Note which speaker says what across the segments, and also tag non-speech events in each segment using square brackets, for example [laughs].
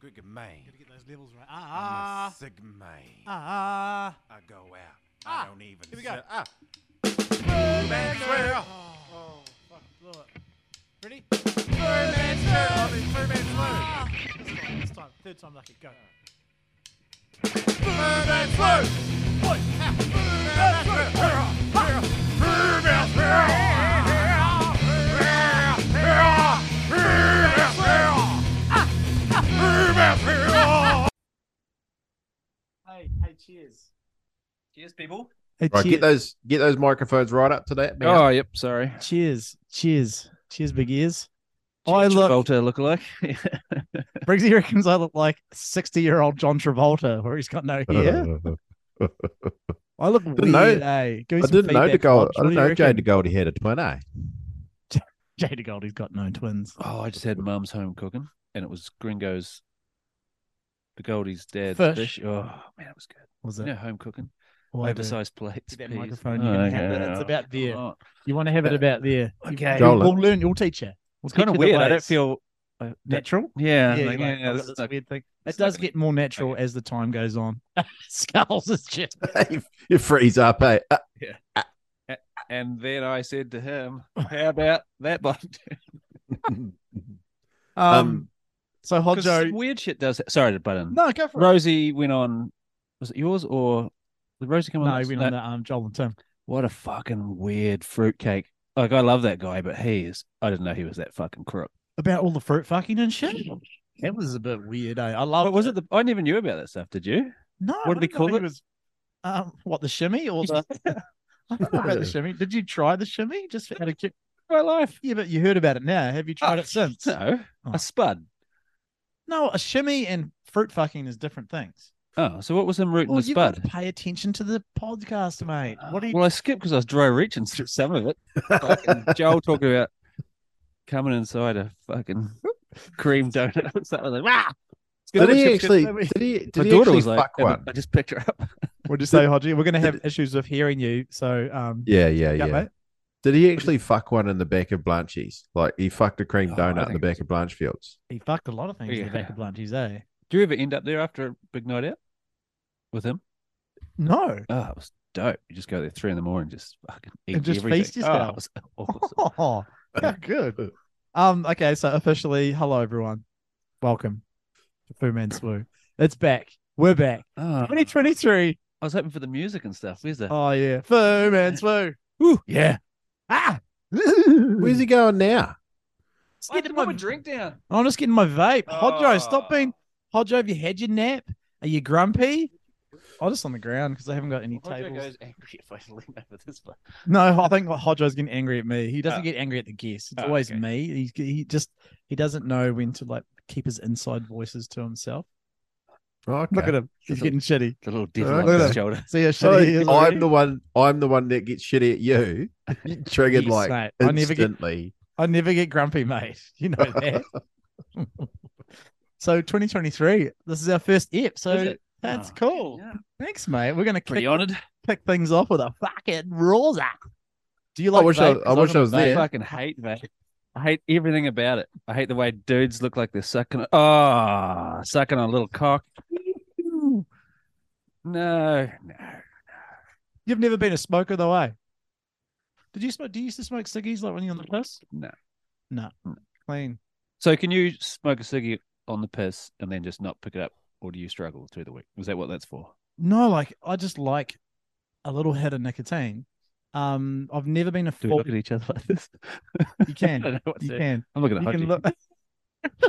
Speaker 1: Greek and Maine.
Speaker 2: Gotta get those levels right.
Speaker 1: I'm a
Speaker 2: Ah,
Speaker 1: sick man.
Speaker 2: ah,
Speaker 1: I go out.
Speaker 2: Ah,
Speaker 1: I don't even.
Speaker 2: here we go.
Speaker 1: sit- Ah. Birdman swear.
Speaker 2: Oh, fuck, blew it. Ready?
Speaker 1: Birdman swear. Oh, it's Birdman swear.
Speaker 2: Ah, this time, this time, third time lucky. Go.
Speaker 1: Birdman swear.
Speaker 2: One, ah,
Speaker 1: Birdman swear. Birdman swear. Birdman swear.
Speaker 2: Ah.
Speaker 1: Birdman swear. Birdman
Speaker 2: Ah.
Speaker 1: swear. Ah.
Speaker 2: Hey, hey, cheers.
Speaker 3: Cheers, people.
Speaker 2: Hey,
Speaker 4: Right, get
Speaker 2: cheers.
Speaker 4: those get those microphones right up to that. Man. [laughs]
Speaker 3: Oh, yep. Sorry.
Speaker 2: cheers, cheers, cheers, big ears.
Speaker 3: Oh,
Speaker 2: I look.
Speaker 3: Volta look alike.
Speaker 2: Briggsy reckons I look like sixty-year-old John Travolta, where he's got no hair. I look
Speaker 4: Didn't know-
Speaker 2: weird, eh? Give me
Speaker 4: I
Speaker 2: some
Speaker 4: didn't know
Speaker 2: feedback,
Speaker 4: Dakota.
Speaker 2: Hodge.
Speaker 4: I
Speaker 2: What
Speaker 4: didn't
Speaker 2: do you
Speaker 4: know Jade
Speaker 2: reckon?
Speaker 4: DeGoldy had a twin. Eh?
Speaker 2: Jada Goldie's got no twins.
Speaker 3: oh, I just had mum's home cooking, and it was Gringo's, the Goldie's dad's
Speaker 2: Fish.
Speaker 3: fish. Oh man, it was good.
Speaker 2: Was
Speaker 3: You
Speaker 2: it?
Speaker 3: know, home cooking,
Speaker 2: All I do-
Speaker 3: oversized plates.
Speaker 2: Get that
Speaker 3: peas.
Speaker 2: microphone, you
Speaker 4: Oh,
Speaker 2: can have it.
Speaker 3: okay.
Speaker 2: It's about there.
Speaker 3: Oh,
Speaker 2: You want to have it
Speaker 4: Uh,
Speaker 2: about there. You-
Speaker 3: okay.
Speaker 2: We'll,
Speaker 4: Joel,
Speaker 2: we'll learn. You'll teach you. We'll
Speaker 3: it's kind of
Speaker 2: teach you the
Speaker 3: weird. I don't
Speaker 2: ways.
Speaker 3: feel. I, that,
Speaker 2: natural.
Speaker 3: yeah,
Speaker 2: Yeah,
Speaker 3: like,
Speaker 2: you're like,
Speaker 3: yeah,
Speaker 2: I've
Speaker 3: this
Speaker 2: got
Speaker 3: is
Speaker 2: this
Speaker 3: not-
Speaker 2: weird thing. It
Speaker 3: that's not
Speaker 2: does
Speaker 3: gonna
Speaker 2: get
Speaker 3: be-
Speaker 2: more natural as the time goes
Speaker 3: [laughs]
Speaker 2: on. [laughs] Skulls is just.
Speaker 4: [laughs] you, you freeze up. Eh? [laughs] Uh,
Speaker 3: And then I said
Speaker 2: [laughs]
Speaker 3: to him, "How about that bloke?"
Speaker 2: Um,
Speaker 4: Um,
Speaker 2: So
Speaker 3: 'Cause
Speaker 2: Hodjo.
Speaker 3: weird shit does. Sorry to butt in.
Speaker 2: No, go for it.
Speaker 3: Rosie went on. Was it yours or did Rosie come on?
Speaker 2: No,
Speaker 3: this?
Speaker 2: we know that um, Joel and Tim.
Speaker 3: What a fucking weird fruitcake. Like I love that guy, but he is I didn't know he was that fucking crook.
Speaker 2: About all the fruit fucking and shit. That was a bit weird. Eh? I love.
Speaker 3: But Oh, was it the I never knew about that stuff, did you?
Speaker 2: No.
Speaker 3: what did
Speaker 2: I
Speaker 3: they
Speaker 2: don't know
Speaker 3: call
Speaker 2: if
Speaker 3: it?
Speaker 2: Was, um, what the shimmy or
Speaker 3: [laughs]
Speaker 2: the? I don't know about the shimmy. Did you try the shimmy? Just out of cu-
Speaker 3: My life.
Speaker 2: yeah, but you heard about it now. Have you
Speaker 3: [laughs]
Speaker 2: tried it since?
Speaker 3: No.
Speaker 2: Oh.
Speaker 3: A spud.
Speaker 2: No, a shimmy and fruit fucking is different things.
Speaker 3: Oh, so what was him rooting
Speaker 2: Well,
Speaker 3: a
Speaker 2: you got to
Speaker 3: spud?
Speaker 2: pay attention to the podcast, mate. What are you?
Speaker 3: Well, I skipped because I was dry reaching through some of it.
Speaker 2: [laughs]
Speaker 3: Fucking Joel talking about coming inside a fucking cream donut or something. Like, ah! It's good
Speaker 4: did he
Speaker 3: chips, good
Speaker 4: actually?
Speaker 3: chips."
Speaker 4: Did he? Did
Speaker 3: My
Speaker 4: he
Speaker 3: daughter
Speaker 4: actually
Speaker 3: was like,
Speaker 4: fuck
Speaker 3: "Yeah, but
Speaker 4: one?
Speaker 3: I just picked her up. [laughs]
Speaker 2: What'd you say, Hodgie? We're going to have issues with hearing you. So, um,
Speaker 4: Yeah, yeah,
Speaker 2: yeah,
Speaker 4: yeah.
Speaker 2: mate.
Speaker 4: Did he actually fuck one in the back of Blanchie's? Like he fucked a cream
Speaker 3: Oh, I
Speaker 4: donut in the
Speaker 3: think
Speaker 4: back of Blanchfield's.
Speaker 2: He fucked a lot of things in the back
Speaker 3: Yeah.
Speaker 2: of Bluntie's, eh?
Speaker 3: Do you ever end up there after a big night out with him?
Speaker 2: No. [laughs]
Speaker 3: Oh, it was dope. You just go there three in the morning, just fucking eat
Speaker 2: And just
Speaker 3: everything.
Speaker 2: feast
Speaker 3: Oh,
Speaker 2: yourself.
Speaker 3: it was awesome.
Speaker 2: [laughs] Oh, how good. Um, okay, so officially, hello everyone. Welcome to Fu Man Swoo. It's back. We're back.
Speaker 3: Oh,
Speaker 2: 2023.
Speaker 3: I was hoping for the music and stuff. Where's the?
Speaker 2: Oh yeah. Fu Man Swoo. Woo, yeah. Ah. [laughs]
Speaker 4: Where's he going now?
Speaker 2: Just getting my-
Speaker 3: down.
Speaker 2: I'm just getting my vape. Hodjo, stop
Speaker 3: Oh.
Speaker 2: being Hodjo, have you had your nap? Are you grumpy? I'm just on the ground because I haven't got any tables.
Speaker 3: angry if I lean over this one.
Speaker 2: No, I think Hodjo's getting angry at me. He doesn't
Speaker 3: Oh.
Speaker 2: get angry at the guests. It's
Speaker 3: Oh,
Speaker 2: always
Speaker 3: okay.
Speaker 2: me. He, he just he doesn't know when to like keep his inside voices to himself.
Speaker 4: Oh, okay.
Speaker 2: Look at him. He's getting shitty.
Speaker 3: The little devil
Speaker 4: Look
Speaker 3: on
Speaker 2: at
Speaker 3: his
Speaker 2: that.
Speaker 3: shoulder.
Speaker 2: See how
Speaker 4: Oh,
Speaker 2: shitty he is. already?
Speaker 4: I'm the one. I'm the one that gets shitty at you. You triggered
Speaker 2: Yes,
Speaker 4: like
Speaker 2: mate. I never get
Speaker 4: instantly.
Speaker 2: I never get grumpy, mate. [laughs] You know that.
Speaker 3: [laughs]
Speaker 2: so 2023, this is our first ep.
Speaker 3: Is
Speaker 2: So
Speaker 3: it?
Speaker 2: that's
Speaker 3: Oh,
Speaker 2: cool.
Speaker 3: yeah.
Speaker 2: Thanks, mate. We're gonna
Speaker 3: Pretty
Speaker 2: kick,
Speaker 3: honoured.
Speaker 2: kick things off with a fucking rules app. Do you
Speaker 4: I
Speaker 2: like?
Speaker 4: wish I-
Speaker 2: vape?
Speaker 4: I
Speaker 2: 'Cause
Speaker 4: wish
Speaker 2: I'm
Speaker 4: I
Speaker 2: a
Speaker 4: was
Speaker 2: vape
Speaker 4: there.
Speaker 3: I fucking hate that. I hate everything about it. I hate the way dudes look like they're sucking. Ah, sucking on a little [laughs] cock. No, no.
Speaker 2: You've never been a smoker though, eh? Did you smoke? Do you used to smoke ciggies like when you're on the piss?
Speaker 3: No.
Speaker 2: No. Clean.
Speaker 3: So, can you smoke a ciggy on the piss and then just not pick it up, or do you struggle through the week? Is that what that's for?
Speaker 2: No, like I just like a little hit of nicotine. Um, I've never been a
Speaker 3: Do we
Speaker 2: full.
Speaker 3: look at each other like this?
Speaker 2: You
Speaker 3: [laughs] I
Speaker 2: can.
Speaker 3: don't know what to
Speaker 2: You
Speaker 3: do.
Speaker 2: can.
Speaker 3: I'm looking at
Speaker 2: You can
Speaker 3: Hodgie.
Speaker 2: look. [laughs]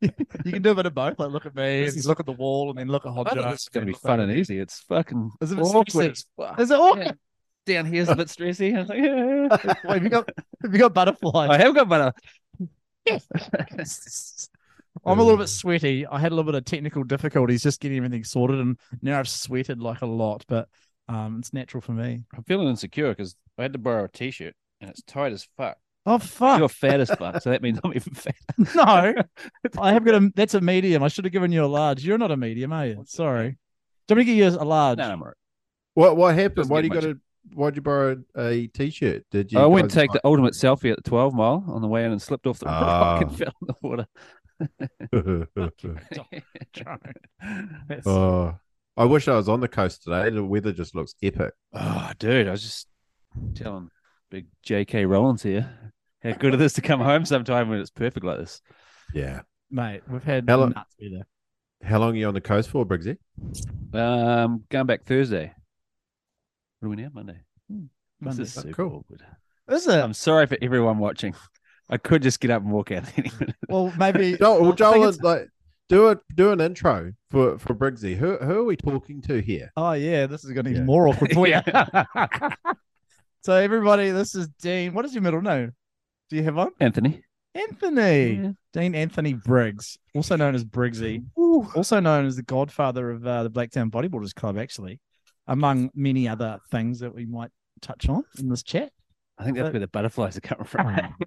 Speaker 2: you can do a bit of both. Like look at me,
Speaker 3: This
Speaker 2: and
Speaker 3: is-
Speaker 2: look at the wall, and then look at
Speaker 3: I
Speaker 2: Hodge.
Speaker 3: think It's going to be fun and easy. It's fucking
Speaker 2: Is it
Speaker 3: awkward.
Speaker 2: stressy?
Speaker 3: as fuck.
Speaker 2: Is it awkward?
Speaker 3: [laughs] Yeah. Down here's a bit stressy. I was like, yeah.
Speaker 2: Wait, have you got have you got butterflies?
Speaker 3: [laughs] I have got butter.
Speaker 2: I'm a
Speaker 3: Mm.
Speaker 2: little bit sweaty. I had a little bit of technical difficulties just getting everything sorted, and now I've sweated like a lot, but um, it's natural for me.
Speaker 3: I'm feeling insecure because I had to borrow a t-shirt and it's tight as fuck.
Speaker 2: Oh
Speaker 3: You're
Speaker 2: fuck!
Speaker 3: fat as fuck, so that means I'm even fatter.
Speaker 2: no, I have got a. That's a medium. I should have given you a large. You're not a medium, are you?
Speaker 3: What's it,
Speaker 2: Sorry. Do you want me to get you a large?
Speaker 3: [laughs] No, I'm all right.
Speaker 4: What what happened?
Speaker 3: Doesn't
Speaker 4: Why do
Speaker 3: get
Speaker 4: you
Speaker 3: much-
Speaker 4: got a? Why'd you borrow a t-shirt? Did you?
Speaker 3: I went to
Speaker 4: guys [laughs]
Speaker 3: [laughs] take the ultimate selfie at the 12 mile on the way in and slipped off the rock and
Speaker 4: Ah.
Speaker 3: fell in the water. [laughs] That's- oh.
Speaker 4: oh, I wish I was on the coast today. The weather just looks epic.
Speaker 3: Ah, dude, I was just telling big J.K. Rollins here how
Speaker 2: [laughs]
Speaker 3: good it is to come home sometime when it's perfect like this.
Speaker 4: Yeah.
Speaker 2: Mate, we've had
Speaker 4: Hello.
Speaker 2: nuts weather.
Speaker 4: How long are you on the coast for, Briggsy?
Speaker 3: Um, going back Thursday. What are we now? Monday. This is [laughs]
Speaker 4: Monday.
Speaker 3: super
Speaker 4: Cool.
Speaker 3: awkward.
Speaker 2: Oh, Is it?
Speaker 3: I'm sorry for everyone watching. I could just get up and walk out any minute.
Speaker 2: Well,
Speaker 3: [laughs]
Speaker 2: maybe
Speaker 4: Joel, well,
Speaker 2: I think
Speaker 4: Joel
Speaker 2: it's-
Speaker 4: is like do it. Do an intro for for Briggsy. Who who are we talking to here?
Speaker 2: Oh yeah, this is going to be
Speaker 4: Yeah.
Speaker 2: more awkward for [laughs] you.
Speaker 3: [laughs] Yeah.
Speaker 2: So everybody, this is Dean. What is your middle name? Do you have one?
Speaker 3: Anthony.
Speaker 2: Anthony.
Speaker 3: Yeah.
Speaker 2: Dean Anthony Briggs, also known as Briggsy, also known as the godfather of uh, the Blacktown Bodybuilders Club, actually, among many other things that we might touch on in this chat.
Speaker 3: I think that's
Speaker 2: But-
Speaker 3: where the butterflies are coming from.
Speaker 2: [laughs]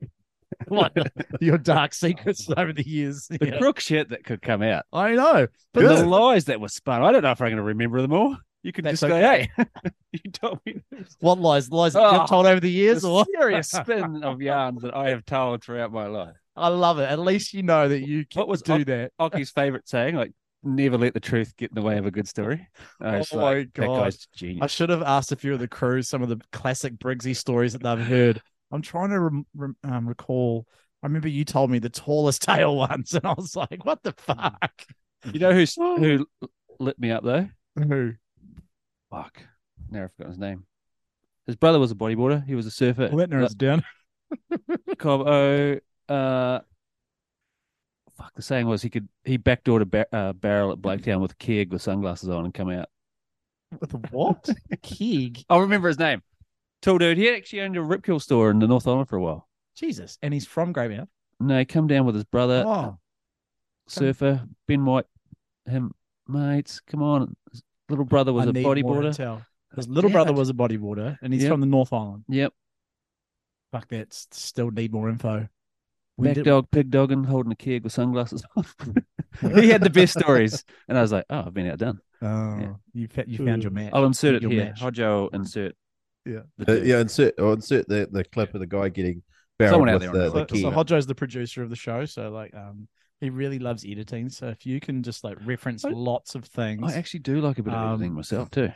Speaker 2: What [laughs] your dark secrets over the years.
Speaker 3: [laughs] The
Speaker 2: Yeah.
Speaker 3: crook shit that could come out.
Speaker 2: [laughs] I know, but
Speaker 3: But
Speaker 2: this,
Speaker 3: the lies that were spun, I don't know if I'm going to remember them all. You could
Speaker 2: That's
Speaker 3: just go, hey, [laughs] you told me this.
Speaker 2: what lies? Lies that
Speaker 3: Oh,
Speaker 2: you've told over the years,
Speaker 3: The
Speaker 2: or
Speaker 3: serious spin of yarns that I have told throughout my life.
Speaker 2: I love it. At least you know that you can
Speaker 3: What was
Speaker 2: do
Speaker 3: Oc-
Speaker 2: that.
Speaker 3: Oki's favorite saying, like, never let the truth get in the way of a good story. I was
Speaker 2: Oh
Speaker 3: like,
Speaker 2: my
Speaker 3: That
Speaker 2: God.
Speaker 3: guy's
Speaker 2: I
Speaker 3: genius.
Speaker 2: should have asked a few of the crew some of the classic Briggsy stories that they've heard. I'm trying to rem- rem- um, recall. I remember you told me the tallest [laughs] tale once, and I was like, "What the fuck?"
Speaker 3: You know who's,
Speaker 2: Oh.
Speaker 3: who lit me up, though?
Speaker 2: Who?
Speaker 3: Fuck. Now I've forgotten his name. His brother was a bodyboarder. He was a surfer.
Speaker 2: Well, that narrows it
Speaker 3: [laughs]
Speaker 2: down.
Speaker 3: Cobb O. Uh, fuck, the saying was he could he backdoored a bar- uh, barrel at Blacktown with a keg with sunglasses on and come out.
Speaker 2: With a what? Keeg.
Speaker 3: I'll remember his name. Tall dude. He actually owned a Rip Curl store in the North Island for a while.
Speaker 2: Jesus. And he's from Greymouth.
Speaker 3: No, he come down with his brother,
Speaker 2: Oh,
Speaker 3: surfer Ben White, him mates. Come on, his little brother was
Speaker 2: I
Speaker 3: a
Speaker 2: need more
Speaker 3: bodyboarder.
Speaker 2: intel. His little
Speaker 3: Damn
Speaker 2: brother
Speaker 3: it.
Speaker 2: was a bodyboarder, and he's
Speaker 3: Yep.
Speaker 2: from the North Island.
Speaker 3: Yep,
Speaker 2: Fuck, that's still need more info. We
Speaker 3: back
Speaker 2: did-
Speaker 3: dog, pig dogging, holding a keg with sunglasses on. [laughs] he had the best stories, and I was like, "Oh, I've been outdone."
Speaker 2: Oh,
Speaker 3: Yeah.
Speaker 2: you, fa- you found your match.
Speaker 3: I'll insert it
Speaker 2: Your
Speaker 3: here.
Speaker 2: match.
Speaker 3: Hodjo, insert.
Speaker 2: Yeah.
Speaker 3: the
Speaker 4: Uh,
Speaker 3: dude.
Speaker 4: yeah, insert or insert the, the clip of the guy getting barreled
Speaker 3: Someone out
Speaker 4: with
Speaker 3: there on
Speaker 4: the,
Speaker 3: the
Speaker 4: the
Speaker 2: so,
Speaker 4: key.
Speaker 2: so Hodjo's the producer of the show, so like um he really loves editing. So if you can just like reference
Speaker 3: I-
Speaker 2: lots of things,
Speaker 3: I
Speaker 2: I
Speaker 3: actually do like a bit of
Speaker 2: Um,
Speaker 3: editing myself too.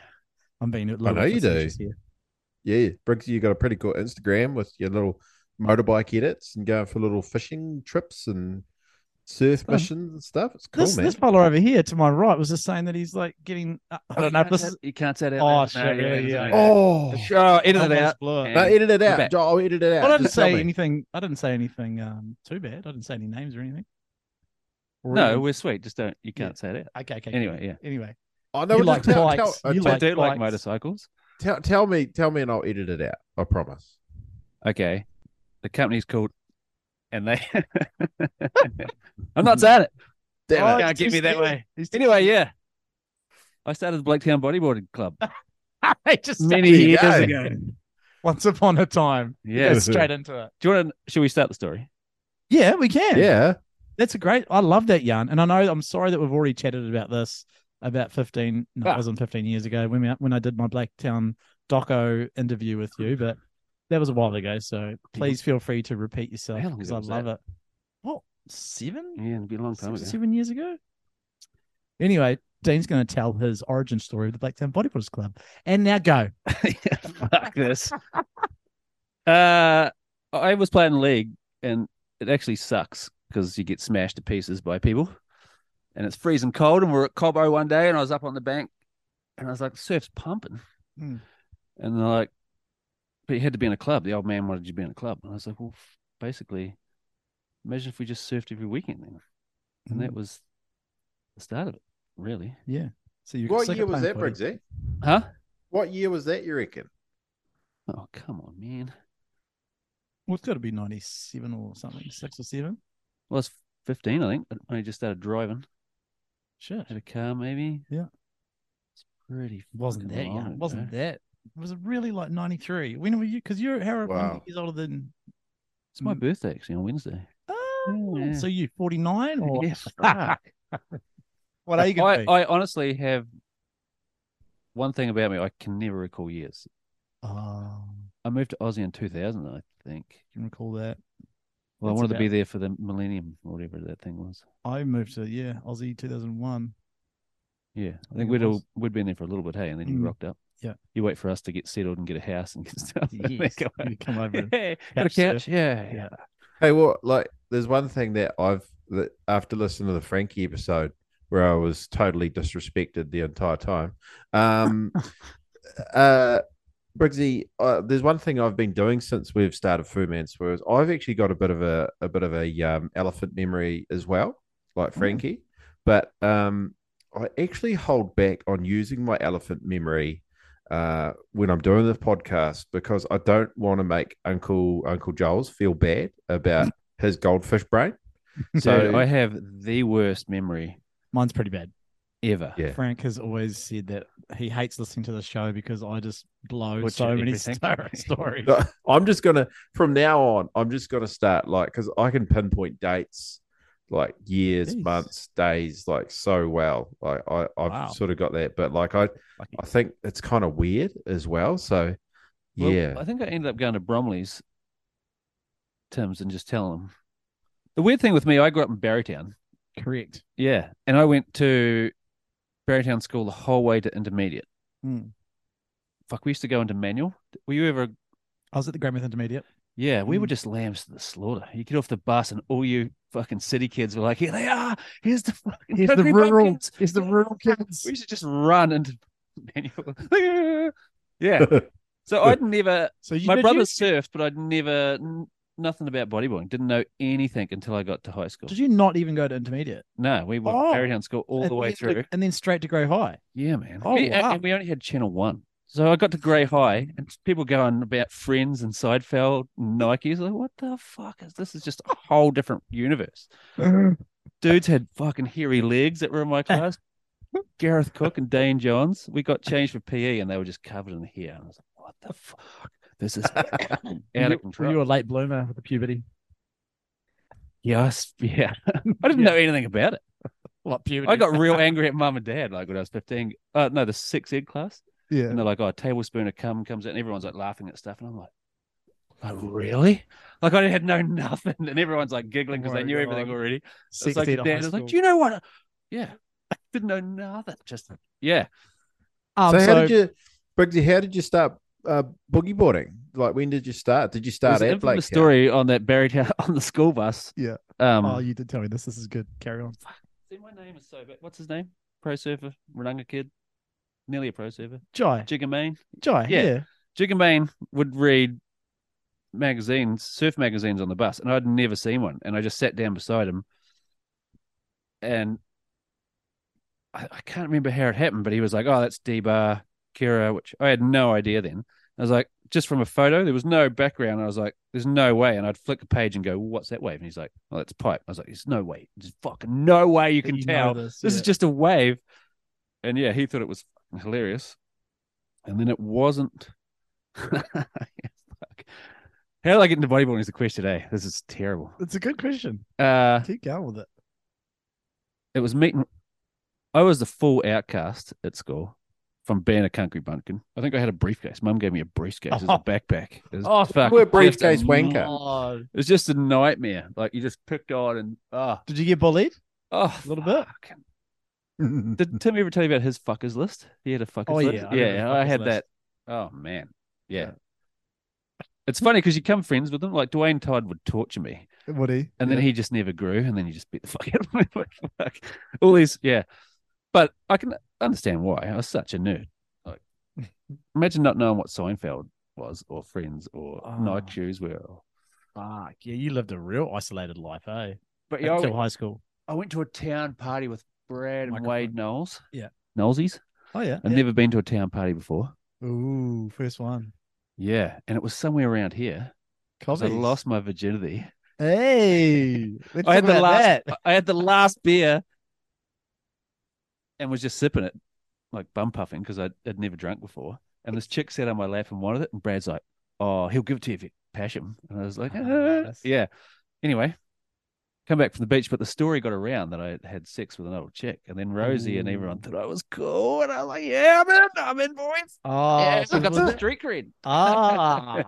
Speaker 2: am being a little
Speaker 4: know you do.
Speaker 2: facetious Here.
Speaker 4: yeah, Briggsy, you got a pretty cool Instagram with your little motorbike edits and going for little fishing trips and surf
Speaker 2: fun.
Speaker 4: missions and stuff. It's cool,
Speaker 2: This
Speaker 4: man.
Speaker 2: this fella over here to my right was just saying that he's like getting. uh, I don't know. if This is
Speaker 3: you can't say Oh, that.
Speaker 2: Oh, shit, really, yeah.
Speaker 4: oh,
Speaker 3: Oh, edit it
Speaker 2: someone
Speaker 3: out.
Speaker 2: just blew it.
Speaker 4: no, edit it
Speaker 3: We're back.
Speaker 4: out, Joel. edit it out.
Speaker 2: Well, I didn't
Speaker 4: Just tell
Speaker 2: say
Speaker 4: me.
Speaker 2: anything. I didn't say anything um too bad. I didn't say any names or anything. Or
Speaker 3: No,
Speaker 2: even-
Speaker 3: we're sweet. Just don't. You can't say it out.
Speaker 2: okay, okay.
Speaker 3: Anyway, yeah. [laughs]
Speaker 2: Anyway,
Speaker 4: I know.
Speaker 2: You
Speaker 4: Oh, just
Speaker 2: like
Speaker 4: tell,
Speaker 2: bikes.
Speaker 4: Tell, uh,
Speaker 2: You
Speaker 4: tell,
Speaker 3: I
Speaker 2: like
Speaker 3: do like
Speaker 2: bikes.
Speaker 3: motorcycles.
Speaker 4: tell, tell me, tell me, and I'll edit it out. I promise.
Speaker 3: Okay, the company's called, and they. [laughs] I'm not saying it.
Speaker 4: Damn
Speaker 2: Oh,
Speaker 4: it.
Speaker 3: Can't
Speaker 2: too
Speaker 3: get me that
Speaker 2: scared.
Speaker 3: way.
Speaker 2: He's too
Speaker 3: Anyway, yeah. I started the Blacktown Bodyboarding [laughs] Club
Speaker 2: I just
Speaker 3: many
Speaker 4: There you
Speaker 3: years
Speaker 4: go.
Speaker 3: ago.
Speaker 2: once upon a time.
Speaker 3: Yeah.
Speaker 2: straight into it.
Speaker 3: Do you want to? Should we start the story?
Speaker 2: Yeah, we can.
Speaker 4: Yeah.
Speaker 2: That's a great. I love that yarn, and I know I'm sorry that we've already chatted about this about 15. No,
Speaker 3: Ah.
Speaker 2: it wasn't 15 years ago when we, when I did my Blacktown Doco interview with you, but that was a while ago. So please feel free to repeat yourself
Speaker 3: How long
Speaker 2: because
Speaker 3: ago
Speaker 2: I
Speaker 3: was
Speaker 2: love
Speaker 3: that?
Speaker 2: it. What seven?
Speaker 3: Yeah, it'd be a long
Speaker 2: Six or Seven years ago. Anyway, Dean's going to tell his origin story of the Blacktown Bodybuilders Club, and now go.
Speaker 3: [laughs] Fuck this. Uh, I was playing league, and it actually sucks because you get smashed to pieces by people, and it's freezing cold. And we we're at Cobbo one day, and I was up on the bank, and I was like, "Surf's pumping,"
Speaker 2: Hmm.
Speaker 3: and they're like, "But you had to be in a club." The old man wanted you to be in a club, and I was like, "Well, f- basically, imagine if we just surfed every weekend then." And that was the start of it, really.
Speaker 2: So you got
Speaker 4: What
Speaker 2: sick of
Speaker 4: year was
Speaker 2: playing
Speaker 4: that,
Speaker 2: footy.
Speaker 4: Briggsy?
Speaker 3: Huh?
Speaker 4: What year was that? You reckon?
Speaker 3: Oh, come on, man.
Speaker 2: Well, it's got to be 97 or something, six or seven.
Speaker 3: Well, it's 15, I think. I only just started driving.
Speaker 2: Shit.
Speaker 3: Had a car, maybe.
Speaker 2: Yeah.
Speaker 3: It's pretty.
Speaker 2: wasn't
Speaker 3: fucking
Speaker 2: that young.
Speaker 3: long
Speaker 2: It wasn't
Speaker 3: ago.
Speaker 2: that. It was really like 93. When were you? Because you're how many
Speaker 4: Wow.
Speaker 2: years older than.
Speaker 3: It's my
Speaker 2: Mm.
Speaker 3: birthday actually on Wednesday. [laughs]
Speaker 2: Oh,
Speaker 3: Yeah.
Speaker 2: So you 49? Or,
Speaker 3: Yeah, fuck.
Speaker 2: Oh, What are you going to
Speaker 3: I,
Speaker 2: be?
Speaker 3: I honestly have one thing about me. I can never recall years.
Speaker 2: oh,
Speaker 3: I moved to Aussie in 2000, I think.
Speaker 2: can recall that.
Speaker 3: Well, I
Speaker 2: That's
Speaker 3: wanted to be
Speaker 2: about-
Speaker 3: there for the millennium or whatever that thing was.
Speaker 2: I moved to yeah Aussie
Speaker 3: [laughs]
Speaker 2: 2001.
Speaker 3: Yeah, I
Speaker 2: think
Speaker 3: think
Speaker 2: it
Speaker 3: we'd
Speaker 2: was.
Speaker 3: all we'd been there for a little bit, hey, and then you
Speaker 2: Mm.
Speaker 3: rocked up.
Speaker 2: Yeah.
Speaker 3: you wait for us to get settled and get a house and [laughs] get stuff. and then
Speaker 2: Yes,
Speaker 3: go
Speaker 2: [laughs] you come over.
Speaker 3: over.
Speaker 2: and-
Speaker 3: Yeah, [laughs] got a
Speaker 2: couch surf.
Speaker 3: couch. Yeah,
Speaker 2: Yeah.
Speaker 3: yeah.
Speaker 4: Hey, well, like, there's one thing that I've that after listening to the Frankie episode where I was totally disrespected the entire time. Um, uh, Briggsy, uh, there's one thing I've been doing since we've started Fu Mansoor is I've actually got a bit of a a bit of a um, elephant memory as well, like Frankie, but um, I actually hold back on using my elephant memory uh, when I'm doing the podcast because I don't want to make Uncle Uncle Joel's feel bad
Speaker 2: [laughs]
Speaker 4: about his goldfish brain. [laughs] So
Speaker 3: Dude, I have the worst memory
Speaker 2: Mine's pretty bad.
Speaker 3: ever.
Speaker 4: Yeah.
Speaker 2: Frank has always said that he hates listening to the show because I just blow
Speaker 3: Butcher
Speaker 2: so many
Speaker 3: everything.
Speaker 2: star- [laughs] stories.
Speaker 4: No, I'm just gonna from now on. I'm just gonna start like because I can pinpoint dates, like years,
Speaker 2: Jeez.
Speaker 4: months, days, like so well. Like I, I've
Speaker 2: Wow.
Speaker 4: sort of got that, but like I, I think it's kind of weird as well. So
Speaker 3: Well,
Speaker 4: yeah,
Speaker 3: I think I ended up going to Bromley's, Tim's, and just telling them. The weird thing with me, I grew up in Barrytown.
Speaker 2: Correct.
Speaker 3: Yeah, and I went to Barrytown School the whole way to intermediate.
Speaker 2: Hmm.
Speaker 3: Fuck, we used to go into manual. Were you ever
Speaker 2: I was at the Greymouth Intermediate.
Speaker 3: Yeah, we were
Speaker 2: Mm.
Speaker 3: just lambs to the slaughter. You get off the bus, and all you fucking city kids were like, "Here they are! Here's the fucking
Speaker 2: Here's the
Speaker 3: hungry
Speaker 2: rural-
Speaker 3: buckets."
Speaker 2: Is the rural kids?
Speaker 3: We should just run into manual. [laughs]
Speaker 4: [laughs]
Speaker 3: yeah. So I'd never.
Speaker 2: [laughs] So you,
Speaker 3: my
Speaker 2: did
Speaker 3: brother
Speaker 2: you-
Speaker 3: surfed, but I'd never n- nothing about bodyboarding. Didn't know anything until I got to high school.
Speaker 2: did you not even go to intermediate
Speaker 3: No, we went
Speaker 2: Oh.
Speaker 3: to Barrytown school all the
Speaker 2: And
Speaker 3: way
Speaker 2: then to-
Speaker 3: through.
Speaker 2: and then straight to Grey [gasps] High?
Speaker 3: Yeah, man.
Speaker 2: Oh,
Speaker 3: we, and-
Speaker 2: wow.
Speaker 3: and we only had Channel One. So I got to Grey High and people going about friends and Seidfeld Nikes. Like, what the fuck is this? Is just a whole different universe. Dudes had fucking hairy legs that were
Speaker 2: [laughs]
Speaker 3: in my class. Gareth Cook and Dane Johns. We got changed for PE and they were just covered in hair. And I was like, what the fuck?
Speaker 2: [laughs]
Speaker 3: This is
Speaker 2: Were
Speaker 3: out
Speaker 2: you-
Speaker 3: of control.
Speaker 2: Were you a late bloomer with the puberty?
Speaker 3: Yes, yeah. I didn't know anything about it.
Speaker 2: What puberty?
Speaker 3: I got real angry at mum and dad like when I was 15. Uh, no, the six ed class.
Speaker 2: [laughs] yeah.
Speaker 3: And they're like, oh, a tablespoon of cum comes out, and everyone's like laughing at stuff. And I'm like, like,
Speaker 2: Oh.
Speaker 3: really? Like, I had known [laughs] nothing. And everyone's like giggling because they
Speaker 2: Oh,
Speaker 3: knew
Speaker 2: God.
Speaker 3: everything already.
Speaker 2: Sixth
Speaker 3: It's like,
Speaker 2: ed high
Speaker 3: dad was like,
Speaker 2: school.
Speaker 3: do you know what? I-" Yeah. [laughs] I didn't know nothing. Just, yeah.
Speaker 2: Um,
Speaker 4: so how
Speaker 2: so-
Speaker 4: did you, Briggsy? How did you start uh, boogie boarding? Like when did you start? Did you
Speaker 3: There's
Speaker 4: start
Speaker 3: an
Speaker 4: at
Speaker 3: infamous
Speaker 4: Blake?
Speaker 3: story on that buried [laughs] house on the school bus.
Speaker 2: Yeah.
Speaker 3: Um,
Speaker 2: oh, you did tell me this. This is good. Carry on.
Speaker 3: see, my name is so bad. What's his name? Pro surfer, Runanga kid, nearly a pro surfer.
Speaker 2: Jai,
Speaker 3: Jigamain.
Speaker 2: Jai, yeah.
Speaker 3: Yeah. Jigamain would read magazines, surf magazines on the bus, and I'd never seen one. And I just sat down beside him, and I, I can't remember how it happened, but he was like, "Oh, that's D Bar Kira," which I had no idea then. I was like, just from a photo, there was no background. I was like, "There's no way." And I'd flick a page and go, "What's that wave?" And he's like, "Oh, that's pipe." I was like, "There's no way. There's fucking no way you
Speaker 2: That
Speaker 3: can
Speaker 2: you know
Speaker 3: tell."
Speaker 2: This,
Speaker 3: This
Speaker 2: yeah.
Speaker 3: is just a wave. And yeah, he thought it was fucking hilarious. And then it wasn't. [laughs] Yeah, fuck. How did I get into bodyboarding is the question, eh? This is terrible.
Speaker 2: It's a good question.
Speaker 3: Uh,
Speaker 2: Keep going with it.
Speaker 3: it was meeting. I was the full outcast at school from being a country bumpkin. I think I had a briefcase. Mum gave me a briefcase as a
Speaker 2: Oh.
Speaker 3: backpack. It was
Speaker 2: Oh,
Speaker 3: fucking
Speaker 4: we're
Speaker 3: just a
Speaker 4: briefcase wanker.
Speaker 3: n- It was just a nightmare. Like you just picked on and oh,
Speaker 2: Did you get bullied?
Speaker 3: oh,
Speaker 2: A little bit?
Speaker 3: fucking-
Speaker 4: yeah?
Speaker 3: Did Tim ever tell you about his fuckers list? He had a fuckers
Speaker 2: Oh,
Speaker 3: list.
Speaker 2: yeah, I
Speaker 3: yeah,
Speaker 2: remember the
Speaker 3: I
Speaker 2: fuckers
Speaker 3: had
Speaker 2: list.
Speaker 3: that. Oh man, yeah.
Speaker 2: Yeah.
Speaker 3: It's funny because you come friends with them. Like Dwayne Todd would torture me,
Speaker 2: Would he?
Speaker 3: and then he just never grew, and then he just beat the [laughs] fuck out of me. Like, fuck. All these, yeah. But I can understand why. I was such a nerd. Like, [laughs] imagine not knowing what Seinfeld was, or Friends, or
Speaker 2: Oh.
Speaker 3: Night Shoes were. or-
Speaker 2: Fuck. Yeah, you lived a real isolated life, eh?
Speaker 3: But yeah, I
Speaker 2: Until
Speaker 3: went,
Speaker 2: high school.
Speaker 3: I went to a town party with Brad and
Speaker 2: Microphone.
Speaker 3: Wade Knowles.
Speaker 2: Yeah.
Speaker 3: Knowlesies.
Speaker 2: Oh, yeah.
Speaker 3: I've never been to a town party before.
Speaker 2: Ooh, first one.
Speaker 3: Yeah, and it was somewhere around here. 'cause I
Speaker 2: Cobbies.
Speaker 3: lost my virginity.
Speaker 2: Hey. let's
Speaker 3: I had
Speaker 2: talk
Speaker 3: the
Speaker 2: about
Speaker 3: last.
Speaker 2: that.
Speaker 3: I had the last beer, and was just sipping it, like bum puffing, because I'd, I'd never drunk before. And this chick sat on my lap and wanted it, and Brad's like, "Oh, he'll give it to you if you pash him." And I was like,
Speaker 2: Ah,
Speaker 3: "Ah."
Speaker 2: nice.
Speaker 3: "Yeah." Anyway, come back from the beach, but the story got around that I had sex with an old chick, and then Rosie and everyone
Speaker 2: Ooh.
Speaker 3: thought I was cool, and I was like, "Yeah, I'm in, I'm in, boys.
Speaker 2: Oh,
Speaker 3: yeah,
Speaker 2: so
Speaker 3: I got
Speaker 2: was
Speaker 3: some
Speaker 2: it-
Speaker 3: street cred."
Speaker 2: ah.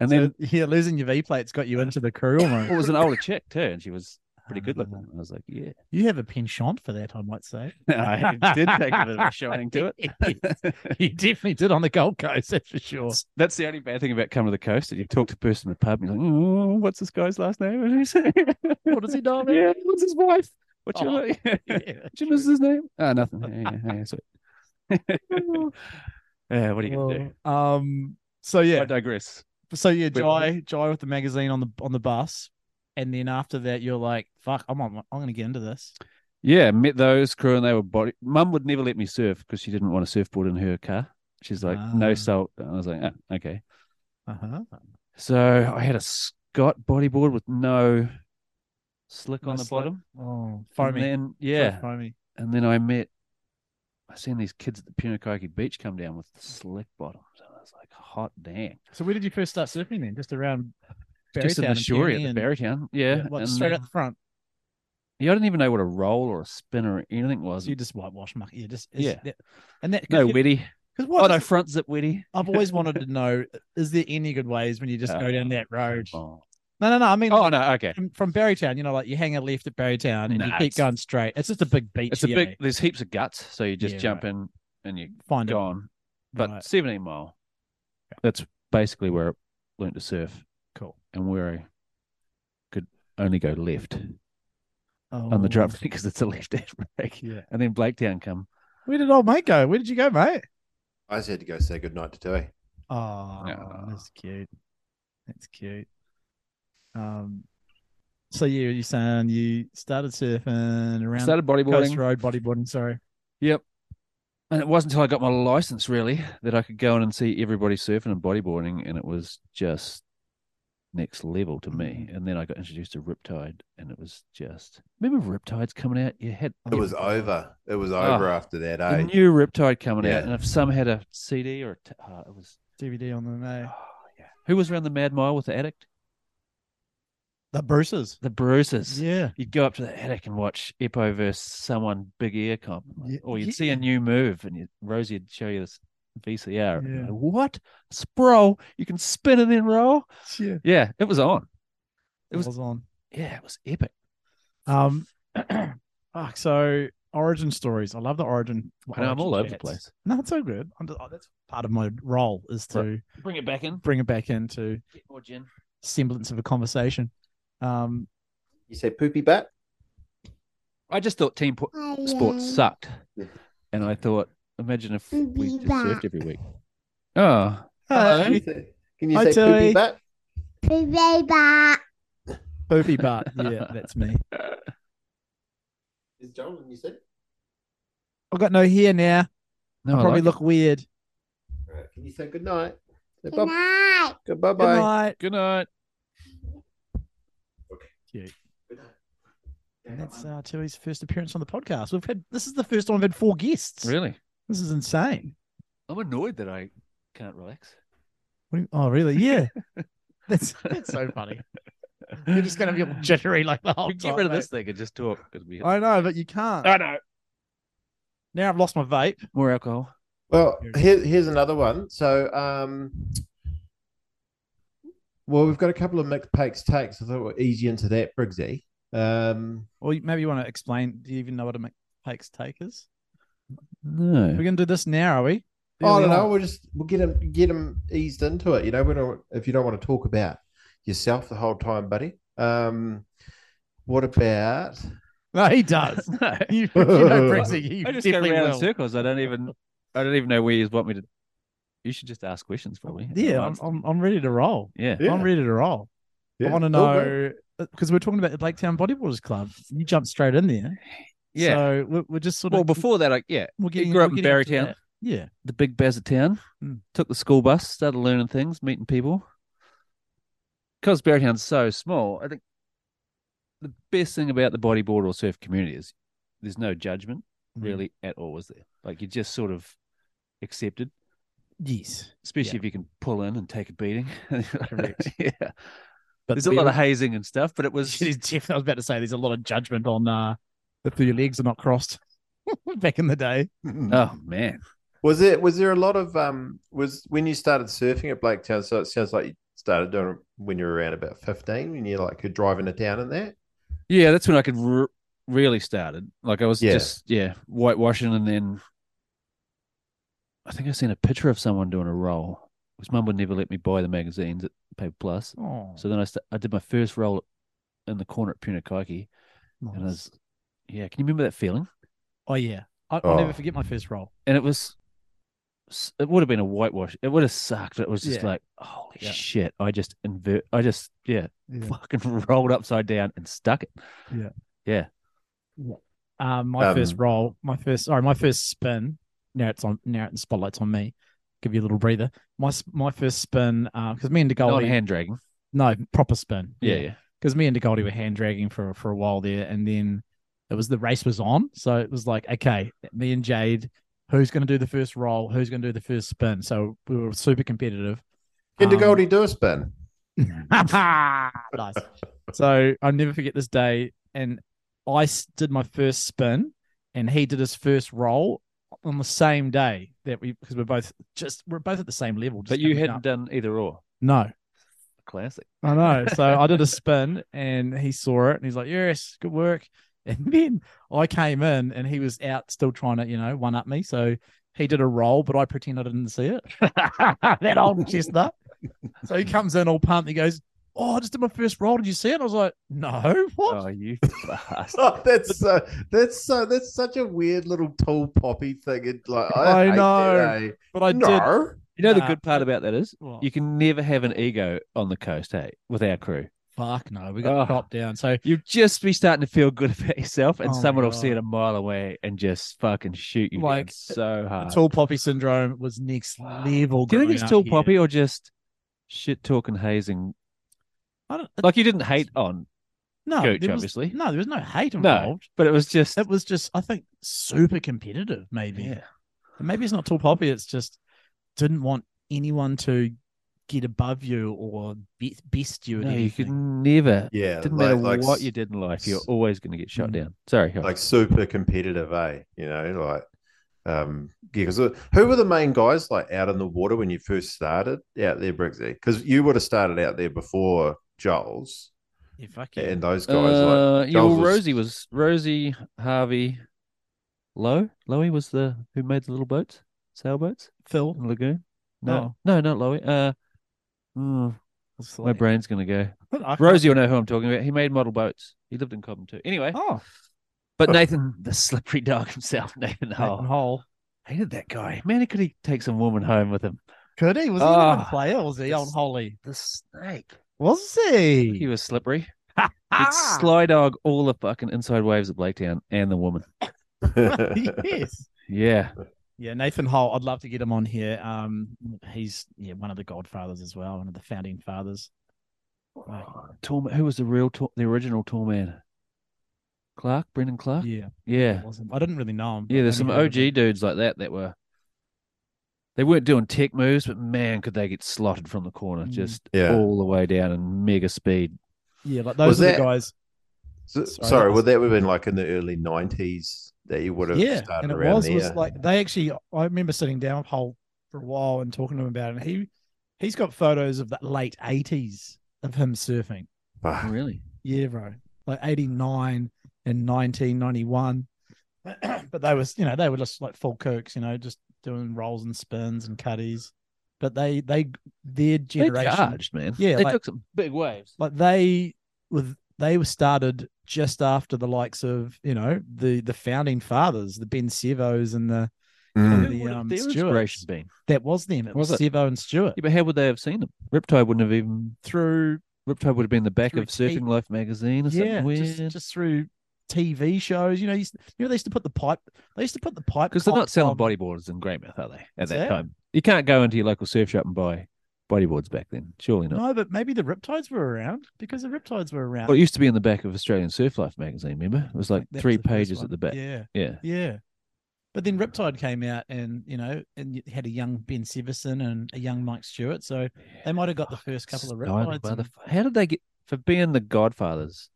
Speaker 3: And
Speaker 2: So,
Speaker 3: then
Speaker 2: yeah, losing your V plate's got you into the crew
Speaker 3: it [laughs]
Speaker 2: almost.
Speaker 3: was an older chick too, and she was pretty good looking. I was like, yeah,
Speaker 2: You have a penchant for that, I might say.
Speaker 3: [laughs] I did take a bit of a [laughs] showing to it.
Speaker 2: [laughs] you definitely did on the Gold Coast, that's for sure.
Speaker 3: That's- That's the only bad thing about coming to the coast that you talk to a person in the pub and you're like, oh, what's this guy's last name? [laughs] What, did he say?
Speaker 2: What does he know
Speaker 3: [laughs]
Speaker 2: about?
Speaker 3: yeah, what's his wife? What's
Speaker 2: Oh,
Speaker 3: your, [laughs]
Speaker 2: Yeah,
Speaker 3: what's your missus' name? Oh, nothing. [laughs] Yeah, yeah, yeah, sweet. [laughs] yeah, what are you going to do?
Speaker 2: Well, Um. So
Speaker 3: I
Speaker 2: yeah.
Speaker 3: digress.
Speaker 2: So yeah,
Speaker 4: Wait,
Speaker 2: Jai, Jai with the magazine on the on the bus, and then after that, you're like, "Fuck, I'm on, I'm gonna get into this."
Speaker 3: Yeah, met those crew and they were body. Mum would never let me surf because she didn't want a surfboard in her car. She's like,
Speaker 2: Ah.
Speaker 3: no salt. And I was like, "Ah, okay.
Speaker 2: Uh huh.
Speaker 3: So I had a Scott bodyboard with no slick
Speaker 2: No
Speaker 3: on the
Speaker 2: slick.
Speaker 3: bottom.
Speaker 2: Oh, foamy.
Speaker 3: And then, yeah.
Speaker 2: foamy.
Speaker 3: And then I met, I seen these kids at the Punakaiki Beach come down with slick bottoms. And I was like, hot damn.
Speaker 2: So where did you first start surfing then? Just around.
Speaker 3: Just
Speaker 2: Barrytown
Speaker 3: in the
Speaker 2: and
Speaker 3: Shorey
Speaker 2: Puni
Speaker 3: at
Speaker 2: and-
Speaker 3: the Barrytown. Yeah.
Speaker 2: Yeah, like
Speaker 3: and
Speaker 2: straight
Speaker 3: then-
Speaker 2: out the front.
Speaker 3: yeah, I didn't even know what a roll or a spin or anything was.
Speaker 2: So you just whitewash muck. You just it's-
Speaker 3: Yeah.
Speaker 2: that- and that
Speaker 3: no
Speaker 2: you-
Speaker 3: wetty.
Speaker 2: 'cause
Speaker 3: Oh,
Speaker 2: what [laughs]
Speaker 3: no,
Speaker 2: is-
Speaker 3: front zip wetty.
Speaker 2: I've always wanted to know: is there any good ways when you just go
Speaker 3: Oh,
Speaker 2: down that road?
Speaker 3: Oh.
Speaker 2: No, no, no. I mean,
Speaker 3: Oh, no. Okay.
Speaker 2: from, from Barrytown, you know, like you hang a left at Barrytown and you
Speaker 3: Nah,
Speaker 2: keep
Speaker 3: it's-
Speaker 2: going straight. It's just E a big beach.
Speaker 3: It's a
Speaker 2: yeah.
Speaker 3: big, there's heaps of guts. So you just
Speaker 2: Yeah,
Speaker 3: jump in and you're
Speaker 2: find it.
Speaker 3: gone. But
Speaker 2: Right.
Speaker 3: 17 mile, that's basically where I learned to surf.
Speaker 2: Cool.
Speaker 3: And where I could only go left
Speaker 2: Oh.
Speaker 3: on the drop [laughs] because it's a left hand break.
Speaker 2: Yeah.
Speaker 3: And then Blakedown come.
Speaker 2: Where did old mate go? Where did you go, mate?
Speaker 4: I just had to go say goodnight to Tui.
Speaker 2: Oh,
Speaker 3: Yeah.
Speaker 2: that's cute. That's cute. Um, so you you saying you started surfing around
Speaker 3: started
Speaker 2: Coast
Speaker 3: bodyboarding.
Speaker 2: Road bodyboarding? Sorry.
Speaker 3: Yep. And it wasn't until I got my license really that I could go in and see everybody surfing and bodyboarding, and it was just next level to me.
Speaker 2: Mm.
Speaker 3: And then I got introduced to Riptide, and it was just remember Riptide's coming out. You had
Speaker 4: It was over. It was
Speaker 3: Ah.
Speaker 4: over after that,
Speaker 3: the
Speaker 4: eh?
Speaker 3: new Riptide coming
Speaker 4: Yeah.
Speaker 3: out, and if some had a CD or a t- oh, it was
Speaker 2: DVD on them, eh?
Speaker 3: oh, [sighs] yeah. who was around the Mad Mile with the Addict,
Speaker 2: The Bruces.
Speaker 3: the Bruises.
Speaker 2: Yeah.
Speaker 3: You'd go up to the attic and watch Eppo versus someone big ear comp,
Speaker 2: Ye-
Speaker 3: or you'd see
Speaker 2: yeah.
Speaker 3: a new move, and you, Rosie would show you this VCR. and you're
Speaker 2: Yeah.
Speaker 3: like, what spro? You can spin and then roll.
Speaker 2: Yeah.
Speaker 3: Yeah, it was on.
Speaker 2: It
Speaker 3: It
Speaker 2: was,
Speaker 3: was-
Speaker 2: on.
Speaker 3: Yeah, it was epic.
Speaker 2: Um, [clears throat] fuck, so origin stories. I love the origin.
Speaker 3: I know, I'm all over
Speaker 2: origin
Speaker 3: the
Speaker 2: chats.
Speaker 3: place.
Speaker 2: No, it's all good. I'm just, oh, that's part of my role is to
Speaker 3: Right. Bring it back in.
Speaker 2: bring it back into
Speaker 3: Get more gin.
Speaker 2: semblance of a conversation. Um,
Speaker 4: You say poopy bat?
Speaker 3: I just thought team po- sports sucked, and I thought, imagine if we just surfed every week. Oh,
Speaker 2: uh,
Speaker 4: Can you say, can you
Speaker 2: Hi,
Speaker 4: say
Speaker 2: Tui.
Speaker 4: poopy bat?
Speaker 2: Poopy Bart. [laughs] Yeah, that's me.
Speaker 4: Is John when you said?
Speaker 2: I've got no hair now.
Speaker 3: no,
Speaker 2: I
Speaker 3: I
Speaker 2: probably
Speaker 3: like it.
Speaker 2: look weird.
Speaker 4: All right. Can you say goodnight? Say
Speaker 5: Good
Speaker 4: bye-
Speaker 5: night.
Speaker 3: [laughs]
Speaker 4: Good bye
Speaker 2: Good
Speaker 4: bye.
Speaker 2: night.
Speaker 3: good night.
Speaker 2: And that's uh, Tui's first appearance on the podcast. We've had this is the first time I've had four guests.
Speaker 3: Really,
Speaker 2: This is insane.
Speaker 3: I'm annoyed that I can't relax.
Speaker 2: What do you- oh, really? [laughs] Yeah. that's [laughs] that's so funny. [laughs] You're just gonna be all jittery like the whole
Speaker 3: We
Speaker 2: time.
Speaker 3: get rid of
Speaker 2: mate.
Speaker 3: this thing and just talk. It'd be
Speaker 2: I know, but you can't.
Speaker 3: I know.
Speaker 2: Now I've lost my vape.
Speaker 3: More alcohol.
Speaker 4: Well,
Speaker 2: Here.
Speaker 4: here, here's another one. So, um, well, we've got a couple of mixed pakes takes. I thought we're easy into that, Briggsy. Um,
Speaker 2: Or you- maybe you want to explain. Do you even know what a McPake's take is?
Speaker 3: No.
Speaker 2: We're gonna do this now, are we?
Speaker 4: I
Speaker 2: Early
Speaker 4: don't know.
Speaker 2: on.
Speaker 4: Oh, We'll just we'll get them get them eased into it. You know, we don't if you don't want to talk about yourself the whole time, buddy. Um, what about?
Speaker 2: No, he does.
Speaker 3: [laughs] no.
Speaker 2: [laughs] you, you know, Brixie, you
Speaker 3: I just go
Speaker 2: definitely
Speaker 3: around in
Speaker 2: will.
Speaker 3: circles. I don't even. I don't even know where you want me to. You should just ask questions probably.
Speaker 2: Yeah, I'm, I'm, I'm ready to roll.
Speaker 3: yeah.
Speaker 4: Yeah.
Speaker 2: I'm ready to roll. I want to know because we're talking about the Blaketown Bodybuilders Club. You jumped straight in there.
Speaker 3: Yeah.
Speaker 2: So we're, we're just sort of.
Speaker 3: well, before that, I, yeah,
Speaker 2: we're getting,
Speaker 3: grew
Speaker 2: we're
Speaker 3: up in
Speaker 2: getting into
Speaker 3: Barrytown.
Speaker 2: that. Yeah.
Speaker 3: the big baz of town.
Speaker 2: Mm.
Speaker 3: Took the school bus, started learning things, meeting people. Because Barrytown's so small, I think the best thing about the bodyboard or surf community is there's no judgment
Speaker 2: Mm.
Speaker 3: really at all, is there? Like you're just sort of accepted.
Speaker 2: Yes.
Speaker 3: especially if you can pull in and take a beating. [laughs]
Speaker 2: Correct.
Speaker 3: yeah,
Speaker 2: But
Speaker 3: there's
Speaker 2: [laughs]
Speaker 3: a lot of hazing and stuff, but it was
Speaker 2: It is def- I was about to say there's a lot of judgment on uh, if your legs are not crossed [laughs] back in the day.
Speaker 3: oh man,
Speaker 4: Was it was there a lot of um was when you started surfing at Blaketown? So it sounds like started doing it when you were around about 15, when you like could drive into town and that.
Speaker 3: Yeah, that's when I could re- really started. Like I was
Speaker 4: Yeah.
Speaker 3: just yeah whitewashing, and then I think I seen a picture of someone doing a roll. Because mum would never let me buy the magazines at Paper Plus.
Speaker 2: Oh,
Speaker 3: So then I st- I did my first roll in the corner at Punakaiki, and I
Speaker 2: nice.
Speaker 3: was yeah. Can you remember that feeling?
Speaker 2: oh yeah. I, I'll
Speaker 4: Oh.
Speaker 2: never forget my first role.
Speaker 3: And it was. s- It would have been a whitewash. It would have sucked. It was just
Speaker 2: Yeah.
Speaker 3: like, holy
Speaker 2: Yeah.
Speaker 3: shit! I just invert. I just yeah,
Speaker 2: Yeah.
Speaker 3: fucking [laughs] rolled upside down and stuck it.
Speaker 2: Um, my first
Speaker 4: Um,
Speaker 2: role, my first, sorry, my first spin. Now it's on. Now it spotlights on me. Give you a little breather. My s- my first spin, because me and
Speaker 3: Not
Speaker 2: DeGoldie,
Speaker 3: hand dragging.
Speaker 2: no proper spin.
Speaker 3: Yeah, yeah.
Speaker 2: because me and DeGoldi were hand dragging for for a while there, and then it was the race was on, so it was like, okay, me and Jade, who's going to do the first roll? Who's going to do the first spin? So we were super competitive.
Speaker 4: Can the
Speaker 2: Um, [laughs]
Speaker 4: Goldie do a spin?
Speaker 2: nice. So I'll never forget this day, and I s- did my first spin, and he did his first roll on the same day that we because we're both just we're both at the same level. Just
Speaker 3: But you
Speaker 2: coming
Speaker 3: hadn't
Speaker 2: up.
Speaker 3: done either or.
Speaker 2: no.
Speaker 3: [laughs] Classic.
Speaker 2: I know. So I did a spin and he saw it and he's like, Yes, good work. And then I came in and he was out still trying to, you know, one up me. So he did a roll, but I pretend I didn't see it. that [laughs]
Speaker 3: [laughs]
Speaker 2: old chestnut. So he comes in all pumped. He goes, Oh, I just did my first roll. Did you see it? I was like, No, what?
Speaker 3: Oh, [laughs] you
Speaker 4: [laughs]
Speaker 3: bastard.
Speaker 4: Oh, that's so that's so that's such a weird little tall poppy thing. It, like I,
Speaker 2: I
Speaker 4: hate that, eh?
Speaker 2: but I did.
Speaker 4: no.
Speaker 3: You know the
Speaker 2: Nah.
Speaker 3: good part about that is
Speaker 2: What?
Speaker 3: you can never have an ego on the coast, hey, with our crew.
Speaker 2: Fuck no, we got
Speaker 3: Oh.
Speaker 2: dropped down. So
Speaker 3: You'll just be starting to feel good [laughs] about yourself, and
Speaker 2: Oh my
Speaker 3: someone will see
Speaker 2: God.
Speaker 3: it a mile away and just fucking shoot you down
Speaker 2: Like,
Speaker 3: so hard.
Speaker 2: tall poppy syndrome was next
Speaker 3: uh,
Speaker 2: level.
Speaker 3: Do you think
Speaker 2: growing
Speaker 3: it's
Speaker 2: up
Speaker 3: tall
Speaker 2: here.
Speaker 3: poppy or just shit talking hazing?
Speaker 2: I don't,
Speaker 3: Like you didn't hate on,
Speaker 2: no,
Speaker 3: Gooch,
Speaker 2: there was-
Speaker 3: obviously.
Speaker 2: No, there was no hate
Speaker 3: No.
Speaker 2: involved.
Speaker 3: but it was just
Speaker 2: It was just, I think, super competitive. Maybe,
Speaker 3: yeah.
Speaker 2: maybe it's not tall poppy. It's just didn't want anyone to get above you or be- best you. at
Speaker 3: No, you
Speaker 2: anything.
Speaker 3: could never.
Speaker 4: Yeah,
Speaker 3: Didn't
Speaker 4: like,
Speaker 3: matter
Speaker 4: like,
Speaker 3: what you did in life, you're
Speaker 4: s-
Speaker 3: always going to get shot
Speaker 2: Mm.
Speaker 3: down. Sorry, go on.
Speaker 4: like super competitive, eh? You know, like um yeah, because who were the main guys like out in the water when you first started out there, Briggsy? Because you would have started out there before Joel's
Speaker 2: Yeah, fuck yeah.
Speaker 4: and those guys like
Speaker 3: Uh, yeah,
Speaker 4: Giles
Speaker 3: well,
Speaker 4: was-
Speaker 3: Rosie was Rosie Harvey Lowe. Lowy was the who made the little boats, sailboats,
Speaker 2: Phil.
Speaker 3: in the lagoon. No, no, not Lowy. Uh, mm, my brain's gonna go.
Speaker 2: I-
Speaker 3: Rosie, will know who I'm talking about. He made model boats. He lived in Cobham too. Anyway,
Speaker 2: Oh,
Speaker 3: but Nathan, [laughs] the slippery dog himself, Nathan
Speaker 2: Nathan
Speaker 3: Hole,
Speaker 2: Hole.
Speaker 3: hated that guy. Man, could he take some woman home with him?
Speaker 2: Could he? Was
Speaker 3: he even a
Speaker 2: player? Was he
Speaker 3: on
Speaker 2: Holly?
Speaker 3: The snake.
Speaker 2: Ah. Was he?
Speaker 3: He was slippery.
Speaker 2: Ah!
Speaker 3: He'd sly dog all the fucking inside waves of Blaketown and the woman.
Speaker 2: Uh, [laughs] yes.
Speaker 3: Yeah.
Speaker 2: Yeah, Nathan Hole. I'd love to get him on here. Um, he's yeah one of the Godfathers as well, one of the founding fathers.
Speaker 3: Tall, who was the real, tall, the original tall man? Clark, Brendan Clark.
Speaker 2: Yeah,
Speaker 3: Yeah,
Speaker 2: it wasn't. I didn't really know him.
Speaker 3: yeah. There's
Speaker 2: Only
Speaker 3: some
Speaker 2: heard of
Speaker 3: OG
Speaker 2: him.
Speaker 3: dudes like that that were. They weren't doing tech moves, but man, could they get slotted from the corner
Speaker 2: Mm.
Speaker 3: just
Speaker 4: Yeah.
Speaker 3: all the way down and mega speed.
Speaker 2: Yeah, like
Speaker 4: Was
Speaker 2: those are
Speaker 4: that-
Speaker 2: the guys.
Speaker 4: [laughs] So-
Speaker 2: [laughs] Sorry,
Speaker 4: sorry,
Speaker 2: that was-
Speaker 4: well that would have been like in the early nineties that you would have
Speaker 2: Yeah,
Speaker 4: started
Speaker 2: and it
Speaker 4: around
Speaker 2: was
Speaker 4: there.
Speaker 2: was like they actually. I remember sitting down with Hull for a while and talking to him about it. And he he's got photos of the late eighties of him surfing. Ah. [laughs]
Speaker 4: Fuck.
Speaker 3: Really?
Speaker 2: Yeah, bro, like eighty nine and nineteen ninety one. [clears throat] but they was you know they were just like full kooks, you know, just doing rolls and spins and cutties. But they they their
Speaker 3: They
Speaker 2: generation
Speaker 3: charged, man.
Speaker 2: Yeah,
Speaker 3: they
Speaker 2: like-
Speaker 3: took some big waves.
Speaker 2: like they were they were started just after the likes of you know the the founding fathers, the Ben Sevos and the
Speaker 4: Mm.
Speaker 2: the,
Speaker 3: Who would have
Speaker 2: um,
Speaker 3: their
Speaker 2: Stuarts.
Speaker 3: inspiration been?
Speaker 2: that was them. It was,
Speaker 3: Was
Speaker 2: Sevo and Stewart
Speaker 3: Yeah, but how would they have seen them? Riptide wouldn't have even.
Speaker 2: through
Speaker 3: Riptide would have been the back
Speaker 2: Through
Speaker 3: of Surfing
Speaker 2: tape.
Speaker 3: Life magazine or
Speaker 2: yeah,
Speaker 3: something
Speaker 2: just,
Speaker 3: weird.
Speaker 2: just through TV shows. You know, you, used- you know they used to put the pipe. They used to put the pipe
Speaker 3: Because they're not
Speaker 2: tops
Speaker 3: selling
Speaker 2: on-
Speaker 3: bodyboards in Greymouth, are they? At
Speaker 2: That's
Speaker 3: that
Speaker 2: it.
Speaker 3: time, you can't go into your local surf shop and buy bodyboards back then. Surely not.
Speaker 2: No, but maybe the Riptides were around because the Riptides were around.
Speaker 3: Well, it used to be in the back of Australian Surf Life magazine. Remember, it was like
Speaker 2: That was
Speaker 3: three
Speaker 2: the first
Speaker 3: pages
Speaker 2: one.
Speaker 3: at the back. Yeah.
Speaker 2: Yeah, yeah. But then Riptide came out, and you know, and you had a young Ben Severson and a young Mike Stewart. So they might have got the first couple of
Speaker 3: Styling
Speaker 2: Riptides. and-
Speaker 3: motherf- How did they get for being the Godfathers?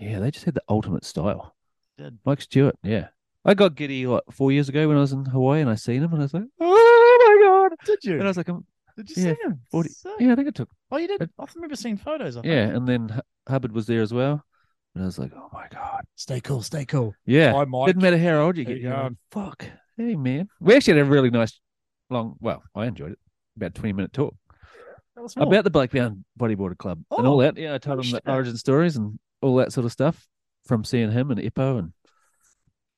Speaker 3: Yeah, they just had the ultimate style.
Speaker 2: Did.
Speaker 3: Mike Stewart, yeah. I got giddy like four years ago when I was in Hawaii and I seen him and I was like, oh my god!
Speaker 2: Did you?
Speaker 3: And I was like, I'm,
Speaker 2: Did you
Speaker 3: Yeah,
Speaker 2: see him?
Speaker 3: 40
Speaker 2: Sick.
Speaker 3: Yeah, I think it took.
Speaker 2: Oh, you did.
Speaker 3: It-
Speaker 2: I remember seeing photos. of him.
Speaker 3: Yeah, and then Hu- Hubbard was there as well, and I was like, oh my god,
Speaker 2: Stay cool. Stay cool.
Speaker 3: yeah.
Speaker 2: Hi, Mike.
Speaker 3: Didn't matter how old you
Speaker 2: There
Speaker 3: get,
Speaker 2: you
Speaker 3: you're like, fuck, hey man. We actually had a really nice, long. Well, I enjoyed it. About twenty minute talk
Speaker 2: That was small.
Speaker 3: about the Blackbound Bodyboarder Club and all
Speaker 2: Oh,
Speaker 3: that. Yeah, I told
Speaker 2: oh,
Speaker 3: him
Speaker 2: shit.
Speaker 3: the origin stories and all that sort of stuff from seeing him and Ippo and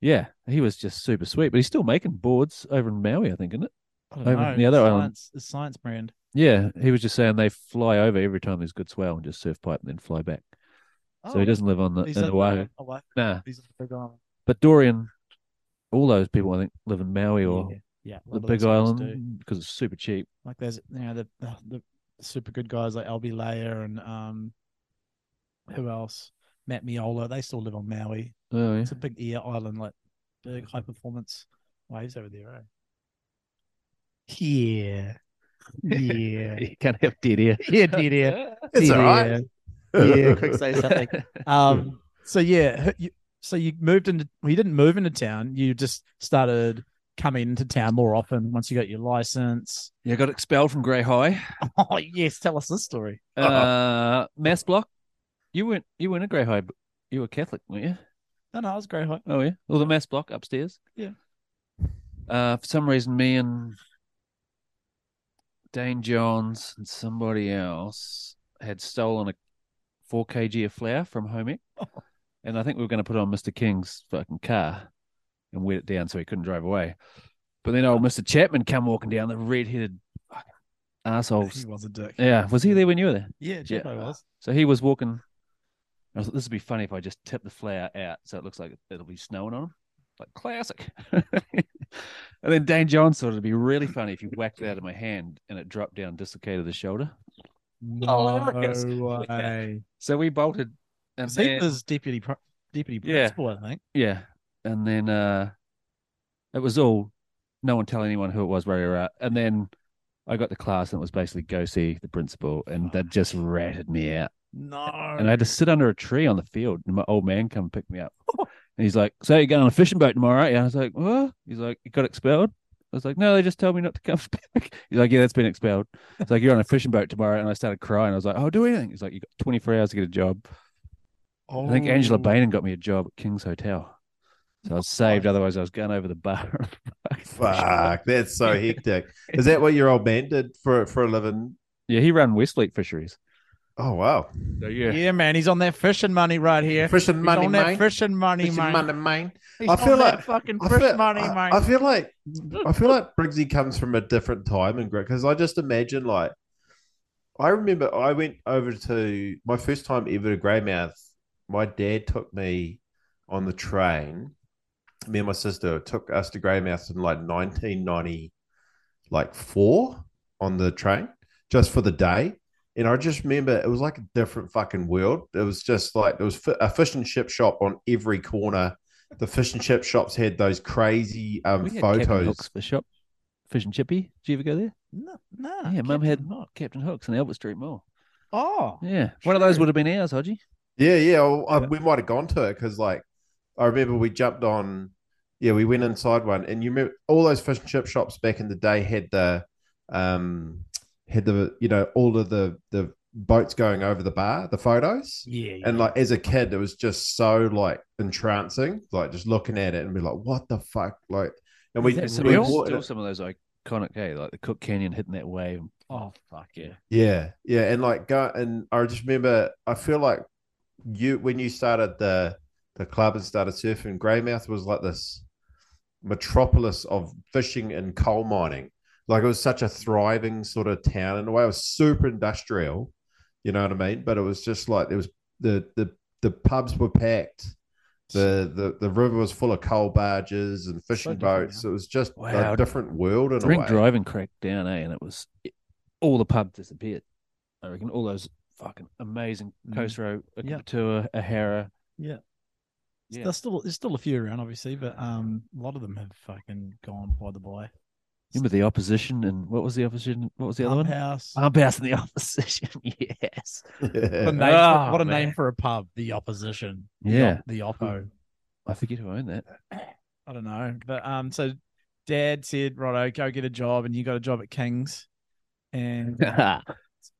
Speaker 3: yeah, he was just super sweet. But he's still making boards over in Maui, I think, isn't it?
Speaker 2: I don't
Speaker 3: over
Speaker 2: know.
Speaker 3: the other
Speaker 2: science,
Speaker 3: island.
Speaker 2: It's science brand.
Speaker 3: Yeah, he was just saying they fly over every time there's good swell and just surf pipe and then fly back. so he doesn't live on the
Speaker 2: Oh. He's
Speaker 3: in
Speaker 2: at-
Speaker 3: Oahu.
Speaker 2: Oahu.
Speaker 3: Nah,
Speaker 2: He's at the big island.
Speaker 3: but Dorian, all those people I think live in Maui or
Speaker 2: yeah, yeah, a lot
Speaker 3: the
Speaker 2: of those
Speaker 3: Big
Speaker 2: guys do.
Speaker 3: Island because it's super cheap.
Speaker 2: Like there's you know the the, the super good guys like Albie Layer and um who else? Matt Miola. They still live on Maui. [laughs]
Speaker 3: Oh yeah,
Speaker 2: It's a big ear island, like big high performance waves over there, eh? Yeah. [laughs] Yeah.
Speaker 3: you can't have dead air.
Speaker 2: yeah, dear, dear. [laughs]
Speaker 4: It's all right. [laughs]
Speaker 2: Yeah, quick say something. Um, so yeah, h- you, so you moved into well, you didn't move into town. You just started coming into town more often once you got your license.
Speaker 3: [laughs] Yeah, got expelled from Grey High.
Speaker 2: [laughs] Oh yes, tell us this story.
Speaker 3: Uh, mass block. You weren't you weren't a Grey High. but You were Catholic, weren't you?
Speaker 2: No, no, it was great.
Speaker 3: Oh yeah. Well, the mass block upstairs.
Speaker 2: Yeah.
Speaker 3: Uh, for some reason, me and Dane Johns and somebody else had stolen a four kg of flour from
Speaker 2: [laughs]
Speaker 3: home ec, and I think we were going to put it on Mister King's fucking car and wet it down so he couldn't drive away. But then old Mister Chapman come walking down the red headed fucking asshole.
Speaker 2: He Oh, was a dick.
Speaker 3: Yeah, was he there when you were there?
Speaker 2: Yeah,
Speaker 3: Yeah.
Speaker 2: Jimbo was.
Speaker 3: So he was walking. I was like, this would be funny if I just tip the flower out so it looks like it'll be snowing on him. Like classic. [laughs] and then Dane Johns thought it'd be really funny if you whacked it out of my hand and it dropped down, dislocated his shoulder.
Speaker 4: Oh, [laughs]
Speaker 3: Hilarious.
Speaker 2: No way.
Speaker 3: So we bolted. And
Speaker 2: So he
Speaker 3: then-
Speaker 2: was deputy pro- deputy
Speaker 3: Yeah.
Speaker 2: principal, I think.
Speaker 3: yeah. And then uh it was all no one tell anyone who it was, where you're at. And then I got to class and it was basically go see the principal and that just ratted me out.
Speaker 2: No.
Speaker 3: and I had to sit under a tree on the field. And my old man come pick me up, and he's like, "So you're going on a fishing boat tomorrow?" Right? And I was like, "What?" He's like, "You got expelled." I was like, "No, they just told me not to come [laughs] back." He's like, "Yeah, that's been expelled." It's like you're on a fishing boat tomorrow, and I started crying. I was like, "I'll do anything." He's like, "You got 24 hours to get a job." I think Angela
Speaker 2: Oh.
Speaker 3: Bain got me a job at King's Hotel, so I was saved. Otherwise, I was going over the bar. [laughs]
Speaker 4: Fuck, that's so
Speaker 2: [laughs]
Speaker 4: hectic. Is that what your old man did for for a living?
Speaker 3: Yeah, he ran Westfleet Fisheries.
Speaker 4: Oh wow,
Speaker 3: So
Speaker 2: Yeah, man, he's on that fishing money right here.
Speaker 4: fishing
Speaker 2: He's
Speaker 4: money,
Speaker 2: on that
Speaker 4: mate.
Speaker 2: fishing money,
Speaker 4: Fishing
Speaker 2: mate.
Speaker 4: money, mate.
Speaker 2: He's
Speaker 4: I
Speaker 2: on
Speaker 4: feel
Speaker 2: that
Speaker 4: like-
Speaker 2: fucking
Speaker 4: I
Speaker 2: fish
Speaker 4: feel-
Speaker 2: money,
Speaker 4: I-
Speaker 2: mate.
Speaker 4: I feel like I feel like Briggsy comes from a different time and because I just imagine like I remember I went over to my first time ever to Greymouth. My dad took me on the train. Me and my sister took us to Greymouth in like nineteen ninety, like four on the train just for the day. And I just remember it was like a different fucking world. It was just like there was fi- a fish and chip shop on every corner. The fish and chip shops had those crazy um,
Speaker 3: we had Captain
Speaker 4: photos.
Speaker 3: Hook's fish shop, Fish and Chippy. Do you ever go there?
Speaker 2: no, no,
Speaker 3: Yeah,
Speaker 2: Uh,
Speaker 3: Mum
Speaker 2: Captain
Speaker 3: had
Speaker 2: Hook.
Speaker 3: Captain Hook's in Albert Street Mall.
Speaker 2: Oh,
Speaker 3: Yeah, one of those
Speaker 2: Sure.
Speaker 3: would have been ours, Hodgie.
Speaker 4: Yeah, yeah. well, I,
Speaker 3: Yeah.
Speaker 4: we might have gone to it because, like, I remember we jumped on. Yeah, we went inside one, and you remember all those fish and chip shops back in the day had the, um, had the you know all of the the boats going over the bar, the photos,
Speaker 2: yeah,
Speaker 4: and
Speaker 2: yeah.
Speaker 4: like as a kid, it was just so like entrancing, like just looking at it and be like, what the fuck, like, and we,
Speaker 3: That's some,
Speaker 4: we
Speaker 3: of,
Speaker 4: bought
Speaker 3: still
Speaker 4: it.
Speaker 3: some of those iconic, hey, like the Cook Canyon hitting that wave.
Speaker 2: Oh,
Speaker 3: fuck yeah!
Speaker 4: Yeah, yeah, and like go and I just remember I feel like you when you started the the club and started surfing, Greymouth was like this metropolis of fishing and coal mining. Like it was such a thriving sort of town in a way. It was super industrial, you know what I mean? But it was just like it was the the the pubs were packed. The, the the river was full of coal barges and fishing
Speaker 2: different
Speaker 4: boats. It was just a
Speaker 3: Wow.
Speaker 4: different world in a
Speaker 3: Drink
Speaker 4: way.
Speaker 3: driving cracked down, eh? And it was all the pub disappeared. I reckon all those fucking amazing
Speaker 2: Mm.
Speaker 3: Coast Road,
Speaker 2: Yeah.
Speaker 3: Akatua, Ahara.
Speaker 2: Yeah.
Speaker 3: yeah.
Speaker 2: There's still there's still a few around, obviously, but um, a lot of them have fucking gone by the by.
Speaker 3: Remember the opposition and what was the opposition? What was the other
Speaker 2: Pump
Speaker 3: one?
Speaker 2: House.
Speaker 3: Pump House and the [laughs] opposition. yes.
Speaker 2: What a
Speaker 3: [laughs]
Speaker 2: name,
Speaker 3: Oh,
Speaker 2: what a
Speaker 3: man.
Speaker 2: name for a pub. The opposition.
Speaker 3: Yeah.
Speaker 2: The oppo.
Speaker 3: I forget who owned that. [laughs]
Speaker 2: I don't oh, know, but um, so Dad said, "Righto, go get a job," and you got a job at King's, [laughs] and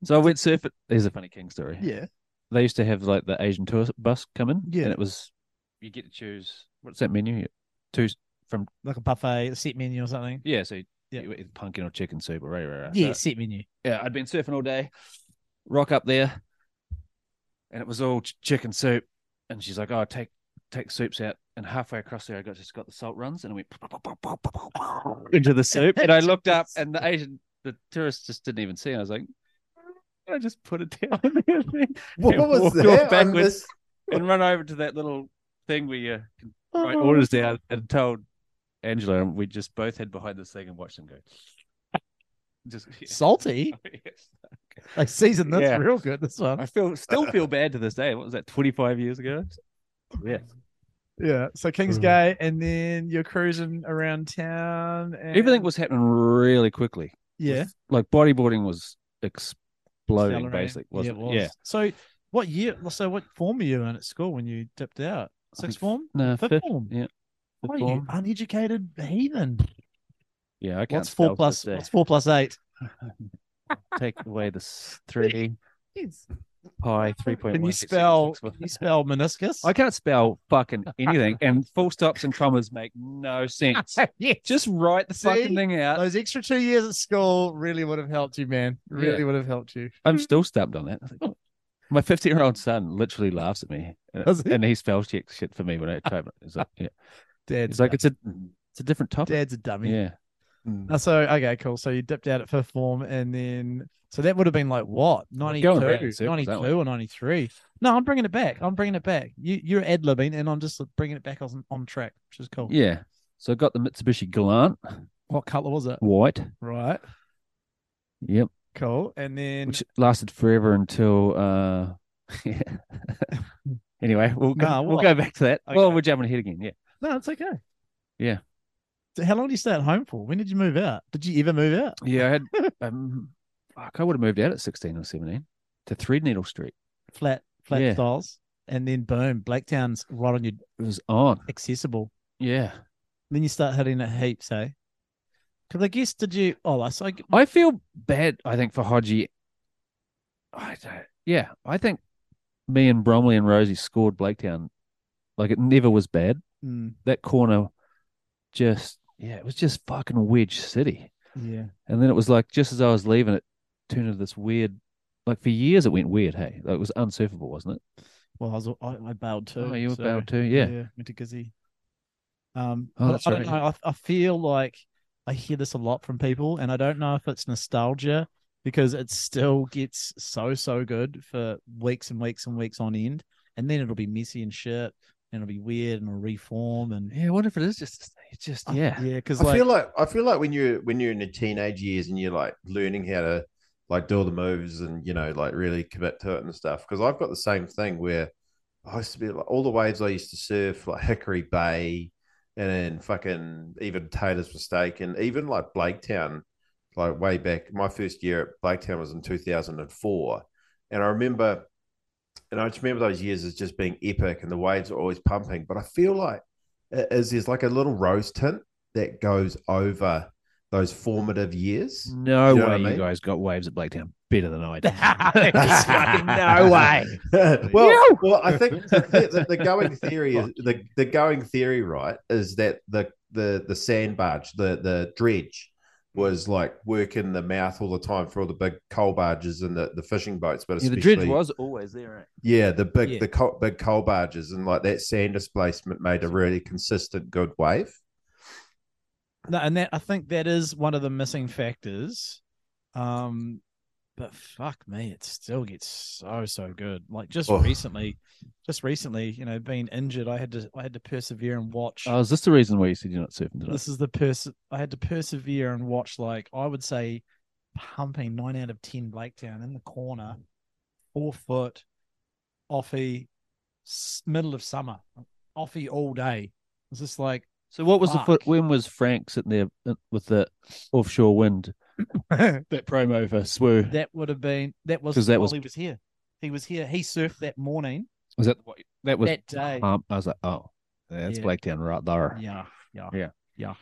Speaker 3: so I went surfing. Here's a funny King story.
Speaker 2: yeah,
Speaker 3: They used to have like the Asian tourist bus come in.
Speaker 2: Yeah.
Speaker 3: And it was, you get to choose, what's that menu? Two,
Speaker 2: like a buffet, a set menu or something.
Speaker 3: yeah. So you,
Speaker 2: Yeah.
Speaker 3: you eat pumpkin or chicken soup or right, right, right.
Speaker 2: Yeah, set menu.
Speaker 3: yeah, I'd been surfing all day, rock up there, and it was all ch- chicken soup. And she's like, "Oh, take take soups out." And halfway across there, I got just got the salt runs, and it went [laughs] into the soup. And I looked up, and the Asian, the tourist just didn't even see. And I was like, "I just put it down [laughs] on the thing
Speaker 4: [laughs] What
Speaker 3: Yeah,
Speaker 4: was
Speaker 3: walked off
Speaker 4: that? I
Speaker 3: backwards.
Speaker 4: missed-
Speaker 3: and run over to that little thing where you can write
Speaker 2: Oh,
Speaker 3: orders down." And told Angela, and we just both had behind this thing and watched them go. Just
Speaker 2: Salty.
Speaker 3: yes.
Speaker 2: They seasoned this
Speaker 3: Yeah.
Speaker 2: real good. This one.
Speaker 3: I feel still feel bad to this day. What was that? Twenty five years ago. Yeah.
Speaker 2: Yeah. So Kingsgate, and then you're cruising around town. And...
Speaker 3: Everything was happening really quickly.
Speaker 2: yeah,
Speaker 3: Like bodyboarding was exploding,
Speaker 2: accelerating.
Speaker 3: basically.
Speaker 2: yeah,
Speaker 3: Wasn't
Speaker 2: it
Speaker 3: it?
Speaker 2: was.
Speaker 3: Yeah.
Speaker 2: So what year? So what form were you in at school when you dipped out?
Speaker 3: I
Speaker 2: Sixth
Speaker 3: think-
Speaker 2: form,
Speaker 3: No,
Speaker 2: fifth,
Speaker 3: fifth,
Speaker 2: form.
Speaker 3: yeah, fifth
Speaker 2: Why you
Speaker 3: form.
Speaker 2: uneducated heathen?
Speaker 3: Yeah. I can't
Speaker 2: What's four
Speaker 3: spell
Speaker 2: plus?
Speaker 3: to this
Speaker 2: What's four plus eight?
Speaker 3: day. Take away this [laughs] three
Speaker 2: Yes.
Speaker 3: pi three point one.
Speaker 2: Can you spell? Can you spell meniscus?
Speaker 3: I can't spell fucking anything,
Speaker 2: [laughs]
Speaker 3: and full stops and commas make no sense.
Speaker 2: yeah.
Speaker 3: Just write the
Speaker 2: See?
Speaker 3: fucking thing out.
Speaker 2: Those extra two years at school really would have helped you, man. Really would have helped you.
Speaker 3: I'm still stumped on that. I think, [laughs] My 15 year old son literally laughs at me, and-
Speaker 2: Does he?
Speaker 3: and he spell checks shit for me when I type it. It's like, yeah.
Speaker 2: Dad's
Speaker 3: It's like it's a it's a different topic.
Speaker 2: dad's a dummy.
Speaker 3: Yeah.
Speaker 2: Uh, So okay, cool. So you dipped out at fifth form, and then so that would have been like what
Speaker 3: We're
Speaker 2: 92,
Speaker 3: going around in circles, aren't
Speaker 2: 92
Speaker 3: we?
Speaker 2: or ninety three. No, I'm bringing it back. I'm bringing it back. You you're ad libbing, and I'm just bringing it back on on track, which is cool.
Speaker 3: Yeah. So I got the Mitsubishi Glant,
Speaker 2: What color was it?
Speaker 3: white.
Speaker 2: Right.
Speaker 3: Yep.
Speaker 2: Cool. And then
Speaker 3: Which lasted forever until uh [laughs]
Speaker 2: [laughs]
Speaker 3: yeah. anyway, we'll go,
Speaker 2: Nah,
Speaker 3: we'll
Speaker 2: what?
Speaker 3: go back to that. Well,
Speaker 2: Okay.
Speaker 3: we're jumping ahead again. Yeah.
Speaker 2: no, it's okay.
Speaker 3: Yeah.
Speaker 2: So how long did you stay at home for? When did you move out? Did you ever move out?
Speaker 3: Yeah, I had um fuck, I would have moved out at 16 or 17 to Threadneedle Street.
Speaker 2: Flat flat
Speaker 3: Yeah.
Speaker 2: styles, and then boom, Blacktown's right on your
Speaker 3: It was on.
Speaker 2: accessible.
Speaker 3: Yeah.
Speaker 2: Then you start hitting it heaps, eh? Because I guess did you? Oh, I so I,
Speaker 3: I feel bad. I think for Hodgie. I don't, yeah, I think me and Bromley and Rosie scored Blaketown. Like it never was bad.
Speaker 2: mm,
Speaker 3: That corner, just yeah, it was just fucking wedge city.
Speaker 2: yeah.
Speaker 3: And then it was like just as I was leaving, it turned into this weird. Like for years, it went weird. Hey, like, it was unsurfable, wasn't it?
Speaker 2: Well, I was I, I bailed too.
Speaker 3: oh, you were
Speaker 2: so,
Speaker 3: bailed too. Yeah.
Speaker 2: went to Gizzy. Um,
Speaker 3: Oh,
Speaker 2: but
Speaker 3: that's
Speaker 2: I don't
Speaker 3: right.
Speaker 2: know. I, I feel like I hear this a lot from people, and I don't know if it's nostalgia because it still gets so so good for weeks and weeks and weeks on end, and then it'll be messy and shit, and it'll be weird and it'll reform and
Speaker 3: yeah. I wonder if it is just. It's just yeah.
Speaker 2: yeah. Because
Speaker 4: I
Speaker 2: like,
Speaker 4: feel like I feel like when you're when you're in your teenage years and you're like learning how to like do all the moves and you know like really commit to it and stuff. Because I've got the same thing where I used to be like all the waves I used to surf like Hickory Bay and then fucking even Taylor's Mistake and even like Blaketown. Like way back, my first year at Blaketown was in 2004, and I remember, and I just remember those years as just being epic, and the waves are always pumping. But I feel like it is there's like a little rose tint that goes over those formative years.
Speaker 3: No
Speaker 4: You know what
Speaker 3: way
Speaker 4: I mean?
Speaker 3: you guys got waves at Blaketown better than [laughs] I did.
Speaker 2: There's fucking
Speaker 3: [laughs]
Speaker 2: no way.
Speaker 3: Mm.
Speaker 4: [laughs] well, well, I think the, the, the going theory is the, the going theory, right, is that the the the sand barge, the the dredge, was like working the mouth all the time for all the big coal barges and the, the fishing boats, but
Speaker 3: Yeah, the
Speaker 4: especially
Speaker 3: dredge was always there. eh? Right?
Speaker 4: Yeah, the big
Speaker 2: Yeah.
Speaker 4: the coal, big coal barges and like that sand displacement made a really consistent good wave.
Speaker 2: No, and that I think that is one of the missing factors. Um, but fuck me, it still gets so so good. Like just
Speaker 4: Oh.
Speaker 2: recently, just recently, you know, being injured, I had to I had to persevere and watch.
Speaker 3: Oh, is this the reason why you said you're not surfing tonight?
Speaker 2: this is the person I had to persevere and watch. Like I would say, pumping nine out of ten Blakedown in the corner, four foot, offie, s- middle of summer, offie all day. It's just like
Speaker 3: so what was the
Speaker 2: Fuck.
Speaker 3: foot? When was Frank sitting there uh, with the offshore [laughs] wind? that promo for Swoo.
Speaker 2: that would have been that was
Speaker 3: 'Cause that
Speaker 2: while
Speaker 3: was-
Speaker 2: he was here. He was here. He surfed that morning
Speaker 3: was that what? That was.
Speaker 2: that day.
Speaker 3: Um, I was like, oh, that's
Speaker 2: Yeah.
Speaker 3: Blacktown right there.
Speaker 2: yeah, yeah,
Speaker 3: Yeah.
Speaker 2: yeah,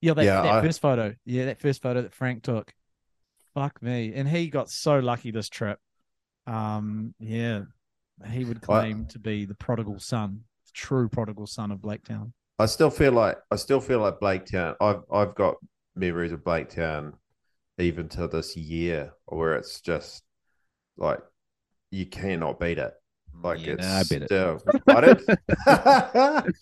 Speaker 2: yeah. That,
Speaker 4: Yeah,
Speaker 2: that
Speaker 4: I-
Speaker 2: first photo, yeah, that first photo that Frank took. Fuck me. And he got so lucky this trip. Um, yeah. He would claim to be the prodigal son, the true prodigal son of Blacktown.
Speaker 4: I still feel like I still feel like Blaketown. I've I've got memories of Blaketown even to this year where it's just like you cannot beat it. Like
Speaker 3: Yeah,
Speaker 4: it's
Speaker 3: nah, I beat it.
Speaker 4: still I
Speaker 3: [laughs]
Speaker 4: don't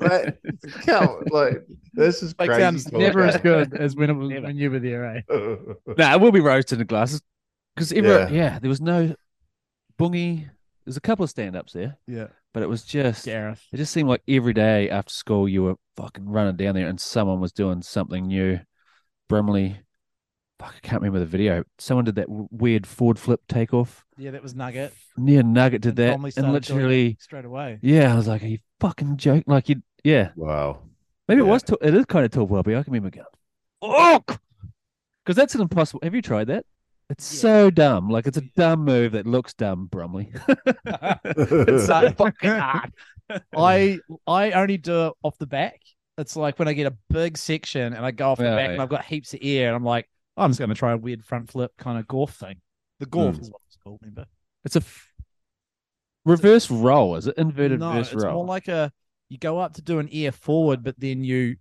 Speaker 4: [laughs] like, come- like this is crazy.
Speaker 2: Blacktown's
Speaker 4: talk,
Speaker 2: never as
Speaker 4: eh? [laughs]
Speaker 2: good as when it was
Speaker 3: Never.
Speaker 2: when you were there, eh?
Speaker 3: [laughs] Nah, it will be roasted in glasses because yeah.
Speaker 4: Yeah.
Speaker 3: yeah, there was no bungy. There's a couple of stand-ups there,
Speaker 2: Yeah.
Speaker 3: but it was just
Speaker 2: Gareth.
Speaker 3: it just seemed like every day after school you were fucking running down there and someone was doing something new. Brimley, fuck, I can't remember the video. Someone did that w- weird forward flip takeoff.
Speaker 2: Yeah, that was Nugget.
Speaker 3: Near Nugget did
Speaker 2: And
Speaker 3: that,
Speaker 2: Bromley
Speaker 3: and
Speaker 2: started doing it
Speaker 3: literally,
Speaker 2: straight away.
Speaker 3: yeah, I was like, "Are you fucking joking?" Like you, yeah.
Speaker 4: wow.
Speaker 3: Maybe it
Speaker 4: Yeah.
Speaker 3: was. Tall, it is kind of tall poppy. I can remember going, oh, because that's an impossible. Have you tried that? It's
Speaker 2: Yeah.
Speaker 3: so dumb. Like it's a dumb move that looks dumb,
Speaker 2: [laughs]
Speaker 3: Brumley. [laughs] it's so fucking hard.
Speaker 2: I I only do it off the back. It's like when I get a big section and I go off the
Speaker 3: Yeah,
Speaker 2: back and
Speaker 3: yeah.
Speaker 2: I've got heaps of air and I'm like, "Oh, I'm just going to try a weird front flip kind of golf thing. The golf
Speaker 4: Mm.
Speaker 2: is what it's called, remember?
Speaker 3: It's a f- reverse roll. Is it inverted
Speaker 2: no,
Speaker 3: reverse
Speaker 2: it's
Speaker 3: roll?
Speaker 2: more like a you go up to do an air forward, but then you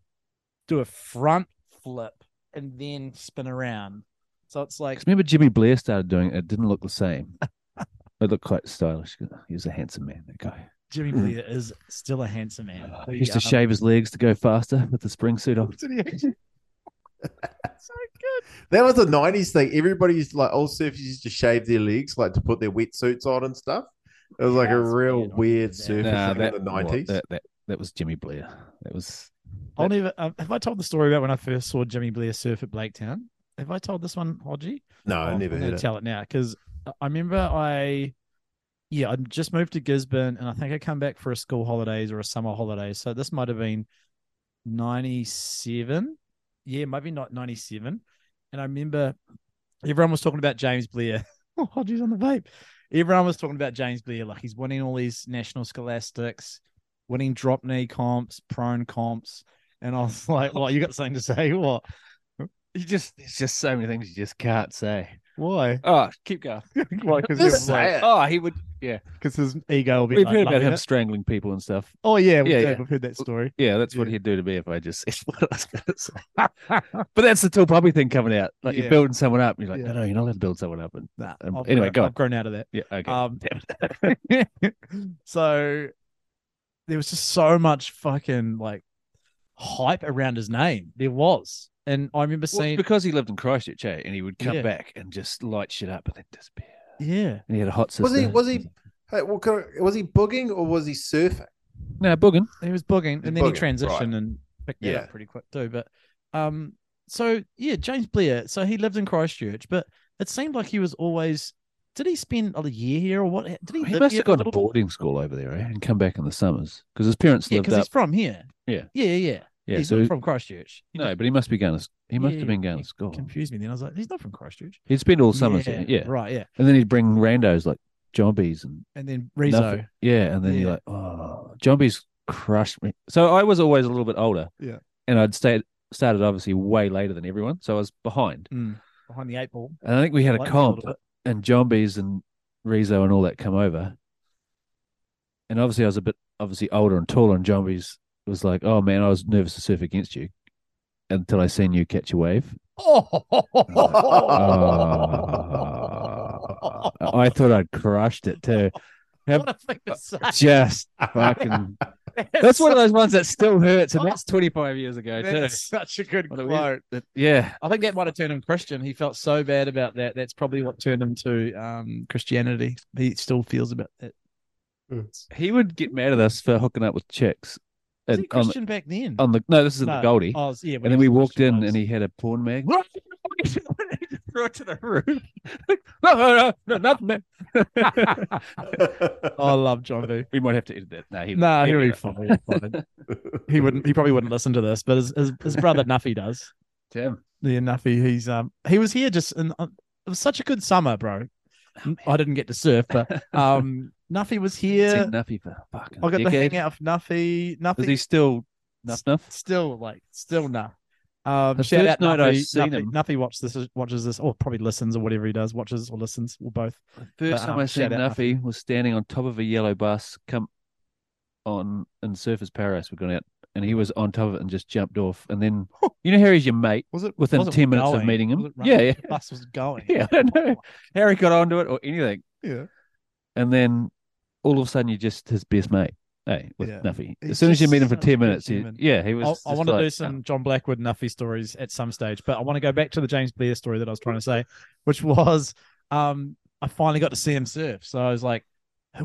Speaker 2: do a front flip and then spin around. So it's like
Speaker 3: 'Cause remember Jimmy Blair started doing it. It didn't look the same.
Speaker 2: [laughs]
Speaker 3: it looked quite stylish. He was a handsome man. That guy.
Speaker 2: Jimmy Blair is still a handsome man.
Speaker 3: He used
Speaker 2: um,
Speaker 3: to shave his legs to go faster with the spring suit on.
Speaker 2: so good.
Speaker 4: That was a nineties thing. Everybody used to like all surfers used to shave their legs, like to put their wetsuits on and stuff. It was like a
Speaker 2: That's
Speaker 4: real
Speaker 2: weird. I
Speaker 4: weird
Speaker 2: did that.
Speaker 4: surfer
Speaker 3: Nah,
Speaker 4: thing
Speaker 3: that,
Speaker 4: in the nineties.
Speaker 3: That, that, that was Jimmy Blair. That was
Speaker 2: I'll never. Um, have I told the story about when I first saw Jimmy Blair surf at Blaketown? Have I told this one, Hodgie?
Speaker 4: No, I
Speaker 2: Oh,
Speaker 4: never
Speaker 2: I'm
Speaker 4: heard
Speaker 2: gonna
Speaker 4: it.
Speaker 2: tell it now because I remember I, yeah, I just moved to Gisborne and I think I come back for a school holidays or a summer holiday. So this might have been ninety seven, yeah, maybe not ninety seven. And I remember everyone was talking about James Blair. [laughs] oh, Hodgie's on the vape. Everyone was talking about James Blair, like he's winning all these national scholastics, winning drop knee comps, prone comps. And I was [laughs] like, "What? You got something to say? What?
Speaker 3: You just there's just so many things you just can't say.
Speaker 2: Why? [laughs]
Speaker 3: Oh, keep going.
Speaker 2: Why? Because
Speaker 4: Just say it.
Speaker 3: Oh, he would. Yeah,
Speaker 2: because his ego will be.
Speaker 3: we've
Speaker 2: like,
Speaker 3: heard about
Speaker 2: "Loving
Speaker 3: him
Speaker 2: it."
Speaker 3: strangling people and stuff.
Speaker 2: Oh yeah, we
Speaker 3: Yeah,
Speaker 2: did.
Speaker 3: yeah.
Speaker 2: we've heard that story.
Speaker 3: Yeah, that's what
Speaker 2: Yeah.
Speaker 3: he'd do to me if I just [laughs] said what I was going to say. [laughs] but that's the tall poppy thing coming out. Like
Speaker 2: Yeah.
Speaker 3: you're building someone up, and you're like,
Speaker 2: Yeah.
Speaker 3: no, no, you're not allowed to build someone up. And
Speaker 2: Nah,
Speaker 3: Um,
Speaker 2: I've
Speaker 3: anyway,
Speaker 2: grown-
Speaker 3: go on.
Speaker 2: I've grown out of that.
Speaker 3: yeah, okay.
Speaker 2: Um, [laughs] so there was just so much fucking like hype around his name. There was, and I remember
Speaker 3: Well, it's
Speaker 2: seeing,
Speaker 3: because he lived in Christchurch, eh? and he would come
Speaker 2: Yeah.
Speaker 3: back and just light shit up and then disappear.
Speaker 2: yeah,
Speaker 3: And he had a hot sister.
Speaker 4: Was he was he hey, well, can I- was he booging or was
Speaker 2: [laughs]
Speaker 4: he surfing?
Speaker 3: No, Boogan.
Speaker 2: he was booging, and then he
Speaker 4: Booging,
Speaker 2: transitioned
Speaker 4: right.
Speaker 2: and picked that
Speaker 4: Yeah.
Speaker 2: up pretty quick too. But um, so yeah, James Blair. So he lived in Christchurch, but it seemed like he was always. Did he spend a year here or what? Did he?
Speaker 3: He
Speaker 2: live
Speaker 3: must
Speaker 2: here
Speaker 3: have
Speaker 2: for a
Speaker 3: gone to
Speaker 2: little-
Speaker 3: boarding school over there, eh? And come back in the summers because his parents
Speaker 2: Yeah,
Speaker 3: lived
Speaker 2: because
Speaker 3: up.
Speaker 2: he's from here.
Speaker 3: Yeah.
Speaker 2: yeah, yeah. yeah.
Speaker 3: Yeah,
Speaker 2: he's
Speaker 3: so
Speaker 2: not
Speaker 3: he-
Speaker 2: from Christchurch. You
Speaker 3: no, but he must be going to. s- He must
Speaker 2: Yeah,
Speaker 3: have been going
Speaker 2: you
Speaker 3: to school.
Speaker 2: confused me then. I was like, he's not from Christchurch.
Speaker 3: He'd spend all summers there. Yeah.
Speaker 2: Right, yeah.
Speaker 3: And then he'd bring randos like Jombies and
Speaker 2: And then Rezo.
Speaker 3: nothing. Yeah. And then you're
Speaker 2: Yeah.
Speaker 3: like, oh, Jombies crushed me. So I was always a little bit older.
Speaker 2: Yeah.
Speaker 3: And I'd stayed, started obviously way later than everyone. So I was behind.
Speaker 2: Mm, behind the eight ball. [laughs]
Speaker 3: And I think we had a
Speaker 2: Like that a
Speaker 3: comp
Speaker 2: little bit.
Speaker 3: and Jombies and Rezo and all that come over. And obviously I was a bit obviously older and taller and Jombies was like, oh man, I was nervous to surf against you until I seen you catch
Speaker 2: [laughs]
Speaker 3: a wave.
Speaker 2: Oh,
Speaker 3: Oh. I thought I'd crushed it
Speaker 2: [laughs]
Speaker 3: too.
Speaker 2: what a thing
Speaker 3: Uh,
Speaker 2: to say.
Speaker 3: Just
Speaker 2: [laughs]
Speaker 3: fucking That's one of those ones that still hurts, and that's 25 years ago too.
Speaker 2: That's such a good
Speaker 3: What a
Speaker 2: quote.
Speaker 3: weird- yeah,
Speaker 2: I think that might have turned him Christian. He felt so bad about that. That's probably what turned him to um, Christianity. He still feels about that.
Speaker 3: he would get mad at us for hooking up with chicks.
Speaker 2: Was
Speaker 3: And
Speaker 2: he
Speaker 3: on,
Speaker 2: Christian back then?
Speaker 3: on the no, this is in
Speaker 2: No.
Speaker 3: the Goldie,
Speaker 2: Oh, yeah,
Speaker 3: and then we walked in, and he had a porn [laughs] mag. no,
Speaker 2: threw it to the roof.
Speaker 3: [laughs] no, no, nothing. man.
Speaker 2: [laughs]
Speaker 3: [laughs]
Speaker 2: I love John V.
Speaker 3: we might have to edit that. No, he,
Speaker 2: No, nah,
Speaker 3: he'd
Speaker 2: he'll
Speaker 3: be
Speaker 2: be fine. he'll be fine. he wouldn't. He probably wouldn't listen to this, but his his, his brother Nuffy does.
Speaker 3: right. Damn.
Speaker 2: Yeah, Nuffy. He's um. He was here just. In, uh, it was such a good summer, bro.
Speaker 3: Oh,
Speaker 2: N- I didn't get to surf, but
Speaker 3: [laughs]
Speaker 2: um, Nuffy was
Speaker 3: Seen
Speaker 2: here.
Speaker 3: Nuffy for fucking
Speaker 2: I got the
Speaker 3: decade.
Speaker 2: hangout of Nuffy.
Speaker 3: Is
Speaker 2: Nuffy
Speaker 3: he still nuff nuff?
Speaker 2: still like still nuff. Um,
Speaker 3: The
Speaker 2: shout
Speaker 3: first
Speaker 2: out
Speaker 3: night
Speaker 2: Nuffy.
Speaker 3: I seen
Speaker 2: Nuffy,
Speaker 3: him-
Speaker 2: Nuffy watches this, watches this, or probably listens, or whatever he does, watches or listens, or both.
Speaker 3: The first time
Speaker 2: um,
Speaker 3: I seen
Speaker 2: shout out
Speaker 3: Nuffy, was standing on top of a yellow bus, come on in Surfers Paradise. We're going out, and he was on top of it and just jumped off. And [laughs] then you know Harry's your mate
Speaker 2: Was it
Speaker 3: within
Speaker 2: wasn't
Speaker 3: ten minutes of
Speaker 2: going,
Speaker 3: meeting
Speaker 2: was
Speaker 3: him.
Speaker 2: it running?
Speaker 3: Yeah, yeah.
Speaker 2: The bus was going.
Speaker 3: [laughs] Yeah, I don't know. Harry got onto it or anything,
Speaker 2: Yeah.
Speaker 3: and then all of a sudden you're just his best mate. Hey, with
Speaker 2: Yeah.
Speaker 3: Nuffy. As
Speaker 2: He's
Speaker 3: soon as you
Speaker 2: just
Speaker 3: meet him for
Speaker 2: such a
Speaker 3: ten
Speaker 2: good
Speaker 3: minutes, you-
Speaker 2: human.
Speaker 3: yeah, he was.
Speaker 2: I'll- I
Speaker 3: just
Speaker 2: want to
Speaker 3: like,
Speaker 2: do some John Blackwood Nuffy stories at some stage, but I want to go back to the James Blair story that I was trying to say, which was um, I finally got to see him surf. So I was like,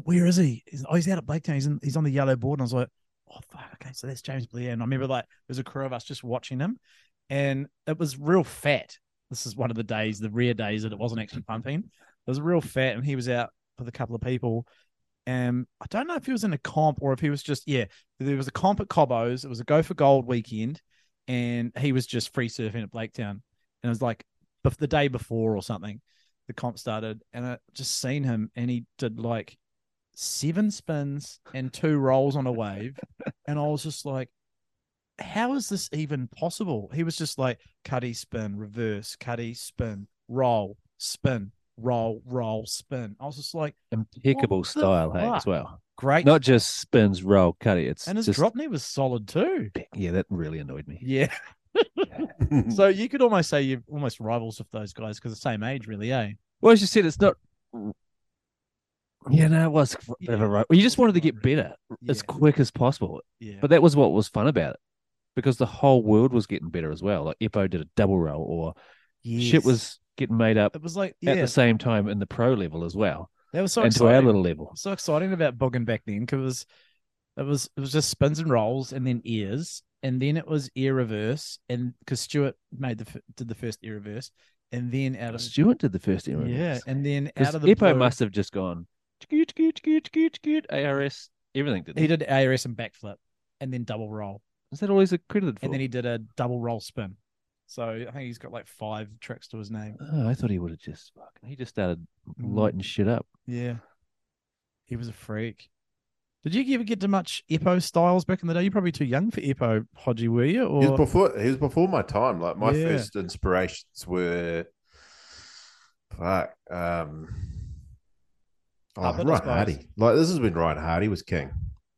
Speaker 2: where is he? He's, oh, he's out at Blaketown. He's, in, he's on the yellow board. And I was like, oh, fuck. Okay. So that's James Blair. And I remember like there's a crew of us just watching him and it was real fat. This is one of the days, the rare days that it wasn't actually pumping. It was real fat and he was out with a couple of people. And I don't know if he was in a comp or if he was just, yeah, there was a comp at Cobbo's. It was a go for gold weekend, and he was just free surfing at Blaketown. And it was like bef- the day before or something, the comp started, and I just seen him, and he did like seven spins and two rolls on a
Speaker 3: [laughs]
Speaker 2: wave, and I was just like, how is this even possible? He was just like cutty spin, reverse, cutty spin, roll, spin, roll, roll, spin. I was just like,
Speaker 3: impeccable
Speaker 2: What the
Speaker 3: style, hey, as
Speaker 2: fuck?
Speaker 3: well.
Speaker 2: great.
Speaker 3: Not just spins, roll, cutty. It's
Speaker 2: and his
Speaker 3: just
Speaker 2: drop knee was solid too.
Speaker 3: yeah, that really annoyed me.
Speaker 2: Yeah. So you could almost say you're almost rivals of those guys because the same age, really, eh?
Speaker 3: Well, as you said, it's not. Yeah, no, it was a bit of a ro- You just wanted to get better as
Speaker 2: Yeah,
Speaker 3: quick as possible,
Speaker 2: yeah.
Speaker 3: but that was what was fun about it, because the whole world was getting better as well. Like Eppo did a double roll, or shit
Speaker 2: Yes.
Speaker 3: was getting made up
Speaker 2: It was like yeah,
Speaker 3: at the same time in the pro level as well,
Speaker 2: that was so
Speaker 3: and to
Speaker 2: exciting.
Speaker 3: our little level.
Speaker 2: so exciting about bogging back then because it was, it was it was just spins and rolls and then ears and then it was ear reverse and because Stuart made the f- did the first ear reverse and then out of
Speaker 3: Stewart did the first era.
Speaker 2: yeah and then out
Speaker 3: because
Speaker 2: of the
Speaker 3: Eppo
Speaker 2: blue-
Speaker 3: must have just gone "Tchoo, tchoo, tchoo, tchoo, tchoo," ARS everything. Didn't
Speaker 2: he did ARS and backflip and then double roll
Speaker 3: Is that always accredited for?
Speaker 2: and then he did a double roll spin. So I think he's got like five tricks to his name.
Speaker 3: Oh, I thought he would have just fucking. He just started
Speaker 2: Mm.
Speaker 3: lighting shit up.
Speaker 2: Yeah. He was a freak. Did you ever get to much Epo styles back in the day? You're probably too young for Epo, Hodgie, were you?
Speaker 4: [laughs] He was
Speaker 2: Or
Speaker 4: before he was before my time. Like my
Speaker 2: Yeah.
Speaker 4: first inspirations were fuck. Um oh,
Speaker 2: Puppet, I
Speaker 4: Ryan
Speaker 2: suppose.
Speaker 4: Hardy. Like this is when Ryan Hardy was king.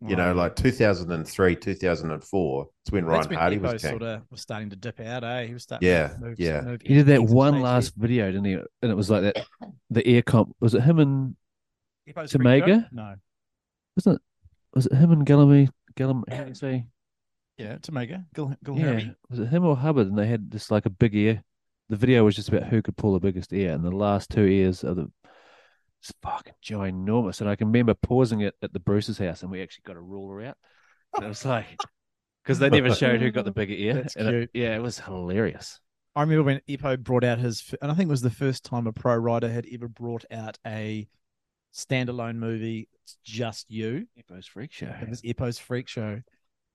Speaker 4: You know, like 2003, 2004. It's when
Speaker 2: That's
Speaker 4: Ryan
Speaker 2: when
Speaker 4: Hardy
Speaker 2: Epo
Speaker 4: was king.
Speaker 2: sort of was starting to dip out, eh? He was starting
Speaker 4: Yeah,
Speaker 2: to move,
Speaker 4: yeah.
Speaker 2: move
Speaker 3: He did that
Speaker 2: into
Speaker 3: one
Speaker 2: stage.
Speaker 3: last video, didn't he? And it was like that. The air comp was it him and
Speaker 2: Epo's
Speaker 3: to
Speaker 2: free throw?
Speaker 3: Mega?
Speaker 2: No.
Speaker 3: wasn't it? Was it him and Gallamy? Gallum, how do you say?
Speaker 2: Yeah, Tamega. Gil, Gil
Speaker 3: Yeah, was it him or Hubbard? And they had just like a big ear. The video was just about who could pull the biggest ear, and the last two ears are the it's fucking ginormous. And I can remember pausing it at the Bruce's house, and we actually got a ruler out. And it
Speaker 2: [laughs]
Speaker 3: was like because they never showed who got the bigger ear.
Speaker 2: That's
Speaker 3: and It, yeah, it was hilarious.
Speaker 2: I remember when Epo brought out his, f- and I think it was the first time a pro rider had ever brought out a standalone movie, It's Just You.
Speaker 3: Epo's freak show.
Speaker 2: It was Epo's Freak Show.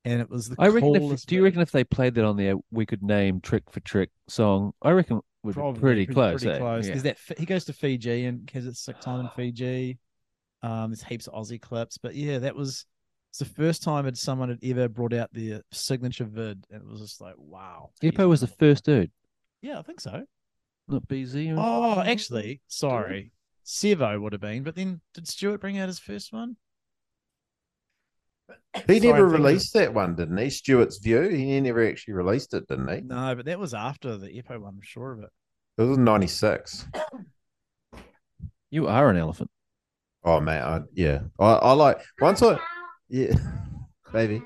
Speaker 2: And it was the
Speaker 3: I reckon. If,
Speaker 2: coolest
Speaker 3: do you reckon if they played that on there, we could name trick for trick song? I reckon we'd be
Speaker 2: Probably
Speaker 3: pretty
Speaker 2: pretty-
Speaker 3: close.
Speaker 2: Pretty
Speaker 3: eh?
Speaker 2: close.
Speaker 3: Yeah.
Speaker 2: There's that Fi- he goes to Fiji and has it sick time in Fiji. Um, there's heaps of Aussie clips, but yeah, that was it's the first time that someone had ever brought out their signature vid, and it was just like, wow. he's
Speaker 3: Epo was the
Speaker 2: another-
Speaker 3: first dude,
Speaker 2: Yeah, I think so.
Speaker 3: not BZ. or-
Speaker 2: Oh, actually, sorry, Sevo would have been, but then did Stuart bring out his first one?
Speaker 4: He
Speaker 2: Sorry,
Speaker 4: never
Speaker 2: I'm thinking-
Speaker 4: released that one, didn't he? Stewart's View. He never actually released it, didn't he?
Speaker 2: No, but that was after the Epo one. I'm sure of it.
Speaker 4: It was in '96.
Speaker 3: you are an elephant.
Speaker 4: Oh man, I, yeah. I, I like once I yeah, [laughs] baby.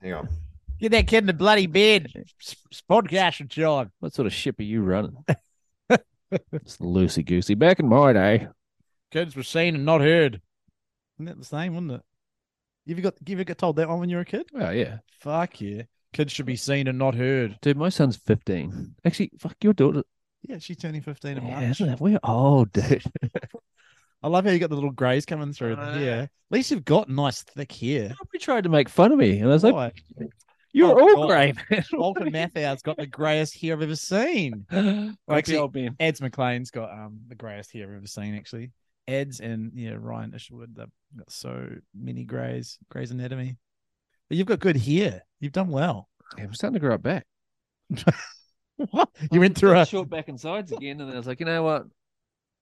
Speaker 4: Hang on.
Speaker 2: Get that kid in the bloody bed. Podcast time.
Speaker 3: What sort of ship are you running? [laughs] it's loosey goosey. Back in my day,
Speaker 2: Kids were seen and not heard. Isn't that the same, wouldn't it? You ever got you ever got told that one when you were a kid?
Speaker 3: oh yeah,
Speaker 2: Fuck yeah. Kids should be seen and not heard.
Speaker 3: dude. My son's fifteen. Actually, fuck your daughter.
Speaker 2: Yeah, she's turning 15 in
Speaker 3: Yeah,
Speaker 2: March.
Speaker 3: isn't it? We're old,
Speaker 2: [laughs]
Speaker 3: dude.
Speaker 2: I love how you got the little greys coming through
Speaker 3: I
Speaker 2: the
Speaker 3: know.
Speaker 2: hair. At least you've got nice thick hair.
Speaker 3: Nobody tried to make fun of me, and I was
Speaker 2: [laughs]
Speaker 3: like,
Speaker 2: Why? Oh,
Speaker 3: "You're all
Speaker 2: God.
Speaker 3: grey, man."
Speaker 2: Walter
Speaker 3: [laughs]
Speaker 2: Matthau's got the greyest hair I've ever seen.
Speaker 3: Like
Speaker 2: Actually-
Speaker 3: the old man.
Speaker 2: Ads McLean's got um the greyest hair I've ever seen, actually. Ads and yeah, Ryan Ishwood, they've got so many greys, Grey's Anatomy. But you've got good hair. You've done well.
Speaker 3: Yeah, I'm starting to grow up back.
Speaker 2: What? You went through a
Speaker 3: short back and sides again, and then I was like, you know what?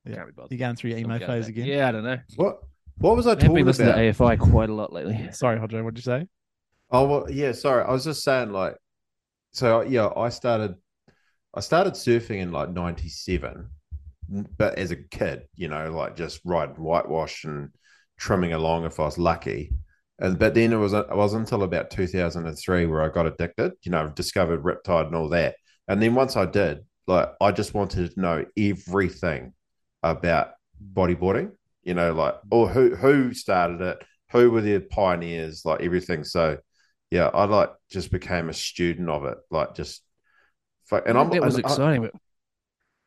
Speaker 2: Yeah.
Speaker 3: Can't be bothered.
Speaker 2: you're going through your
Speaker 3: Still
Speaker 2: emo
Speaker 3: go
Speaker 2: phase
Speaker 3: back.
Speaker 2: again.
Speaker 3: Yeah, I don't know.
Speaker 4: What? What was I
Speaker 3: I've been
Speaker 4: talking
Speaker 3: listening
Speaker 4: about?
Speaker 3: to AFI quite a lot lately.
Speaker 2: Sorry, Hodjo, what'd you say?
Speaker 4: Oh well, yeah. Sorry, I was just saying like, so yeah, I started, I started surfing in like '97, but as a kid, you know, like just riding whitewash and trimming along if I was lucky. And but then it was it wasn't until about 2003 where I got addicted. You know, discovered Riptide and all that. And then once I did, like, I just wanted to know everything about bodyboarding. You know, like, or who who started it, who were the pioneers, like everything. So yeah, I like just became a student of it, like just. fu- And I'm
Speaker 3: that was
Speaker 4: and I-
Speaker 3: exciting, but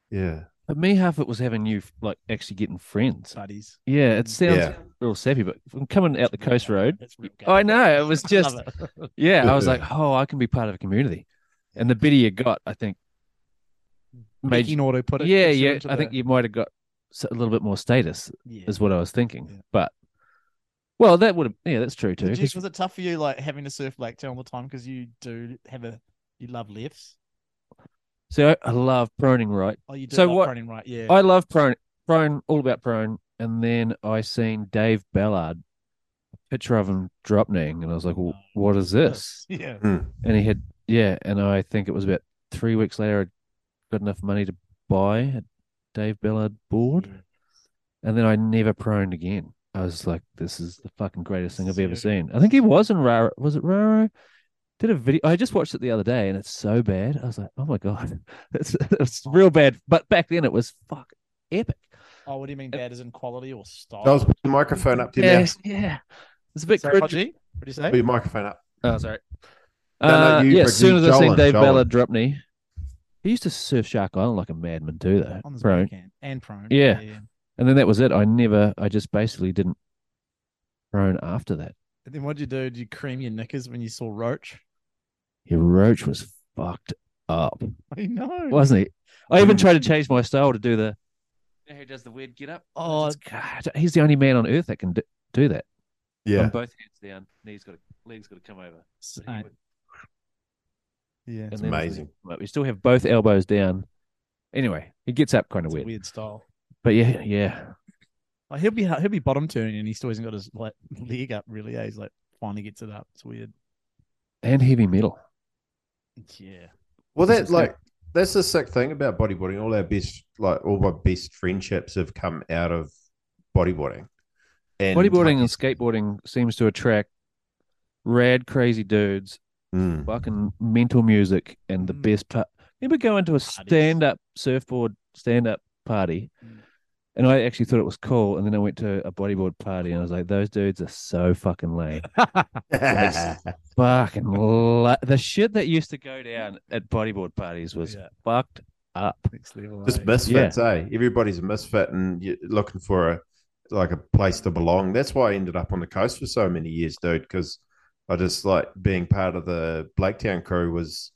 Speaker 4: yeah.
Speaker 3: for me, half it was having you like actually getting friends.
Speaker 2: Studies.
Speaker 3: Yeah, it sounds
Speaker 4: Yeah.
Speaker 3: real sappy, but from coming out the coast road,
Speaker 2: That's real gay.
Speaker 3: I know it
Speaker 2: [laughs]
Speaker 3: was
Speaker 2: Love
Speaker 3: just
Speaker 2: it.
Speaker 3: yeah. I was
Speaker 4: Yeah.
Speaker 3: like, oh, I can be part of a community, and the bitter you got, I think, made
Speaker 2: Making auto put it.
Speaker 3: yeah,
Speaker 2: puts you
Speaker 3: yeah.
Speaker 2: into
Speaker 3: I
Speaker 2: the-
Speaker 3: think you might have got s- a little bit more status,
Speaker 2: yeah.
Speaker 3: is what I was thinking.
Speaker 2: Yeah.
Speaker 3: But well, that would have yeah, that's true too.
Speaker 2: Did
Speaker 3: 'cause-
Speaker 2: you, was it tough for you, like having to surf Blacktail all the time because you do have a you love lifts?
Speaker 3: so I, I love proning, right?
Speaker 2: Oh, you do.
Speaker 3: So
Speaker 2: love
Speaker 3: what-
Speaker 2: Running right, yeah.
Speaker 3: I love prone, prone, all about prone. And then I seen Dave Ballard, a picture of him drop kneeing, and I was like, well, what is this?
Speaker 2: [laughs] yeah.
Speaker 3: And he had yeah, and I think it was about three weeks later. I got enough money to buy a Dave Ballard board, and then I never proned again. I was like, this is the fucking greatest thing I've ever
Speaker 2: Seriously?
Speaker 3: seen. I think he was in Raro. Was it Raro? Did a video. I just watched it the other day, and it's so bad. I was like, oh my god, [laughs] it's it's real bad. But back then it was fuck epic.
Speaker 2: Oh, what do you mean bad as in quality or style?
Speaker 4: That was put the microphone up to your mouth.
Speaker 3: Yes, yeah. It's a bit
Speaker 2: Sorry,
Speaker 3: cringy.
Speaker 2: Hodgie? What do you say?
Speaker 4: Put your microphone up.
Speaker 3: Oh, sorry.
Speaker 4: No, no,
Speaker 3: Uh,
Speaker 4: you,
Speaker 3: yeah,
Speaker 4: Ricky,
Speaker 3: as soon as I seen
Speaker 4: Jolan,
Speaker 3: Dave
Speaker 4: Jolan.
Speaker 3: Ballard drop knee, he used to surf Shark Island like a madman too, though.
Speaker 2: On the
Speaker 3: Prone.
Speaker 2: backhand and prone.
Speaker 3: Yeah. And then that was it. I never, I just basically didn't prone after that.
Speaker 2: And then what'd you do? Did you cream your knickers when you saw Roach? [laughs]
Speaker 3: Your roach was fucked up,
Speaker 2: I know.
Speaker 3: wasn't he? I even
Speaker 4: Mm.
Speaker 3: tried to change my style to do the. You know who does the weird get up?
Speaker 2: Oh.
Speaker 3: It's- God, he's the only man on earth that can do, do that. On
Speaker 4: Yeah.
Speaker 3: both hands down, knees got to, legs got to come over.
Speaker 2: S-
Speaker 3: So he
Speaker 2: uh,
Speaker 3: would-
Speaker 2: yeah.
Speaker 3: and
Speaker 2: It's
Speaker 3: then his legs
Speaker 4: amazing.
Speaker 3: come up. You still have both elbows down. Anyway, he gets up kind
Speaker 2: a
Speaker 3: of weird.
Speaker 2: weird style.
Speaker 3: But yeah, yeah.
Speaker 2: Like he'll be he'll be bottom turning and he still hasn't got his like leg up really. eh? He's like finally gets it up. It's weird.
Speaker 3: And heavy metal.
Speaker 2: Yeah.
Speaker 4: Well,
Speaker 3: This
Speaker 4: that
Speaker 3: is
Speaker 4: like that's the sick thing about bodyboarding. All our best, like all my best friendships have come out of bodyboarding. And
Speaker 3: Bodyboarding and skateboarding seems to attract rad, crazy dudes,
Speaker 4: Mm.
Speaker 3: fucking mental music, and the
Speaker 2: Mm.
Speaker 3: best part. Remember going to a stand up surfboard stand up party,
Speaker 2: Mm.
Speaker 3: and I actually thought it was cool. And then I went to a bodyboard party, and I was like, those dudes are so
Speaker 2: [laughs]
Speaker 3: fucking lame.
Speaker 4: mm. [laughs]
Speaker 3: fucking la- the shit that used to go down at bodyboard parties was
Speaker 2: Yeah.
Speaker 3: fucked up.
Speaker 2: Next level. eh?
Speaker 4: Just misfits, eh? Everybody's a misfit, and you're looking for a like a place to belong. That's why I ended up on the coast for so many years, dude. Because I just like being part of the Blaketown crew was,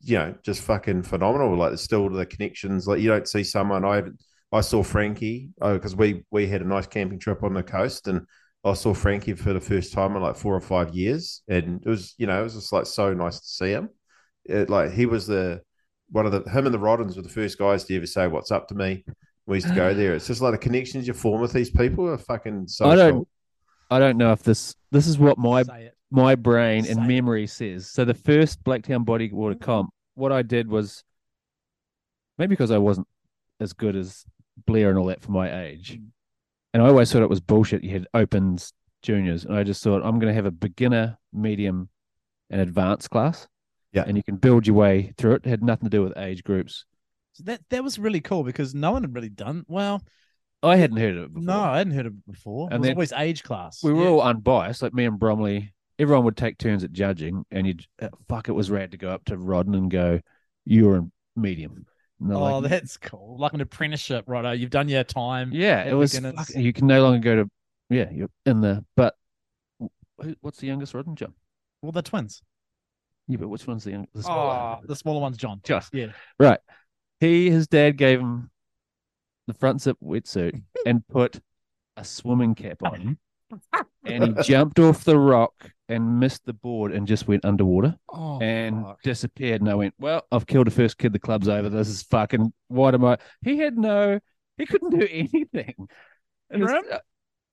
Speaker 4: you know, just fucking phenomenal. Like there's still the connections. Like you don't see someone. I I saw Frankie because we we had a nice camping trip on the coast, and I saw Frankie for the first time in like four or five years, and it was you know it was just like so nice to see him. It, like he was the one of the him and the Roddens were the first guys to ever say what's up to me. We used to go there. It's just like the connections you form with these people are fucking social.
Speaker 3: I don't. I don't know if this this is what my
Speaker 2: Say it.
Speaker 3: my brain
Speaker 2: Say it.
Speaker 3: and memory says. So the first Blacktown Bodyboarder comp, what I did was maybe because I wasn't as good as Blair and all that for my age, and I always thought it was bullshit. You had opens, juniors, and I just thought I'm going to have a beginner, medium, and advanced class.
Speaker 4: Yeah.
Speaker 3: and you can build your way through it. it had nothing to do with age groups.
Speaker 2: So that that was really cool because no one had really done well.
Speaker 3: I hadn't heard of it. Before.
Speaker 2: No, I hadn't heard of it before.
Speaker 3: And
Speaker 2: it was
Speaker 3: then-
Speaker 2: always age class.
Speaker 3: we were
Speaker 2: Yeah.
Speaker 3: all unbiased. Like me and Bromley, everyone would take turns at judging, and you would fuck. It was rad to go up to Rodden and go, "You're in medium." And they're
Speaker 2: Oh,
Speaker 3: like,
Speaker 2: that's cool. Like an apprenticeship, right? eh? You've done your time.
Speaker 3: yeah,
Speaker 2: at
Speaker 3: it was.
Speaker 2: beginners.
Speaker 3: fuck, you can no longer go to. Yeah, you're in the. But who- what's the youngest Rodden, John?
Speaker 2: Well, they're twins.
Speaker 3: Yeah, but which one's the youngest? The smaller one.
Speaker 2: Oh, the smaller one's John.
Speaker 3: Just
Speaker 2: Yeah.
Speaker 3: Right. He, his dad gave him the front zip wetsuit
Speaker 2: [laughs]
Speaker 3: and put a swimming cap on. and he jumped off the rock and missed the board and just went underwater
Speaker 2: Oh,
Speaker 3: and
Speaker 2: fuck.
Speaker 3: disappeared. And I went, well, I've killed the first kid. The club's over. This is fucking. What am I? He had no. He couldn't do [laughs] anything. It was-
Speaker 2: Grim?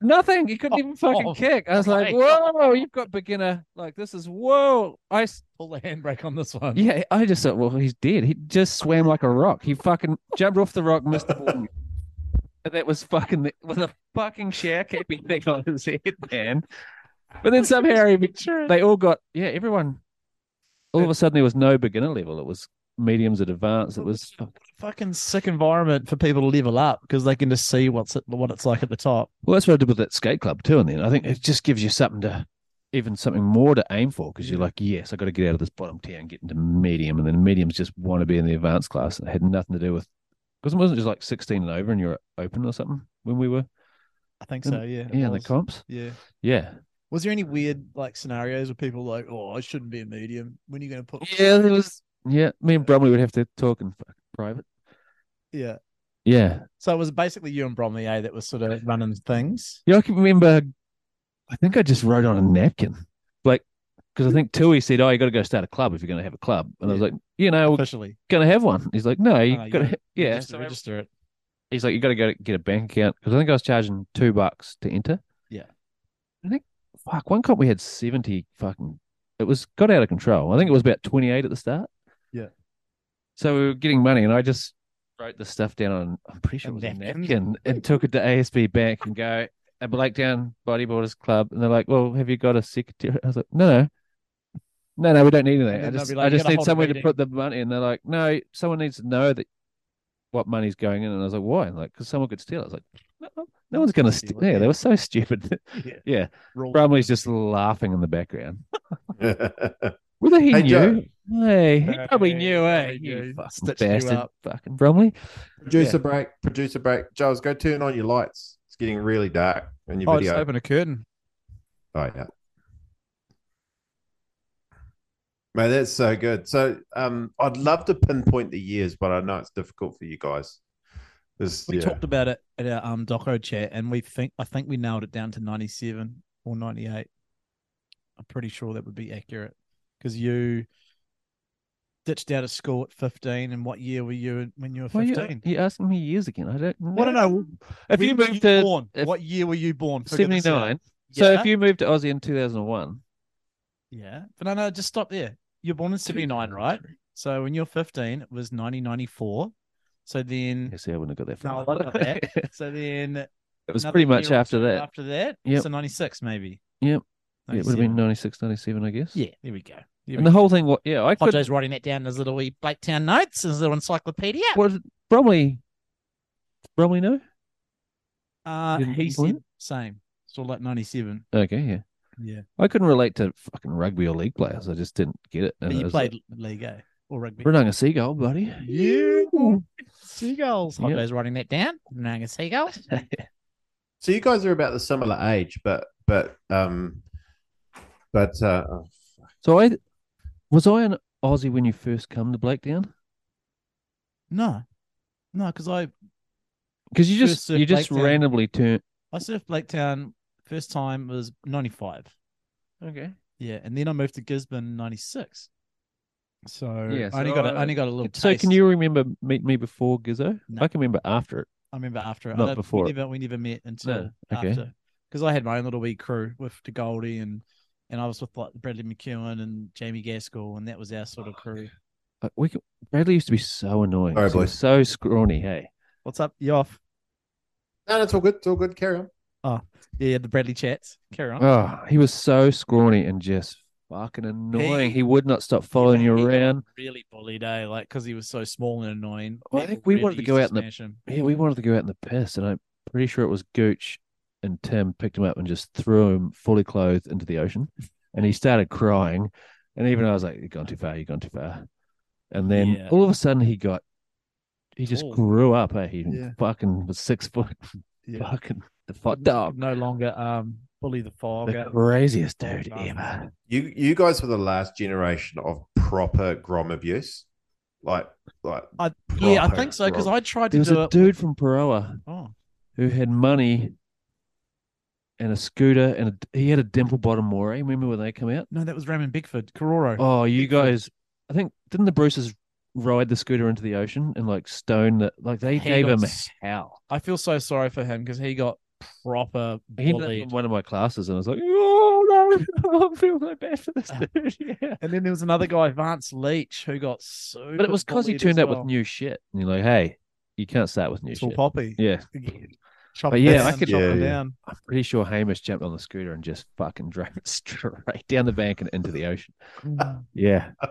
Speaker 3: nothing. He couldn't even fucking
Speaker 2: Oh,
Speaker 3: kick. I was like,
Speaker 2: my
Speaker 3: whoa, you've got beginner. Like this is whoa. I s-
Speaker 2: pull the handbrake on this one.
Speaker 3: yeah. I just thought, well, he's dead. He just swam like a rock. He fucking jumped off the rock, missed the ball. And that was fucking the, with a fucking shower capping thing on his head, man. But then somehow he
Speaker 2: Picture it.
Speaker 3: they all got yeah everyone all of a sudden there was no beginner level it was mediums at advanced it was
Speaker 2: fucking sick environment for people to level up because they can just see what's it, what it's like at the top.
Speaker 3: well that's what i did with that skate club too and then i think it just gives you something to even something more to aim for because you're like yes i got to get out of this bottom tier and get into medium and then mediums just want to be in the advanced class and it had nothing to do with because it wasn't just like 16 and over and you're open or something when we were
Speaker 2: I think
Speaker 3: And-
Speaker 2: so. Yeah. it
Speaker 3: yeah in the
Speaker 2: was.
Speaker 3: comps
Speaker 2: Yeah.
Speaker 3: yeah
Speaker 2: Was there any weird like scenarios where people like, oh, I shouldn't be a medium? When are you going to put?
Speaker 3: yeah there was yeah me and bromley would have to talk in fucking private
Speaker 2: Yeah.
Speaker 3: yeah
Speaker 2: So it was basically you and Bromley eh, that was sort of running things.
Speaker 3: You know, I can remember. I think I just wrote on a napkin, like because I think Tui said, "Oh, you got to go start a club if you're going to have a club," and I was like, "You know, we're
Speaker 2: Officially,
Speaker 3: going to have one." He's like, "No, you
Speaker 2: Oh,
Speaker 3: got
Speaker 2: yeah.
Speaker 3: to, yeah."
Speaker 2: Just
Speaker 3: So
Speaker 2: register it.
Speaker 3: he's like, "You got to go get a bank account," because I think I was charging two bucks to enter.
Speaker 2: Yeah.
Speaker 3: I think fuck one comp we had seventy fucking. It was got out of control. I think it was about twenty eight at the start.
Speaker 2: Yeah.
Speaker 3: So we were getting money, and I just wrote the stuff down on. I'm pretty sure
Speaker 2: A
Speaker 3: it was a
Speaker 2: napkin?
Speaker 3: napkin, and took it to ASB Bank and go. A Blackdown Bodybuilders Club, and they're like, "Well, have you got a secretary?" I was like, "No, no, no, no, we don't need anything.
Speaker 2: And
Speaker 3: I
Speaker 2: then they'll
Speaker 3: just,
Speaker 2: be like,
Speaker 3: I
Speaker 2: "You
Speaker 3: just
Speaker 2: gotta
Speaker 3: need
Speaker 2: hold a
Speaker 3: somewhere to
Speaker 2: meeting."
Speaker 3: put the money." And they're like, "No, someone needs to know that what money's going in." And I was like, "Why?" And like, because someone could steal. it. I was like, "No, no, no one's going to
Speaker 2: steal
Speaker 3: steal."
Speaker 2: it,
Speaker 3: Yeah,
Speaker 2: yeah.
Speaker 3: they were
Speaker 2: [laughs]
Speaker 3: so stupid.
Speaker 2: Yeah.
Speaker 3: yeah,
Speaker 2: Rule.
Speaker 3: Bromley's just laughing in the background.
Speaker 4: That's
Speaker 3: Whether he
Speaker 4: Hey,
Speaker 3: knew,
Speaker 4: Joe.
Speaker 3: hey, he probably
Speaker 2: Hey,
Speaker 3: knew, eh?
Speaker 2: probably
Speaker 3: You
Speaker 2: knew.
Speaker 3: fucking
Speaker 2: Stitched you
Speaker 3: bastard,
Speaker 2: up.
Speaker 3: fucking Bromley.
Speaker 4: [laughs] Producer break. Producer break. Giles, go turn on your lights. It's getting really dark in your
Speaker 2: Oh, just
Speaker 4: video.
Speaker 2: open a curtain.
Speaker 4: Oh yeah. Man, that's so good. So um I'd love to pinpoint the years, but I know it's difficult for you guys. This
Speaker 2: We
Speaker 4: yeah.
Speaker 2: talked about it at our um doco chat, and we think I think we nailed it down to ninety seven or ninety eight. I'm pretty sure that would be accurate because you ditched out of school at fifteen, and what year were you in- when you were
Speaker 3: Why are you,
Speaker 2: fifteen?
Speaker 3: you asking me years again? I don't.
Speaker 2: Well, I don't know.
Speaker 3: If you
Speaker 2: When were
Speaker 3: moved to
Speaker 2: born?
Speaker 3: if-
Speaker 2: what year were you born? Figure
Speaker 3: seventy
Speaker 2: this out.
Speaker 3: nine, so
Speaker 2: Yeah.
Speaker 3: if you moved to Aussie in two thousand and one,
Speaker 2: Yeah. But no, no, just stop there. You're born in 79, right? So when you're 15, it was 1994. So then,
Speaker 3: yeah, see, I wouldn't have got that
Speaker 2: Mm. No,
Speaker 3: far.
Speaker 2: I love
Speaker 3: [laughs]
Speaker 2: that. so then it
Speaker 3: it was pretty much after that.
Speaker 2: After that,
Speaker 3: Yep.
Speaker 2: so 96 maybe.
Speaker 3: Yep. Yeah, it would have been
Speaker 2: 97.
Speaker 3: 96, 97, I guess.
Speaker 2: Yeah, there we go. There we
Speaker 3: And the whole thing, wa- yeah, I
Speaker 2: go.
Speaker 3: could
Speaker 2: Hodjo's writing that down in his little wee Blaketown notes, his little encyclopedia.
Speaker 3: was probably, probably no.
Speaker 2: Uh,
Speaker 3: Didn't
Speaker 2: he
Speaker 3: you win?
Speaker 2: said same, sort of like 97.
Speaker 3: Okay, yeah,
Speaker 2: Yeah.
Speaker 3: I couldn't relate to fucking rugby or league players. I just didn't get it.
Speaker 2: But
Speaker 3: it
Speaker 2: you
Speaker 3: was
Speaker 2: played League A or rugby.
Speaker 3: like, Renunga Seagull, buddy.
Speaker 2: You seagulls.
Speaker 3: Yep.
Speaker 2: Hodjo's writing that down. Nanga seagulls.
Speaker 4: So you guys are about the similar age, but but um but uh oh,
Speaker 3: So I was I an Aussie when you first come to Blakedown
Speaker 2: [laughs] no, no, because I
Speaker 3: because you
Speaker 2: First
Speaker 3: just
Speaker 2: surf
Speaker 3: you just
Speaker 2: Blakedown.
Speaker 3: randomly turn.
Speaker 2: I surfed Blacktown first time was 95.
Speaker 3: Okay.
Speaker 2: Yeah, and then I moved to Gisborne in 96. So
Speaker 3: Yeah,
Speaker 2: I only
Speaker 3: so
Speaker 2: got a,
Speaker 3: I-
Speaker 2: I only got a little
Speaker 3: So
Speaker 2: taste.
Speaker 3: can you remember meet me before Gizzo?
Speaker 2: No.
Speaker 3: I can remember after it.
Speaker 2: I remember after it. I
Speaker 3: Not
Speaker 2: don't-
Speaker 3: before
Speaker 2: We
Speaker 3: it.
Speaker 2: never, we never met until
Speaker 3: okay.
Speaker 2: after. Because I had my own little wee crew with the Goldie and and I was with like Bradley McEwen and Jamie Gaskell and that was our sort of
Speaker 3: Oh,
Speaker 2: crew.
Speaker 3: Like, Uh, we could, Bradley used to be so annoying.
Speaker 4: All right,
Speaker 3: 'cause he was
Speaker 4: boys.
Speaker 3: So scrawny. Hey,
Speaker 2: What's up? You off?
Speaker 4: no, it's all good, it's all good. Carry on.
Speaker 2: Yeah, the Bradley chats. Carry on.
Speaker 3: oh, he was so scrawny and just fucking annoying. He, would not stop following you
Speaker 2: he got
Speaker 3: around.
Speaker 2: Really bullied, eh? Like because he was so small and annoying.
Speaker 3: Well, I think
Speaker 2: people
Speaker 3: we wanted to
Speaker 2: really
Speaker 3: go
Speaker 2: used
Speaker 3: out in the-
Speaker 2: smash him.
Speaker 3: Yeah, we wanted to go out in the piss, and I'm pretty sure it was Gooch and Tim picked him up and just threw him fully clothed into the ocean, and he started crying. And even I was like, "You've gone too far. You've gone too far." And then
Speaker 2: Yeah.
Speaker 3: all of a sudden, he got. He just
Speaker 2: Tall.
Speaker 3: grew up. Eh? He
Speaker 2: Yeah.
Speaker 3: fucking was six foot.
Speaker 2: Yeah.
Speaker 3: Fucking the fuck
Speaker 2: Could-
Speaker 3: dog.
Speaker 2: could No longer um bully the fog.
Speaker 3: the
Speaker 2: out.
Speaker 3: craziest
Speaker 2: Oh,
Speaker 3: dude
Speaker 2: no.
Speaker 3: ever.
Speaker 4: You you guys were the last generation of proper grom abuse. Like like
Speaker 2: I- yeah, I
Speaker 4: proper
Speaker 2: think so because
Speaker 4: grom.
Speaker 2: I tried to
Speaker 3: There was
Speaker 2: do
Speaker 3: a
Speaker 2: it.
Speaker 3: dude from Paroa
Speaker 2: oh,
Speaker 3: who had money and a scooter and a, he had a dimple bottom moray. Remember when they come out?
Speaker 2: No, that was Raymond Bigford, Cororo.
Speaker 3: Oh, you guys! I think didn't the Bruces ride the scooter into the ocean and like stone that? Like they
Speaker 2: He
Speaker 3: gave
Speaker 2: got
Speaker 3: him
Speaker 2: s-
Speaker 3: a howl.
Speaker 2: I feel so sorry for him because he got proper
Speaker 3: He ended up
Speaker 2: bullied.
Speaker 3: in one of my classes, and I was like, "Oh no, [laughs] I feel so bad for
Speaker 2: Ah.
Speaker 3: this dude." [laughs] Yeah.
Speaker 2: And then there was another guy, Vance Leach, who got so.
Speaker 3: But it was because he turned up with new shit, and you're like, "Hey, you can't start with new
Speaker 2: It's all
Speaker 3: shit."
Speaker 2: poppy.
Speaker 3: Yeah,
Speaker 2: Chop
Speaker 3: But
Speaker 2: it
Speaker 3: yeah, I
Speaker 2: down,
Speaker 3: could-
Speaker 2: chop
Speaker 4: Yeah,
Speaker 2: it
Speaker 4: yeah.
Speaker 2: down.
Speaker 3: I'm pretty sure Hamish jumped on the scooter and just fucking drove [laughs] it straight down the bank and into the ocean. Uh, Yeah.
Speaker 2: Uh,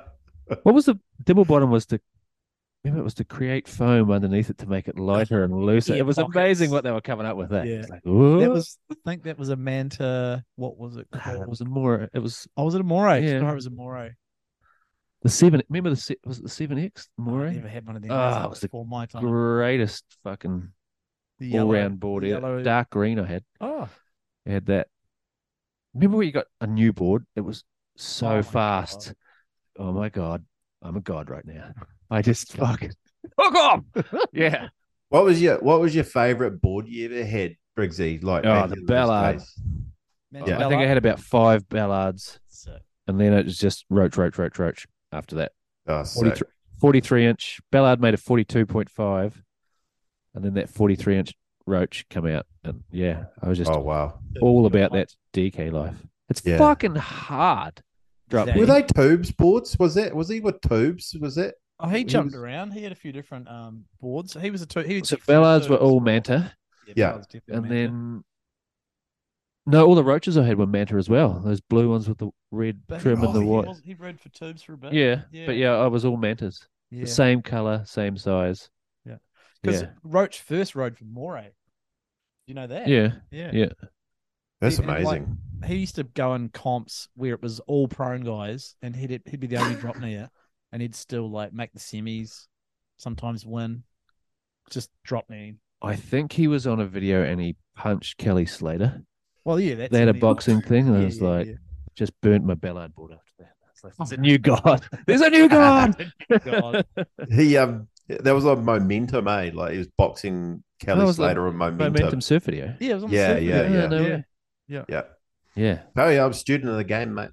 Speaker 3: [laughs] What was the dimple bottom was to remember it was to create foam underneath it to make it lighter and looser.
Speaker 2: Air
Speaker 3: it was
Speaker 2: pockets.
Speaker 3: amazing what they were coming up with. That
Speaker 2: Yeah.
Speaker 3: It's like,
Speaker 2: That
Speaker 3: "Whoa."
Speaker 2: was, I think that was a manta. What was it?
Speaker 3: Ah, it
Speaker 2: Called?
Speaker 3: was a more. It was
Speaker 2: Oh, was it a moray?
Speaker 3: Yeah.
Speaker 2: Sorry, it was a moray.
Speaker 3: the seven. Remember the se- was it the seven X
Speaker 2: I
Speaker 3: Moray?
Speaker 2: never had one of these
Speaker 3: Ah, it was the
Speaker 2: before my time.
Speaker 3: Greatest fucking
Speaker 2: uh-huh. the
Speaker 3: all
Speaker 2: yellow-
Speaker 3: round board.
Speaker 2: the
Speaker 3: yeah.
Speaker 2: yellow-
Speaker 3: Dark green. I had.
Speaker 2: Oh,
Speaker 3: I had that. Remember when you got a new board? It was so
Speaker 2: Oh my
Speaker 3: fast. Oh my god, I'm a god
Speaker 2: [laughs]
Speaker 3: right now. I just fucking
Speaker 2: Oh,
Speaker 3: fuck off. [laughs] yeah.
Speaker 4: What was your What was your favorite board you ever had, Briggsy? Like
Speaker 3: Oh,
Speaker 4: back
Speaker 3: the
Speaker 4: in those
Speaker 3: Ballard.
Speaker 4: days?
Speaker 2: man,
Speaker 4: Yeah.
Speaker 3: I think I had about five Ballards,
Speaker 2: Sick.
Speaker 3: and then it was just roach, roach, roach, roach. After that,
Speaker 4: Oh, sick.
Speaker 3: 43, 43 inch Ballard made a forty-two point five, and then that forty-three inch roach come out, and yeah, I was just
Speaker 4: oh wow.
Speaker 3: all about that DK life. It's
Speaker 4: Yeah.
Speaker 3: fucking hard. Drop
Speaker 2: Exactly.
Speaker 4: Were
Speaker 3: me.
Speaker 4: they tubes boards? Was that was he with tubes? Was it?
Speaker 2: Oh, he
Speaker 4: He
Speaker 2: jumped
Speaker 4: was-
Speaker 2: around. He had a few different um boards. He was a two. He was
Speaker 3: So
Speaker 2: he was
Speaker 3: Ballards
Speaker 2: a-
Speaker 3: were all manta.
Speaker 4: Yeah.
Speaker 2: Ballard's definitely
Speaker 3: and
Speaker 2: manta.
Speaker 3: then no, all the roaches I had were manta as well. Those blue ones with the red
Speaker 2: But he
Speaker 3: trim and
Speaker 2: was-
Speaker 3: the
Speaker 2: he
Speaker 3: white.
Speaker 2: was- He read for tubes for a bit.
Speaker 3: Yeah, but
Speaker 2: Yeah.
Speaker 3: yeah, I was all mantas.
Speaker 2: yeah.
Speaker 3: The same color, same size.
Speaker 2: Yeah. Because
Speaker 3: yeah,
Speaker 2: Roach first rode for Moray. You know that?
Speaker 3: yeah.
Speaker 2: Yeah.
Speaker 3: Yeah.
Speaker 4: That's
Speaker 2: He- and, like,
Speaker 4: amazing.
Speaker 2: He used to go in comps where it was all prone guys and he'd he'd be the only drop near and he'd still like make the semis, sometimes win. Just drop knee.
Speaker 3: I think he was on a video and he punched Kelly Slater.
Speaker 2: Well, yeah, that's
Speaker 3: They had a
Speaker 2: the-
Speaker 3: boxing thing, and I
Speaker 2: Yeah,
Speaker 3: was
Speaker 2: yeah,
Speaker 3: like,
Speaker 2: yeah.
Speaker 3: just burnt my Ballard board after that. It's like, There's a new god. There's a
Speaker 2: [laughs]
Speaker 3: new god.
Speaker 2: God. [laughs]
Speaker 4: He um, that was on momentum, eh? Like he was boxing Kelly
Speaker 3: That was like
Speaker 4: Slater on momentum.
Speaker 3: [laughs] Momentum surf video.
Speaker 2: Yeah, it was on
Speaker 4: Yeah,
Speaker 2: the surf
Speaker 4: yeah,
Speaker 2: video.
Speaker 4: yeah.
Speaker 3: no
Speaker 2: Yeah.
Speaker 3: way.
Speaker 4: Yeah.
Speaker 3: yeah.
Speaker 4: Oh yeah, I'm a student of the game, mate.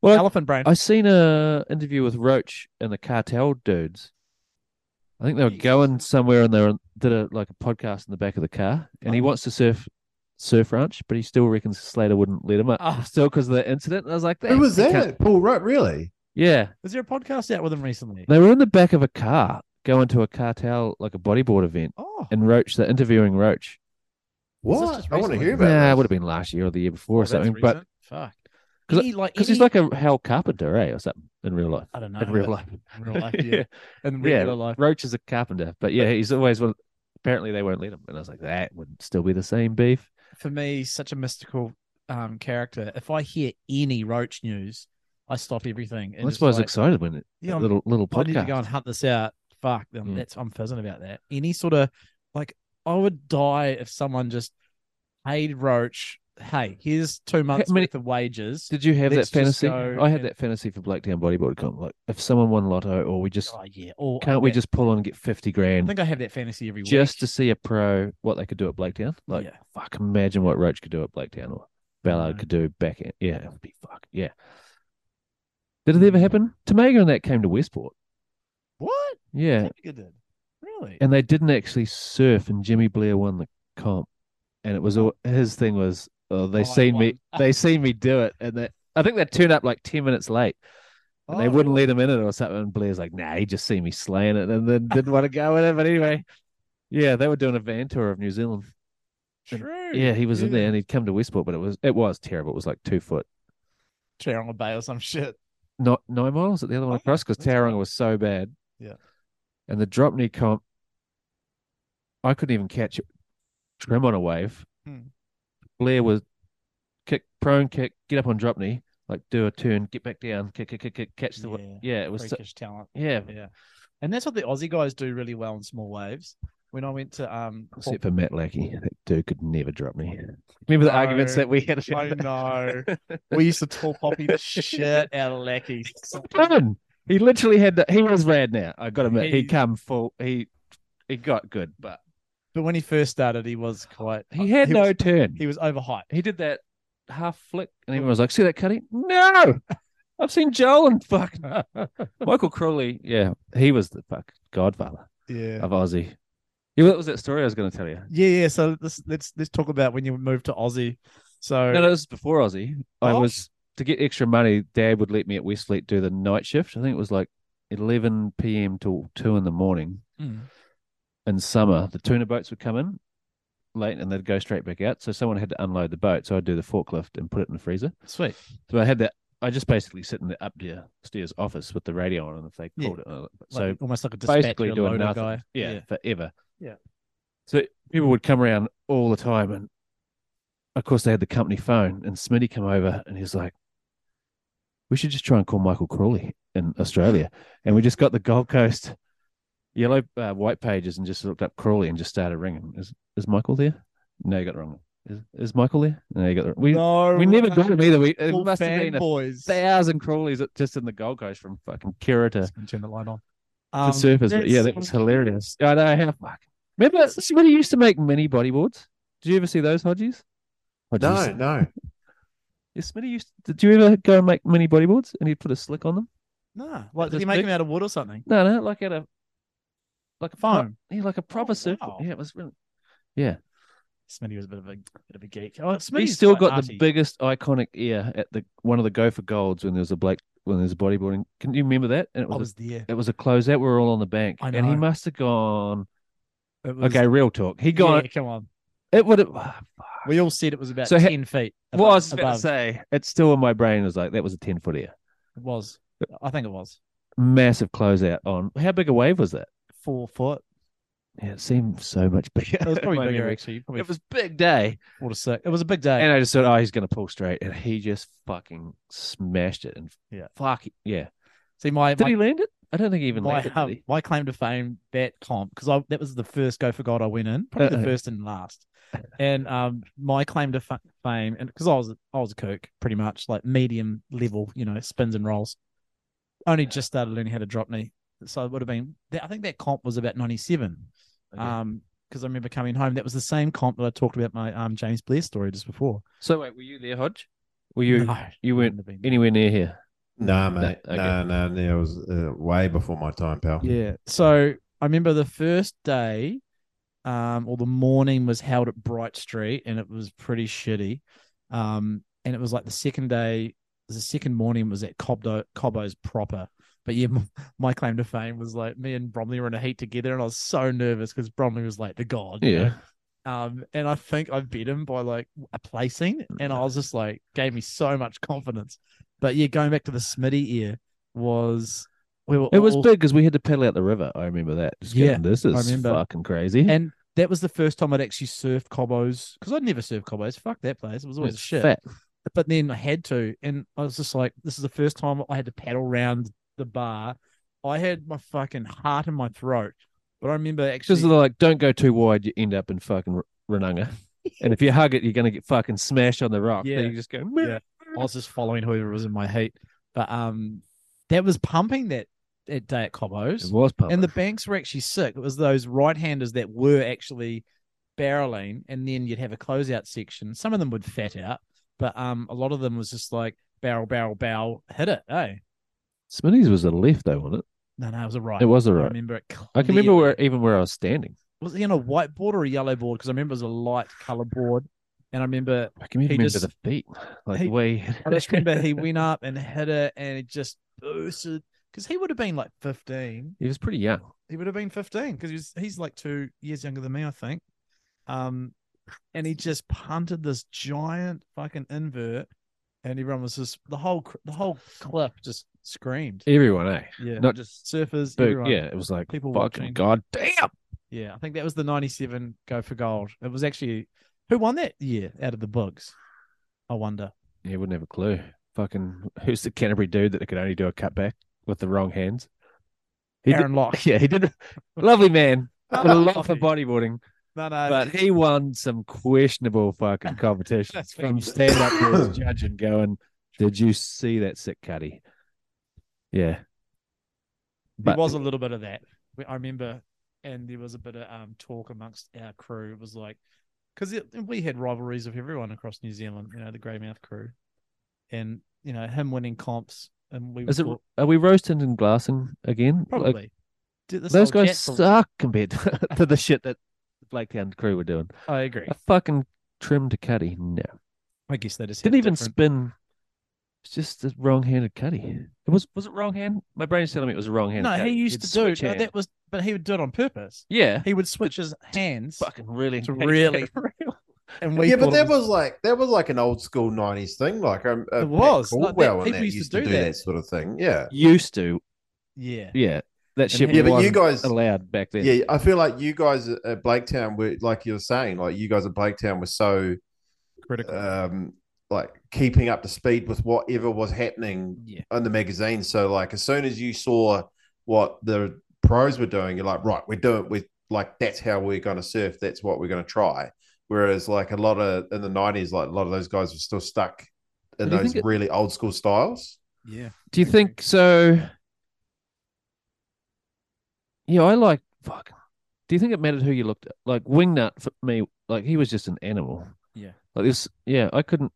Speaker 3: Well,
Speaker 2: Elephant brain.
Speaker 3: I seen a interview with Roach and the Cartel dudes. I think they were going somewhere and they were, did a like a podcast in the back of the car. And he wants to surf surf ranch, but he still reckons Slater wouldn't let him up
Speaker 2: Ah.
Speaker 3: still because of the incident. And I was like,
Speaker 4: Who was
Speaker 3: they can't-"
Speaker 4: that? Paul Rudd, really?
Speaker 3: Yeah,
Speaker 2: was there a podcast out with him recently?
Speaker 3: they were in the back of a car going to a Cartel like a bodyboard event,
Speaker 2: Oh,
Speaker 3: and Roach, they're interviewing Roach.
Speaker 2: Was this
Speaker 4: What?
Speaker 2: just
Speaker 4: I want to
Speaker 2: recently? Oh,
Speaker 4: hear about.
Speaker 3: Nah, it
Speaker 4: this.
Speaker 3: would have been last year or the year before or
Speaker 2: that's
Speaker 3: something. But
Speaker 2: recent. fuck.
Speaker 3: 'Cause
Speaker 2: Any, like,
Speaker 3: because he's
Speaker 2: any-
Speaker 3: like a Hal Carpenter, eh, or something in real life.
Speaker 2: I don't know.
Speaker 3: in real
Speaker 2: but-
Speaker 3: life.
Speaker 2: In real
Speaker 3: [laughs]
Speaker 2: life, yeah. In
Speaker 3: yeah,
Speaker 2: regular life.
Speaker 3: Roach is a carpenter, but yeah, he's always one. Apparently, they won't let him, and I was like, that would still be the same beef.
Speaker 2: for me, such a mystical um, character. If I hear any Roach news, I stop everything. And
Speaker 3: That's
Speaker 2: it's
Speaker 3: why I was
Speaker 2: like,
Speaker 3: excited when it
Speaker 2: Yeah,
Speaker 3: that
Speaker 2: I'm-
Speaker 3: little little
Speaker 2: I need to go and
Speaker 3: podcast.
Speaker 2: hunt this out. Fuck them.
Speaker 3: Mm.
Speaker 2: That's I'm fizzing about that. Any sort of like, I would die if someone just, hey Roach, hey, here's two months
Speaker 3: many-
Speaker 2: worth of wages.
Speaker 3: Did you have
Speaker 2: Let's
Speaker 3: that
Speaker 2: just
Speaker 3: fantasy?
Speaker 2: go
Speaker 3: I had
Speaker 2: and-
Speaker 3: that fantasy for Blackdown Bodyboard Comp. Like, if someone won Lotto, or we just
Speaker 2: oh yeah. Or I
Speaker 3: can't we
Speaker 2: bet-
Speaker 3: just pull on and get fifty
Speaker 2: I
Speaker 3: grand
Speaker 2: think I have that fantasy every
Speaker 3: just to
Speaker 2: week.
Speaker 3: see a pro what they could do at Blackdown? Like,
Speaker 2: Yeah.
Speaker 3: fuck, imagine what Roach could do at Blackdown or Ballard
Speaker 2: know.
Speaker 3: could do back in. Yeah, it would be fuck. Yeah. Did it ever happen? Tomago and that came to Westport.
Speaker 2: what?
Speaker 3: Yeah,
Speaker 2: Think you did. Really?
Speaker 3: and they didn't actually surf and jimmy blair won the comp and it was all his thing was oh, they
Speaker 2: I
Speaker 3: seen me
Speaker 2: won.
Speaker 3: [laughs] they seen me do it and they i think they turned up like 10 minutes late and they
Speaker 2: Oh,
Speaker 3: wouldn't let him in it or something and blair's like nah he just seen me slaying it and then didn't want to go in it but anyway yeah they were doing a van tour of new zealand
Speaker 2: True.
Speaker 3: yeah he was in there and he'd come to westport but it was it was terrible it was like two foot
Speaker 2: Taronga Bay or some shit.
Speaker 3: not nine miles at the other one
Speaker 2: Oh,
Speaker 3: across because
Speaker 2: that's
Speaker 3: Tauranga
Speaker 2: right.
Speaker 3: was so bad.
Speaker 2: Yeah.
Speaker 3: And the drop knee comp, I couldn't even catch it. Trim on a wave.
Speaker 2: Hmm.
Speaker 3: Blair was kick, prone kick, get up on drop knee, like do a turn, get back down, kick, kick, kick, kick catch the. wa-
Speaker 2: Yeah.
Speaker 3: Yeah, it was. So,
Speaker 2: Freakish talent.
Speaker 3: yeah,
Speaker 2: Yeah. And that's what the Aussie guys do really well in small waves. When I went to um Port-
Speaker 3: except for Matt Lackey. That dude could never drop
Speaker 2: [laughs]
Speaker 3: me. Remember the
Speaker 2: No.
Speaker 3: arguments that we had
Speaker 2: [laughs] I
Speaker 3: about
Speaker 2: know. we used to tall poppy the shit out of
Speaker 3: [laughs]
Speaker 2: Lackey.
Speaker 3: Done. He literally had the, he was rad now. I got to admit, he
Speaker 2: He's-
Speaker 3: come full. He he got good, but
Speaker 2: But when he first started, he was quite.
Speaker 3: He had no
Speaker 2: Was,
Speaker 3: turn.
Speaker 2: he was overhyped.
Speaker 3: He did that half flick, and everyone was like, "See that cutting? No, [laughs] I've seen Joel and fuck [laughs] Michael Crowley. Yeah, he was the fuck godfather
Speaker 2: Yeah.
Speaker 3: of Aussie. Yeah, what was that story I was going to tell you?
Speaker 2: Yeah, yeah. So let's let's let's talk about when you moved to Aussie. So
Speaker 3: No, no, this is before Aussie. I
Speaker 2: Oh.
Speaker 3: was to get extra money. Dad would let me at Westfleet do the night shift. I think it was like eleven p.m. till two in the morning.
Speaker 2: Mm.
Speaker 3: in summer, the tuna boats would come in late and they'd go straight back out. So someone had to unload the boat. So I'd do the forklift and put it in the freezer.
Speaker 2: sweet.
Speaker 3: So I had that. I just basically sit in the upstairs office with the radio on, and if they
Speaker 2: Yeah.
Speaker 3: called it, uh, so
Speaker 2: Like, almost like a dispatcher
Speaker 3: basically doing
Speaker 2: loader
Speaker 3: nothing.
Speaker 2: guy.
Speaker 3: Yeah, forever.
Speaker 2: Yeah.
Speaker 3: So people would come around all the time, and of course they had the company phone. And Smitty come over, and he's like, "We should just try and call Michael Crawley in Australia."
Speaker 2: [laughs]
Speaker 3: and we just got the Gold Coast yellow uh, white pages and just looked up Crawley and just started ringing. Is is Michael there? No, you got it wrong. Is, is Michael there? No, you got it. We
Speaker 2: No,
Speaker 3: we never got him either. We it must have been a
Speaker 2: fanboys.
Speaker 3: thousand Crawleys at- just in the Gold Coast from fucking Kira to,
Speaker 2: Just gonna Turn the light on. Um,
Speaker 3: to Surfers. But yeah, that was hilarious. Um, [laughs] I know how fuck. Remember somebody used to make mini bodyboards? Did you ever see those Hodges?
Speaker 4: No, no.
Speaker 3: Yeah, Smitty used did you ever go and make mini bodyboards and he'd put a slick on them?
Speaker 2: no. Like,
Speaker 3: Just
Speaker 2: did he make
Speaker 3: big-
Speaker 2: him out of wood or something?
Speaker 3: No, no, like at a like a pro-
Speaker 2: Foam.
Speaker 3: Yeah, like a proper surf.
Speaker 2: wow.
Speaker 3: Yeah, it was really
Speaker 2: Smitty was a bit of a bit of a geek. Oh, Smitty's
Speaker 3: He's still
Speaker 2: quite
Speaker 3: got the
Speaker 2: arty.
Speaker 3: biggest iconic ear at the one of the Gopher Golds when there was a Blake when there was a bodyboarding. Can you remember that? And it
Speaker 2: I
Speaker 3: was,
Speaker 2: was there.
Speaker 3: a, it was a closeout. We were all on the bank,
Speaker 2: I
Speaker 3: and he
Speaker 2: know.
Speaker 3: must have gone.
Speaker 2: It was-
Speaker 3: Okay, real talk. He gone.
Speaker 2: Yeah, come on.
Speaker 3: It would have.
Speaker 2: We all said it was about
Speaker 3: So he-
Speaker 2: ten feet.
Speaker 3: What I was about
Speaker 2: above.
Speaker 3: to say, it's still in my brain. It was like that was a ten foot ear,
Speaker 2: It was. I think it was
Speaker 3: massive closeout on. How big a wave was that?
Speaker 2: four foot.
Speaker 3: Yeah, it seemed so much bigger. [laughs]
Speaker 2: It was
Speaker 3: My
Speaker 2: probably bigger
Speaker 3: memory.
Speaker 2: actually. Probably
Speaker 3: It was big day,
Speaker 2: four to six. It was a big day.
Speaker 3: and I just thought, oh, he's gonna pull straight, and he just fucking smashed it, and
Speaker 2: Yeah.
Speaker 3: fuck, yeah.
Speaker 2: See, my
Speaker 3: Did
Speaker 2: my,
Speaker 3: he land it? I don't think he even
Speaker 2: my,
Speaker 3: landed.
Speaker 2: um,
Speaker 3: did he?
Speaker 2: my claim to fame that comp because I that was the first go for God I went in, probably
Speaker 3: Uh-oh.
Speaker 2: the first and last. And um, my claim to fa- fame, and because I was I was a kook pretty much like medium level, you know, spins and rolls. Only just started learning how to drop knee, so it would have been. That, I think that comp was about ninety seven.
Speaker 3: Okay.
Speaker 2: Um, because I remember coming home, that was the same comp that I talked about my um James Blair story just before.
Speaker 3: So wait, were you there, Hodge? Were you
Speaker 2: No,
Speaker 3: you weren't
Speaker 2: wouldn't have been.
Speaker 3: anywhere near here?
Speaker 4: Nah,
Speaker 3: No,
Speaker 4: mate.
Speaker 3: okay.
Speaker 4: Nah, nah, nah. It was uh, way before my time, pal.
Speaker 2: Yeah. So I remember the first day, um, or the morning was held at Bright Street, and it was pretty shitty. Um, and it was like the second day, the second morning was at Cobdo Cobbo's proper. But yeah, [laughs] m- my claim to fame was like me and Bromley were in a heat together, and I was so nervous because Bromley was like the god. you know? Um, and I think I beat him by like a placing, and I was just like, gave me so much confidence. But yeah, going back to the Smitty ear was we were
Speaker 3: It was
Speaker 2: all-
Speaker 3: big because we had to paddle out the river. I remember that. Just
Speaker 2: Yeah,
Speaker 3: going, this is
Speaker 2: remember.
Speaker 3: fucking crazy.
Speaker 2: And that was the first time I'd actually surfed Cobos because I'd never surfed Cobos. Fuck that place. It was always
Speaker 3: It's
Speaker 2: shit.
Speaker 3: fat.
Speaker 2: But then I had to. And I was just like, this is the first time I had to paddle round the bar. I had my fucking heart in my throat. But I remember actually.
Speaker 3: Because they're like, don't go too wide, you end up in fucking R- Renunga.
Speaker 2: [laughs]
Speaker 3: and if you hug it, you're gonna get fucking smashed on the rock.
Speaker 2: Yeah.
Speaker 3: Then you just go.
Speaker 2: Yeah. I was just following whoever was in my heat. But um, that was pumping that, that day at Cobos.
Speaker 3: It was pumping.
Speaker 2: And the banks were actually sick. It was those right handers that were actually barreling, and then you'd have a closeout section. Some of them would fat out, but um, a lot of them was just like barrel, barrel, barrel, hit it. Hey,
Speaker 3: Smitty's was a left though, wasn't it?
Speaker 2: no, no, it was a right.
Speaker 3: It was a
Speaker 2: I
Speaker 3: right.
Speaker 2: remember it.
Speaker 3: I can remember
Speaker 2: clearly.
Speaker 3: where even where I was standing.
Speaker 2: was he on a white board or a yellow board? Because I remember it was a light color board, and I remember
Speaker 3: I can even
Speaker 2: He
Speaker 3: remember
Speaker 2: just-
Speaker 3: the feet, like
Speaker 2: he-
Speaker 3: the way.
Speaker 2: I just remember he went up and hit it, and it just boosted. Because he would have been like fifteen.
Speaker 3: [laughs] he was pretty young.
Speaker 2: he would have been 15 because he's he's like two years younger than me, I think. Um, and he just punted this giant fucking invert, and everyone was just the whole cr- the whole [laughs] clip just screamed.
Speaker 3: Everyone, eh?
Speaker 2: Yeah,
Speaker 3: Not just.
Speaker 2: surfers.
Speaker 3: But
Speaker 2: everyone.
Speaker 3: yeah, it was like
Speaker 2: People
Speaker 3: fucking
Speaker 2: watching.
Speaker 3: god damn.
Speaker 2: yeah. I think that was the '97 Go for Gold. It was actually who won that year out of the bugs. I wonder.
Speaker 3: He wouldn't have a clue. Fucking who's the Canterbury dude that could only do a cutback with the wrong hands? He did-
Speaker 2: Aaron Locke.
Speaker 3: [laughs] yeah, he did.
Speaker 2: [laughs]
Speaker 3: Lovely man. Would have loved for bodyboarding,
Speaker 2: No, no,
Speaker 3: but he won some questionable
Speaker 2: [laughs]
Speaker 3: fucking competitions
Speaker 2: That's
Speaker 3: from
Speaker 2: right.
Speaker 3: stand
Speaker 2: [coughs]
Speaker 3: up there as judge and going, "Did you see that sick cutty?" Yeah,
Speaker 2: there
Speaker 3: but
Speaker 2: was a little bit of that. We- I remember and there was a bit of um, talk amongst our crew. It was like because we had rivalries with everyone across New Zealand. You know, the Greymouth crew, and you know him winning comps, and we
Speaker 3: Is it?
Speaker 2: were
Speaker 3: Are we roasting and glassing again?
Speaker 2: probably.
Speaker 3: Like,
Speaker 2: Dude, this
Speaker 3: those
Speaker 2: whole
Speaker 3: guys
Speaker 2: chat-
Speaker 3: suck compared [laughs] to, to the shit that the Blaketown crew were doing.
Speaker 2: I agree.
Speaker 3: A fucking trim to cutty. No,
Speaker 2: I guess they just had
Speaker 3: didn't even
Speaker 2: different-
Speaker 3: spin. It's just a wrong-handed cutty. It was was it wrong hand? My brain's telling me it was a wrong hand.
Speaker 2: No, he used to do no, that was, but he would do it on purpose.
Speaker 3: yeah,
Speaker 2: He would switch
Speaker 3: [laughs]
Speaker 2: his hands,
Speaker 3: fucking really,
Speaker 2: It's [laughs]
Speaker 3: hate [laughs]
Speaker 2: really-
Speaker 3: that reel.
Speaker 2: and we
Speaker 4: yeah, but
Speaker 2: thought it
Speaker 4: that was like that was like an old school '90s thing. Like um, uh,
Speaker 2: It
Speaker 4: Pat
Speaker 2: was, like that-
Speaker 4: Caldwell and
Speaker 2: people
Speaker 4: that
Speaker 2: used to
Speaker 4: used to
Speaker 2: do
Speaker 4: do,
Speaker 2: that.
Speaker 4: that. sort of thing. Yeah,
Speaker 3: used to.
Speaker 2: yeah.
Speaker 3: Yeah, that shit.
Speaker 2: he- Yeah, but you
Speaker 3: wasn't
Speaker 4: guys-
Speaker 3: allowed back then.
Speaker 4: yeah. I feel like you guys at Blaketown were like you were saying, like you guys at Blaketown were so
Speaker 2: critical.
Speaker 4: um like keeping up to speed with whatever was happening
Speaker 3: Yeah.
Speaker 4: on the magazine. So like as soon as you saw what the pros were doing, you're like, right, we're doing we like that's how we're gonna surf, that's what we're gonna try. Whereas like a lot of in the nineties, like a lot of those guys were still stuck in
Speaker 3: But do you
Speaker 4: those
Speaker 3: think it-
Speaker 4: really old school styles.
Speaker 2: yeah,
Speaker 3: Do you think so? Yeah, I like fuck. Do you think it mattered who you looked at? Like Wingnut for me, like he was just an animal.
Speaker 2: Yeah.
Speaker 3: Like this. Yeah, I couldn't.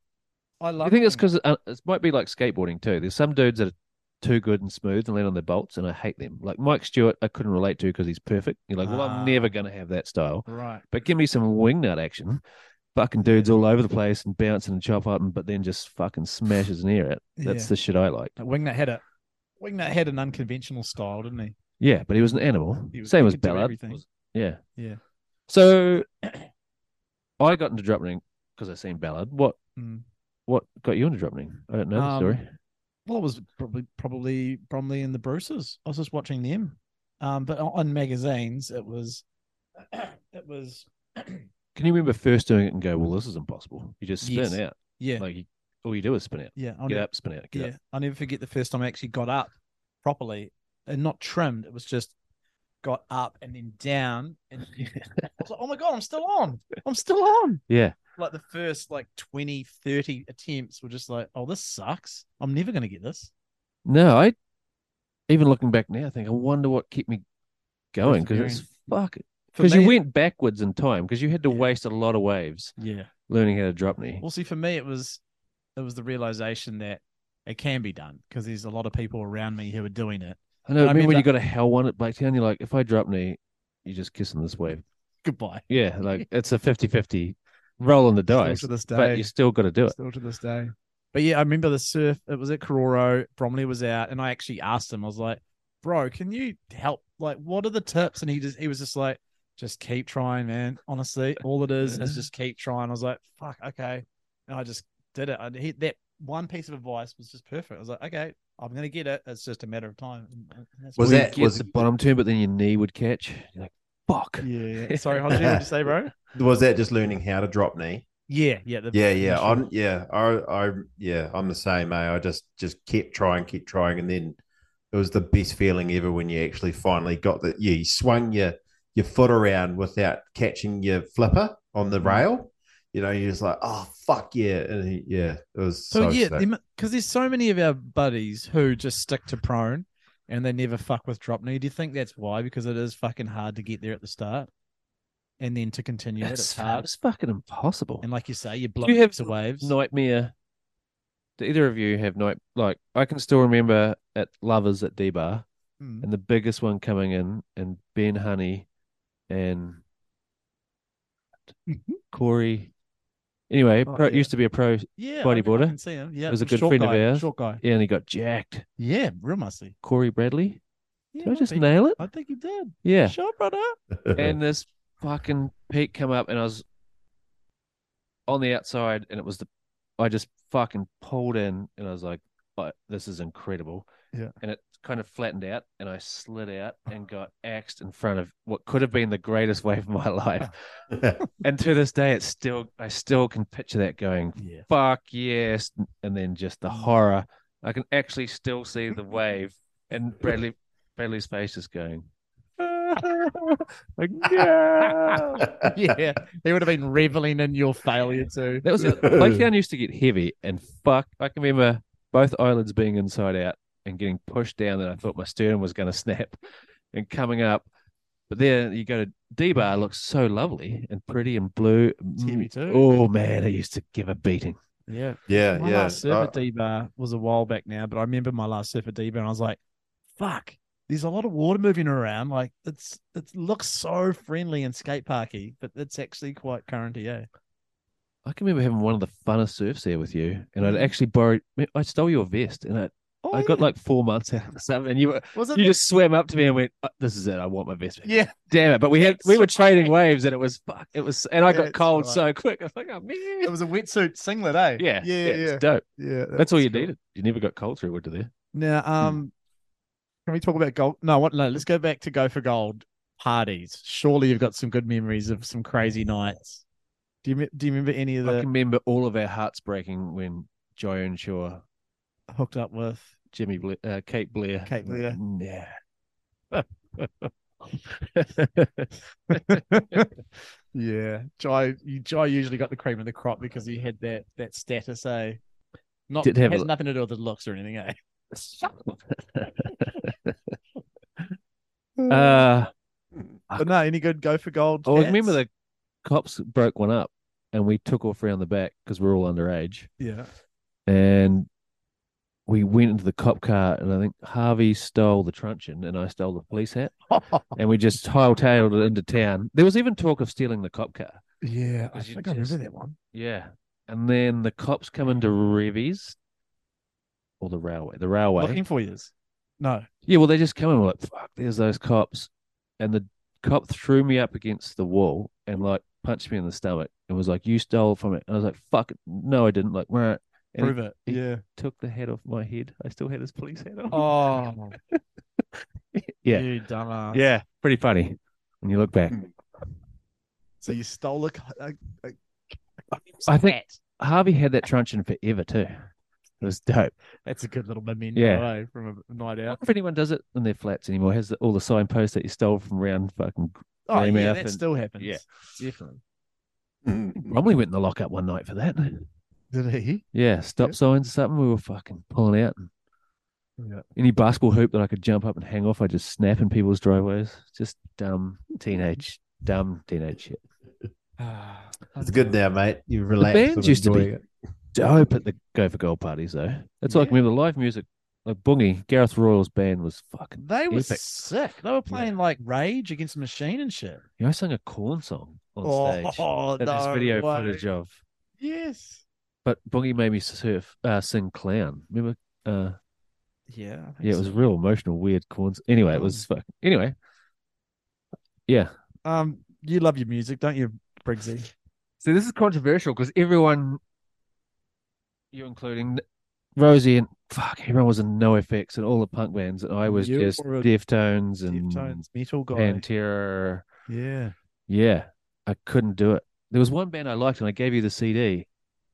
Speaker 2: I
Speaker 3: Do
Speaker 2: love.
Speaker 3: you think it's because uh, it might be like skateboarding too? There's some dudes that are too good and smooth and land on their bolts, and I hate them. Like Mike Stewart, I couldn't relate to because he's perfect. You're like, well,
Speaker 2: Ah.
Speaker 3: I'm never gonna have that style.
Speaker 2: right?
Speaker 3: But give me some wingnut action. Fucking dudes all over the place and bouncing and chop up, and but then just fucking smashes near it. That's
Speaker 2: Yeah.
Speaker 3: the shit I like.
Speaker 2: Wingnut had a Wingnut had an unconventional style, didn't he?
Speaker 3: Yeah, but he was an animal.
Speaker 2: He was-
Speaker 3: Same
Speaker 2: he
Speaker 3: as
Speaker 2: could do
Speaker 3: Ballard.
Speaker 2: everything.
Speaker 3: was- Yeah.
Speaker 2: Yeah.
Speaker 3: So [clears throat] I got into drop running because I seen Ballard. What
Speaker 2: Mm.
Speaker 3: what got you into drop running? I don't know the
Speaker 2: Um,
Speaker 3: story.
Speaker 2: Well, it was probably probably probably in the Bruces. I was just watching them, um, but on- on magazines it was [clears throat] it was [clears throat]
Speaker 3: Can you remember first doing it and go, well, this is impossible? You just spin
Speaker 2: Yes.
Speaker 3: out.
Speaker 2: yeah
Speaker 3: Like you, all you do is spin out.
Speaker 2: yeah I'll
Speaker 3: Get
Speaker 2: never-
Speaker 3: up, spin out. Get
Speaker 2: yeah
Speaker 3: up.
Speaker 2: I'll never forget the first time I actually got up properly and not trimmed. It was just got up and then down and [laughs] I was like, oh my god, I'm still on, I'm still on.
Speaker 3: Yeah.
Speaker 2: Like the first like 20, 30 attempts were just like, oh, this sucks. I'm never gonna get this.
Speaker 3: No, I even looking back now, I think I wonder what kept me going because it's fuck
Speaker 2: For
Speaker 3: Because you
Speaker 2: me-
Speaker 3: went backwards in time because you had to
Speaker 2: Yeah.
Speaker 3: waste a lot of waves
Speaker 2: yeah.
Speaker 3: learning how to drop knee.
Speaker 2: Well, see, for me, it was it was the realization that it can be done because there's a lot of people around me who are doing it. [laughs]
Speaker 3: I know.
Speaker 2: I
Speaker 3: remember
Speaker 2: mean,
Speaker 3: when you
Speaker 2: like-
Speaker 3: got a hell one at Blacktown, you're like, if I drop knee, you're just kissing this wave.
Speaker 2: Goodbye.
Speaker 3: Yeah,
Speaker 2: [laughs]
Speaker 3: like it's a 50 50 roll on the dice,
Speaker 2: Still to this
Speaker 3: but
Speaker 2: day.
Speaker 3: you still got to do it.
Speaker 2: Still to this day. But yeah, I remember the surf. It was at Cororo. Bromley was out, and I actually asked him. I was like, "Bro, can you help? Like, what are the tips?" And he just he was just like, "Just keep trying, man. Honestly, all it is is just keep trying." I was like, "Fuck, okay." And I just did it. I, he, that one piece of advice was just perfect. I was like, "Okay, I'm gonna get it. It's just a matter of time." And- and that's
Speaker 4: Was
Speaker 2: what-
Speaker 3: Where you
Speaker 4: that-
Speaker 3: get
Speaker 4: was-
Speaker 3: the bottom turn, but then your knee would catch. You're like, fuck.
Speaker 2: Yeah. yeah. Sorry, Hodgie, what did you say, bro?
Speaker 4: Was that just learning how to drop knee?
Speaker 2: [laughs] Yeah, yeah, the,
Speaker 4: Yeah, yeah,
Speaker 2: initial-
Speaker 4: I'm yeah, I, I yeah, I'm the same, eh? I just just kept trying, kept trying, and then it was the best feeling ever when you actually finally got that. Yeah, you swung your your foot around without catching your flipper on the rail. You know, you're just like, oh fuck yeah, and he- yeah, it was
Speaker 2: So,
Speaker 4: so,
Speaker 2: yeah,
Speaker 4: sick.
Speaker 2: because there's so many of our buddies who just stick to prone and they never fuck with drop knee. Do you think that's why? Because it is fucking hard to get there at the start, and then to continue it,
Speaker 3: That's
Speaker 2: it's
Speaker 3: hard.
Speaker 2: hard.
Speaker 3: It's fucking impossible.
Speaker 2: And like you say, you block
Speaker 3: you have
Speaker 2: the waves.
Speaker 3: Nightmare. Do either of you have night? Like, I can still remember at Lovers at D Bar
Speaker 2: Mm.
Speaker 3: and the biggest one coming in, and Ben Honey and Corey. Anyway,
Speaker 2: Mm-hmm. Oh,
Speaker 3: pro,
Speaker 2: yeah.
Speaker 3: used to be a pro
Speaker 2: yeah,
Speaker 3: Bodyboarder.
Speaker 2: I, I can see him. Yeah,
Speaker 3: It was a
Speaker 2: the
Speaker 3: good
Speaker 2: short
Speaker 3: friend of
Speaker 2: guy,
Speaker 3: ours.
Speaker 2: Short guy.
Speaker 3: Yeah, and he got jacked.
Speaker 2: Yeah, real musty.
Speaker 3: Corey Bradley.
Speaker 2: Yeah,
Speaker 3: Did I just
Speaker 2: think,
Speaker 3: nail it?
Speaker 2: I think you did.
Speaker 3: Yeah.
Speaker 2: Sure, brother.
Speaker 4: [laughs]
Speaker 3: And this fucking Pete come up and I was on the outside and it was the I just fucking pulled in and I was like, oh, this is incredible.
Speaker 2: Yeah.
Speaker 3: And it kind of flattened out and I slid out and got axed in front of what could have been the greatest wave of my [laughs] life. and to this day it's still I still can picture that going,
Speaker 2: Yeah.
Speaker 3: fuck yes and then just the horror i can actually still see the wave and bradley bradley's face is going like no
Speaker 2: [laughs] Yeah, [laughs] they would have been reveling in your failure too. [laughs]
Speaker 3: that was it Blacktown used to get heavy and fuck i can remember both eyelids being [laughs] inside out and getting pushed down and i thought my sternum was going to snap and coming up But there you go to D bar looks so lovely and pretty and blue.
Speaker 2: Timmy
Speaker 3: Mm.
Speaker 2: too.
Speaker 3: Oh man, I used to give a beating.
Speaker 2: Yeah.
Speaker 3: Uh,
Speaker 4: Yeah,
Speaker 2: My
Speaker 4: yeah.
Speaker 2: last surf
Speaker 4: I-
Speaker 2: at D bar was a while back now, but I remember my last surf at D bar and I was like, fuck, there's a lot of water moving around. Like it's it looks so friendly and skate parky, but it's actually quite currenty, yeah.
Speaker 3: I can remember having one of the funnest surfs there with you, and
Speaker 2: Mm.
Speaker 3: I'd actually borrowed. I stole your vest, and I,
Speaker 2: Oh,
Speaker 3: I got
Speaker 2: yeah.
Speaker 3: like four months out of [laughs] something. And you were,
Speaker 2: was it
Speaker 3: you just swam up to me and went, "Oh, "This is it. I want my vest." back."
Speaker 2: Yeah. [laughs]
Speaker 3: Damn it! But we had we were trading waves, and it was fuck. It was, and I got
Speaker 2: That's
Speaker 3: cold
Speaker 2: right.
Speaker 3: so quick. I was like, "Oh man."
Speaker 2: was a wetsuit singlet, eh?
Speaker 3: Yeah,
Speaker 4: Yeah,
Speaker 3: it was
Speaker 4: yeah.
Speaker 3: dope.
Speaker 4: yeah, that
Speaker 3: That's all
Speaker 4: was
Speaker 3: you
Speaker 4: cool.
Speaker 3: needed. Hmm. You never got cold through winter there.
Speaker 2: Now, um, can we talk about gold? No, what? No, let's go back to go for gold parties. Surely you've got some good memories of some crazy nights. Do you me- do you remember any of
Speaker 3: I
Speaker 2: the
Speaker 3: can remember all of our hearts breaking when Joe and Shaw,
Speaker 2: hooked up with?
Speaker 3: Jimmy, Bla- uh, Kate Blair,
Speaker 2: Kate Blair.
Speaker 3: yeah.
Speaker 2: [laughs] Yeah, Jai, you Jai usually got the cream of the crop because he had that that status, eh? Not
Speaker 3: Did have a
Speaker 2: has
Speaker 3: look.
Speaker 2: nothing to do with his looks or anything, eh?
Speaker 3: [laughs] uh,
Speaker 2: but no, any good go for gold?
Speaker 3: I Oh, remember
Speaker 2: chats?
Speaker 3: the cops broke one up, and we took off around the back because we're all underage.
Speaker 2: yeah.
Speaker 3: and we went into the cop car, and I think Harvey stole the truncheon, and I stole the police hat, and we just hightailed it into town. There was even talk of stealing the cop car.
Speaker 2: yeah, I
Speaker 3: Was you
Speaker 2: think I remember
Speaker 3: just-
Speaker 2: that one.
Speaker 3: Yeah, and then the cops come into Revies or the railway, the
Speaker 2: [laughs]
Speaker 3: railway. [laughs]
Speaker 2: Looking for years. No,
Speaker 3: Yeah, well, they just come in we're like, fuck, there's those cops. And the cop threw me up against the wall and like punched me in the stomach and was like, You stole from it. And I was like, Fuck, no, I didn't. Like, where And he-
Speaker 2: prove it.
Speaker 3: he- [laughs]
Speaker 2: Yeah.
Speaker 3: took the hat off my head. I still had his police hat on.
Speaker 2: Oh,
Speaker 3: Yeah.
Speaker 2: you dumbass.
Speaker 3: yeah. Pretty funny when you look back.
Speaker 2: So you stole a, a, a,
Speaker 3: I think- Harvey had that truncheon forever too. It was dope.
Speaker 2: that's a good little memento
Speaker 3: Yeah.
Speaker 2: eh, from a night
Speaker 3: I
Speaker 2: out.
Speaker 3: wonder if anyone does it in their flats anymore, has the, all the signposts that you stole from around fucking
Speaker 2: Oh
Speaker 3: Frame
Speaker 2: yeah,
Speaker 3: out
Speaker 2: that
Speaker 3: and-
Speaker 2: still happens.
Speaker 3: yeah.
Speaker 2: definitely.
Speaker 4: mm,
Speaker 3: [laughs] Bromley went in the lockup one night for that.
Speaker 2: Did he?
Speaker 3: Yeah, stop
Speaker 2: Yeah.
Speaker 3: signs or something. We were fucking pulling out. And
Speaker 2: Yeah.
Speaker 3: Any basketball hoop that I could jump up and hang off, I just snap in people's driveways. Just dumb teenage, dumb teenage shit. Ah.
Speaker 4: It's good now, mate. You relax.
Speaker 3: bands
Speaker 4: and
Speaker 3: used to be-
Speaker 4: enjoy it.
Speaker 3: Dope at the go for gold parties though. That's like remember the live music, like Boogie, Gareth Royal's band was fucking.
Speaker 2: They were
Speaker 3: Epic.
Speaker 2: sick. They were playing like Rage Against the Machine and shit.
Speaker 3: You know, I sung a corn song on stage.
Speaker 2: [laughs] Oh,
Speaker 3: that there's
Speaker 2: no
Speaker 3: video
Speaker 2: way.
Speaker 3: footage of.
Speaker 2: Yes.
Speaker 3: But Boogie made me surf, uh, sing clown. Remember? Uh,
Speaker 2: Yeah. I think
Speaker 3: yeah, it was
Speaker 2: so.
Speaker 3: real emotional, weird corns. Anyway, it
Speaker 2: Mm.
Speaker 3: was fucking. Anyway, yeah.
Speaker 2: Um, you love your music, don't you, Briggsy?
Speaker 3: So this is controversial because everyone, you including Rosie and fuck, everyone was in NoFX and all the punk bands, and I was
Speaker 2: You
Speaker 3: just
Speaker 2: were a
Speaker 3: Deftones and
Speaker 2: Deftones, metal guy.
Speaker 3: Pantera.
Speaker 2: yeah.
Speaker 3: Yeah, I couldn't do it. There was one band I liked, and I gave you the CD.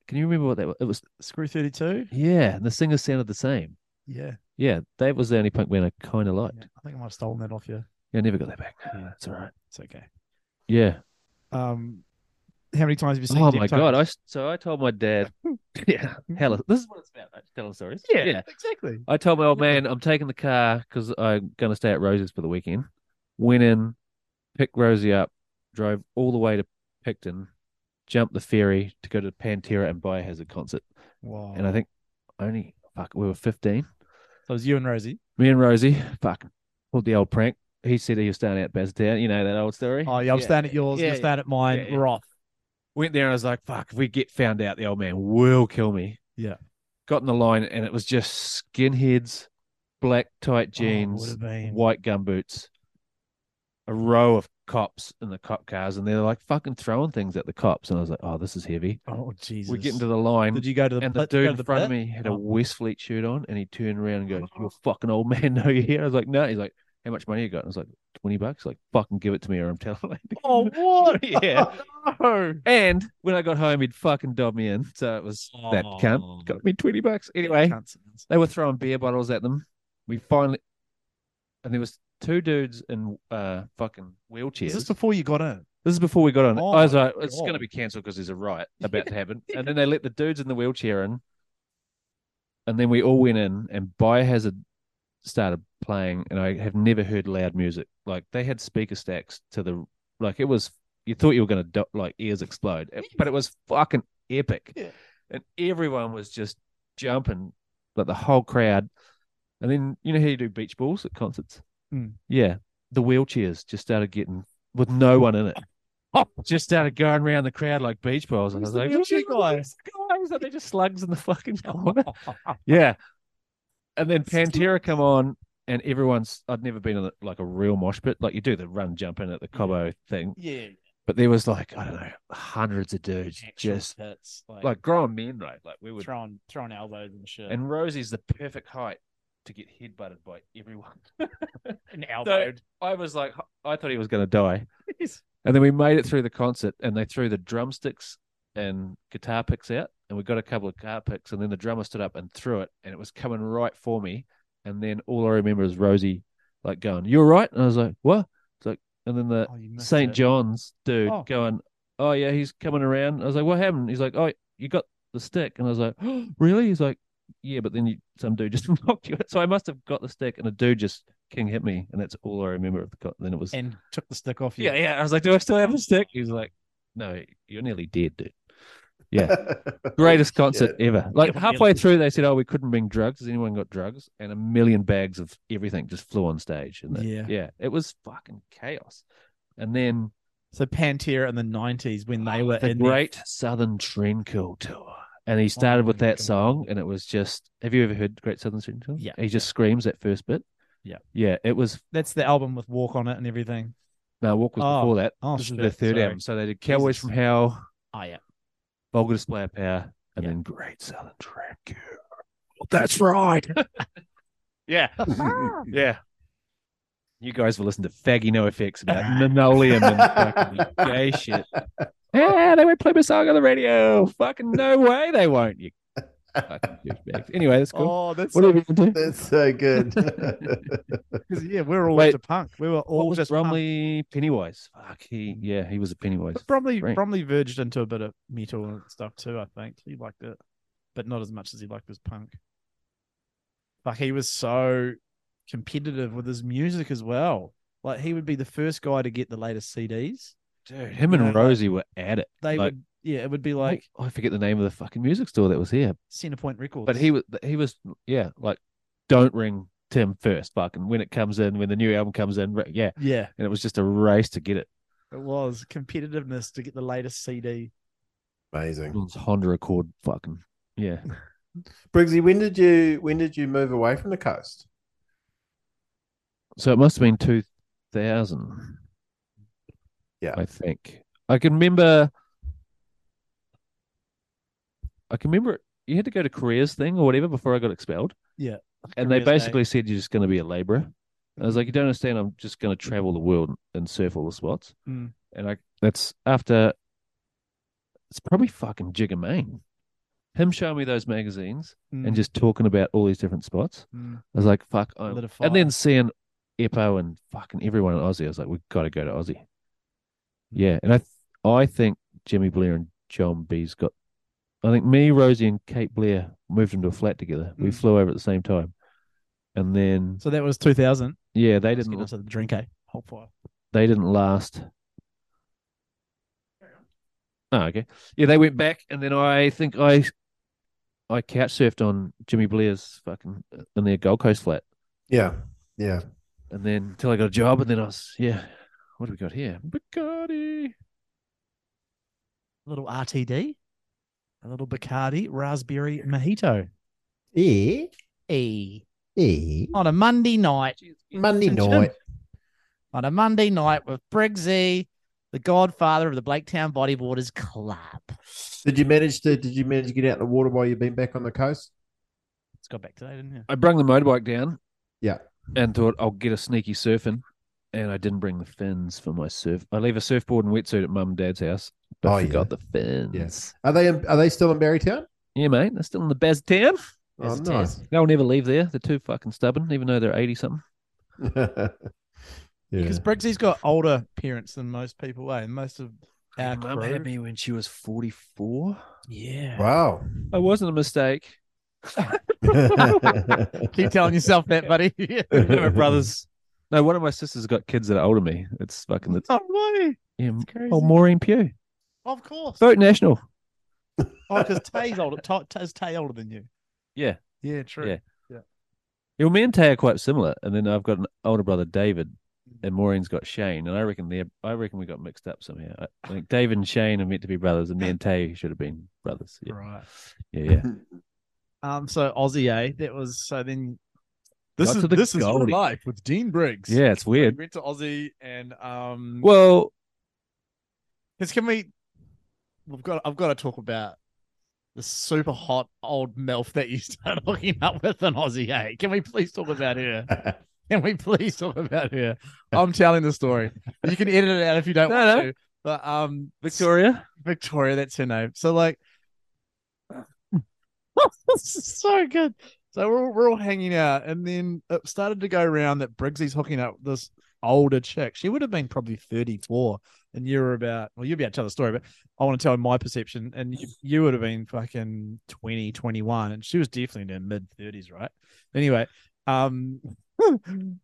Speaker 3: Can you remember what that was? It was
Speaker 2: Screw Thirty Two.
Speaker 3: yeah, and the singers sounded the same.
Speaker 2: Yeah.
Speaker 3: Yeah, that was the only punk band I kind of liked.
Speaker 2: yeah. I think I might have stolen that off you.
Speaker 3: Yeah, I never got that back.
Speaker 2: Yeah.
Speaker 3: That's all right.
Speaker 2: It's okay.
Speaker 3: Yeah.
Speaker 2: Um, how many times have you seen?
Speaker 3: Oh my
Speaker 2: Deftones?
Speaker 3: god! I s- so I told my dad. [laughs] yeah, hell, this is what it's about. Right? Telling stories.
Speaker 2: Yeah, exactly.
Speaker 3: I told my old
Speaker 2: Yeah.
Speaker 3: man I'm taking the car because I'm gonna stay at Rosie's for the weekend. Went in, picked Rosie up, drove all the way to Picton, jumped the ferry to go to Pantera and Biohazard concert.
Speaker 2: Wow.
Speaker 3: And I think only fuck we were 15.
Speaker 2: so it was you and Rosie.
Speaker 3: Me and Rosie, fuck, pulled the old prank. He said he was staying out Baztown. You know that old story.
Speaker 2: Oh yeah, I'm
Speaker 3: Yeah,
Speaker 2: standing at yours.
Speaker 3: yeah,
Speaker 2: you're
Speaker 3: yeah,
Speaker 2: standing at mine. Oh,
Speaker 3: yeah, yeah.
Speaker 2: We're off.
Speaker 3: Went there and I was like, fuck, if we get found out, the old man will kill me.
Speaker 2: Yeah.
Speaker 3: Got in the line and it was just skinheads, black tight
Speaker 2: Oh, it would
Speaker 3: jeans,
Speaker 2: have been.
Speaker 3: white gumboots, a row of cops in the cop cars, and they're like fucking throwing things at the cops. And I was like, oh, this is heavy.
Speaker 2: Oh Jesus.
Speaker 3: We get into the line.
Speaker 2: Did you go to the
Speaker 3: and the
Speaker 2: pit- go to
Speaker 3: dude in
Speaker 2: the
Speaker 3: front of
Speaker 2: pit?
Speaker 3: me had a
Speaker 2: Oh.
Speaker 3: Westfleet shirt on, and he turned around and goes, "You fucking old man, [laughs] know you here?" I was like, "No." He's like, "How much money you got?" And I was like, 20 bucks." Like, fucking give it to me, or I'm telling. [laughs] you."
Speaker 2: Oh what?
Speaker 3: [laughs] yeah.
Speaker 2: [laughs] no.
Speaker 3: And when I got home, he'd fucking dob me in. So it was that
Speaker 2: Oh.
Speaker 3: cunt. Got me 20 bucks. Anyway,
Speaker 2: Cunts.
Speaker 3: they were throwing beer bottles at them. We finally, and there was two dudes in uh fucking wheelchairs.
Speaker 2: Is this
Speaker 3: This,
Speaker 2: before you got in?
Speaker 3: is before we got on.
Speaker 2: Oh
Speaker 3: I was
Speaker 2: my
Speaker 3: like, it's going
Speaker 2: God.
Speaker 3: to be cancelled because there's a
Speaker 2: [laughs]
Speaker 3: riot about to happen. And then they let the dudes in the wheelchair in. And then we all went in and Biohazard started playing, and I have never heard loud music. Like they had speaker stacks to the like it was. You thought you were gonna do- like ears explode, but it was fucking epic,
Speaker 2: Yeah.
Speaker 3: and everyone was just jumping, like the whole crowd. And then you know how you do beach balls at concerts.
Speaker 2: Mm.
Speaker 3: Yeah, the wheelchairs just started getting with no one
Speaker 2: [laughs]
Speaker 3: in it. Just started going around the crowd like beach balls, and I was like, "Where's the guys? Guys, are they just slugs in the fucking [laughs]
Speaker 2: [laughs]
Speaker 3: corner?" yeah, and then Pantera come on, and everyone's. I'd never been in a, like a real mosh pit. Like you do the run jump in at the Cobo thing,
Speaker 2: yeah,
Speaker 3: but there was like I don't know, hundreds of dudes just
Speaker 2: hits like,
Speaker 3: like grown men, right? Like we would.
Speaker 2: throwing throwing elbows and shit, and,
Speaker 3: And Rosie's the perfect height to get headbutted by everyone. [laughs]
Speaker 2: elbowed.
Speaker 3: I was like, I thought he was going to die.
Speaker 2: Yes.
Speaker 3: And then we made it through the concert, and they threw the drumsticks and guitar picks out, and we got a couple of guitar picks, and then the drummer stood up and threw it, and it was coming right for me. And then all I remember is Rosie like going, "You're right," and I was like, "What?" It's like, and then the
Speaker 2: Oh, you missed
Speaker 3: St.
Speaker 2: it.
Speaker 3: John's dude
Speaker 2: Oh.
Speaker 3: going, "Oh yeah, he's coming around." I was like, "What happened?" He's like, "Oh, you got the stick," and I was like, [gasps] oh, "Really?" He's like, "Yeah," but then you, some dude just [laughs] knocked you. So I must have got the stick, and a dude just king hit me, and that's all I remember of the. Co- then it was
Speaker 2: and took the stick off you.
Speaker 3: yeah, yeah. I was like, do I still have a stick? He was like, no, you're nearly dead, dude. Yeah.
Speaker 4: [laughs]
Speaker 3: Greatest concert ever. Like
Speaker 2: Yeah,
Speaker 3: halfway
Speaker 2: really.
Speaker 3: through, they said, oh, we couldn't bring drugs. Has anyone got drugs? And a million bags of everything just flew on stage. And that-
Speaker 2: Yeah.
Speaker 3: yeah, it was fucking chaos. And then
Speaker 2: So Pantera in the '90s when they were
Speaker 3: Ah, the
Speaker 2: in their-
Speaker 3: Great Southern Trenchcoat Tour. And he started with
Speaker 2: my
Speaker 3: that
Speaker 2: God.
Speaker 3: song, and it was just. Have you ever heard Great Southern Trenchcoat?
Speaker 2: Yeah.
Speaker 3: He just screams that first bit.
Speaker 2: Yeah.
Speaker 3: Yeah. It was.
Speaker 2: that's the album with Walk on it and everything.
Speaker 3: No, Walk was
Speaker 2: Oh,
Speaker 3: before that.
Speaker 2: oh,
Speaker 3: this is
Speaker 2: shit,
Speaker 3: their third
Speaker 2: sorry.
Speaker 3: album. So they did Cowboys
Speaker 2: Jesus.
Speaker 3: from Hell.
Speaker 2: Oh yeah,
Speaker 3: vulgar display of power, and
Speaker 2: Yeah.
Speaker 3: then great southern drag. That's right. [laughs] yeah, yeah. You guys will listen to faggy no
Speaker 2: [laughs]
Speaker 3: effects about linoleum and fucking gay shit. Yeah, they won't play my song on the radio. Fucking no way they won't. You fucking douchebags. Anyway, that's cool.
Speaker 2: Oh, that's
Speaker 3: what are we gonna do?
Speaker 4: [laughs] That's so good.
Speaker 2: because yeah, we were all
Speaker 3: Wait,
Speaker 2: into punk. We were
Speaker 3: What
Speaker 2: all
Speaker 3: was
Speaker 2: just punk.
Speaker 3: Bromley Pennywise? Fuck, he yeah, he was a Pennywise.
Speaker 2: But Bromley
Speaker 3: Right.
Speaker 2: Bromley verged into a bit of metal and stuff too. I think he liked it, but not as much as he liked his punk. Like he was so competitive with his music as well. Like he would be the first guy to get the latest CDs.
Speaker 3: Dude, him
Speaker 2: you
Speaker 3: and
Speaker 2: know, like,
Speaker 3: Rosie were at it.
Speaker 2: They
Speaker 3: Like-
Speaker 2: would, yeah, it would be
Speaker 3: Like
Speaker 2: like
Speaker 3: Oh, I forget the name of the fucking music store that was here,
Speaker 2: Centerpoint Records.
Speaker 3: But he was he was yeah, like don't ring Tim first, fucking when it comes in, when the new album comes in, ri- yeah.
Speaker 2: yeah,
Speaker 3: And it was just a race to get it.
Speaker 2: it was competitiveness to get the latest CD.
Speaker 4: Amazing.
Speaker 3: Everyone's Honda Accord, fucking yeah.
Speaker 4: Briggsy, when did you when did you move away from the coast?
Speaker 3: So it must have been two thousand.
Speaker 4: Yeah.
Speaker 3: I think I can remember. I can remember you had to go to careers thing or whatever before I got expelled, and they
Speaker 2: Careers Day.
Speaker 3: basically said you're just going to be a labourer. I
Speaker 2: Mm-hmm.
Speaker 3: was like, you don't understand. I'm just going to travel the world and surf all the spots.
Speaker 2: Mm.
Speaker 3: And I that's after it's probably fucking Jigamain. Him showing me those magazines
Speaker 2: Mm,
Speaker 3: and just talking about all these different spots.
Speaker 2: mm.
Speaker 3: I was like, fuck. I'm...
Speaker 2: Lit a
Speaker 3: And then seeing Eppo and fucking everyone in Aussie, I was like, we've got to go to Aussie. Yeah. And I, th- I think Jimmy Blair and John B's got, I think me, Rosie, and Kate Blair moved into a flat together. We
Speaker 2: Mm.
Speaker 3: flew over at the same time. And then,
Speaker 2: So that was 2000.
Speaker 3: yeah, they
Speaker 2: Let's get
Speaker 3: didn't
Speaker 2: onto the drink, eh? Whole fire.
Speaker 3: they didn't last. Oh, okay. Yeah, they went back, and then I think I, I couch surfed on Jimmy Blair's fucking in their Gold Coast flat,
Speaker 4: Yeah. Yeah.
Speaker 3: and then until I got a job, and then I was yeah. What do we got here? Bacardi.
Speaker 2: A little RTD, a little Bacardi, raspberry mojito
Speaker 4: E.
Speaker 2: E.
Speaker 4: E.
Speaker 2: on a Monday night.
Speaker 4: Monday
Speaker 2: And Jim.
Speaker 4: night.
Speaker 2: On a Monday night with Briggsy, the godfather of the Blaketown Bodyboarders Club. Let's
Speaker 4: Did you manage to did you manage to get out in the water while you've been back on the coast?
Speaker 2: go back today, didn't you?
Speaker 3: I brung the motorbike down.
Speaker 4: Yeah.
Speaker 3: And thought I'll get a sneaky surfing, and I didn't bring the fins for my surf. I leave a surfboard and wetsuit at mum and dad's house, but
Speaker 4: Oh,
Speaker 3: I
Speaker 4: yeah.
Speaker 3: forgot the fins. Yes.
Speaker 4: Are they in, are they still in Barrytown?
Speaker 3: Yeah, mate. They're still in the Baz town.
Speaker 4: Oh
Speaker 2: As it
Speaker 4: nice.
Speaker 2: is.
Speaker 3: They'll never leave there. They're too fucking stubborn, even though they're 80 something.
Speaker 4: yeah. [laughs]
Speaker 2: Because Briggsy's got older parents than most people, eh? And most of our crew.
Speaker 3: me when she was 44.
Speaker 2: Yeah.
Speaker 4: Wow. [laughs]
Speaker 3: It wasn't a mistake.
Speaker 2: Keep telling yourself that,
Speaker 3: [laughs]
Speaker 2: buddy. [laughs]
Speaker 3: my brothers. No, one of my sisters got kids that are older than me. It's fucking. It's,
Speaker 2: no way.
Speaker 3: yeah,
Speaker 2: Oh, crazy.
Speaker 3: oh, Maureen Pugh.
Speaker 2: Of course.
Speaker 3: Vote National.
Speaker 2: Oh, because Tay's older. Tay, is Tay older than you?
Speaker 3: Yeah.
Speaker 2: Yeah, true.
Speaker 3: Yeah. Yeah, well, me and Tay are quite similar, and then I've got an older brother, David, and Maureen's got Shane, and I reckon they, I reckon we got mixed up somehow. I, I think David and Shane are meant to be brothers, and me and Tay should have been brothers. Yeah,
Speaker 2: Right.
Speaker 3: yeah, yeah.
Speaker 2: Um. So Aussie, eh? That was so. Then
Speaker 3: Got to the Goldie.
Speaker 2: life with Dean Briggs.
Speaker 3: yeah it's
Speaker 2: We
Speaker 3: weird.
Speaker 2: went to Aussie and um.
Speaker 3: Well,
Speaker 2: Because can we? We've got. I've got to talk about the super hot old MILF that you [laughs] started hooking up with in Aussie. Hey, can we please talk about
Speaker 4: [laughs]
Speaker 2: her? Can we please talk about her? I'm telling the story. You can edit it out if you don't
Speaker 3: No,
Speaker 2: want
Speaker 3: no.
Speaker 2: to. But um,
Speaker 3: Victoria,
Speaker 2: Victoria, that's her name. So like, [laughs] this is so good. So we're all, we're all hanging out, and then it started to go around that Briggsy's hooking up with this older chick. She would have been probably thirty four, and you were about well, you're about to tell the story, but I want to tell my perception, and you, you would have been fucking 20, 21, and she was definitely in her mid thirties, right? Anyway, um, um,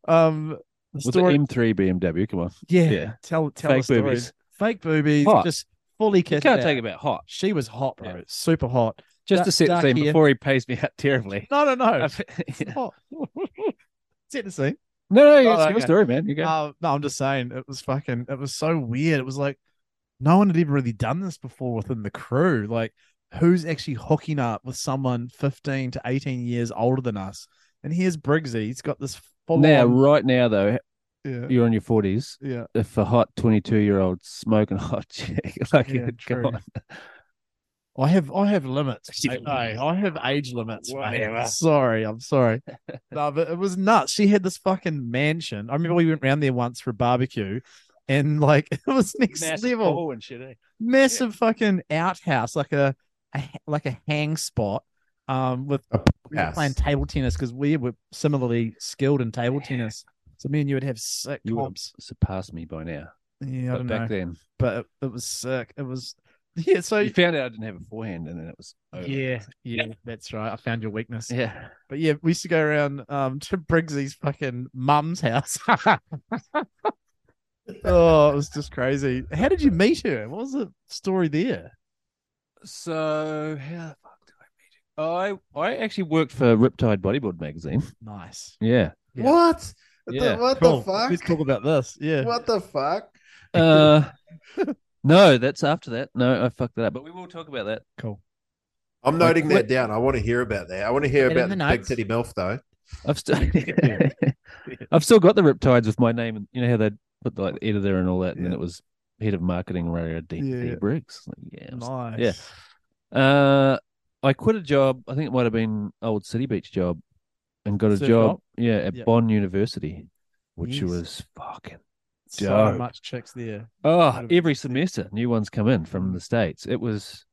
Speaker 2: the
Speaker 3: was
Speaker 2: story,
Speaker 3: it M3 BMW? Come on,
Speaker 2: yeah,
Speaker 3: yeah.
Speaker 2: Tell tell the
Speaker 3: fake
Speaker 2: story.
Speaker 3: boobies.
Speaker 2: Fake boobies,
Speaker 3: Hot.
Speaker 2: just fully
Speaker 3: You
Speaker 2: kitted
Speaker 3: can't
Speaker 2: out.
Speaker 3: take about hot.
Speaker 2: She was hot, bro.
Speaker 3: Yeah.
Speaker 2: Super hot.
Speaker 3: Just
Speaker 2: Dark-
Speaker 3: to set the
Speaker 2: dark
Speaker 3: scene
Speaker 2: hair.
Speaker 3: before he pays me out
Speaker 2: [laughs]
Speaker 3: terribly. [laughs]
Speaker 2: No, no, no.
Speaker 3: I've- no,
Speaker 2: Hot. Set the scene.
Speaker 3: no, you just
Speaker 2: Oh,
Speaker 3: give a
Speaker 2: okay.
Speaker 3: story, man. You go.
Speaker 2: Uh, no, I'm just saying it was fucking. It was so weird. It was like no one had even really done this before within the crew. Like, who's actually hooking up with someone 15 to 18 years older than us? And here's Briggsy. He's got this full
Speaker 3: now,
Speaker 2: on.
Speaker 3: right now though,
Speaker 2: Yeah,
Speaker 3: you're in your forties.
Speaker 2: yeah.
Speaker 3: if a hot 22 year old smoking hot chick [laughs] like
Speaker 2: Yeah,
Speaker 3: come
Speaker 2: true.
Speaker 3: on.
Speaker 2: I have I have limits.
Speaker 3: [laughs] Yeah.
Speaker 2: mate. No, I have age limits. mate.
Speaker 3: Whatever.
Speaker 2: Sorry, I'm
Speaker 3: [laughs]
Speaker 2: sorry. no, but it was nuts. She had this fucking mansion. I remember we went round there once for a barbecue, and like [laughs] it was next level, massive fucking outhouse, like a, a ha- like a hang spot. Um, with we were
Speaker 4: Yes.
Speaker 2: playing table tennis because we were similarly skilled in table tennis. So me and you would have sick
Speaker 3: You would have
Speaker 2: comps.
Speaker 3: surpassed me by now
Speaker 2: Yeah, I
Speaker 3: but
Speaker 2: don't know,
Speaker 3: back then
Speaker 2: but it, it was sick. It was [laughs] yeah. So
Speaker 3: you found out i didn't have a forehand and then it was over.
Speaker 2: yeah, yeah, that's right. I found your weakness.
Speaker 3: yeah
Speaker 2: But yeah, we used to go around um [laughs] to Briggsy's fucking mum's house. [laughs] oh, it was just crazy. How did you meet her? What was the story there?
Speaker 3: so how the fuck did i meet you i i actually worked for riptide bodybuild magazine
Speaker 2: Nice.
Speaker 3: yeah
Speaker 2: Yeah.
Speaker 4: What? The-
Speaker 3: Yeah,
Speaker 4: what
Speaker 2: Cool.
Speaker 4: the
Speaker 2: Let's
Speaker 4: fuck?
Speaker 2: talk about this. Yeah.
Speaker 4: [laughs] What the fuck?
Speaker 3: uh [laughs] no that's after that no i fucked that up but we will talk about that
Speaker 2: Cool.
Speaker 4: I'm noting that
Speaker 3: Like,
Speaker 4: down. I want to hear about that. I want to hear
Speaker 2: Get in the
Speaker 4: about the big
Speaker 2: notes.
Speaker 4: titty milf though.
Speaker 3: I've still [laughs] I've still got the Riptides with my name, and you know how they put the, like the editor and all that, and then
Speaker 4: Yeah.
Speaker 3: it was head of marketing Radio D, D
Speaker 2: Yeah.
Speaker 3: Briggs. Like, yeah, I'm s-
Speaker 2: Nice.
Speaker 3: yeah. Uh, I quit a job. I think it might have been old City Beach job, and got a
Speaker 2: Surf
Speaker 3: job.
Speaker 2: rock?
Speaker 3: Yeah, at
Speaker 2: Yep.
Speaker 3: Bond University, which
Speaker 2: Yes.
Speaker 3: was fucking
Speaker 2: So
Speaker 3: Dope.
Speaker 2: much chicks
Speaker 3: [laughs]
Speaker 2: there.
Speaker 3: oh
Speaker 2: Could've been
Speaker 3: every semester new ones come in from the states. It was.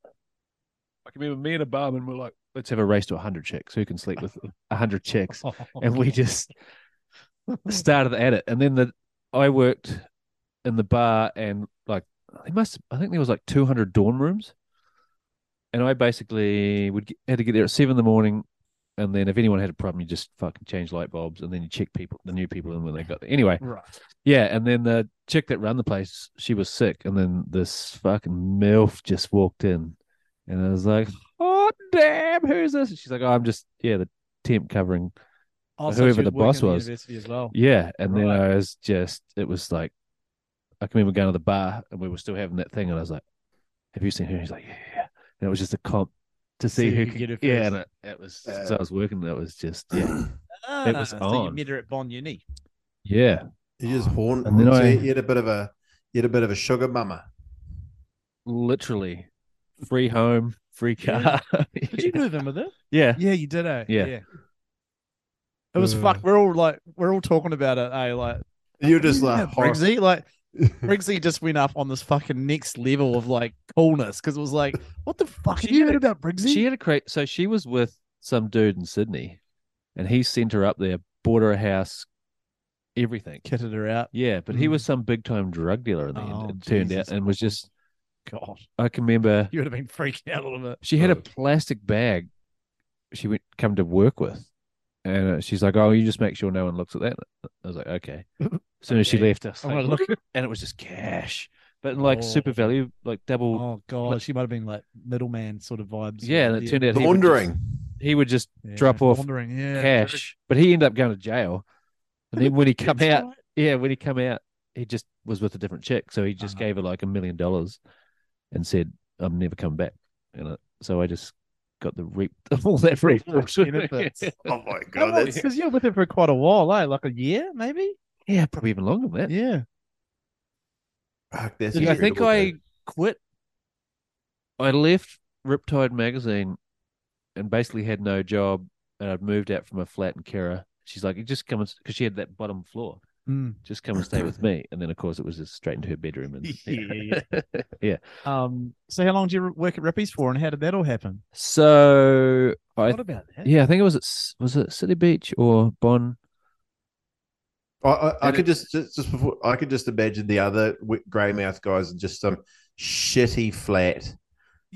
Speaker 3: I can remember me and a barman were like, "Let's have a race to hundred chicks. Who can sleep with hundred chicks?" and we just started at it. And then the I worked in the bar and like they must I think there was like two hundred dorm rooms, and I basically would get, had to get there at seven in the morning, and then if anyone had a problem, you just fucking change light bulbs, and then you check people the new people in when they got there. Anyway,
Speaker 2: right.
Speaker 3: yeah, and then the chick that ran the place, she was sick, and then this fucking milf just walked in, and I was like, "Oh damn, who's this?" And she's like, "Oh, I'm just yeah, the temp covering
Speaker 2: Also,
Speaker 3: Whoever
Speaker 2: she
Speaker 3: the
Speaker 2: working
Speaker 3: boss
Speaker 2: at the
Speaker 3: was.
Speaker 2: University as well.
Speaker 3: yeah, and then
Speaker 2: Right.
Speaker 3: I was just it was like I can remember going to the bar and we were still having that thing and I was like, Have you seen her? He's like, Yeah, yeah, yeah. And it was just a comp to see, who could
Speaker 2: get her
Speaker 3: Yeah,
Speaker 2: first.
Speaker 3: and it, it was
Speaker 4: Yeah.
Speaker 3: so I was working, that was just yeah.
Speaker 2: Ah,
Speaker 3: It was
Speaker 2: So you
Speaker 3: on.
Speaker 2: met her at Bond Uni.
Speaker 3: yeah.
Speaker 4: You just horn.
Speaker 3: Oh, And then
Speaker 4: so
Speaker 3: I-
Speaker 4: you had a bit of a you had a bit of a sugar mama.
Speaker 3: Literally. Free home, free
Speaker 2: Yeah.
Speaker 3: [laughs] car.
Speaker 2: Did you move in with her?
Speaker 3: yeah.
Speaker 2: [laughs] Yeah, you did, eh?
Speaker 3: Yeah.
Speaker 2: It was
Speaker 4: Uh.
Speaker 2: fuck. We're all like, we're all talking about it, eh? Like,
Speaker 4: You're just like
Speaker 2: Yeah,
Speaker 4: [laughs] horror-
Speaker 2: Briggsy, like Briggsy just went up on this fucking next level of like coolness because it was like, what the fuck
Speaker 3: She
Speaker 2: have you
Speaker 3: had
Speaker 2: heard about Briggsy?
Speaker 3: She had a crate so she was with some dude in Sydney and he sent her up there, bought her a house, everything.
Speaker 2: kitted her out.
Speaker 3: Yeah, but he was some big time drug dealer in the
Speaker 2: Mm. Oh,
Speaker 3: end, it turned
Speaker 2: Jesus.
Speaker 3: out, and was just
Speaker 2: God,
Speaker 3: I can remember
Speaker 2: you would have been freaking out a little bit.
Speaker 3: she had a
Speaker 4: Right.
Speaker 3: plastic bag. she went come to work with, and uh, she's like, "Oh, you just make sure no one looks at that." I was like, "Okay." As soon as
Speaker 2: [laughs]
Speaker 3: she
Speaker 2: Okay.
Speaker 3: left, I was
Speaker 2: I wanna
Speaker 3: like,
Speaker 2: look.
Speaker 3: and it was just cash, but like
Speaker 2: Oh.
Speaker 3: super value, like double.
Speaker 2: Oh god, she might have been like middleman sort of vibes.
Speaker 3: yeah, and it turned out he would just-
Speaker 4: Laundering.
Speaker 3: he would just
Speaker 2: Yeah,
Speaker 3: drop off
Speaker 2: Laundering, yeah.
Speaker 3: cash, but he ended up going to jail. And then when he come
Speaker 2: That's
Speaker 3: out,
Speaker 2: right.
Speaker 3: yeah, when he come out, he just was with a different chick, so he just
Speaker 2: Ah.
Speaker 3: gave her like a million dollars, and said, "I'm never coming back." And uh, so I just got the reap [laughs] of all that reap.
Speaker 2: benefits.
Speaker 4: Oh my
Speaker 2: How long? Because you're with her for quite a while, eh? Like a year, maybe.
Speaker 3: [laughs] yeah, probably even longer than that.
Speaker 2: Yeah.
Speaker 4: Fuck, that's
Speaker 3: I think
Speaker 4: incredible,
Speaker 3: I
Speaker 4: dude.
Speaker 3: quit. I left Riptide magazine, and basically had no job, and I'd moved out from a flat in Kerra. She's like, "You just come and because she had that bottom floor."
Speaker 2: Mm.
Speaker 3: just come and
Speaker 2: [laughs]
Speaker 3: stay with me. And then, of course, it was just straight into her bedroom. And
Speaker 2: Yeah,
Speaker 3: Yeah.
Speaker 2: Um. So how long did you work at Rippy's for, and how did that all happen?
Speaker 3: [laughs] So, I,
Speaker 2: what about that?
Speaker 3: yeah, I think it was at, S- was it City Beach or Bon?
Speaker 4: I, I, I could just, just just before I could just imagine the other wi- greymouth guys in just some shitty flat,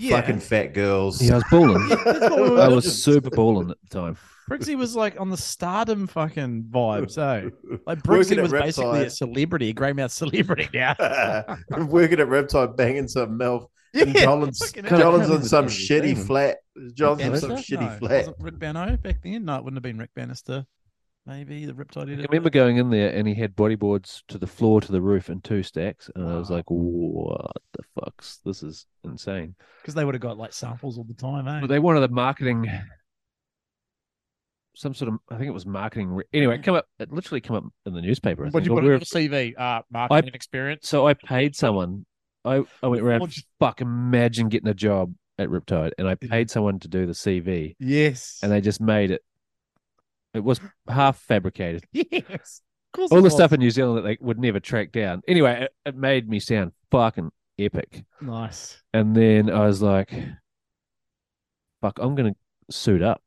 Speaker 4: fucking fat girls. [laughs]
Speaker 3: Yeah, I was balling.
Speaker 2: that's what we were
Speaker 3: I was
Speaker 2: Just-
Speaker 3: super balling at the time.
Speaker 2: Brixie was like on the stardom fucking vibes, [laughs] eh? Like Brixie
Speaker 4: Working at
Speaker 2: was basically a
Speaker 4: Riptide.
Speaker 2: celebrity, a greymouth celebrity now. [laughs]
Speaker 4: [laughs] working at Reptile, banging some milf. And
Speaker 2: Yeah,
Speaker 4: John's,
Speaker 2: fucking hell.
Speaker 4: John's
Speaker 3: hell.
Speaker 4: in some
Speaker 3: Yeah.
Speaker 4: shitty flat. John's in
Speaker 2: Bannister?
Speaker 4: some shitty
Speaker 2: No,
Speaker 4: flat.
Speaker 2: wasn't Rick Bano back then? No, it wouldn't have been Rick Bannister. Maybe the Riptide
Speaker 3: I
Speaker 2: editor.
Speaker 3: remember going in there and he had bodyboards to the floor, to the roof, in two stacks. And I was
Speaker 2: Wow.
Speaker 3: like, what the fuck's? This is insane.
Speaker 2: because they would have got like samples all the time, eh?
Speaker 3: But they wanted a marketing, some sort of, I think it was marketing. Re- anyway, it come up, it literally come up in the newspaper. I
Speaker 2: What
Speaker 3: think,
Speaker 2: do you
Speaker 3: or
Speaker 2: put on
Speaker 3: wherever-
Speaker 2: your CV? Uh, marketing experience.
Speaker 3: so I paid someone. I, I went around.
Speaker 2: Lodge-
Speaker 3: Fuck! Imagine getting a job at Riptide, and I paid someone to do the CV,
Speaker 2: Yes.
Speaker 3: and they just made it. It was half fabricated.
Speaker 2: [laughs] yes. Of course
Speaker 3: All
Speaker 2: it
Speaker 3: the
Speaker 2: was.
Speaker 3: stuff in New Zealand that they would never track down. Anyway, it, it made me sound fucking epic.
Speaker 2: Nice.
Speaker 3: And then I was like, "Fuck! I'm gonna suit up."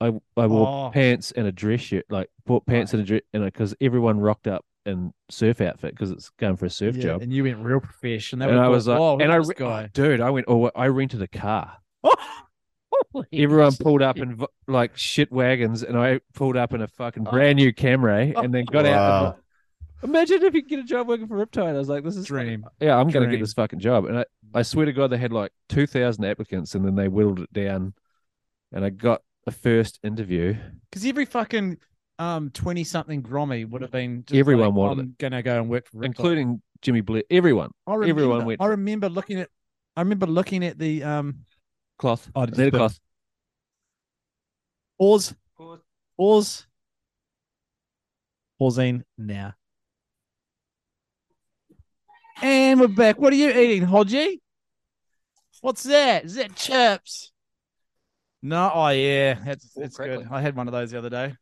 Speaker 3: I I wore
Speaker 2: Oh.
Speaker 3: pants and a dress shirt, like bought pants and a dress, and because everyone rocked up in surf outfit because it's going for a surf
Speaker 2: Yeah,
Speaker 3: job.
Speaker 2: And you went real professional. They would've
Speaker 3: and I
Speaker 2: thought,
Speaker 3: was like,
Speaker 2: "Whoa,
Speaker 3: and I,
Speaker 2: who's
Speaker 3: re-
Speaker 2: this guy.
Speaker 3: dude, I went, oh, I rented a car.
Speaker 2: [laughs] Holy
Speaker 3: Everyone
Speaker 2: shit.
Speaker 3: pulled up in v- like shit wagons, and I pulled up in a fucking
Speaker 2: Oh.
Speaker 3: brand new Camry, and then got out.
Speaker 4: Wow.
Speaker 3: and- Imagine if you could get a job working for Riptide. I was like, this
Speaker 2: [laughs]
Speaker 3: is
Speaker 2: dream.
Speaker 3: yeah, I'm going to
Speaker 2: Dream.
Speaker 3: get this fucking job. And I, I swear to God, they had like 2,000 applicants, and then they whittled it down, and I got a first interview.
Speaker 2: Because every fucking um twenty something grommy would have been just
Speaker 3: Everyone
Speaker 2: like,
Speaker 3: wanted
Speaker 2: I'm gonna go and work for Riptide."
Speaker 3: Including Jimmy Blair, everyone,
Speaker 2: I remember,
Speaker 3: everyone went-
Speaker 2: I remember looking at I remember looking at the um
Speaker 3: cloth,
Speaker 2: Oh, I just
Speaker 3: leather
Speaker 2: put-
Speaker 3: cloth.
Speaker 2: Oz Oz Orzine now. And we're back. What are you eating, Hodgie? What's that? Is that chips? No, oh yeah, that's
Speaker 3: Oh,
Speaker 2: it's
Speaker 3: crackling.
Speaker 2: good. I had one of those the other day.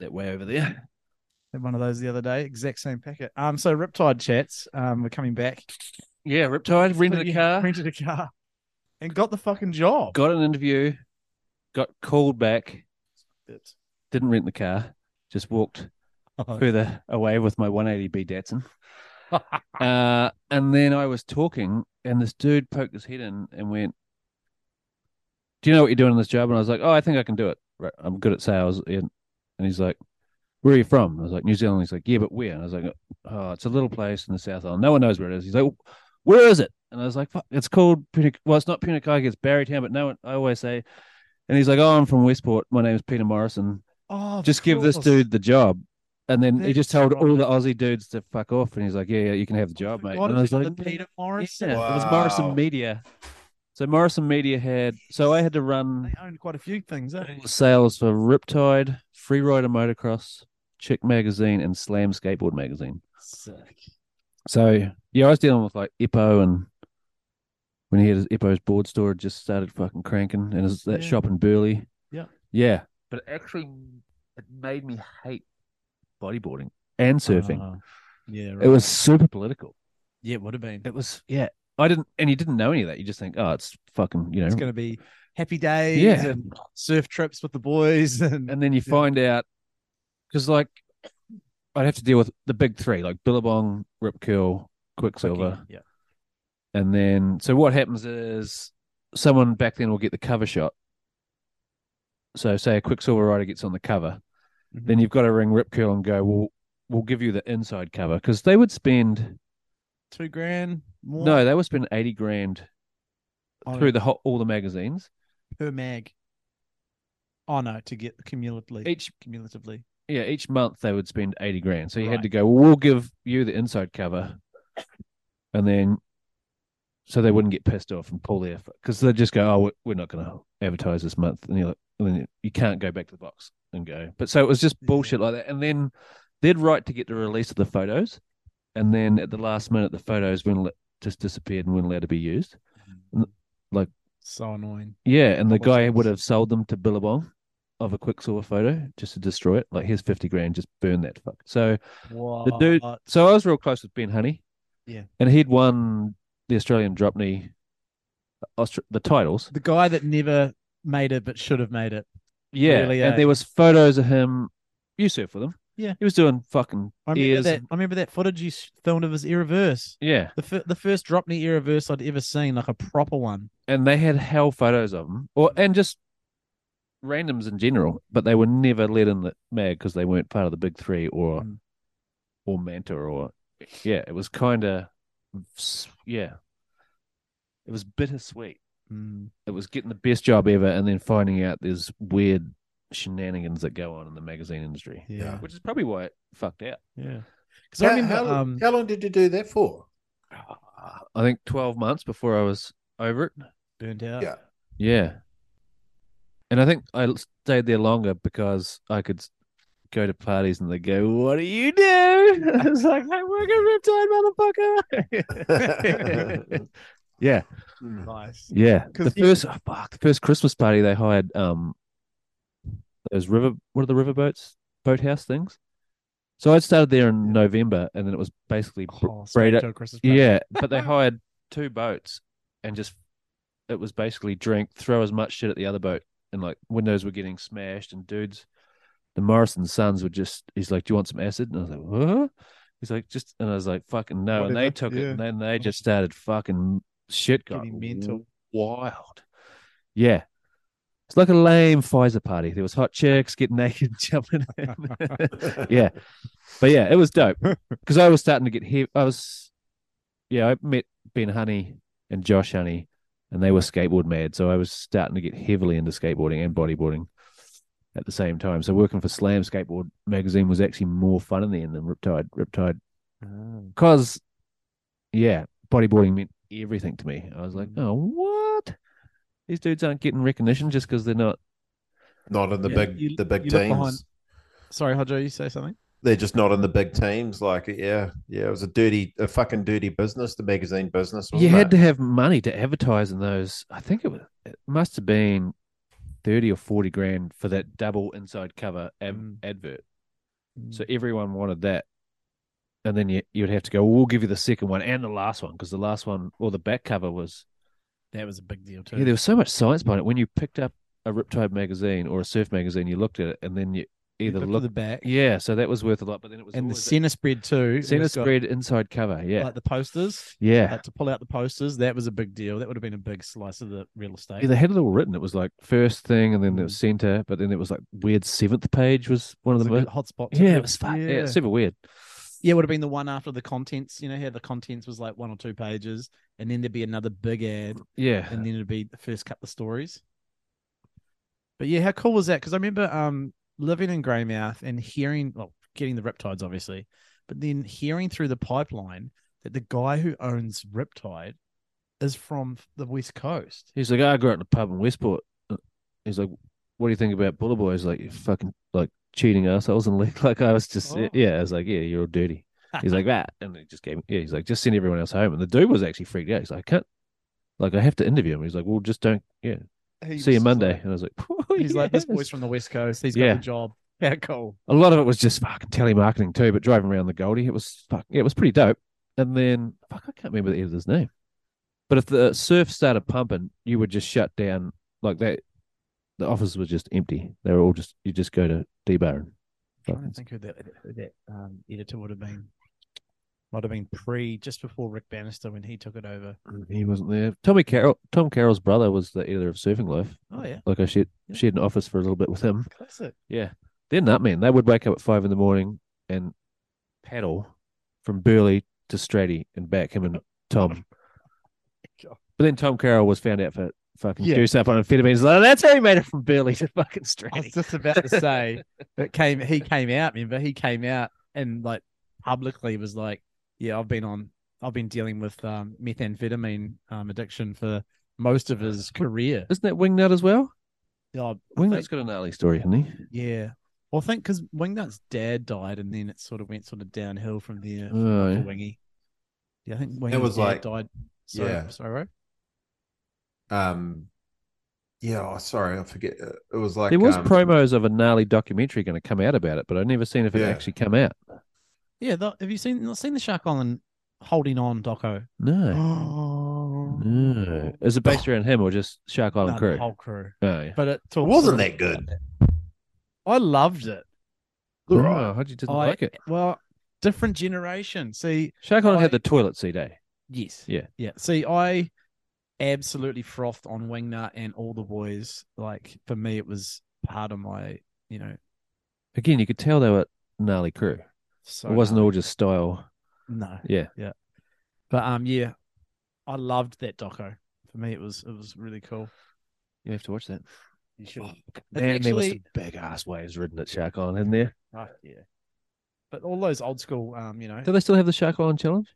Speaker 3: That way over there.
Speaker 2: Had one of those the other day. Exact same packet. Um, so Riptide chats. Um, we're coming back.
Speaker 3: Yeah, Riptide, rented
Speaker 2: So
Speaker 3: a
Speaker 2: you
Speaker 3: car.
Speaker 2: Rented a car, and got the fucking job.
Speaker 3: got an interview, got called back, didn't rent the car, just walked [laughs] further away with my 180B Datsun. uh, and then I was talking, and this dude poked his head in and went, Do you know what you're doing in this job? And I was like, Oh, I think I can do it. Right, I'm good at sales. And, and he's like, Where are you from? And I was like, New Zealand. He's like, Yeah, but where? And I was like, Oh, it's a little place in the South Island. No one knows where it is. He's like, Where is it? And I was like, Fuck, it's called Punic. Well, it's not Punakaiki, it's Barrytown, but no one, I always say, and he's like, Oh, I'm from Westport. My name's Peter Morrison
Speaker 2: Oh, of
Speaker 3: just give this
Speaker 2: course.
Speaker 3: dude the job. And then he
Speaker 2: That's
Speaker 3: just told all
Speaker 2: right.
Speaker 3: the Aussie dudes to fuck off. And he's like, yeah, yeah, you can have the job, mate.
Speaker 2: What
Speaker 3: And I was
Speaker 2: Oh is it,
Speaker 3: like,
Speaker 2: the Peter
Speaker 3: yeah.
Speaker 2: Morrison.
Speaker 3: It was
Speaker 4: Wow.
Speaker 3: Morrison Media. So Morrison Media had, so I had to run
Speaker 2: They own quite a few things. Eh?
Speaker 3: all the sales for Riptide, Free Rider Motocross, Chick Magazine, and Slam Skateboard Magazine.
Speaker 2: Sick.
Speaker 3: So yeah, I was dealing with like Ippo and when he had his Ippo's board store it just started fucking cranking and his, that
Speaker 2: Yeah.
Speaker 3: shop in Burley.
Speaker 2: Yeah.
Speaker 3: Yeah. But actually it made me hate bodyboarding Ah, and surfing.
Speaker 2: Oh, yeah, right.
Speaker 3: it was super political.
Speaker 2: yeah, it would have been.
Speaker 3: It was yeah. I didn't and you didn't know any of that. You just think, oh it's fucking, you know.
Speaker 2: It's going to be happy days
Speaker 3: Yeah.
Speaker 2: and surf trips with the boys and,
Speaker 3: and then you
Speaker 2: Yeah.
Speaker 3: find out because like I'd have to deal with the big three, like Billabong, Rip Curl, Quicksilver.
Speaker 2: Yeah,
Speaker 3: And then, so what happens is someone back then will get the cover shot So, say a Quicksilver Rider gets on the cover, then you've got to ring Rip Curl and go, "We'll we'll give you the inside cover," because they would spend
Speaker 2: Two grand more
Speaker 3: no, they would spend eighty grand
Speaker 2: on
Speaker 3: through the whole, all the magazines.
Speaker 2: per mag. Oh no, to get cumulatively.
Speaker 3: Each-
Speaker 2: cumulatively.
Speaker 3: Yeah, each month they would spend eighty grand. So you
Speaker 2: Right.
Speaker 3: had to go, well, "We'll give you the inside cover," and then so they wouldn't get pissed off and pull their because they just go, "Oh, we- we're not going to advertise this month," and you're like, and then you can't go back to the box and go. But so it was just
Speaker 2: Yeah.
Speaker 3: bullshit like that. And then they'd write to get the release of the photos, and then at the last minute, the photos weren't al- just disappeared and weren't allowed to be used.
Speaker 2: So annoying.
Speaker 3: Yeah, and the
Speaker 2: Double
Speaker 3: guy would
Speaker 2: socks.
Speaker 3: have sold them to Billabong of a Quicksilver photo just to destroy it. Like, here's fifty grand, just burn that fuck. So.
Speaker 2: What?
Speaker 3: dude- So I was real close with Ben Honey.
Speaker 2: Yeah.
Speaker 3: And he'd won the Australian Dropney, Austra- the titles.
Speaker 2: the guy that never made it but should have made it.
Speaker 3: Yeah.
Speaker 2: Really,
Speaker 3: and
Speaker 2: eh?
Speaker 3: there was photos of him. You surf with him.
Speaker 2: Yeah.
Speaker 3: He was doing fucking
Speaker 2: I remember
Speaker 3: ears.
Speaker 2: that. I remember that footage you s- filmed of his Irreverse.
Speaker 3: Yeah.
Speaker 2: The fir- the first drop knee Irreverse I'd ever seen, like a proper one.
Speaker 3: And they had hell photos of him. Or
Speaker 2: Mm.
Speaker 3: and just randoms in general, but they were never let in the mag because they weren't part of the big three or
Speaker 2: Mm.
Speaker 3: or Manta or yeah, it was kinda yeah. It was bittersweet.
Speaker 2: Mm.
Speaker 3: it was getting the best job ever and then finding out there's weird shenanigans that go on in the magazine industry,
Speaker 2: Yeah,
Speaker 3: which is probably why it fucked out.
Speaker 2: yeah. Because I
Speaker 4: How,
Speaker 2: remember,
Speaker 4: how-
Speaker 2: um,
Speaker 4: how long did you do that for?
Speaker 3: I think 12 months before I was over it.
Speaker 2: burnt out.
Speaker 4: Yeah.
Speaker 3: Yeah. And I think I l- stayed there longer because I could s- go to parties and they go, What do [laughs] you do? I was like, I work at Riptide, motherfucker. [laughs] yeah.
Speaker 2: Hmm.
Speaker 4: Mm.
Speaker 2: Nice.
Speaker 3: Yeah. The
Speaker 2: [laughs] 'Cause you-
Speaker 3: first oh, fuck, the first Christmas party they hired um those river what are the river boats? Boathouse things. So I'd started there in November and then it was basically br-
Speaker 2: Oh,
Speaker 3: braid
Speaker 2: Smoke
Speaker 3: it-
Speaker 2: Joe Christmas party.
Speaker 3: uh, Yeah. But they hired two boats and just it was basically drink, throw as much shit at the other boat and like windows were getting smashed and dudes the Morrison sons were just he's like, Do you want some acid? And I was like, What? He's like, just and I was like, fucking no. And they
Speaker 2: Whatever,
Speaker 3: took it
Speaker 2: yeah.
Speaker 3: and then they just started fucking shit got
Speaker 2: Getting mental.
Speaker 3: wild. Yeah. It's like a lame Pfizer party. There was hot chicks getting naked, jumping in. [laughs] [laughs] yeah. But yeah, it was dope. Because I was starting to get heavy. I was yeah, I met Ben Honey and Josh Honey and they were skateboard mad. So I was starting to get heavily into skateboarding and bodyboarding at the same time. So working for Slam Skateboard magazine was actually more fun in the end than Riptide. Riptide because yeah, bodyboarding meant everything to me. I was like, oh, what? These dudes aren't getting recognition just because they're not.
Speaker 4: Not in the
Speaker 2: Yeah,
Speaker 4: big
Speaker 2: you-
Speaker 4: the big
Speaker 2: you look
Speaker 4: teams.
Speaker 2: behind- Sorry, Hodjo, you say something?
Speaker 4: They're just not in the big teams. Like yeah, yeah, it was a dirty, a fucking dirty business, the magazine business.
Speaker 3: You
Speaker 4: wasn't
Speaker 3: had
Speaker 4: it?
Speaker 3: to have money to advertise in those. I think it was. It must have been thirty or forty grand for that double inside cover ad-
Speaker 2: Mm.
Speaker 3: advert. So everyone wanted that. And then you you'd have to go. We'll give you the second one and the last one because the last one or the back cover was
Speaker 2: that was a big deal too.
Speaker 3: Yeah, there was so much science behind it. When you picked up a Riptide magazine or a surf magazine, you looked at it and then you
Speaker 2: You
Speaker 3: either
Speaker 2: look
Speaker 3: looked.
Speaker 2: at the back,
Speaker 3: yeah, so that was worth a lot. But then it was
Speaker 2: and the
Speaker 3: always that
Speaker 2: center spread too.
Speaker 3: centre
Speaker 2: It's got,
Speaker 3: spread inside cover. Yeah,
Speaker 2: like the posters.
Speaker 3: yeah.
Speaker 2: Like to pull out the posters, that was a big deal. That would have been a big slice of the real estate.
Speaker 3: yeah, they had it all written. It was like first thing, and then there
Speaker 2: Mm.
Speaker 3: was center, but then it was like weird seventh page was one of
Speaker 2: was
Speaker 3: the
Speaker 2: a
Speaker 3: most.
Speaker 2: good hotspot. too.
Speaker 3: Yeah, it was fun. Yeah, it's super weird.
Speaker 2: Yeah, it would have been the one after the contents. You know how the contents was like one or two pages, and then there'd be another big ad,
Speaker 3: Yeah,
Speaker 2: and then it'd be the first couple of stories. But yeah, how cool was that? Because I remember um living in Greymouth and hearing, well, getting the Riptides obviously, but then hearing through the pipeline that the guy who owns Riptide is from the West Coast.
Speaker 3: he's like, "Oh, I grew up in a pub in Westport. Uh, He's like, what do you think about Bullet Boys? Like, you fucking like cheating assholes and [laughs] like, like I was just
Speaker 2: Oh.
Speaker 3: yeah, I was like, yeah, you're all dirty. He's
Speaker 2: [laughs]
Speaker 3: like that, and he just gave. Yeah, he's like, just send everyone else home. And the dude was actually freaked out. He's like, I can't. Like, I have to interview him. He's like, well, just don't. Yeah,
Speaker 2: He
Speaker 3: see you
Speaker 2: was
Speaker 3: Monday.
Speaker 2: like-
Speaker 3: and I was like,
Speaker 2: [laughs]
Speaker 3: [laughs]
Speaker 2: he's like, this
Speaker 3: Oh, "Yes."
Speaker 2: boy's from the West Coast. He's
Speaker 3: Yeah.
Speaker 2: got the job. How cool.
Speaker 3: A lot of it was just fucking telemarketing too, but driving around the Goldie, it was fuck. Yeah, it was pretty dope. And then fuck, I can't remember the editor's name. But if the surf started pumping, you would just shut down like that. The office was just empty. They were all just you just go to D bar and
Speaker 2: I don't
Speaker 3: fucking
Speaker 2: think who that, who that um, editor would have been. Might have been pre, just before Rick Bannister when he took it over.
Speaker 3: [laughs] He wasn't there. Tommy Carroll, Tom Carroll's brother was the editor of Surfing Life.
Speaker 2: Oh, yeah.
Speaker 3: Like I shared,
Speaker 2: Yeah.
Speaker 3: shared an office for a little bit with him.
Speaker 2: Classic.
Speaker 3: Yeah. They're nut men. They would wake up at five in the morning and paddle from Burley to Stratty and back him and Tom.
Speaker 2: God.
Speaker 3: But then Tom Carroll was found out for fucking
Speaker 2: Yeah.
Speaker 3: juice up on amphetamines. Like, That's how he made it from Burley to
Speaker 2: I
Speaker 3: fucking
Speaker 2: was
Speaker 3: Stratty.
Speaker 2: just about to say that came he came out, remember? He came out and like publicly was like, Yeah, I've been on I've been dealing with um methamphetamine um addiction for most of his career.
Speaker 3: Isn't that Wingnut as well?
Speaker 2: Oh,
Speaker 3: Wingnut's got a gnarly story, hasn't he?
Speaker 2: yeah. Well I think because Wingnut's dad died and then it sort of went sort of downhill from there for
Speaker 3: Oh, yeah.
Speaker 2: Wingy. Yeah, I think Wingy's
Speaker 4: was
Speaker 2: dad
Speaker 4: like-
Speaker 2: died. Sorry,
Speaker 4: yeah.
Speaker 2: sorry, Ro?
Speaker 4: Um, yeah. Oh, sorry, I forget. Uh, It was like
Speaker 3: there was
Speaker 4: um,
Speaker 3: promos of a gnarly documentary going to come out about it, but I've never seen if it
Speaker 4: Yeah.
Speaker 3: actually come out.
Speaker 2: Yeah, the, have you seen not seen the Shark Island holding on doco?
Speaker 3: No.
Speaker 2: Oh,
Speaker 3: No. Is it based around him or just Shark Island
Speaker 2: no,
Speaker 3: crew?
Speaker 2: the whole crew.
Speaker 3: Oh, yeah.
Speaker 2: But it
Speaker 4: It
Speaker 2: talks
Speaker 4: wasn't
Speaker 2: sort of-
Speaker 4: that good.
Speaker 2: I loved it.
Speaker 3: Oh, how'd you didn't
Speaker 2: I-
Speaker 3: like it?
Speaker 2: Well, different generation. See,
Speaker 3: Shark Island
Speaker 2: I-
Speaker 3: had the toilet seat, eh?
Speaker 2: yes,
Speaker 3: Yeah.
Speaker 2: yeah. See, I absolutely frothed on Wingnut and all the boys. Like for me, it was part of my, you know,
Speaker 3: Again, you could tell they were gnarly crew.
Speaker 2: so
Speaker 3: it wasn't all just style.
Speaker 2: no,
Speaker 3: Yeah.
Speaker 2: yeah. But um, yeah, I loved that doco. For me, it was it was really cool.
Speaker 3: You have to watch that.
Speaker 2: You should.
Speaker 3: Man, there was some
Speaker 2: actually-
Speaker 3: big ass waves ridden at Shark Island in there.
Speaker 2: yeah. But all those old school, um, you know,
Speaker 3: Do they still have the Shark Island challenge?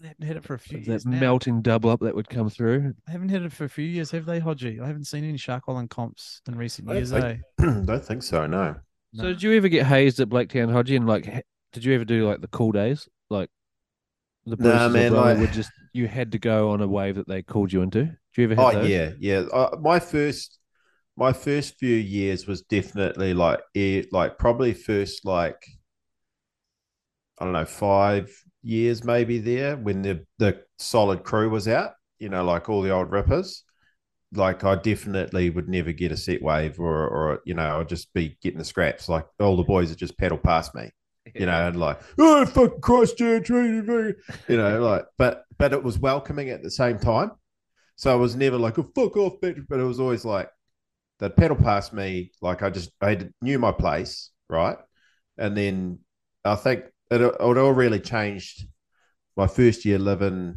Speaker 2: they haven't had it for a few years
Speaker 3: That
Speaker 2: now.
Speaker 3: melting double up that would come through.
Speaker 2: I haven't had it for a few years, have they, Hodgie? I haven't seen any Shark Island comps in recent
Speaker 4: I-
Speaker 2: years,
Speaker 4: I-
Speaker 2: eh?
Speaker 4: [clears throat] Don't think so. No.
Speaker 2: No.
Speaker 3: So did you ever get hazed at Blacktown Hodgie and like ha- did you ever do like the cool days? Like
Speaker 4: Nah,
Speaker 3: the Bruces or
Speaker 4: man,
Speaker 3: Brolly
Speaker 4: like-
Speaker 3: would just you had to go on a wave that they called you into. Do you ever have
Speaker 4: Oh
Speaker 3: those?
Speaker 4: yeah, yeah. Uh, my first, my first few years was definitely like air, like probably first like I don't know five years maybe there when the the solid crew was out. You know, like all the old rippers. Like I definitely would never get a set wave or or you know I'd just be getting the scraps. Like all the boys would just paddle past me you know, and like, oh, fucking Christchurch, you know, like, but but it was welcoming at the same time. So I was never like a fuck off bitch, but it was always like they'd pedal past me, like I just I had- knew my place, right? And then I think it it all really changed my first year living.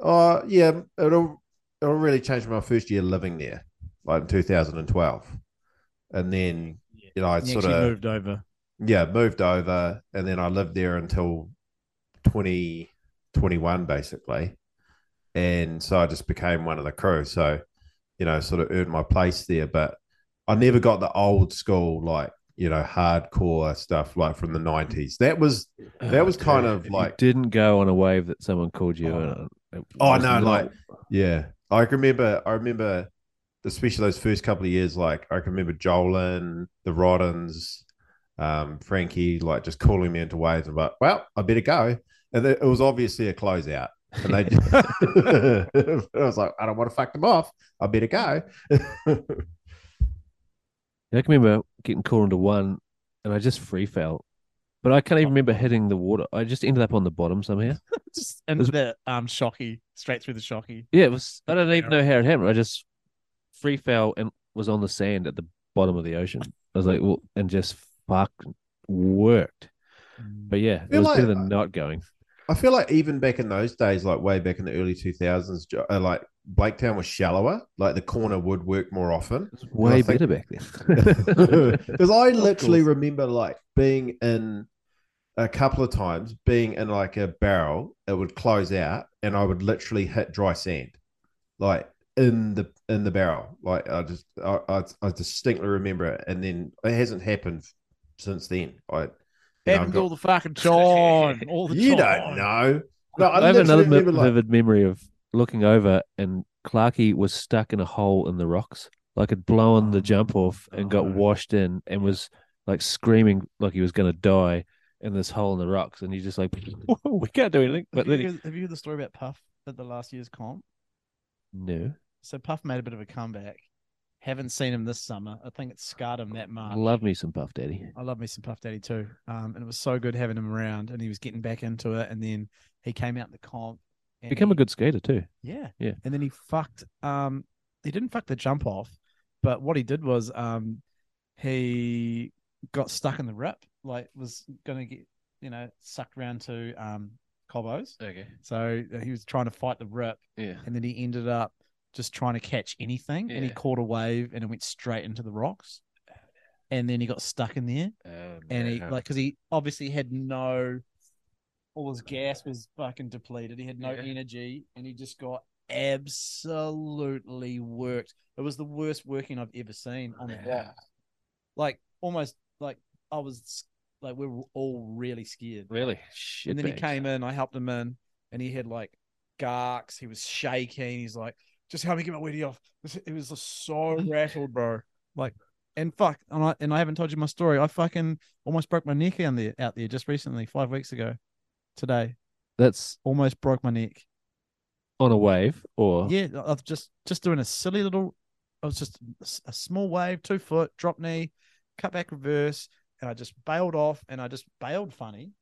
Speaker 4: Oh yeah, it all it all really changed my first year living there, like in 2012, and then you know I
Speaker 2: You
Speaker 4: sort
Speaker 2: actually
Speaker 4: of
Speaker 2: moved over.
Speaker 4: yeah, moved over, and then I lived there until 2021, basically. And so I just became one of the crew. So, you know, sort of earned my place there. But I never got the old school, like, you know, hardcore stuff like from the 90s. That was, that was kind of
Speaker 3: If you
Speaker 4: like-
Speaker 3: didn't go on a wave that someone called you.
Speaker 2: Oh.
Speaker 3: on, it
Speaker 4: Oh,
Speaker 3: wasn't
Speaker 4: no,
Speaker 3: at all-
Speaker 4: like- yeah. I can remember, I remember, especially those first couple of years, like, I can remember Jolin, the Roddens, um, Frankie, like, just calling me into waves and like, well, I better go. And it it was obviously a closeout. And they just, [laughs] I was like, I don't want to fuck them off. I better go. [laughs]
Speaker 3: I can remember getting called into one, and I just free fell, but I can't even remember hitting the water. I just ended up on the bottom somehow.
Speaker 2: Just in the um shocky, straight through the shocky.
Speaker 3: Yeah, it was. I don't even know how it happened. I just free fell and was on the sand at the bottom of the ocean. I was like, well, and just fuck worked. But yeah, it
Speaker 4: Feel
Speaker 3: was better
Speaker 4: like-
Speaker 3: than not going.
Speaker 4: I feel like even back in those days, like way back in the early 2000s, Jo- uh, like Blaketown was shallower. Like the corner would work more often. [laughs]
Speaker 3: It was way
Speaker 4: think-
Speaker 3: better back then. [laughs]
Speaker 4: because I
Speaker 3: course.
Speaker 4: literally remember like being in a couple of times being in like a barrel, it would close out, and I would literally hit dry sand, like in the in the barrel. Like I just I I, I distinctly remember it, and then it hasn't happened since then. I you know,
Speaker 2: Happened
Speaker 4: I'm
Speaker 2: all the
Speaker 3: [laughs]
Speaker 2: fucking time. All
Speaker 4: not-
Speaker 2: the
Speaker 4: you
Speaker 2: time.
Speaker 4: don't know. No, I,
Speaker 3: I have
Speaker 4: literally
Speaker 3: another me-
Speaker 4: remember like
Speaker 3: vivid memory of looking over and Clarkey was stuck in a hole in the rocks. Like had blown the jump off and got
Speaker 2: Oh.
Speaker 3: washed in and was like screaming like he was going to die in this hole in the rocks. And he's just like, [laughs] we can't do anything.
Speaker 2: Have
Speaker 3: But
Speaker 2: you,
Speaker 3: then he,
Speaker 2: heard- have you heard the story about Puff at the last year's comp?
Speaker 3: [laughs] no.
Speaker 2: So Puff made a bit of a comeback. Haven't seen him this summer. I think it scarred him that much.
Speaker 3: Love me some Puff Daddy.
Speaker 2: I love me some Puff Daddy too. Um, and it was so good having him around, and he was getting back into it. And then he came out in the comp. And
Speaker 3: Become
Speaker 2: he-
Speaker 3: a good skater too.
Speaker 2: yeah.
Speaker 3: Yeah.
Speaker 2: And then he fucked um he didn't fuck the jump off, but what he did was um he got stuck in the rip, like was gonna get, you know, sucked round to um Cobos.
Speaker 3: Okay.
Speaker 2: So uh, he was trying to fight the rip
Speaker 3: Yeah.
Speaker 2: and then he ended up just trying to catch anything and he
Speaker 3: Yeah.
Speaker 2: caught a wave and it went straight into the rocks. And then he got stuck in there
Speaker 3: Um,
Speaker 2: and he like because he obviously had no all his gas was fucking depleted he had no
Speaker 3: Yeah.
Speaker 2: energy and he just got absolutely worked it was the worst working i've ever seen on the
Speaker 3: Yeah.
Speaker 2: block like almost like i was like we were all really scared
Speaker 3: really shit.
Speaker 2: and then he came in i helped him in and he had like garks he was shaking he's like just help me get my wheelie off This- it was just so rattled bro like and fuck and i and i haven't told you my story i fucking almost broke my neck out there out there just recently five weeks ago today
Speaker 3: That's
Speaker 2: almost broke my neck
Speaker 3: on a wave or
Speaker 2: yeah I- i've just just doing a silly little i was just a s- a small wave two foot drop knee cut back reverse and i just bailed off and i just bailed funny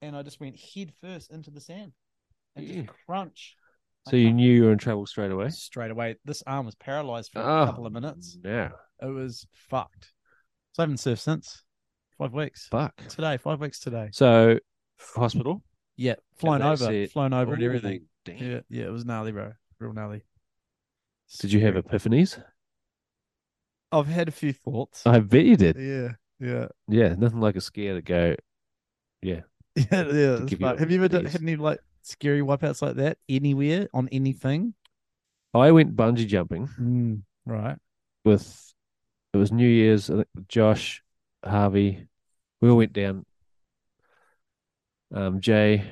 Speaker 2: and i just went head first into the sand and
Speaker 3: Yeah.
Speaker 2: just crunch I
Speaker 3: So you
Speaker 2: crun-
Speaker 3: knew eh? you were in trouble straight away.
Speaker 2: straight away this arm was paralyzed for
Speaker 3: Oh,
Speaker 2: a couple of minutes
Speaker 3: Yeah.
Speaker 2: it was fucked so i haven't surfed since five weeks
Speaker 3: Fuck.
Speaker 2: today five weeks today
Speaker 3: So hospital
Speaker 2: yeah flown
Speaker 3: that's
Speaker 2: over
Speaker 3: it.
Speaker 2: flown over and
Speaker 3: and everything. Damn.
Speaker 2: yeah yeah it was gnarly bro real gnarly
Speaker 3: Did you have epiphanies?
Speaker 2: i've had a few thoughts
Speaker 3: I bet you did.
Speaker 2: yeah yeah
Speaker 3: Yeah. Nothing like a scare to go.
Speaker 2: Yeah, [laughs] yeah.
Speaker 3: to
Speaker 2: that's
Speaker 3: give you
Speaker 2: fun. Have you ever done,
Speaker 3: ideas.
Speaker 2: had any like scary wipeouts like that anywhere on anything?
Speaker 3: I went bungee jumping
Speaker 2: Mm, right.
Speaker 3: with. It was New Year's. I think Josh, Harvey, we all went down. Um, Jay,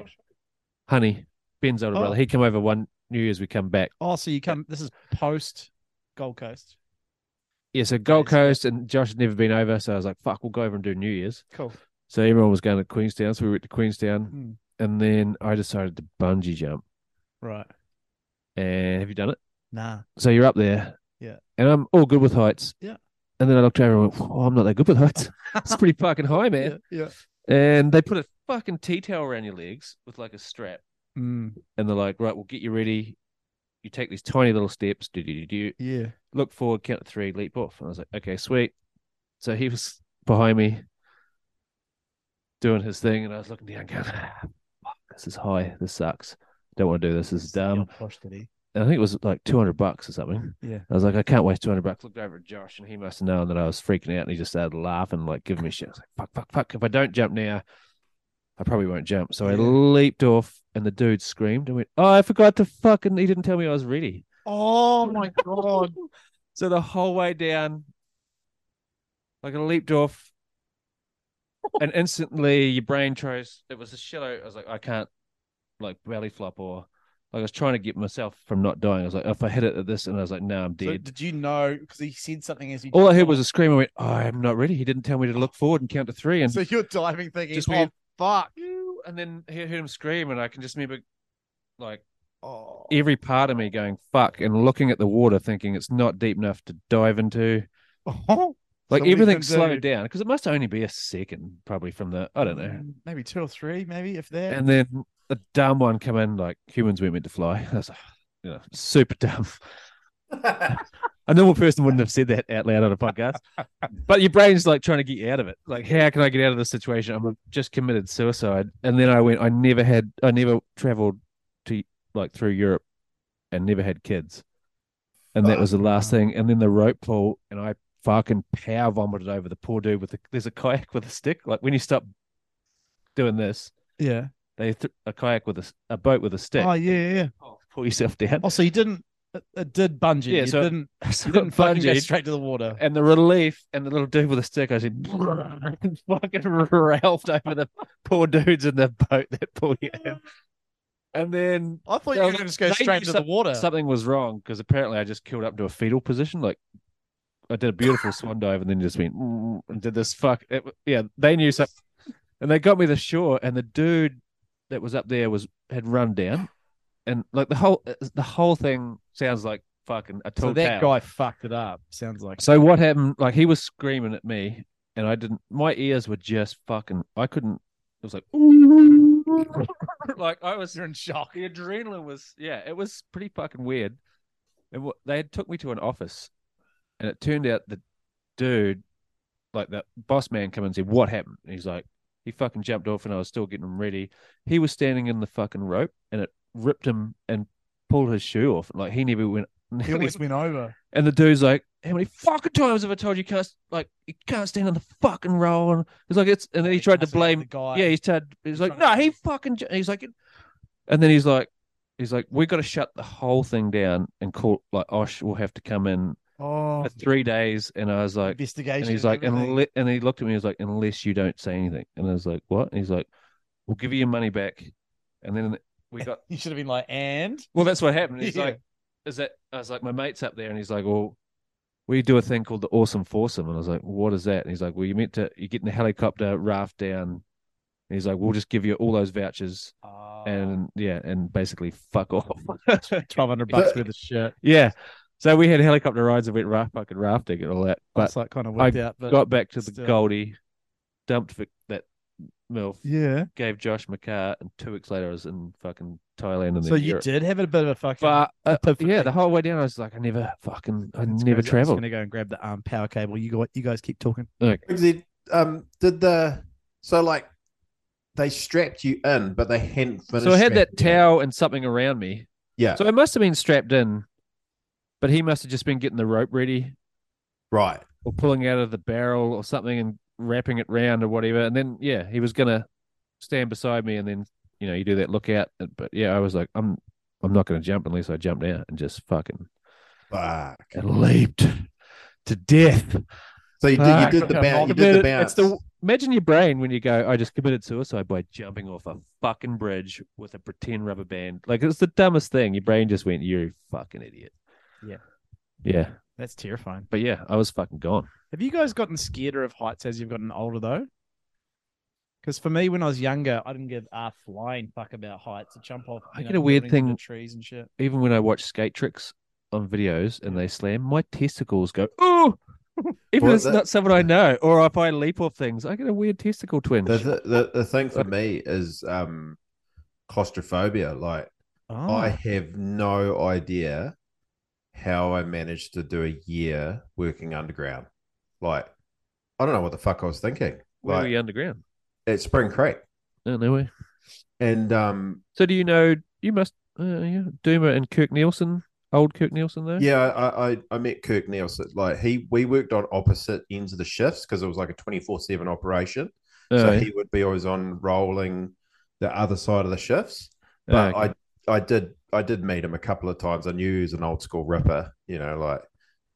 Speaker 3: Honey, Ben's older
Speaker 2: Oh.
Speaker 3: brother. He'd come over one New Year's. We come back.
Speaker 2: Oh, so you come. This is post Gold Coast.
Speaker 3: Yeah, so Gold
Speaker 2: Nice, yeah.
Speaker 3: Coast and Josh had never been over, so I was like, "Fuck, we'll go over and do New Year's."
Speaker 2: Cool.
Speaker 3: So everyone was going to Queenstown, so we went to Queenstown,
Speaker 2: Mm.
Speaker 3: and then I decided to bungee jump.
Speaker 2: Right.
Speaker 3: And have you done it?
Speaker 2: Nah.
Speaker 3: So you're up there,
Speaker 2: Yeah.
Speaker 3: and I'm all good with heights,
Speaker 2: Yeah.
Speaker 3: And then I looked over and went, "Oh, I'm not that good
Speaker 2: [laughs]
Speaker 3: with heights. it's pretty fucking high, man."
Speaker 2: Yeah.
Speaker 3: And they put a fucking tea towel around your legs with like a strap,
Speaker 2: Mm,
Speaker 3: and they're like, "Right, we'll get you ready." You take these tiny little steps, do do do do,
Speaker 2: yeah.
Speaker 3: look forward, count to three, leap off. And I was like, okay, sweet. So he was behind me doing his thing, and I was looking down, going, "Ah, fuck, this is high. This sucks. Don't want to do this. This is um, dumb.
Speaker 2: Posh, did he?
Speaker 3: And I think it was like 200 bucks or something.
Speaker 2: Yeah.
Speaker 3: I was like, I can't waste 200 bucks. Looked over at Josh, and he must have known that I was freaking out, and he just started laughing, like giving me shit. I was like, fuck, fuck, fuck. If I don't jump now, I probably won't jump. So I
Speaker 2: Yeah.
Speaker 3: leaped off, and the dude screamed and went, Oh, I forgot to fucking, he didn't tell me I was ready.
Speaker 2: Oh my god.
Speaker 3: [laughs] So the whole way down, like I leaped off, and instantly your brain tries. It was a shallow. I was like, I can't, like belly flop or like I was trying to get myself from not dying. I was like, if I hit it at this, and I was like, no, I'm
Speaker 2: So
Speaker 3: dead.
Speaker 2: did you know? Because he said something as you.
Speaker 3: All I heard
Speaker 2: dived.
Speaker 3: was a scream. I went, "Oh, I'm not ready. He didn't tell me to look forward and count to three,
Speaker 2: [laughs]
Speaker 3: and
Speaker 2: So you're diving thinking,
Speaker 3: Just
Speaker 2: oh
Speaker 3: went-
Speaker 2: fuck.
Speaker 3: and then I heard him scream, and I can just remember, like
Speaker 2: Oh. [laughs]
Speaker 3: every part of me going fuck and looking at the water, thinking it's not deep enough to dive into. Like
Speaker 2: So what are you
Speaker 3: everything
Speaker 2: gonna
Speaker 3: slowed
Speaker 2: do?
Speaker 3: down because it must only be a second, probably from the I don't know.
Speaker 2: Mm, Maybe two or three, maybe if that.
Speaker 3: And then a dumb one come in like humans weren't meant to fly. [laughs] I was like, you know, super dumb. A normal person wouldn't have said that out loud on a podcast, but your brain's like trying to get you out of it. Like, how can I get out of this situation? I'm just committed suicide. And then I went. I never had. I never traveled to like through Europe, and never had kids. And that was the last thing. And then the rope pull, and I fucking power vomited over the poor dude with the. There's a kayak with a stick. Like when you stop doing this,
Speaker 2: yeah.
Speaker 3: they th- a kayak with a, s- a boat with a stick.
Speaker 2: Oh yeah, yeah, yeah.
Speaker 3: pull yourself down.
Speaker 2: Oh, so you didn't. It, it did bungee.
Speaker 3: Yeah,
Speaker 2: you
Speaker 3: so-
Speaker 2: didn't.
Speaker 3: [laughs] So
Speaker 2: You didn't fucking go
Speaker 3: bungeed.
Speaker 2: straight to the water.
Speaker 3: and the relief and the little dude with a stick, I said, [laughs] and fucking [laughs] ralphed over the poor dudes in the boat that pulled
Speaker 2: [laughs]
Speaker 3: you in. And then
Speaker 2: I thought
Speaker 3: you were
Speaker 2: going to just
Speaker 3: go straight into the
Speaker 2: water.
Speaker 3: something was wrong because apparently I just killed up to a fetal position. Like I did
Speaker 2: [laughs]
Speaker 3: a beautiful swan dive and then just went "Mm," and did this fuck. It, w- yeah, they knew something. And they got me to shore, and the dude that was up there was had run down, and like the whole the whole uh, thing sounds like fucking a
Speaker 2: So
Speaker 3: tall
Speaker 2: that
Speaker 3: tale.
Speaker 2: guy fucked it up. Sounds like
Speaker 3: So what happened? Like he was screaming at me, and I didn't. My ears were just fucking. I couldn't. It was like, like [laughs] I was.
Speaker 2: you're in shock.
Speaker 3: The adrenaline was. Yeah, it was pretty fucking weird. And what, they had took me to an office, and it turned out the dude, like the boss man, come and said, "What happened?" And he's like, he fucking jumped off, and I was still getting him ready. He was standing in the fucking rope, and it ripped him and pulled his shoe off. Like he never went.
Speaker 2: [laughs]
Speaker 3: [laughs]
Speaker 2: He almost went over.
Speaker 3: And the dude's like, "How many fucking times have I told you can't like you can't stand on the fucking roll?" And he's like, "It's." And then he tried to
Speaker 2: Must've hit the
Speaker 3: blame.
Speaker 2: guy.
Speaker 3: Yeah, he's tried. He's like, "No,
Speaker 2: trying to-
Speaker 3: he fucking." j-" He's like, and then he's like, he's like, "We got to shut the whole thing down and call like Osh will have to come in
Speaker 2: Oh,
Speaker 3: for three days." And I was like,
Speaker 2: investigation.
Speaker 3: and he's like,
Speaker 2: everything.
Speaker 3: unle- and he looked at me. He was like, "Unless you don't say anything," and I was like, "What?" And he's like, "We'll give you your money back." And then we got
Speaker 2: [laughs] you should have been like, and
Speaker 3: well, that's what happened.
Speaker 2: [laughs]
Speaker 3: He's
Speaker 2: Yeah.
Speaker 3: like, is that? I was like, my mate's up there, and he's like, well, we do a thing called the awesome foursome, and I was like, what is that? And he's like, well, you meant to, you get in a helicopter raft down. And he's like, we'll just give you all those vouchers,
Speaker 2: Oh.
Speaker 3: and yeah, and basically fuck
Speaker 2: [laughs]
Speaker 3: off.
Speaker 2: twelve hundred bucks
Speaker 4: But-
Speaker 2: worth of shit.
Speaker 3: yeah, so we had helicopter rides and went raft fucking rafting and all that, but
Speaker 2: That's like kind of worked out. But
Speaker 3: got back to the
Speaker 2: still.
Speaker 3: Goldie, dumped Vic, that milf,
Speaker 2: yeah.
Speaker 3: gave Josh McCart, and two weeks later I was in fucking Thailand and
Speaker 2: So
Speaker 3: then
Speaker 2: you
Speaker 3: Europe.
Speaker 2: did have a bit of a fucking.
Speaker 3: But uh,
Speaker 2: Perfect.
Speaker 3: yeah, the whole way down, I was like, I never fucking, I
Speaker 2: It's
Speaker 3: never
Speaker 2: crazy. I'm just
Speaker 3: traveled.
Speaker 2: gonna go and grab the um, power cable. You got. You guys keep talking.
Speaker 4: Briggsy, um, did the so like they strapped you in, but they hadn't finished.
Speaker 3: So I had that
Speaker 4: strapping you in.
Speaker 3: towel and something around me.
Speaker 4: Yeah,
Speaker 3: So I must have been strapped in, but he must have just been getting the rope ready
Speaker 4: right.
Speaker 3: or pulling out of the barrel or something and wrapping it round or whatever. And then yeah, he was gonna stand beside me and then you know you do that lookout. But yeah, I was like, I'm I'm not gonna jump unless I jumped out and just fucking
Speaker 4: Fuck.
Speaker 3: and leaped to death.
Speaker 4: So you did,
Speaker 3: Fuck.
Speaker 4: you did the
Speaker 2: Okay,
Speaker 4: bounce.
Speaker 2: I'll
Speaker 4: You did the
Speaker 3: Committed-
Speaker 4: bounce.
Speaker 3: It's the imagine your brain when you go, I just committed suicide by jumping off a fucking bridge with a pretend rubber band. Like it's the dumbest thing. Your brain just went, you fucking idiot.
Speaker 2: Yeah.
Speaker 3: Yeah.
Speaker 2: That's terrifying.
Speaker 3: But yeah, I was fucking gone.
Speaker 2: Have you guys gotten scareder of heights as you've gotten older though? Because for me, when I was younger, I didn't give a flying fuck about heights. I jump off.
Speaker 3: I
Speaker 2: you
Speaker 3: get
Speaker 2: know,
Speaker 3: a weird
Speaker 2: buildings into
Speaker 3: thing-
Speaker 2: Trees and shit.
Speaker 3: Even when I watch skate tricks on videos and they slam, my testicles go, oh, [laughs] even
Speaker 4: Well,
Speaker 3: if it's
Speaker 4: that-
Speaker 3: not someone I know, or if I leap off things, I get a weird testicle twinge.
Speaker 4: the, the, the, the thing for me is um claustrophobia. Like
Speaker 2: Oh,
Speaker 4: I have no idea how I managed to do a year working underground. Like I don't know what the fuck I was thinking.
Speaker 3: Where were
Speaker 4: Like
Speaker 3: you underground?
Speaker 4: at Spring Creek,
Speaker 3: No, no way.
Speaker 4: and um,
Speaker 3: So do you know, you must, uh, yeah, Duma and Kirk Nielsen, old Kirk Nielsen though?
Speaker 4: Yeah, I, I I met Kirk Nielsen. Like he, we worked on opposite ends of the shifts because it was like a twenty four seven operation. so
Speaker 3: Oh.
Speaker 4: he would be always on rolling the other side of the shifts. But I I did I did meet him a couple of times. I knew he was an old school ripper. You know, like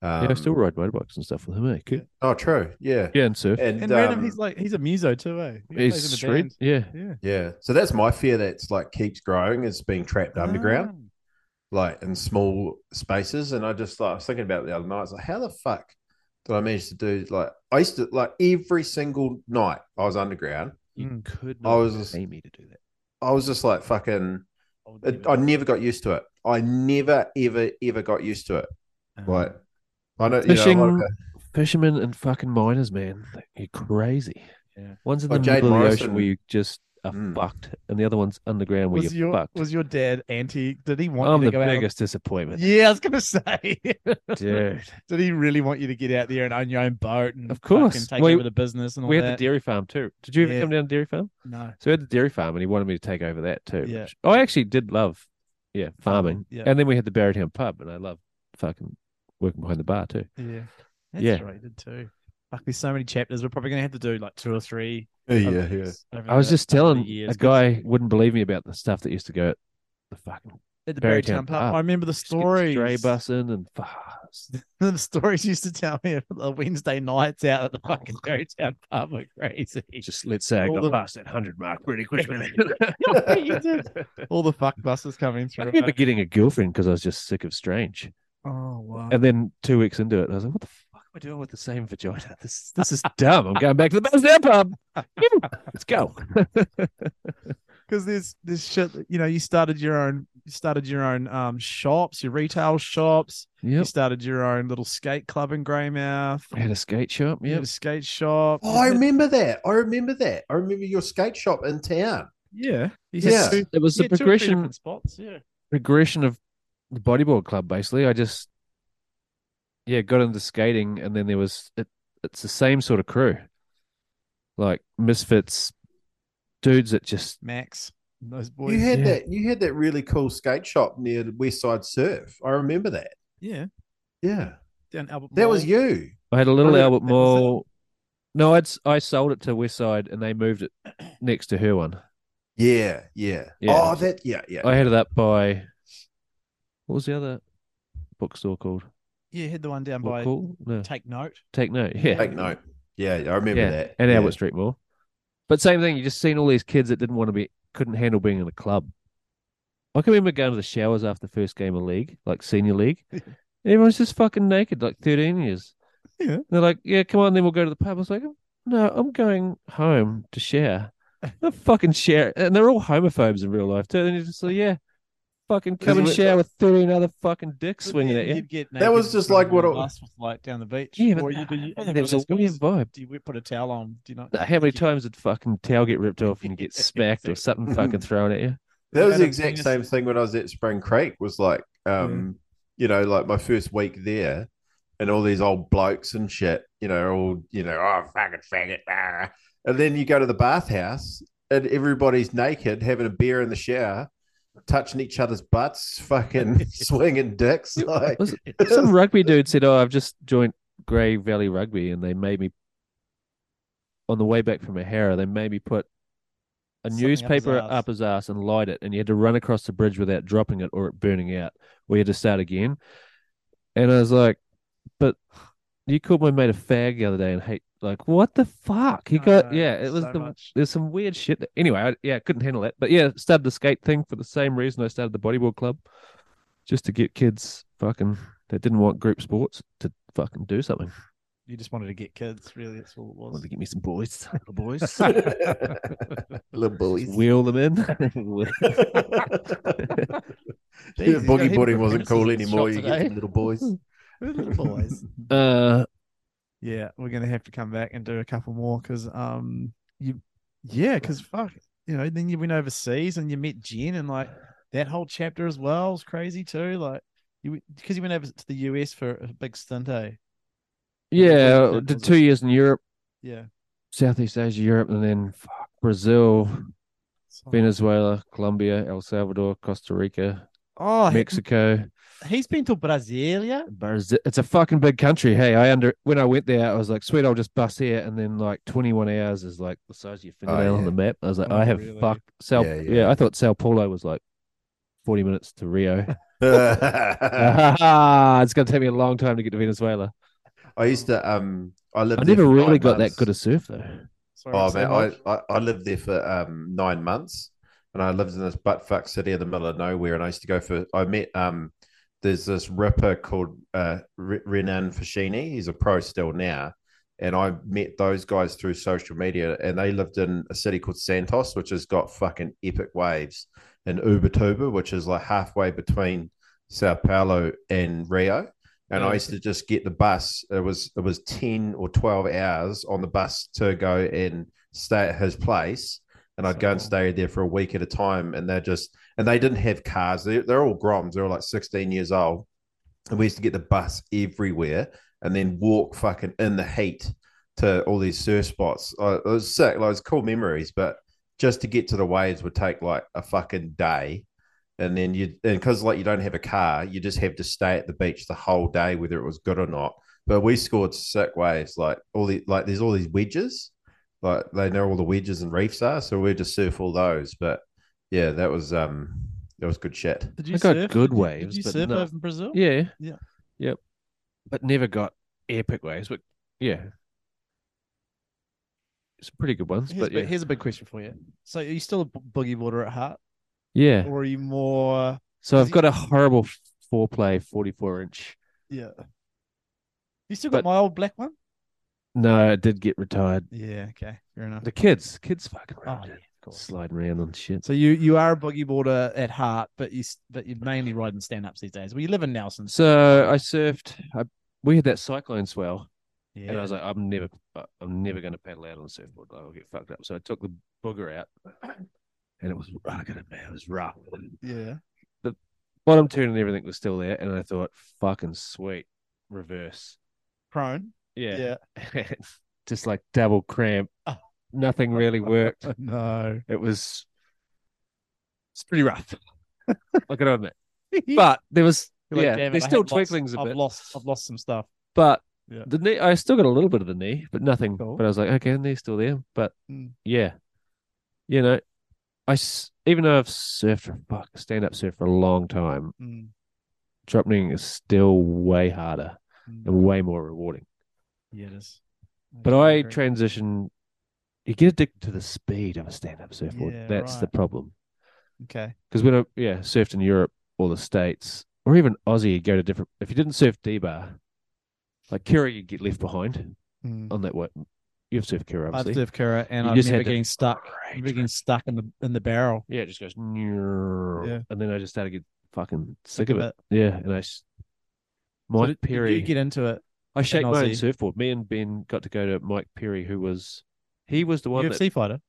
Speaker 4: um,
Speaker 3: yeah, I still ride motorbikes and stuff with him. Eh? Cool.
Speaker 4: Oh, true. Yeah,
Speaker 3: Yeah, and surf.
Speaker 4: and,
Speaker 2: and random,
Speaker 4: um,
Speaker 2: he's like he's a muso too, eh? He
Speaker 3: He's
Speaker 2: plays in a
Speaker 3: sweet.
Speaker 2: band.
Speaker 3: Yeah.
Speaker 2: Yeah.
Speaker 4: yeah. So that's my fear. That's like keeps growing. Is being trapped
Speaker 3: Ah.
Speaker 4: underground.
Speaker 2: Oh.
Speaker 4: like in small spaces. And I just like I was thinking about it the other night. I was like, how the fuck did I manage to do like I used to like every single night I was underground.
Speaker 3: You
Speaker 2: Mm.
Speaker 3: could
Speaker 4: I
Speaker 3: not
Speaker 4: was just-
Speaker 3: pay me to do that.
Speaker 4: I was just like fucking.
Speaker 2: Ah, I would
Speaker 4: It,
Speaker 2: never
Speaker 4: I
Speaker 2: do
Speaker 4: never got used to it. I never ever ever got used to it.
Speaker 2: that.
Speaker 4: Like I don't. You know, a
Speaker 3: Fishing,
Speaker 4: lot of-
Speaker 3: fishermen, and fucking miners, man, you're crazy.
Speaker 2: Yeah.
Speaker 3: One's in the
Speaker 4: Like Jade
Speaker 3: middle of the
Speaker 4: Morrison.
Speaker 3: ocean where you just are
Speaker 4: Mm.
Speaker 3: fucked, and the other one's underground where
Speaker 2: was
Speaker 3: you're
Speaker 2: your
Speaker 3: fucked.
Speaker 2: was your dad anti? Did he want
Speaker 3: I'm
Speaker 2: you
Speaker 3: the
Speaker 2: to go [laughs]
Speaker 3: biggest
Speaker 2: out?
Speaker 3: disappointment,
Speaker 2: Yeah, I was gonna say. [laughs]
Speaker 3: dude.
Speaker 2: Did he really want you to get out there and own your own boat and
Speaker 3: Of course.
Speaker 2: fucking take
Speaker 3: Well,
Speaker 2: over the business and all
Speaker 3: [laughs] We had the
Speaker 2: that?
Speaker 3: dairy farm too. Did you ever
Speaker 2: Yeah.
Speaker 3: come down to dairy farm?
Speaker 2: no,
Speaker 3: So we had the dairy farm, and he wanted me to take over that too.
Speaker 2: Yeah.
Speaker 3: which- I actually did love, yeah, farming.
Speaker 2: yeah.
Speaker 3: And then we had the Barrowtown pub, and I loved fucking working behind the bar too.
Speaker 2: yeah, that's
Speaker 3: Yeah.
Speaker 2: right. Did too. Fuck, there's so many chapters. We're probably gonna have to do like two or three.
Speaker 4: yeah,
Speaker 2: of
Speaker 4: yeah, yeah.
Speaker 2: these over
Speaker 3: I was
Speaker 2: the-
Speaker 3: just
Speaker 2: over the
Speaker 3: telling
Speaker 2: years,
Speaker 3: a guy wouldn't believe me about the stuff that used to go at the fucking
Speaker 2: at the
Speaker 3: Barry
Speaker 2: Barrytown
Speaker 3: Town
Speaker 2: Park.
Speaker 3: Pub.
Speaker 2: I remember the stories.
Speaker 3: stray bus in and fast.
Speaker 2: [laughs] the stories you used to tell me of the Wednesday nights out at the fucking Barrytown Pub were crazy.
Speaker 3: Just let's say I
Speaker 2: All
Speaker 3: got
Speaker 2: the-
Speaker 3: past that hundred mark pretty quickly.
Speaker 2: [laughs]
Speaker 3: [laughs]
Speaker 2: You did. [laughs] All the fuck buses coming
Speaker 3: I
Speaker 2: through.
Speaker 3: remember getting a girlfriend because I was just sick of strange.
Speaker 2: Oh wow.
Speaker 3: And then two weeks into it, I was like, "What the fuck am I doing with the same vagina? [laughs] This
Speaker 2: [laughs]
Speaker 3: this is dumb. I'm going back to the Barrowtown pub. Phew, Let's go."
Speaker 2: Because there's there's shit that, you know, you started your own You started your own um, shops, your retail shops. You
Speaker 3: Yep.
Speaker 2: started your own little skate club in Greymouth.
Speaker 3: I had a skate shop.
Speaker 2: You had
Speaker 3: Yep.
Speaker 2: a skate shop.
Speaker 4: Oh, I remember that. I remember that. I remember your skate shop in town.
Speaker 2: Yeah. You
Speaker 4: Yeah.
Speaker 2: had two,
Speaker 3: It was
Speaker 2: you
Speaker 3: the
Speaker 2: had two or three
Speaker 3: progression
Speaker 2: different spots. Yeah.
Speaker 3: progression of the bodyboard club. Basically, I just yeah got into skating, and then there was it, it's the same sort of crew, like misfits, dudes that just
Speaker 2: Max. Those boys.
Speaker 4: You had
Speaker 3: yeah.
Speaker 4: that. You had that really cool skate shop near the West Side Surf. I remember that.
Speaker 2: Yeah.
Speaker 4: Yeah,
Speaker 2: Down Albert
Speaker 4: that
Speaker 2: Mall.
Speaker 4: was you.
Speaker 3: I had a little
Speaker 2: Oh, yeah,
Speaker 3: Albert
Speaker 2: that was it.
Speaker 3: Mall. No, I'd s- I sold it to Westside, and they
Speaker 2: [clears throat]
Speaker 3: moved it next to her one.
Speaker 4: Yeah, yeah.
Speaker 3: Yeah.
Speaker 4: Oh, that. Yeah, yeah.
Speaker 3: I had it up by what was the other bookstore called?
Speaker 2: Yeah, you had the one down
Speaker 3: What
Speaker 2: by
Speaker 3: called? No,
Speaker 2: Take Note.
Speaker 3: [laughs] take note. Yeah,
Speaker 4: Take note. Yeah, I remember
Speaker 3: yeah,
Speaker 4: that.
Speaker 3: and
Speaker 4: yeah.
Speaker 3: Albert Street Mall. But same thing. You just seen all these kids that didn't want to be, couldn't handle being in a club. I can remember going to the showers after the first game of league, like
Speaker 2: [laughs]
Speaker 3: senior league. Everyone's just fucking naked, like thirteen years.
Speaker 2: Yeah.
Speaker 3: And they're like, yeah, come on, then we'll go to the pub. I was like, no, I'm going home
Speaker 2: [laughs]
Speaker 3: to share. The fucking share, and they're all homophobes in real life too. And you just like, yeah, fucking come and
Speaker 4: Isn't it-
Speaker 3: share with thirteen other fucking dicks swinging
Speaker 2: Yeah,
Speaker 3: at you.
Speaker 2: you'd get
Speaker 4: That was
Speaker 2: naked
Speaker 4: just
Speaker 2: and
Speaker 4: like what
Speaker 2: run
Speaker 4: it-
Speaker 2: a bus with, like down the beach.
Speaker 3: Yeah, but
Speaker 2: Or you-
Speaker 3: [laughs]
Speaker 2: you-
Speaker 3: nah,
Speaker 2: you-
Speaker 3: there's a
Speaker 2: those
Speaker 3: weird
Speaker 2: guys-
Speaker 3: vibe.
Speaker 2: Do you put a towel on? Do you not?
Speaker 3: How many
Speaker 2: you-
Speaker 3: times did fucking tail get ripped off and get smacked
Speaker 2: [laughs]
Speaker 3: or something fucking thrown at you?
Speaker 4: That was
Speaker 2: Adam
Speaker 4: the exact
Speaker 2: Venus-
Speaker 4: same thing when I was at Spring Creek. Was like, um, you know, like my first week there, and all these old blokes and shit. You know, all you know, oh fucking faggot. ah." And then you go to the bathhouse, and everybody's naked, having a beer in the shower, touching each other's butts,
Speaker 3: [laughs]
Speaker 4: fucking swinging dicks.
Speaker 2: [laughs]
Speaker 4: Like,
Speaker 3: Was it- some rugby dude said, "Oh, I've just joined Grey Valley Rugby, and they made me on the way back from O'Hara, they made me put a
Speaker 2: Something up his
Speaker 3: newspaper
Speaker 2: arse.
Speaker 3: up his ass and light it, and you had to run across the bridge without dropping it or it burning out, or you had to start again." And I was like, "But you called my mate a fag the other day, and hate like what the fuck? You
Speaker 2: I
Speaker 3: got
Speaker 2: know,
Speaker 3: yeah, it was
Speaker 2: so
Speaker 3: the
Speaker 2: much.
Speaker 3: there's some weird shit. That, anyway, I, yeah, I couldn't handle it, but yeah, started the skate thing for the same reason I started the bodyboard club, just to get kids fucking that didn't want group sports to fucking do something.
Speaker 2: You just wanted to get kids, really. That's all it
Speaker 3: Wanted
Speaker 2: was.
Speaker 3: to get me some boys, [laughs] little boys,
Speaker 4: [laughs] little boys.
Speaker 3: wheel them [laughs] in.
Speaker 4: [laughs] Yeah,
Speaker 2: he's got a
Speaker 4: boogie
Speaker 2: heap of
Speaker 4: boarding wasn't cool
Speaker 2: references to
Speaker 4: anymore.
Speaker 2: shop
Speaker 4: You get
Speaker 2: today. [laughs]
Speaker 4: some little boys.
Speaker 2: boys.
Speaker 3: uh,
Speaker 2: Yeah, we're gonna have to come back and do a couple more because um you yeah because fuck you know then you went overseas and you met Jen and like that whole chapter as well was crazy too like you because you went over to the US for a big stint eh
Speaker 3: yeah,
Speaker 2: Was it-
Speaker 3: did
Speaker 2: was
Speaker 3: two
Speaker 2: it-
Speaker 3: years in Europe,
Speaker 2: yeah
Speaker 3: Southeast Asia, Europe, and then fuck, Brazil, Oh,
Speaker 2: So-
Speaker 3: Venezuela, Colombia, El Salvador, Costa Rica,
Speaker 2: oh he,
Speaker 3: Mexico.
Speaker 2: he's been to Brasilia
Speaker 3: Brazil, it's a fucking big country. Hey, I under when I went there, I was like, sweet, I'll just bust here, and then like 21 hours is like the size of your fingernail on
Speaker 4: yeah.
Speaker 3: the map. I was like,
Speaker 2: Oh,
Speaker 3: I have
Speaker 2: really?
Speaker 3: fucked Sao.
Speaker 4: Yeah,
Speaker 3: Yeah,
Speaker 4: yeah.
Speaker 3: I thought Sao Paulo was like 40 minutes to Rio. [laughs] Uh-huh. it's gonna take me a long time to get to Venezuela.
Speaker 4: [laughs] I used to. Um, I lived.
Speaker 3: I
Speaker 4: there
Speaker 3: never
Speaker 4: for
Speaker 3: really
Speaker 4: nine
Speaker 3: got
Speaker 4: months.
Speaker 3: that good a surf though.
Speaker 2: Sorry,
Speaker 4: Oh
Speaker 2: I'm so
Speaker 4: man,
Speaker 2: much.
Speaker 4: I, I I lived there for um nine months, and I lived in this buttfuck city in the middle of nowhere. And I used to go for. I met um. There's this ripper called uh, Re- Renan Fashini. He's a pro still now, and I met those guys through social media. And they lived in a city called Santos, which has got fucking epic waves, and Ubatuba, which is like halfway between Sao Paulo and Rio and I
Speaker 3: Yeah.
Speaker 4: used to just get the bus. It was it was ten or twelve hours on the bus to go and stay at his place, and I'd
Speaker 2: So
Speaker 4: go and
Speaker 2: cool.
Speaker 4: stay there for a week at a time. And they're just and they didn't have cars. They, they're all groms. They're all like sixteen years old, and we used to get the bus everywhere and then walk fucking in the heat to all these surf spots. I, it was sick. Like, it was cool memories, but just to get to the waves would take like a fucking day and then you and because like you don't have a car, you just have to stay at the beach the whole day, whether it was good or not. But we scored sick waves, like all the like there's all these wedges, like they know all the wedges and reefs are, so we just surf all those. But yeah, that was um that was good shit.
Speaker 2: did you
Speaker 3: I got
Speaker 2: surf?
Speaker 3: good
Speaker 2: Did you-
Speaker 3: waves,
Speaker 2: did you
Speaker 3: but
Speaker 2: surf
Speaker 3: no.
Speaker 2: over in Brazil
Speaker 3: Yeah,
Speaker 2: Yeah.
Speaker 3: yep, but never got epic waves. But yeah, it's pretty good ones.
Speaker 2: Here's,
Speaker 3: but
Speaker 2: but
Speaker 3: yeah,
Speaker 2: here's a big question for you. So, are you still a bo- boogie water at heart,
Speaker 3: yeah.
Speaker 2: or are you more?
Speaker 3: So
Speaker 2: Is
Speaker 3: I've
Speaker 2: he-
Speaker 3: got a horrible f- foreplay, forty-four inch.
Speaker 2: Yeah. You still got
Speaker 3: But-
Speaker 2: my old black one?
Speaker 3: No, I did get retired.
Speaker 2: Yeah. Okay. Fair enough.
Speaker 3: The kids, kids, fucking.
Speaker 2: Oh,
Speaker 3: ruined it.
Speaker 2: course.
Speaker 3: sliding around on shit.
Speaker 2: So you you are a boogie boarder at heart, but you s- but you're mainly riding stand ups these days. Well, you live in Nelson.
Speaker 3: So I surfed. I, we had that cyclone swell.
Speaker 2: Yeah.
Speaker 3: And I was like, I'm never, I- I'm never going to paddle out on a surfboard. Like, I'll get fucked up. So I took the booger out, and it was, I got it, man, it was rough.
Speaker 2: yeah.
Speaker 3: Bottom turn and everything was still there, and I thought, fucking sweet, reverse.
Speaker 2: Prone.
Speaker 3: [laughs] Yeah, just like double cramp.
Speaker 2: Oh.
Speaker 3: Nothing really worked.
Speaker 2: [laughs] no.
Speaker 3: It was, it's
Speaker 2: [laughs]
Speaker 3: pretty rough. I can admit, but there was,
Speaker 2: You're like,
Speaker 3: yeah,
Speaker 2: "Damn it,
Speaker 3: there's
Speaker 2: I
Speaker 3: still
Speaker 2: had lots-
Speaker 3: twinklings a
Speaker 2: I've
Speaker 3: bit.
Speaker 2: lost I've lost some stuff.
Speaker 3: But
Speaker 2: Yeah.
Speaker 3: the knee, I still got a little bit of the knee, but nothing.
Speaker 2: Cool.
Speaker 3: But I was like, okay, the knee's still there. But
Speaker 2: Mm.
Speaker 3: yeah, you know, I s- even though I've surfed for fuck stand up surf for a long time,
Speaker 2: Mm,
Speaker 3: drop kneeing is still way harder
Speaker 2: mm.
Speaker 3: and way more rewarding.
Speaker 2: Yeah, it is.
Speaker 3: But I
Speaker 2: agree.
Speaker 3: transition. You get addicted to the speed of a stand up surfboard.
Speaker 2: Yeah,
Speaker 3: That's the
Speaker 2: right.
Speaker 3: problem.
Speaker 2: Okay.
Speaker 3: Because when I yeah surfed in Europe or the States or even Aussie, you go to different. If you didn't surf D bar, like Kira, you get left behind
Speaker 2: Mm.
Speaker 3: on that way. You've surfed Kira,
Speaker 2: I've
Speaker 3: obviously.
Speaker 2: surfed Kura and
Speaker 3: You
Speaker 2: I
Speaker 3: just
Speaker 2: remember
Speaker 3: had to-
Speaker 2: getting stuck. I remember getting stuck in the in the barrel.
Speaker 3: Yeah, it just goes. Yeah. And then I just started to get fucking sick of
Speaker 2: of
Speaker 3: it. Yeah, and I. s- Mike
Speaker 2: did, did
Speaker 3: Perry.
Speaker 2: you get into it.
Speaker 3: I shake
Speaker 2: an
Speaker 3: my own
Speaker 2: Aussie?
Speaker 3: surfboard. Me and Ben got to go to Mike Perry, who was he was the one
Speaker 2: UFC fighter.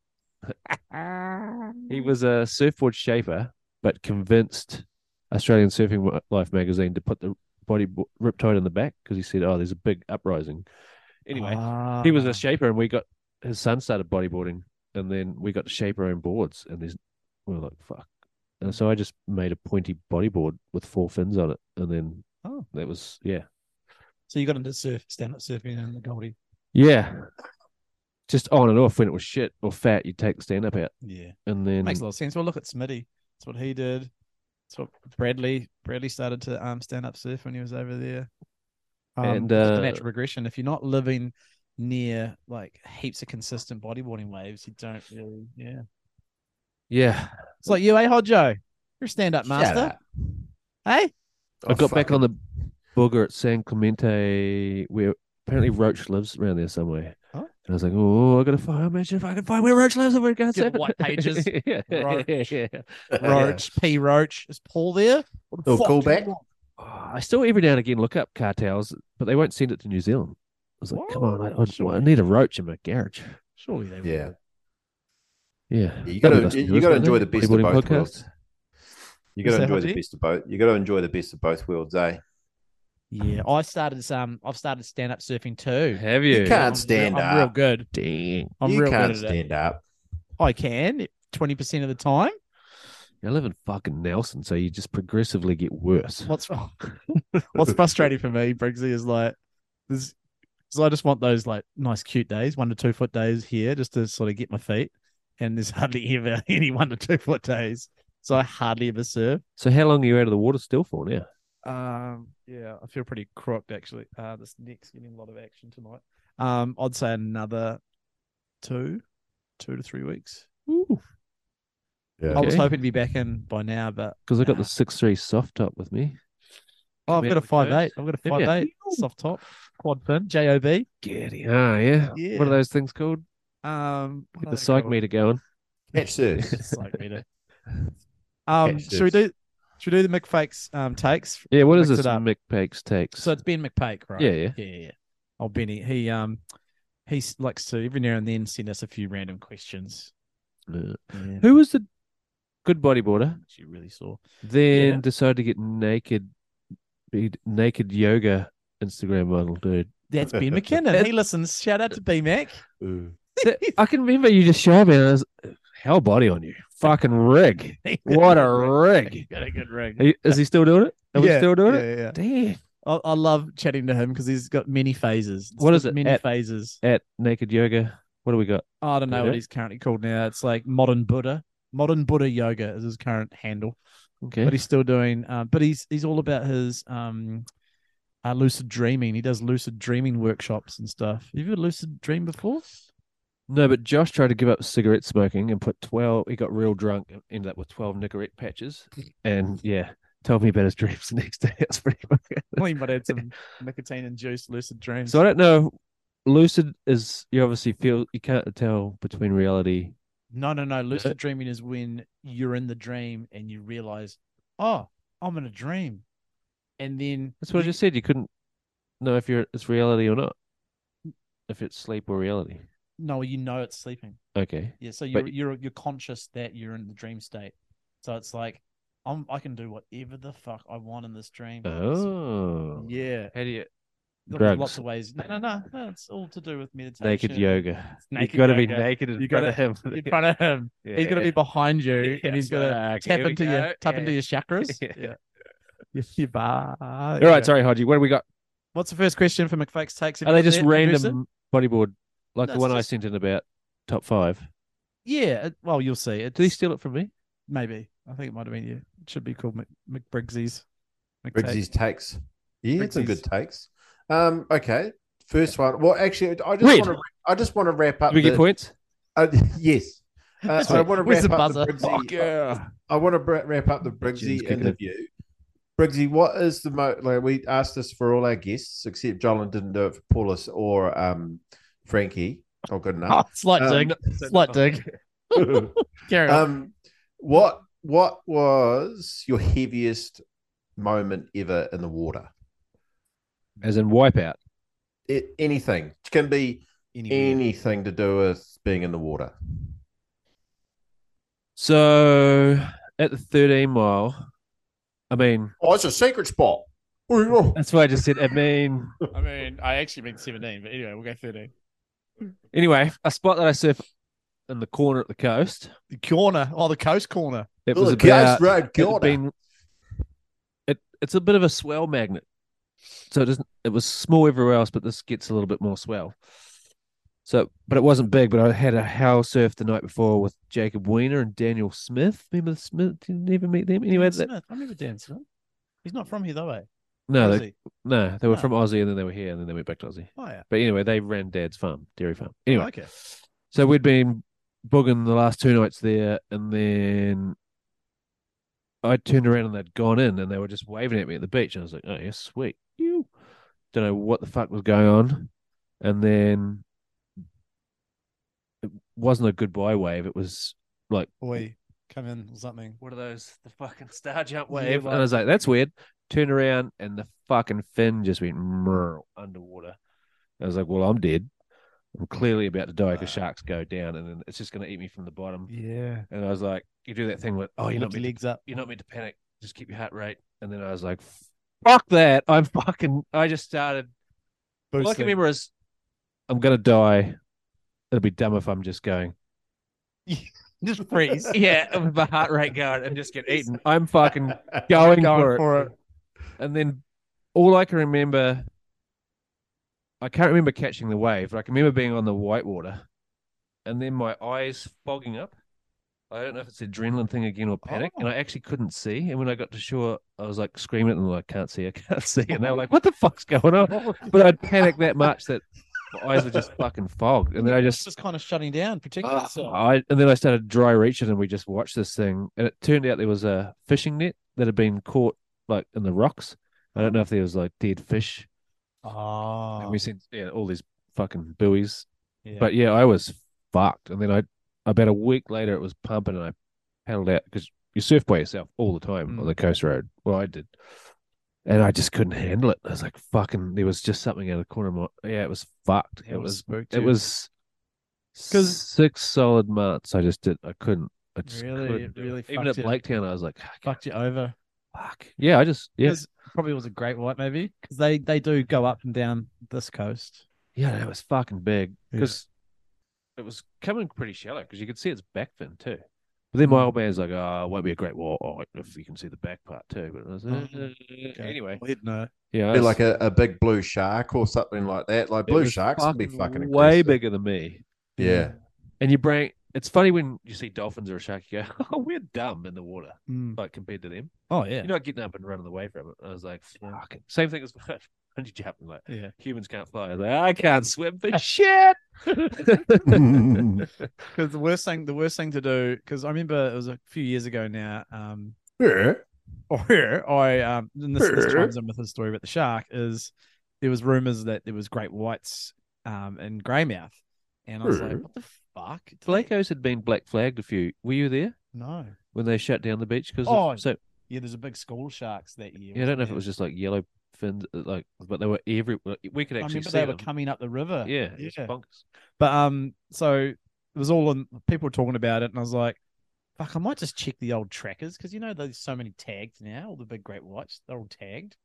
Speaker 3: that he was a surfboard shaper, but convinced Australian Surfing Wa- Life magazine to put the body bo- riptide in the back because he said, "Oh, there's a big uprising." Anyway, he was a
Speaker 2: Ah.
Speaker 3: shaper, and we got his son started bodyboarding, and then we got to shape our own boards, and there's we were like fuck, and so I just made a pointy bodyboard with four fins on it, and then
Speaker 2: Oh.
Speaker 3: that was yeah,
Speaker 2: So you got into surf stand up surfing in the Goldie.
Speaker 3: yeah, just on and off when it was shit or fat, you'd take the stand up out,
Speaker 2: Yeah.
Speaker 3: and then
Speaker 2: Makes a lot of sense. Well look at Smitty. That's what he did. That's what Bradley Bradley started to um stand up surf when he was over there. Um,
Speaker 3: And,
Speaker 2: it's
Speaker 3: uh,
Speaker 2: the natural progression. If you're not living near like heaps of consistent bodyboarding waves, you don't really yeah.
Speaker 3: yeah,
Speaker 2: It's like you, eh, Hodjo? You're a stand up master. Hey? Oh,
Speaker 3: I
Speaker 4: Oh,
Speaker 3: got back
Speaker 4: [laughs]
Speaker 3: on the booger at San Clemente, where apparently Roach lives around there somewhere.
Speaker 2: Huh?
Speaker 3: And I was like, oh, I gotta find. Imagine if I can find where Roach lives. I'm gonna go
Speaker 2: Get
Speaker 3: surf
Speaker 2: the white
Speaker 3: it."
Speaker 2: pages.
Speaker 3: yeah,
Speaker 2: Roach.
Speaker 3: [laughs] yeah.
Speaker 2: Roach, P Roach. Is Paul there? What
Speaker 4: Oh,
Speaker 2: fuck
Speaker 4: call
Speaker 2: do you
Speaker 4: back?
Speaker 2: want?
Speaker 3: [laughs] Oh, I still every now and again look up cartels, but they won't send it to New Zealand. I was like, come on, I, I, just- I need a roach in my garage.
Speaker 2: Surely they would.
Speaker 4: Yeah.
Speaker 3: Yeah,
Speaker 4: You got
Speaker 3: Gotta be
Speaker 4: to
Speaker 3: listening
Speaker 4: you got to
Speaker 3: this,
Speaker 4: enjoy
Speaker 3: don't
Speaker 4: the
Speaker 3: they?
Speaker 4: best of
Speaker 3: Bodyboarding
Speaker 4: both
Speaker 3: podcast.
Speaker 4: worlds. You got
Speaker 2: Is
Speaker 4: to
Speaker 2: that
Speaker 4: enjoy
Speaker 2: what
Speaker 4: the
Speaker 2: you-
Speaker 4: best of both. You got to enjoy the best of both worlds, eh?
Speaker 2: Yeah. I started um I've started stand up surfing too.
Speaker 3: Have you?
Speaker 4: You can't
Speaker 2: I'm
Speaker 4: stand
Speaker 2: real, I'm real
Speaker 4: up.
Speaker 2: good.
Speaker 3: Dang,
Speaker 2: I'm
Speaker 4: you
Speaker 2: real
Speaker 4: can't
Speaker 2: good at it.
Speaker 4: stand up.
Speaker 2: I can twenty percent of the time.
Speaker 3: I live in fucking Nelson, so you just progressively get worse.
Speaker 2: What's [laughs] what's frustrating for me, Briggsy, is like there's because I just want those like nice cute days, one to two foot days here, just to sort of get my feet. And there's hardly [laughs] ever any one to two foot days, so I hardly ever serve.
Speaker 3: So how long are you out of the water still for now?
Speaker 2: Um, yeah, I feel pretty crooked actually. Uh, this neck's getting a lot of action tonight. Um, I'd say another two, two to three weeks. I was
Speaker 3: Okay.
Speaker 2: hoping to be back in by now, but
Speaker 3: Because I got the six three soft top with me.
Speaker 2: oh, I've
Speaker 3: Commit
Speaker 2: got a
Speaker 3: with
Speaker 2: five
Speaker 3: those.
Speaker 2: eight. I've got a
Speaker 3: Have
Speaker 2: five
Speaker 3: ya?
Speaker 2: eight soft top quad fin J O B.
Speaker 3: Giddy. Oh yeah. What
Speaker 2: Yeah.
Speaker 3: are those things called?
Speaker 2: Um, what
Speaker 3: Get
Speaker 2: are
Speaker 3: the
Speaker 2: they
Speaker 3: psych
Speaker 2: called?
Speaker 3: meter going.
Speaker 4: Catch
Speaker 2: [laughs]
Speaker 4: this.
Speaker 2: Psych [laughs] meter. Um,
Speaker 4: Catch
Speaker 2: should we
Speaker 4: this.
Speaker 2: do? Should we do the McFakes um takes?
Speaker 3: Yeah, what is
Speaker 2: Mix
Speaker 3: this
Speaker 2: it up.
Speaker 3: McPakes takes?
Speaker 2: So it's Ben McPake, right?
Speaker 3: Yeah, yeah.
Speaker 2: yeah, yeah. yeah. Oh, Benny, he um, he s- likes to every now and then send us a few random questions.
Speaker 3: Uh,
Speaker 2: [laughs] Yeah.
Speaker 3: Who was the good bodyboarder?
Speaker 2: She really saw.
Speaker 3: Then
Speaker 2: Yeah.
Speaker 3: decided to get naked, be naked yoga Instagram model,
Speaker 2: [laughs]
Speaker 3: dude.
Speaker 2: That's
Speaker 3: [laughs]
Speaker 2: Ben McKinnon. he listens. Shout out to B Mac. [laughs]
Speaker 4: Ooh.
Speaker 3: That- I can remember you just showed me. And I was, hell body on you, fucking rig. What a rig!
Speaker 2: Got a good ring.
Speaker 3: Are you- Is he still doing it? Are we still doing it?
Speaker 2: Yeah, yeah.
Speaker 3: Damn.
Speaker 2: I, I love chatting to him because he's got many phases.
Speaker 3: What is it?
Speaker 2: Many
Speaker 3: At-
Speaker 2: phases.
Speaker 3: At naked yoga, what do we got?
Speaker 2: I don't know
Speaker 3: Yeah.
Speaker 2: what he's currently called now. It's like modern Buddha. Modern Buddha yoga is his current handle.
Speaker 3: Okay.
Speaker 2: but he's still doing. Uh, but he's he's all about his um, uh, lucid dreaming. He does lucid dreaming workshops and stuff. Have you ever lucid dream before?
Speaker 3: No, but Josh tried to give up cigarette smoking and put 12, he got real drunk and ended up with 12 Nicorette patches. And yeah, told me about his dreams [laughs] the next day. That's pretty fucking.
Speaker 2: [laughs] Well, he might add some nicotine induced lucid dreams.
Speaker 3: So I don't know. Lucid is, you obviously feel, you can't tell between reality
Speaker 2: No, no, no. Lucid
Speaker 3: it?
Speaker 2: dreaming is when you're in the dream and you realize, oh, I'm in a dream. And then
Speaker 3: That's what I just said. You couldn't know if you're it's reality or not. If it's sleep or reality.
Speaker 2: no, you know it's sleeping.
Speaker 3: Okay.
Speaker 2: Yeah, so you're
Speaker 3: But-
Speaker 2: you're you're conscious that you're in the dream state. So it's like I'm I can do whatever the fuck I want in this dream. So-
Speaker 3: Oh.
Speaker 2: Yeah.
Speaker 3: How do you
Speaker 2: Look, There's
Speaker 3: Drugs.
Speaker 2: lots of ways. No, no, no, no. It's all to do with meditation.
Speaker 3: naked yoga?
Speaker 2: naked
Speaker 3: you got to be
Speaker 2: yoga.
Speaker 3: naked in
Speaker 2: You
Speaker 3: front
Speaker 2: gotta-
Speaker 3: of him.
Speaker 2: In front of
Speaker 3: [laughs]
Speaker 2: him. [laughs] He's gonna be behind you and he's gonna tap into your tap into your chakras.
Speaker 3: [laughs] Yeah.
Speaker 2: [laughs] Yeah. Your, your bar.
Speaker 3: All right, sorry, Hodgie. What do we got?
Speaker 2: What's the first question for McFake's takes? Have
Speaker 3: Are
Speaker 2: you
Speaker 3: they
Speaker 2: got
Speaker 3: just
Speaker 2: that, producer?
Speaker 3: random bodyboard like
Speaker 2: No,
Speaker 3: the
Speaker 2: it's
Speaker 3: one I
Speaker 2: just-
Speaker 3: sent in about top five?
Speaker 2: Yeah. it- Well, you'll see. It
Speaker 3: Did he steal it from me?
Speaker 2: maybe. I think it might have been you. It should be called Mc, McBriggsy's. [laughs]
Speaker 4: Briggsy's takes. Yeah, he had some
Speaker 2: Briggsy's.
Speaker 4: good takes. Um, okay, first one. Well, actually, I just
Speaker 3: Red.
Speaker 4: want to. I just want to wrap up.
Speaker 3: Did we get
Speaker 4: the-
Speaker 3: points?
Speaker 4: uh, [laughs] yes. Uh, I want to
Speaker 2: Where's the
Speaker 4: wrap up the
Speaker 2: buzzer?
Speaker 4: Briggsy-
Speaker 2: Fuck
Speaker 4: I want to wrap up the Briggsy
Speaker 3: Jim's
Speaker 4: interview. Briggsy, what is the mo Like we asked this for all our guests, except Jolin didn't do it for Paulus or um, Frankie. Not good
Speaker 2: [laughs]
Speaker 4: enough.
Speaker 2: slight
Speaker 4: Um,
Speaker 2: dig. Slight dig. Carry on.
Speaker 4: um, what what was your heaviest moment ever in the water?
Speaker 3: As in wipeout.
Speaker 4: It, anything it can be
Speaker 2: Anyway.
Speaker 4: anything to do with being in the water.
Speaker 3: So at the 13 mile, I mean,
Speaker 4: Oh, it's a secret [laughs] spot. Oh,
Speaker 3: that's why I just said, I mean,
Speaker 2: I mean, I actually meant 17, but anyway, we'll go 13.
Speaker 3: anyway, a spot that I surf in the corner at the coast.
Speaker 2: The corner. Oh, the coast corner.
Speaker 3: It
Speaker 4: the
Speaker 3: was
Speaker 4: guy's
Speaker 3: about,
Speaker 4: road
Speaker 3: it had
Speaker 4: corner.
Speaker 3: been- it, it's a bit of a swell magnet. So it doesn't, it was small everywhere else, but this gets a little bit more swell. So, but it wasn't big, but I had a howl surf the night before with Jacob Weiner and Daniel Smith. Remember Smith? Didn't even meet them. Anyway,
Speaker 2: Dan
Speaker 3: that,
Speaker 2: Smith. I remember Dan Smith. He's not from here, though, eh?
Speaker 3: no,
Speaker 2: Is
Speaker 3: they,
Speaker 2: he?
Speaker 3: no, they were
Speaker 2: No.
Speaker 3: from Aussie and then they were here and then they went back to Aussie.
Speaker 2: Oh, yeah.
Speaker 3: But anyway, they ran Dad's farm, dairy farm. Anyway,
Speaker 2: Okay.
Speaker 3: so we'd been booging the last two nights there, and then I turned around and they'd gone in, and they were just waving at me at the beach, and I was like, "Oh yeah, sweet." Ew. Don't know what the fuck was going on, and then it wasn't a goodbye wave. It was
Speaker 2: Boy, come in or something.
Speaker 3: what are those? The fucking star jump
Speaker 2: Yeah,
Speaker 3: wave.
Speaker 2: like-
Speaker 3: and I was like, that's weird. Turn around and the fucking fin just went merl underwater. I was like, well, I'm dead. I'm clearly about to die because sharks go down and then it's just going to eat me from the bottom.
Speaker 2: Yeah.
Speaker 3: And I was like, you do that thing with, oh, you're
Speaker 2: Lift
Speaker 3: not,
Speaker 2: your
Speaker 3: meant to,
Speaker 2: legs up.
Speaker 3: you're not meant to panic. Just keep your heart rate. And then I was like, fuck that. I'm fucking, I just started. All I can
Speaker 2: Boosting.
Speaker 3: remember is I'm going to die. It'll be dumb if I'm just going.
Speaker 2: Just freeze.
Speaker 3: [laughs] Yeah, with my heart rate going and just get eaten. I'm fucking going,
Speaker 2: Going
Speaker 3: for, it.
Speaker 2: for it.
Speaker 3: And then all I can remember, I can't remember catching the wave, but I can remember being on the whitewater, and then my eyes fogging up. I don't know if it's the adrenaline thing again or panic, and I actually couldn't see. And when I got to shore, I was like screaming at them, like, "I can't see, I can't see," and they were like, "What the fuck's going on?" But I'd panicked that much that my eyes were just fucking fogged, and then I just
Speaker 2: Just kind of shutting down, protecting
Speaker 3: Ah,
Speaker 2: yourself.
Speaker 3: I, and then I started dry reaching, and we just watched this thing. And it turned out there was a fishing net that had been caught like in the rocks. I don't know if there was like dead fish.
Speaker 2: Oh,
Speaker 3: And we seen yeah, all these fucking buoys.
Speaker 2: yeah.
Speaker 3: But Ah. yeah, I was fucked. And then I about a week later, it was pumping, and I paddled out because you surf by yourself all the time
Speaker 2: Mm.
Speaker 3: on the coast road. Well, I did, and I just couldn't handle it. I was like, fucking. There was just something out of the corner of my yeah. It was fucked.
Speaker 2: Yeah,
Speaker 3: it was
Speaker 2: spooked
Speaker 3: it
Speaker 2: you.
Speaker 3: was
Speaker 2: 'Cause-
Speaker 3: six solid months. I just did. I couldn't. I just
Speaker 2: Really?
Speaker 3: couldn't
Speaker 2: It
Speaker 3: do
Speaker 2: really
Speaker 3: Even at
Speaker 2: fucked you.
Speaker 3: Blaketown, I was like, "Ah,
Speaker 2: fucked you over.
Speaker 3: fuck. Yeah, I just. Yeah.
Speaker 2: 'Cause- Probably was a great white, maybe because they they do go up and down this coast.
Speaker 3: Yeah, it was fucking big
Speaker 2: Yeah.
Speaker 3: because it was coming pretty shallow because you could see its back fin too. But
Speaker 2: Mm.
Speaker 3: then my old man's like, "Oh, it won't be a great wall oh, if you can see the back part too." But I was like,
Speaker 2: Oh,
Speaker 3: "Uh, anyway,
Speaker 2: We'd know.
Speaker 3: yeah, I
Speaker 4: Be
Speaker 3: was-
Speaker 4: like a, a big blue shark or something like that. Like
Speaker 3: it
Speaker 4: blue
Speaker 3: was
Speaker 4: sharks can be fucking
Speaker 3: way
Speaker 4: aggressive.
Speaker 3: bigger than me.
Speaker 4: Yeah.
Speaker 3: And your brain, it's funny when you see dolphins or a shark, you go, [laughs] "Oh, we're dumb in the water,"
Speaker 2: Mm.
Speaker 3: like compared to them.
Speaker 2: Oh yeah.
Speaker 3: You're not getting up and running away from it. I was like, fuck. it. Same thing as [laughs] bungee jumping. Like
Speaker 2: yeah.
Speaker 3: humans can't fly. I was like, I can't swim for
Speaker 2: [laughs]
Speaker 3: shit. [laughs]
Speaker 2: Because the worst thing the worst thing to do because I remember it was a few years ago now. Um,
Speaker 4: Yeah.
Speaker 2: or I um, and this, this chimes in with his story about the shark is there was rumors that there was great whites um in Greymouth, and I was like, what the fuck?
Speaker 3: Delacos had been black flagged a few. Were you there
Speaker 2: No.
Speaker 3: when they shut down the beach? Because
Speaker 2: Oh,
Speaker 3: so
Speaker 2: Yeah, there's a big school of sharks that year.
Speaker 3: yeah, I don't know if it
Speaker 2: wasn't
Speaker 3: was just like yellow fins, like, but they were every. We could
Speaker 2: there? I
Speaker 3: actually
Speaker 2: remember
Speaker 3: see
Speaker 2: they were
Speaker 3: them.
Speaker 2: coming up the river.
Speaker 3: yeah, it was
Speaker 2: Yeah.
Speaker 3: bonkers.
Speaker 2: But um, so it was all on people were talking about it, and I was like, fuck, I might just check the old trackers because you know there's so many tagged now. All the big great whites, they're all tagged.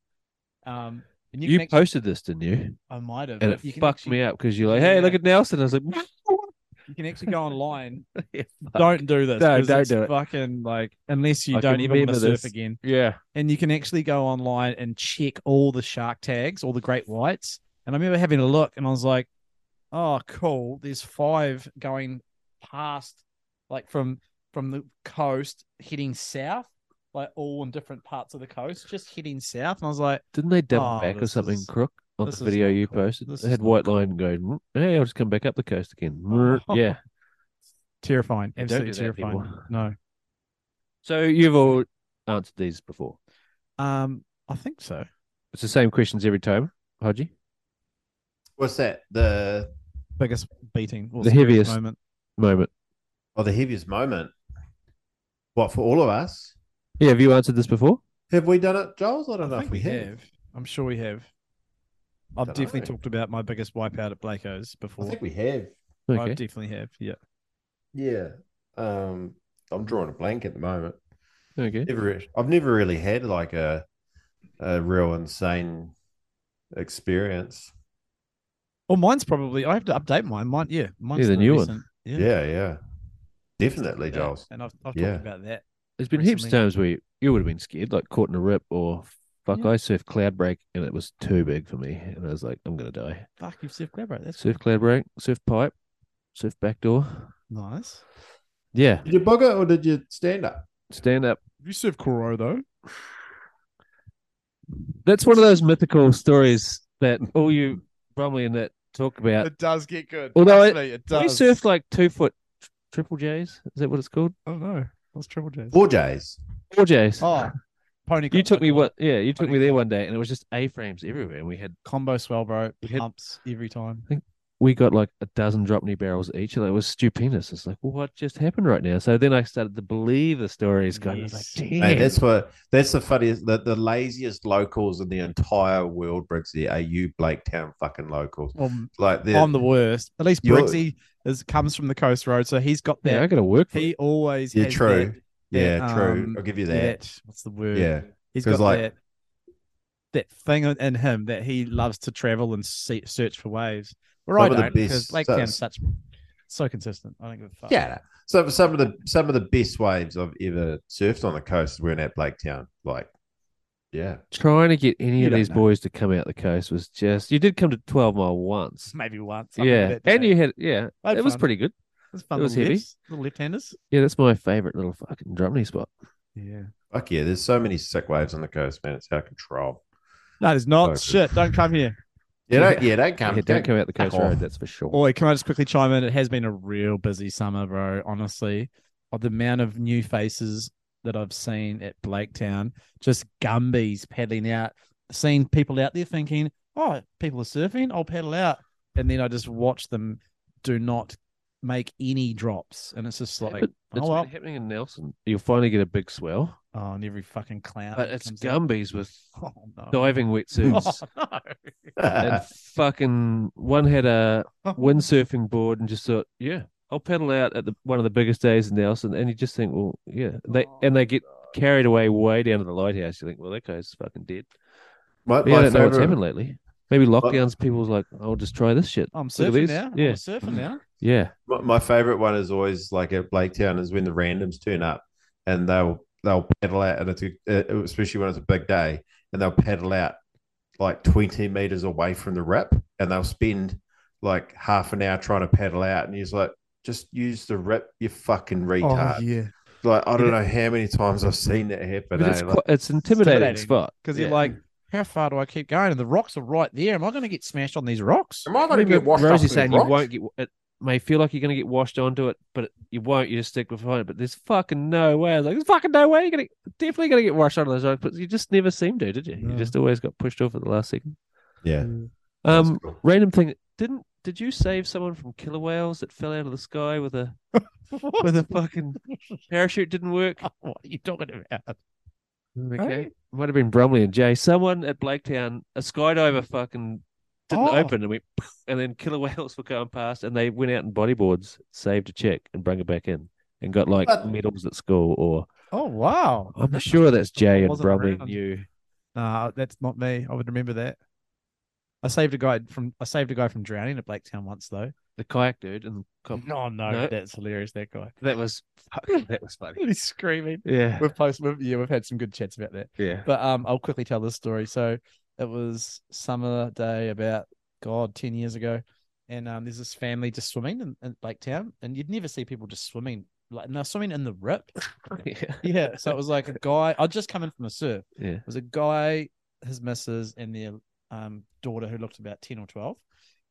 Speaker 2: Um, and you,
Speaker 3: You,
Speaker 2: can actually,
Speaker 3: posted this, didn't you?
Speaker 2: I might have,
Speaker 3: And
Speaker 2: but
Speaker 3: it
Speaker 2: you can
Speaker 3: fucked
Speaker 2: actually-
Speaker 3: me up because you're like, "Hey,
Speaker 2: Yeah.
Speaker 3: look at Nelson." I was like, [laughs]
Speaker 2: You can actually go online.
Speaker 3: Yeah, fuck.
Speaker 2: don't do this.
Speaker 3: No,
Speaker 2: 'cause
Speaker 3: don't
Speaker 2: it's
Speaker 3: do it.
Speaker 2: Fucking like unless you
Speaker 3: I
Speaker 2: don't
Speaker 3: can
Speaker 2: even want to
Speaker 3: remember
Speaker 2: surf
Speaker 3: this.
Speaker 2: again.
Speaker 3: "Yeah,
Speaker 2: and you can actually go online and check all the shark tags, all the great whites. And I remember having a look, and I was like, "Oh, cool! There's five going past, like from from the coast heading south, like all in different parts of the coast, just heading south." And I was like,
Speaker 3: didn't they double
Speaker 2: Oh,
Speaker 3: back or
Speaker 2: this
Speaker 3: something,
Speaker 2: is-
Speaker 3: Crook?" On
Speaker 2: this
Speaker 3: the
Speaker 2: is
Speaker 3: video
Speaker 2: not
Speaker 3: you
Speaker 2: cool.
Speaker 3: posted,
Speaker 2: This
Speaker 3: they
Speaker 2: is
Speaker 3: had
Speaker 2: not
Speaker 3: white line going. Hey, I'll just come back up the
Speaker 2: [laughs]
Speaker 3: coast again. Yeah.
Speaker 2: "Terrifying!
Speaker 3: Yeah, don't
Speaker 2: Absolutely
Speaker 3: do that,
Speaker 2: terrifying!"
Speaker 3: people.
Speaker 2: No,
Speaker 3: So you've all answered these before.
Speaker 2: um, I think so.
Speaker 3: It's the same questions every time, Hodgie.
Speaker 4: What's that? The
Speaker 2: Biggest beating, or
Speaker 3: The
Speaker 2: scariest
Speaker 3: heaviest.
Speaker 2: moment.
Speaker 3: Moment.
Speaker 4: oh, the heaviest moment. What for all of us?
Speaker 3: Yeah, have you answered this before?
Speaker 4: Have we done it, Giles? I don't know
Speaker 2: I
Speaker 4: if
Speaker 2: think
Speaker 4: we have.
Speaker 2: I'm sure we have. I've
Speaker 4: Dunno.
Speaker 2: definitely talked about my biggest wipeout at Blakeo's
Speaker 4: I
Speaker 2: before.
Speaker 4: think we have.
Speaker 2: I
Speaker 3: Okay.
Speaker 2: definitely have. Yeah.
Speaker 4: Yeah. Um, I'm drawing a blank at the moment.
Speaker 3: Okay.
Speaker 4: Never, I've never really had like a a real insane experience.
Speaker 2: Well, mine's probably. I have to update mine. Mine, yeah, mine's
Speaker 3: the new one.
Speaker 2: recent- Yeah,
Speaker 4: Yeah, yeah, definitely,
Speaker 2: Yeah,
Speaker 4: Giles.
Speaker 2: And I've, I've
Speaker 4: Yeah.
Speaker 2: talked about that.
Speaker 3: There's been heaps of
Speaker 2: recently-
Speaker 3: times where you, you would have been scared, like caught in a rip or fuck,
Speaker 2: Yeah.
Speaker 3: I surfed cloud break and it was too big for me. And I was like, I'm going to die.
Speaker 2: Fuck, you've surfed grab right. That's
Speaker 3: Surf cloud break, surf pipe, surf backdoor.
Speaker 2: nice.
Speaker 3: Yeah.
Speaker 4: Did you bugger or did you stand up?
Speaker 3: Stand up.
Speaker 2: You surfed Coro though.
Speaker 3: That's one of those mythical stories that all you Bromley and that talk about.
Speaker 2: does get good.
Speaker 3: Uh, Although it-
Speaker 2: it
Speaker 3: We surfed like two foot triple J's. Is that what it's called?
Speaker 2: oh no, that was triple J's.
Speaker 4: Four J's.
Speaker 3: Four J's.
Speaker 2: Oh, pony.
Speaker 3: [laughs] You
Speaker 2: combo-
Speaker 3: took me what? Yeah, you took
Speaker 2: Funny.
Speaker 3: me there one day, and it was just A frames everywhere. And we had
Speaker 2: combo swell, bro.
Speaker 3: You hit-
Speaker 2: Pumps every time.
Speaker 3: we got like a dozen drop knee barrels each, and it was stupendous. It's like, what just happened right now? So then I started to believe the stories. Kind of like,
Speaker 2: Yes.
Speaker 3: damn,
Speaker 4: Mate, that's what that's the funniest the, the laziest locals in the entire world, Briggsy, are you Blaketown fucking locals.
Speaker 2: Well,
Speaker 4: Like they're
Speaker 2: I'm the worst. At least
Speaker 4: You're-
Speaker 2: Briggsy is comes from the coast road, so he's got
Speaker 3: yeah, I
Speaker 2: that.
Speaker 3: got to work. For it.
Speaker 2: He always.
Speaker 4: yeah,
Speaker 2: has
Speaker 4: true.
Speaker 2: that-
Speaker 4: yeah,
Speaker 2: that,
Speaker 4: true.
Speaker 2: um,
Speaker 4: I'll give you
Speaker 2: that.
Speaker 4: that.
Speaker 2: What's the word?
Speaker 4: Yeah.
Speaker 2: He's
Speaker 4: 'Cause,
Speaker 2: got
Speaker 4: like-
Speaker 2: that that thing in him that he loves to travel and se- search for waves. Where
Speaker 4: Some
Speaker 2: I
Speaker 4: of the
Speaker 2: don't because
Speaker 4: best-
Speaker 2: Lake
Speaker 4: so-
Speaker 2: Town's such so consistent. I don't give a fuck.
Speaker 4: Yeah. So some of the some of the best waves I've ever surfed on the coast were in at Blaketown. Like, yeah.
Speaker 3: Trying to get any
Speaker 2: You
Speaker 3: of
Speaker 2: don't
Speaker 3: these
Speaker 2: know.
Speaker 3: boys to come out the coast was just. You did come to twelve mile once.
Speaker 2: maybe once. I
Speaker 3: Yeah,
Speaker 2: remember that
Speaker 3: and
Speaker 2: day.
Speaker 3: you had yeah,
Speaker 2: I had
Speaker 3: it was
Speaker 2: fun.
Speaker 3: pretty good.
Speaker 2: It was fun.
Speaker 3: it was
Speaker 2: little
Speaker 3: heavy.
Speaker 2: lefts, little left-handers.
Speaker 3: Yeah, that's my favorite little fucking drop knee spot.
Speaker 2: Yeah.
Speaker 4: Fuck yeah, there's so many sick waves on the coast, man. It's out of control.
Speaker 2: No, there's not
Speaker 4: Focus.
Speaker 2: shit. Don't come here.
Speaker 4: Yeah,
Speaker 3: Yeah.
Speaker 4: don't, yeah, don't come.
Speaker 3: yeah, don't come out the
Speaker 4: fuck
Speaker 3: coast road,
Speaker 4: off.
Speaker 3: that's for sure.
Speaker 2: Oi, can I just quickly chime in? It has been a real busy summer, bro. Honestly, of the amount of new faces that I've seen at Blaketown, just gumbies paddling out, seeing people out there thinking, "Oh, people are surfing, I'll paddle out," and then I just watch them do not make any drops, and it's just like,
Speaker 3: But it's
Speaker 2: "Oh
Speaker 3: been
Speaker 2: well,
Speaker 3: happening in Nelson. You'll finally get a big swell,
Speaker 2: oh, and every fucking clown."
Speaker 3: but
Speaker 2: that
Speaker 3: it's
Speaker 2: comes out.
Speaker 3: gumbies with
Speaker 2: [laughs] Oh no.
Speaker 3: diving wetsuits.
Speaker 2: [laughs] Oh, no.
Speaker 4: [laughs]
Speaker 3: and fucking one had a windsurfing board and just thought, yeah, I'll paddle out at the one of the biggest days in Nelson. And you just think, well, yeah, they
Speaker 2: Oh,
Speaker 3: and they get carried away way down to the lighthouse. You think, well, that guy's fucking dead.
Speaker 4: My,
Speaker 3: But yeah, I
Speaker 4: my
Speaker 3: don't know what's happened
Speaker 4: favorite,
Speaker 3: lately. Maybe lockdowns. People's like, I'll just try this shit.
Speaker 2: I'm
Speaker 3: at
Speaker 2: surfing
Speaker 3: these.
Speaker 2: now.
Speaker 3: Yeah.
Speaker 2: I'm surfing now.
Speaker 3: Yeah,
Speaker 4: my, my favorite one is always like at Blaketown is when the randoms turn up and they'll they'll paddle out and it's a, uh, especially when it's a big day and they'll paddle out like 20 meters away from the rip and they'll spend like half an hour trying to paddle out and he's like just use the rip you fucking
Speaker 3: Oh,
Speaker 4: retard
Speaker 2: yeah.
Speaker 4: like i don't know how many times i've seen that happen
Speaker 3: but it's
Speaker 4: eh?
Speaker 3: quite, it's intimidating,
Speaker 2: intimidating,
Speaker 3: spot
Speaker 2: Because
Speaker 3: Yeah.
Speaker 2: you're like, how far do I keep going? And the rocks are right there. Am I going to get smashed on these rocks?
Speaker 4: am i going to get washed
Speaker 3: Rosie's
Speaker 4: up
Speaker 3: saying you won't get it may feel like you're gonna get washed onto it, but it, you won't. You just stick behind it. But there's fucking no way. I was like, there's fucking no way you're gonna definitely gonna get washed onto those rocks. But you just never seemed to, did you? You
Speaker 2: No.
Speaker 3: just always got pushed off at the last second.
Speaker 4: yeah
Speaker 3: Um, random thing. Didn't did you save someone from killer whales that fell out of the sky with a
Speaker 2: [laughs] what
Speaker 3: with a fucking parachute didn't work?
Speaker 2: are you talking about?
Speaker 3: Okay.
Speaker 2: Right?
Speaker 3: Might have been Bromley and Jay. Someone at Blaketown, a skydiver fucking didn't
Speaker 2: Oh.
Speaker 3: open and went, and then killer [laughs] whales were going past and they went out in bodyboards, saved a check and brung it back in and got like
Speaker 4: But-
Speaker 3: medals at school or
Speaker 2: Oh wow.
Speaker 3: I'm not sure that's Jay and
Speaker 2: wasn't
Speaker 3: Bromley
Speaker 2: around.
Speaker 3: knew.
Speaker 2: Nah, that's not me. I would remember that. I saved a guy from I saved a guy from drowning at Blacktown once though.
Speaker 3: The kayak dude and com-
Speaker 2: Oh, No, no,
Speaker 3: No.
Speaker 2: that's hilarious. That guy.
Speaker 3: that was fuck, that was funny.
Speaker 2: [laughs] He's screaming.
Speaker 3: Yeah.
Speaker 2: [laughs] We've post, we've, yeah, we've had some good chats about that.
Speaker 3: Yeah.
Speaker 2: [laughs]
Speaker 3: [laughs]
Speaker 2: But um, I'll quickly tell this story. So it was summer day about God ten years ago, and um, there's this family just swimming in, in Lake Town, and you'd never see people just swimming like now swimming in the rip.
Speaker 3: yeah.
Speaker 2: Yeah. So it was like a guy. I'd just come in from a surf.
Speaker 3: Yeah.
Speaker 2: It was a guy, his missus, and their um, daughter who looked about 10 or 12.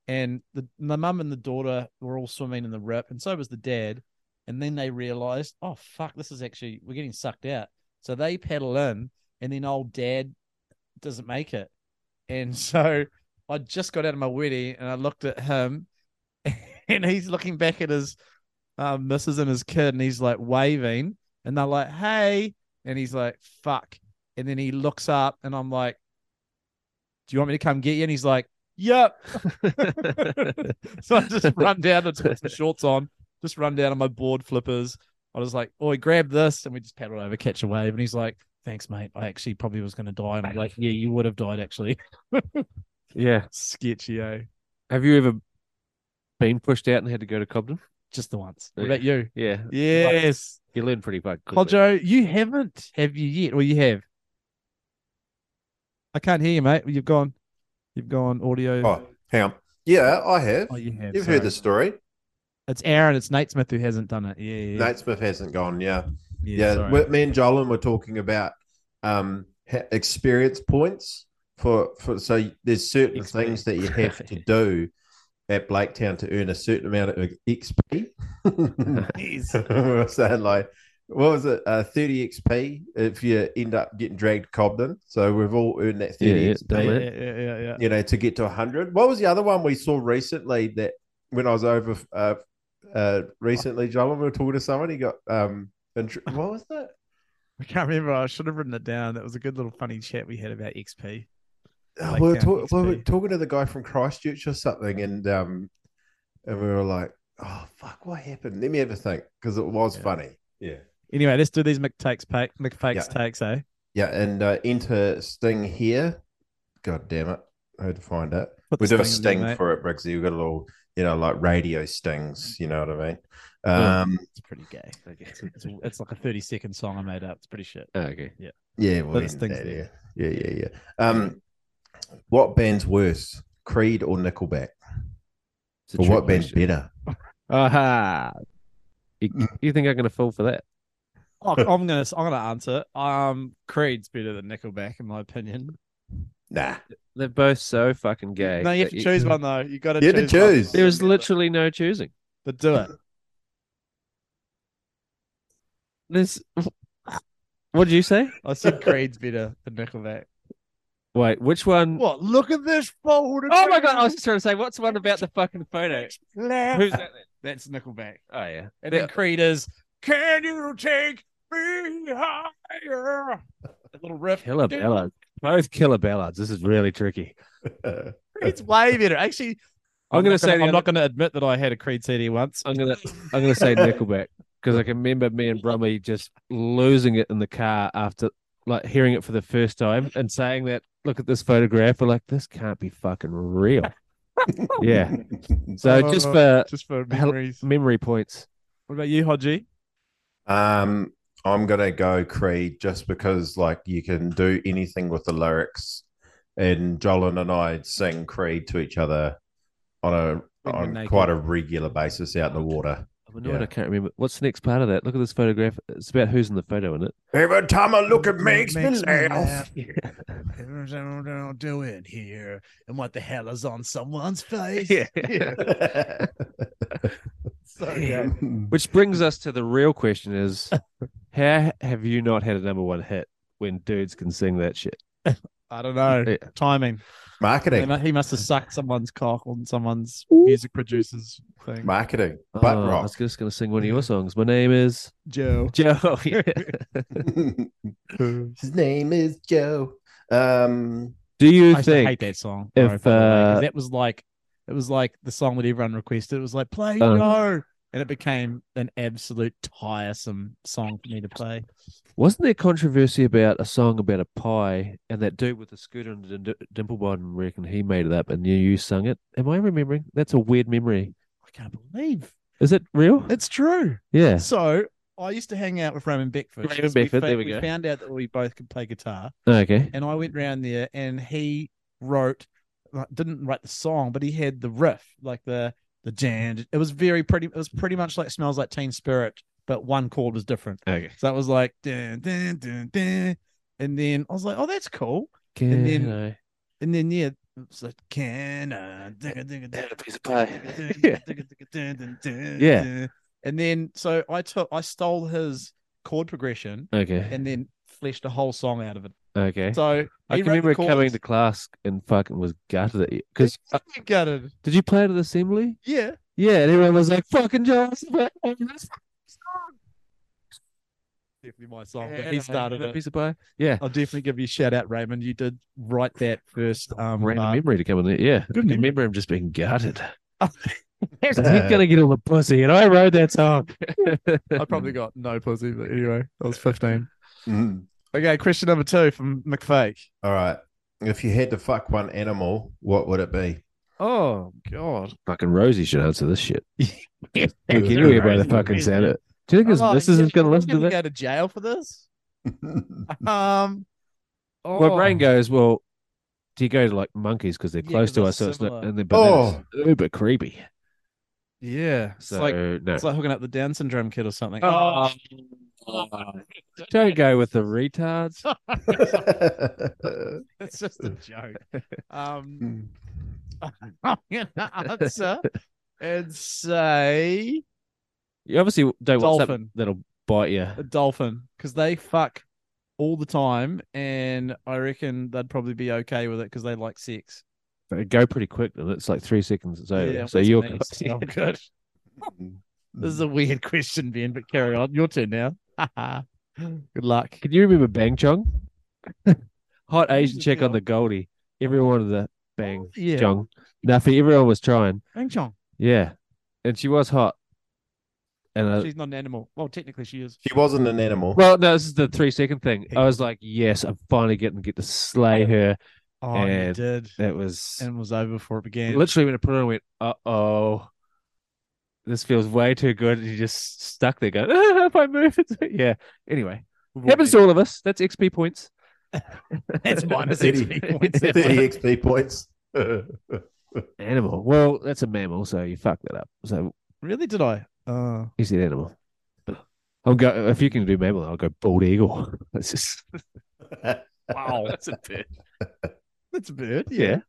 Speaker 2: And the, the mum and the daughter were all swimming in the rip, and so was the dad. And then they realized, oh, fuck, this is actually, we're getting sucked out. So they paddle in, and then old dad doesn't make it. And [laughs] so I just got out of my wedding and I looked at him, [laughs] and he's looking back at his um, missus and his kid, and he's like waving. And they're like, hey. And he's like, fuck. And then he looks up and I'm like, Do you want me to come get you? And he's like, Yep. [laughs] so I just [laughs] run down and put some shorts on, just run down on my board flippers. I was like, Oi, grab this. And we just paddled over, catch a wave. And he's like, Thanks, mate. I actually probably was going to die. And I'm like, Yeah, you would have died, actually. [laughs]
Speaker 3: Yeah.
Speaker 2: Sketchy, eh?
Speaker 3: Have you ever been pushed out and had to go to Cobden?
Speaker 2: Just the once. What
Speaker 3: Yeah.
Speaker 2: about you?
Speaker 3: Yeah.
Speaker 2: Yes.
Speaker 3: You learn pretty fucking quickly.
Speaker 2: Hodjo, you haven't, have you yet? Or you have? I can't hear you, mate. You've gone. You've gone audio.
Speaker 4: Oh, hang on. Yeah, I have.
Speaker 2: Oh, you have.
Speaker 4: You've
Speaker 2: sorry.
Speaker 4: heard the story.
Speaker 2: It's Aaron. It's Nate Smith who hasn't done it. Yeah, yeah,
Speaker 4: Nate Smith hasn't gone. Yeah,
Speaker 2: yeah.
Speaker 4: yeah.
Speaker 2: sorry.
Speaker 4: we- Me and Jolin were talking about um ha- experience points for for. So there's certain
Speaker 3: Experience.
Speaker 4: things that you have
Speaker 2: [laughs]
Speaker 4: to do at Blaketown to earn a certain amount of
Speaker 2: [laughs]
Speaker 4: XP. [laughs] so like, what was it? Uh, Thirty XP if you end up getting dragged to Cobden. So we've all earned that thirty
Speaker 3: Yeah, yeah,
Speaker 4: XP.
Speaker 3: done
Speaker 2: yeah,
Speaker 3: it.
Speaker 2: yeah, yeah, yeah, yeah.
Speaker 4: you know, to get to 100. What was the other one we saw recently that when I was over uh, uh, recently, John, when we were talking to someone, he got, um, intr- what was that?
Speaker 2: I can't remember. I should have written it down. That was a good little funny chat we had about XP.
Speaker 4: Oh,
Speaker 2: Like uh,
Speaker 4: we, were
Speaker 2: down
Speaker 4: talk- we were
Speaker 2: XP.
Speaker 4: talking to the guy from Christchurch or something, and um, and we were like, oh, fuck, what happened? Let me have a think because it was
Speaker 2: Yeah.
Speaker 4: funny. Yeah.
Speaker 2: Anyway, let's do these McTakes pa- McFakes
Speaker 4: Yeah.
Speaker 2: takes, eh?
Speaker 4: Yeah. And uh, enter Sting here. God damn it. I had to find it.
Speaker 2: Put
Speaker 4: We
Speaker 2: the
Speaker 4: do a
Speaker 2: sting in
Speaker 4: sting
Speaker 2: there, mate.
Speaker 4: for it, Briggsy. We've got a little, you know, like radio stings. You know what I mean?
Speaker 3: Yeah.
Speaker 4: Um,
Speaker 2: It's pretty
Speaker 4: [laughs]
Speaker 2: gay.
Speaker 3: Okay.
Speaker 2: It's, it's, it's like a thirty second song I made up. It's pretty shit.
Speaker 3: Ah, okay.
Speaker 4: Yeah, well,
Speaker 2: Those
Speaker 4: then
Speaker 2: things
Speaker 4: that,
Speaker 2: there.
Speaker 4: yeah, yeah, yeah, yeah. Um, what band's worse, Creed or Nickelback?
Speaker 3: It's a
Speaker 4: Or
Speaker 3: trick
Speaker 4: what band's
Speaker 3: question.
Speaker 4: better?
Speaker 3: Aha. You, you think I'm going to fall for that?
Speaker 2: Oh, I'm gonna I'm gonna answer. Um, Creed's better than Nickelback in my opinion.
Speaker 4: [laughs] Nah,
Speaker 3: They're both so fucking gay.
Speaker 2: No, you have
Speaker 3: that
Speaker 2: to choose one though. You got to
Speaker 4: You had to
Speaker 2: choose. one.
Speaker 4: choose.
Speaker 3: There is literally no choosing.
Speaker 2: but [laughs] do it. [laughs]
Speaker 3: There's. What did you say?
Speaker 2: I said Creed's better than Nickelback.
Speaker 3: Wait, which one?
Speaker 2: What? Look at this fold.
Speaker 3: Oh my god! I was just trying to say, what's the one about the fucking photo? Who's that? Then?
Speaker 2: That's Nickelback.
Speaker 3: Oh yeah.
Speaker 2: And then Creed is, Can you take me higher? A little riff.
Speaker 3: Killer ballads. Both killer ballads. This is really tricky.
Speaker 2: Creed's way better. Actually,
Speaker 3: I'm, gonna
Speaker 2: not
Speaker 3: say the
Speaker 2: I'm
Speaker 3: other-
Speaker 2: not going to admit that I had a Creed CD once.
Speaker 3: I'm gonna I'm gonna say Nickelback because I can remember me and Brummy just losing it in the car after like hearing it for the first time and saying that look at this photograph we're like this can't be fucking real
Speaker 2: [laughs]
Speaker 4: [laughs]
Speaker 3: yeah so just for
Speaker 2: Just for
Speaker 3: Hel-
Speaker 2: memories.
Speaker 3: memory points
Speaker 2: What about you, Hodgie?
Speaker 4: Um, I'm gonna go Creed just because, like, you can do anything with the lyrics, and Jolin and I sing Creed to each other on a
Speaker 3: Oh,
Speaker 2: When we're
Speaker 4: on
Speaker 2: naked.
Speaker 4: quite a regular basis out in the water.
Speaker 3: I'm annoyed
Speaker 4: Yeah.
Speaker 3: I can't remember what's the next part of that look at this photograph it's about who's in the photo in it
Speaker 4: Every time I look, it makes, me laugh.
Speaker 2: [laughs] Don't do it here. And what the hell is on someone's face?
Speaker 4: [laughs]
Speaker 2: So good.
Speaker 3: which brings us to the real question
Speaker 2: [laughs]
Speaker 3: is how have you not had a number one hit when dudes can sing that shit
Speaker 2: I don't know.
Speaker 3: Yeah.
Speaker 2: Timing. He
Speaker 4: Marketing.
Speaker 2: mu- he must have sucked someone's cock on someone's music producer's thing.
Speaker 4: Marketing. Butt
Speaker 3: Oh, I
Speaker 4: rock.
Speaker 3: was just going to sing one of your songs. My name is
Speaker 2: Joe.
Speaker 3: [laughs] Joe. Yeah.
Speaker 4: [laughs] His name is Joe. Um,
Speaker 3: Do you
Speaker 2: I used to hate
Speaker 3: think?
Speaker 2: that song.
Speaker 3: if,
Speaker 2: sorry, by the way, 'cause
Speaker 3: uh,
Speaker 2: that was like it was like the song that everyone requested. It was like play
Speaker 3: Oh.
Speaker 2: no, and it became an absolute tiresome song for me to play.
Speaker 3: Wasn't there controversy about a song about a pie and that dude with the scooter and the dim- dimple button? Reckon he made it up and you you sung it. Am I remembering? That's a weird memory.
Speaker 2: I can't believe
Speaker 3: Is it real?
Speaker 2: it's true.
Speaker 3: Yeah.
Speaker 2: So I used to hang out with Roman Beckford.
Speaker 3: Roman
Speaker 2: So
Speaker 3: Beckford,
Speaker 2: fa-
Speaker 3: there we go.
Speaker 2: found out that we both could play guitar,
Speaker 3: Okay.
Speaker 2: and I went round there, and he wrote, like, didn't write the song, but he had the riff, like the the jam. It was very pretty. It was pretty much like "Smells Like Teen Spirit," but one chord was different.
Speaker 3: Okay.
Speaker 2: So that was like, dun, dun, dun, dun. and then I was like, oh, that's cool.
Speaker 3: Can
Speaker 2: And then-
Speaker 3: I
Speaker 2: And then, yeah, it's like, can I? digga, digga,
Speaker 3: have a
Speaker 2: digga,
Speaker 3: piece of [laughs]
Speaker 2: digga,
Speaker 3: pie?
Speaker 2: digga, digga, dun, dun, dun,
Speaker 3: Yeah.
Speaker 2: dun. And then, so I took, I stole his chord progression
Speaker 3: okay.
Speaker 2: and then fleshed a whole song out of it.
Speaker 3: Okay.
Speaker 2: So
Speaker 3: I
Speaker 2: he wrote
Speaker 3: can remember
Speaker 2: the chords.
Speaker 3: coming to class and fucking was gutted at you because
Speaker 2: You gutted.
Speaker 3: did you play it at the assembly?
Speaker 2: Yeah.
Speaker 3: Yeah, and everyone was like, "Fucking Jonas,
Speaker 2: Oh,
Speaker 3: that's
Speaker 2: Definitely my song,
Speaker 3: [laughs]
Speaker 2: but he started
Speaker 3: a
Speaker 2: it.
Speaker 3: piece of pie." Yeah,
Speaker 2: I'll definitely give you a shout out, Raymond. You did write that first. Um,
Speaker 3: random
Speaker 2: uh,
Speaker 3: memory to come in there. Yeah,
Speaker 2: Good
Speaker 3: I
Speaker 2: memory.
Speaker 3: remember him just
Speaker 2: [laughs]
Speaker 3: being gutted. He's
Speaker 4: Uh,
Speaker 3: gonna get all the pussy, and I wrote that song.
Speaker 2: I probably got no pussy, but anyway, I was 15.
Speaker 4: mm,
Speaker 2: Okay, question number two from McFake.
Speaker 4: all right. If you had to fuck one animal, what would it be? [laughs]
Speaker 3: oh God, [laughs] fucking Rosie should answer
Speaker 2: [laughs]
Speaker 3: this shit. Can
Speaker 4: Good.
Speaker 3: you hear by the
Speaker 4: Rosie.
Speaker 3: fucking sound? of it? Do you think his
Speaker 2: Oh,
Speaker 3: missus
Speaker 2: yeah,
Speaker 3: is gonna
Speaker 2: you're
Speaker 3: listen to
Speaker 2: gonna
Speaker 3: that?
Speaker 2: Go to jail for this? [laughs] Um, oh,
Speaker 3: My brain goes, well, do you go to like monkeys because they're
Speaker 2: Yeah,
Speaker 3: close
Speaker 2: 'cause
Speaker 3: to
Speaker 2: they're
Speaker 3: us? So it's not,
Speaker 2: similar.
Speaker 3: and they're, but oh. it's uber creepy.
Speaker 2: Yeah, it's
Speaker 3: So
Speaker 2: like
Speaker 3: no,
Speaker 2: it's like hooking up the Down syndrome kid or something.
Speaker 3: Oh. don't go with the retards.
Speaker 2: [laughs] it's just a
Speaker 3: [laughs]
Speaker 2: joke. Um, [laughs] I'm gonna answer and say
Speaker 3: You obviously don't want something
Speaker 2: Dolphin.
Speaker 3: that'll bite you.
Speaker 2: a dolphin because they fuck all the time, and I reckon they'd probably be okay with it because they like sex.
Speaker 3: But it go pretty quick. though. It's like three seconds. It's over.
Speaker 2: Yeah,
Speaker 3: so
Speaker 2: what's
Speaker 3: you're
Speaker 2: the
Speaker 3: [laughs]
Speaker 2: next? Oh, good. This is
Speaker 4: a-
Speaker 2: a weird question, Ben, but carry on. Your turn now. [laughs] Good luck.
Speaker 3: Can you remember Bang Chong? [laughs] Hot Asian
Speaker 2: the
Speaker 3: chick on
Speaker 2: deal?
Speaker 3: the Goldie. Everyone wanted the Bang
Speaker 2: Yeah.
Speaker 3: Chong. Nuffy. Everyone was trying.
Speaker 2: Bang Chong.
Speaker 3: Yeah, and she was hot. And I,
Speaker 2: She's not an animal. Well, technically she is.
Speaker 4: [laughs] she wasn't an animal. [laughs]
Speaker 3: Well, no, this is the three second thing. I was like, yes, I'm finally getting to get to slay her.
Speaker 2: Oh,
Speaker 3: And-
Speaker 2: you did.
Speaker 3: That was
Speaker 2: And it was over before it began.
Speaker 3: literally when I put it on, I went, uh oh, this feels way too good. And you just stuck there going, [laughs] ah, if I move it. Yeah. Anyway,
Speaker 2: We've all
Speaker 3: happens to all of us. That's XP points.
Speaker 2: [laughs] That's
Speaker 3: [laughs]
Speaker 2: minus
Speaker 4: Thirty.
Speaker 2: XP points. that
Speaker 4: 30 [laughs]
Speaker 2: one.
Speaker 4: XP E points.
Speaker 3: Animal. Well, that's a mammal, so you fucked that up. So
Speaker 2: Really, did I? Uh,
Speaker 3: you said animal. I'll go, if you can do mammal, I'll go bald eagle. [laughs] That's just,
Speaker 2: wow.
Speaker 3: [laughs] that's a bit.
Speaker 2: That's a bird.
Speaker 3: Yeah.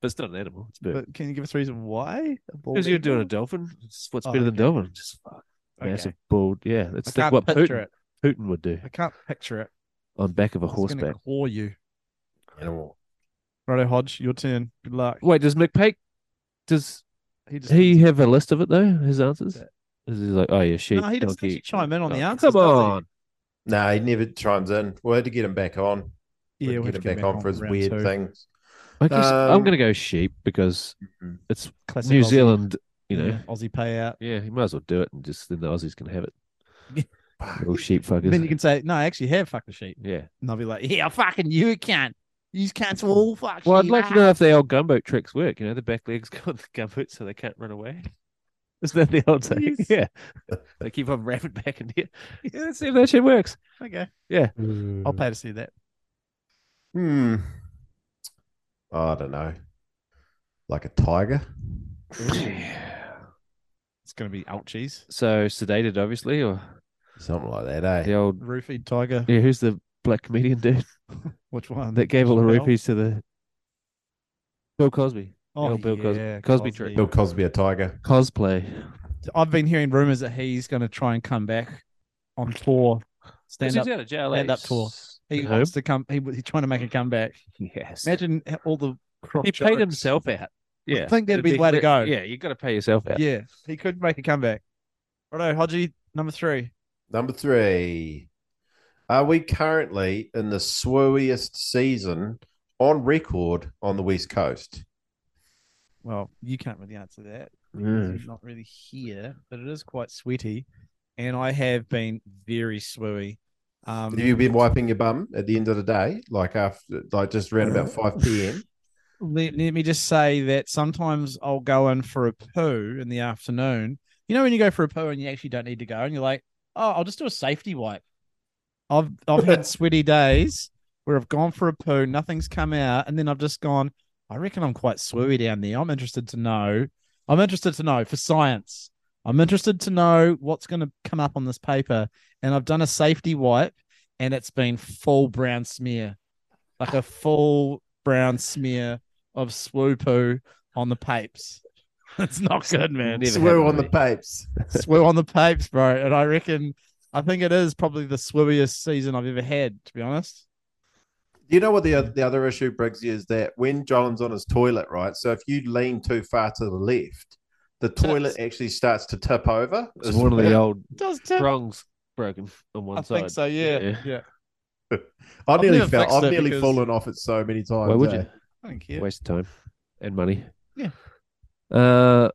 Speaker 3: But it's not an animal. It's a bit.
Speaker 2: But can you give us a reason why? A bald
Speaker 3: Because you're doing a
Speaker 2: eagle?
Speaker 3: dolphin. It's what's
Speaker 2: Oh,
Speaker 3: better than
Speaker 2: okay.
Speaker 3: dolphin. Just fuck. Massive bald. Yeah.
Speaker 2: I
Speaker 3: That's like
Speaker 2: can't
Speaker 3: what
Speaker 2: picture
Speaker 3: Putin,
Speaker 2: it.
Speaker 3: Putin would do
Speaker 2: I can't picture it.
Speaker 3: on back of a
Speaker 2: It's gonna
Speaker 3: horseback.
Speaker 2: claw you.
Speaker 4: animal.
Speaker 2: Righto, Hodge, your turn. Good luck.
Speaker 3: Wait, does McPake does
Speaker 2: He just
Speaker 3: he have a list of it though? His answers? Is he like, oh yeah, sheep,
Speaker 2: No, he doesn't
Speaker 3: donkey.
Speaker 2: actually chime in on the
Speaker 3: Oh,
Speaker 2: answers,
Speaker 3: Come
Speaker 2: does he?
Speaker 3: on.
Speaker 4: No, he never chimes in. We'll have to get him back on. We'll
Speaker 2: we'll have
Speaker 4: get him
Speaker 2: to
Speaker 4: back, on for his
Speaker 2: round
Speaker 4: weird
Speaker 2: two.
Speaker 4: things.
Speaker 3: I guess I'm
Speaker 4: Um,
Speaker 3: gonna go sheep because
Speaker 4: Mhm.
Speaker 3: it's
Speaker 2: Classic
Speaker 3: New
Speaker 2: Aussie.
Speaker 3: Zealand, you know.
Speaker 2: Yeah, Aussie payout.
Speaker 3: Yeah, he might as well do it and just then the Aussies
Speaker 2: [laughs]
Speaker 3: can have it.
Speaker 4: Fuck.
Speaker 3: Little sheep fuckers.
Speaker 2: Then you can say, no, I actually have fucked the sheep.
Speaker 3: Yeah.
Speaker 2: And I'll be like, yeah, fucking you can't. You can't all fuck
Speaker 3: Well, I'd
Speaker 2: sheep.
Speaker 3: like to know if the old gumboot tricks work. You know, the back legs [laughs] go on the gumboot so they can't run away. [laughs] Isn't that the old saying?
Speaker 2: Yes.
Speaker 3: Yeah.
Speaker 2: [laughs]
Speaker 3: they keep on wrapping back in here. Yeah, let's see if that shit works.
Speaker 2: Okay. I'll
Speaker 4: Hmm.
Speaker 2: pay to see that.
Speaker 4: Hmm. I don't know. Like a tiger?
Speaker 2: It's going to be ouchies.
Speaker 3: so sedated, obviously, or
Speaker 4: Something like that, eh?
Speaker 3: the old
Speaker 2: Roofied tiger.
Speaker 3: yeah. Who's the black comedian dude [laughs]
Speaker 2: Which one?
Speaker 3: that gave all the
Speaker 2: Chappelle?
Speaker 3: rupees to the Bill Cosby?
Speaker 2: Oh,
Speaker 3: Oh, Bill Cos-
Speaker 2: yeah,
Speaker 3: Cosby trick.
Speaker 4: Bill Cosby a tiger.
Speaker 3: Cosplay.
Speaker 2: I've been hearing rumors that he's going to try and come back on tour. Stand up.
Speaker 3: out of jail.
Speaker 2: stand
Speaker 3: eh?
Speaker 2: up tour.
Speaker 3: At
Speaker 2: He
Speaker 3: home?
Speaker 2: wants to come. He, he's trying to make a comeback.
Speaker 3: Yes.
Speaker 2: Imagine all the
Speaker 4: crop
Speaker 3: He paid
Speaker 4: jokes.
Speaker 3: himself out. Yeah,
Speaker 2: think that'd
Speaker 3: It'd
Speaker 2: be the way to
Speaker 3: re-
Speaker 2: go.
Speaker 3: Yeah, you got to pay yourself out.
Speaker 2: Yeah, he could make a comeback. Righto, Hodgie, number three.
Speaker 4: Number three. Are we currently in the swooiest season on record on the West Coast?
Speaker 2: Well, you can't really answer that
Speaker 4: Hmm.
Speaker 2: because he's not really here, but it is quite sweaty. And I have been very swooey. Um,
Speaker 4: Have you been wiping your bum at the end of the day, like after, like just around about
Speaker 3: [laughs]
Speaker 4: five p.m.?
Speaker 2: let, let me just say that sometimes I'll go in for a poo in the afternoon. You know when you go for a poo and you actually don't need to go, and you're like, "Oh, I'll just do a safety wipe." I've I've had sweaty days where I've gone for a poo, nothing's come out, and then I've just gone. I reckon I'm quite swooey down there. I'm interested to know. I'm interested to know for science. I'm interested to know what's going to come up on this paper, and I've done a safety wipe, and it's been full brown smear, like a full brown smear of swoopoo on the papes. [laughs] It's not good, man.
Speaker 3: Never
Speaker 4: Swoo on
Speaker 3: happened
Speaker 4: the
Speaker 3: to
Speaker 4: papes.
Speaker 2: Swoo on the papes, bro. And I reckon, I think it is probably the swooiest season I've ever had, to be honest.
Speaker 4: You know what the oth- the other issue, Briggsy, is that when John's on his toilet, right? So if you lean too far to the left, the toilet actually starts to tip over.
Speaker 3: me. It's
Speaker 2: [laughs]
Speaker 4: [laughs]
Speaker 3: one of the old
Speaker 2: does tip.
Speaker 3: prongs broken on one
Speaker 2: I
Speaker 3: side.
Speaker 2: think so, yeah. Yeah.
Speaker 3: Yeah.
Speaker 4: I've
Speaker 2: I've
Speaker 4: nearly
Speaker 2: never
Speaker 4: fell,
Speaker 2: fixed
Speaker 4: I've
Speaker 2: it
Speaker 4: nearly
Speaker 2: because-
Speaker 4: fallen off it so many times.
Speaker 3: Why would
Speaker 4: eh?
Speaker 3: you?
Speaker 2: I don't care.
Speaker 3: Waste of time and money.
Speaker 2: Yeah.
Speaker 3: Uh,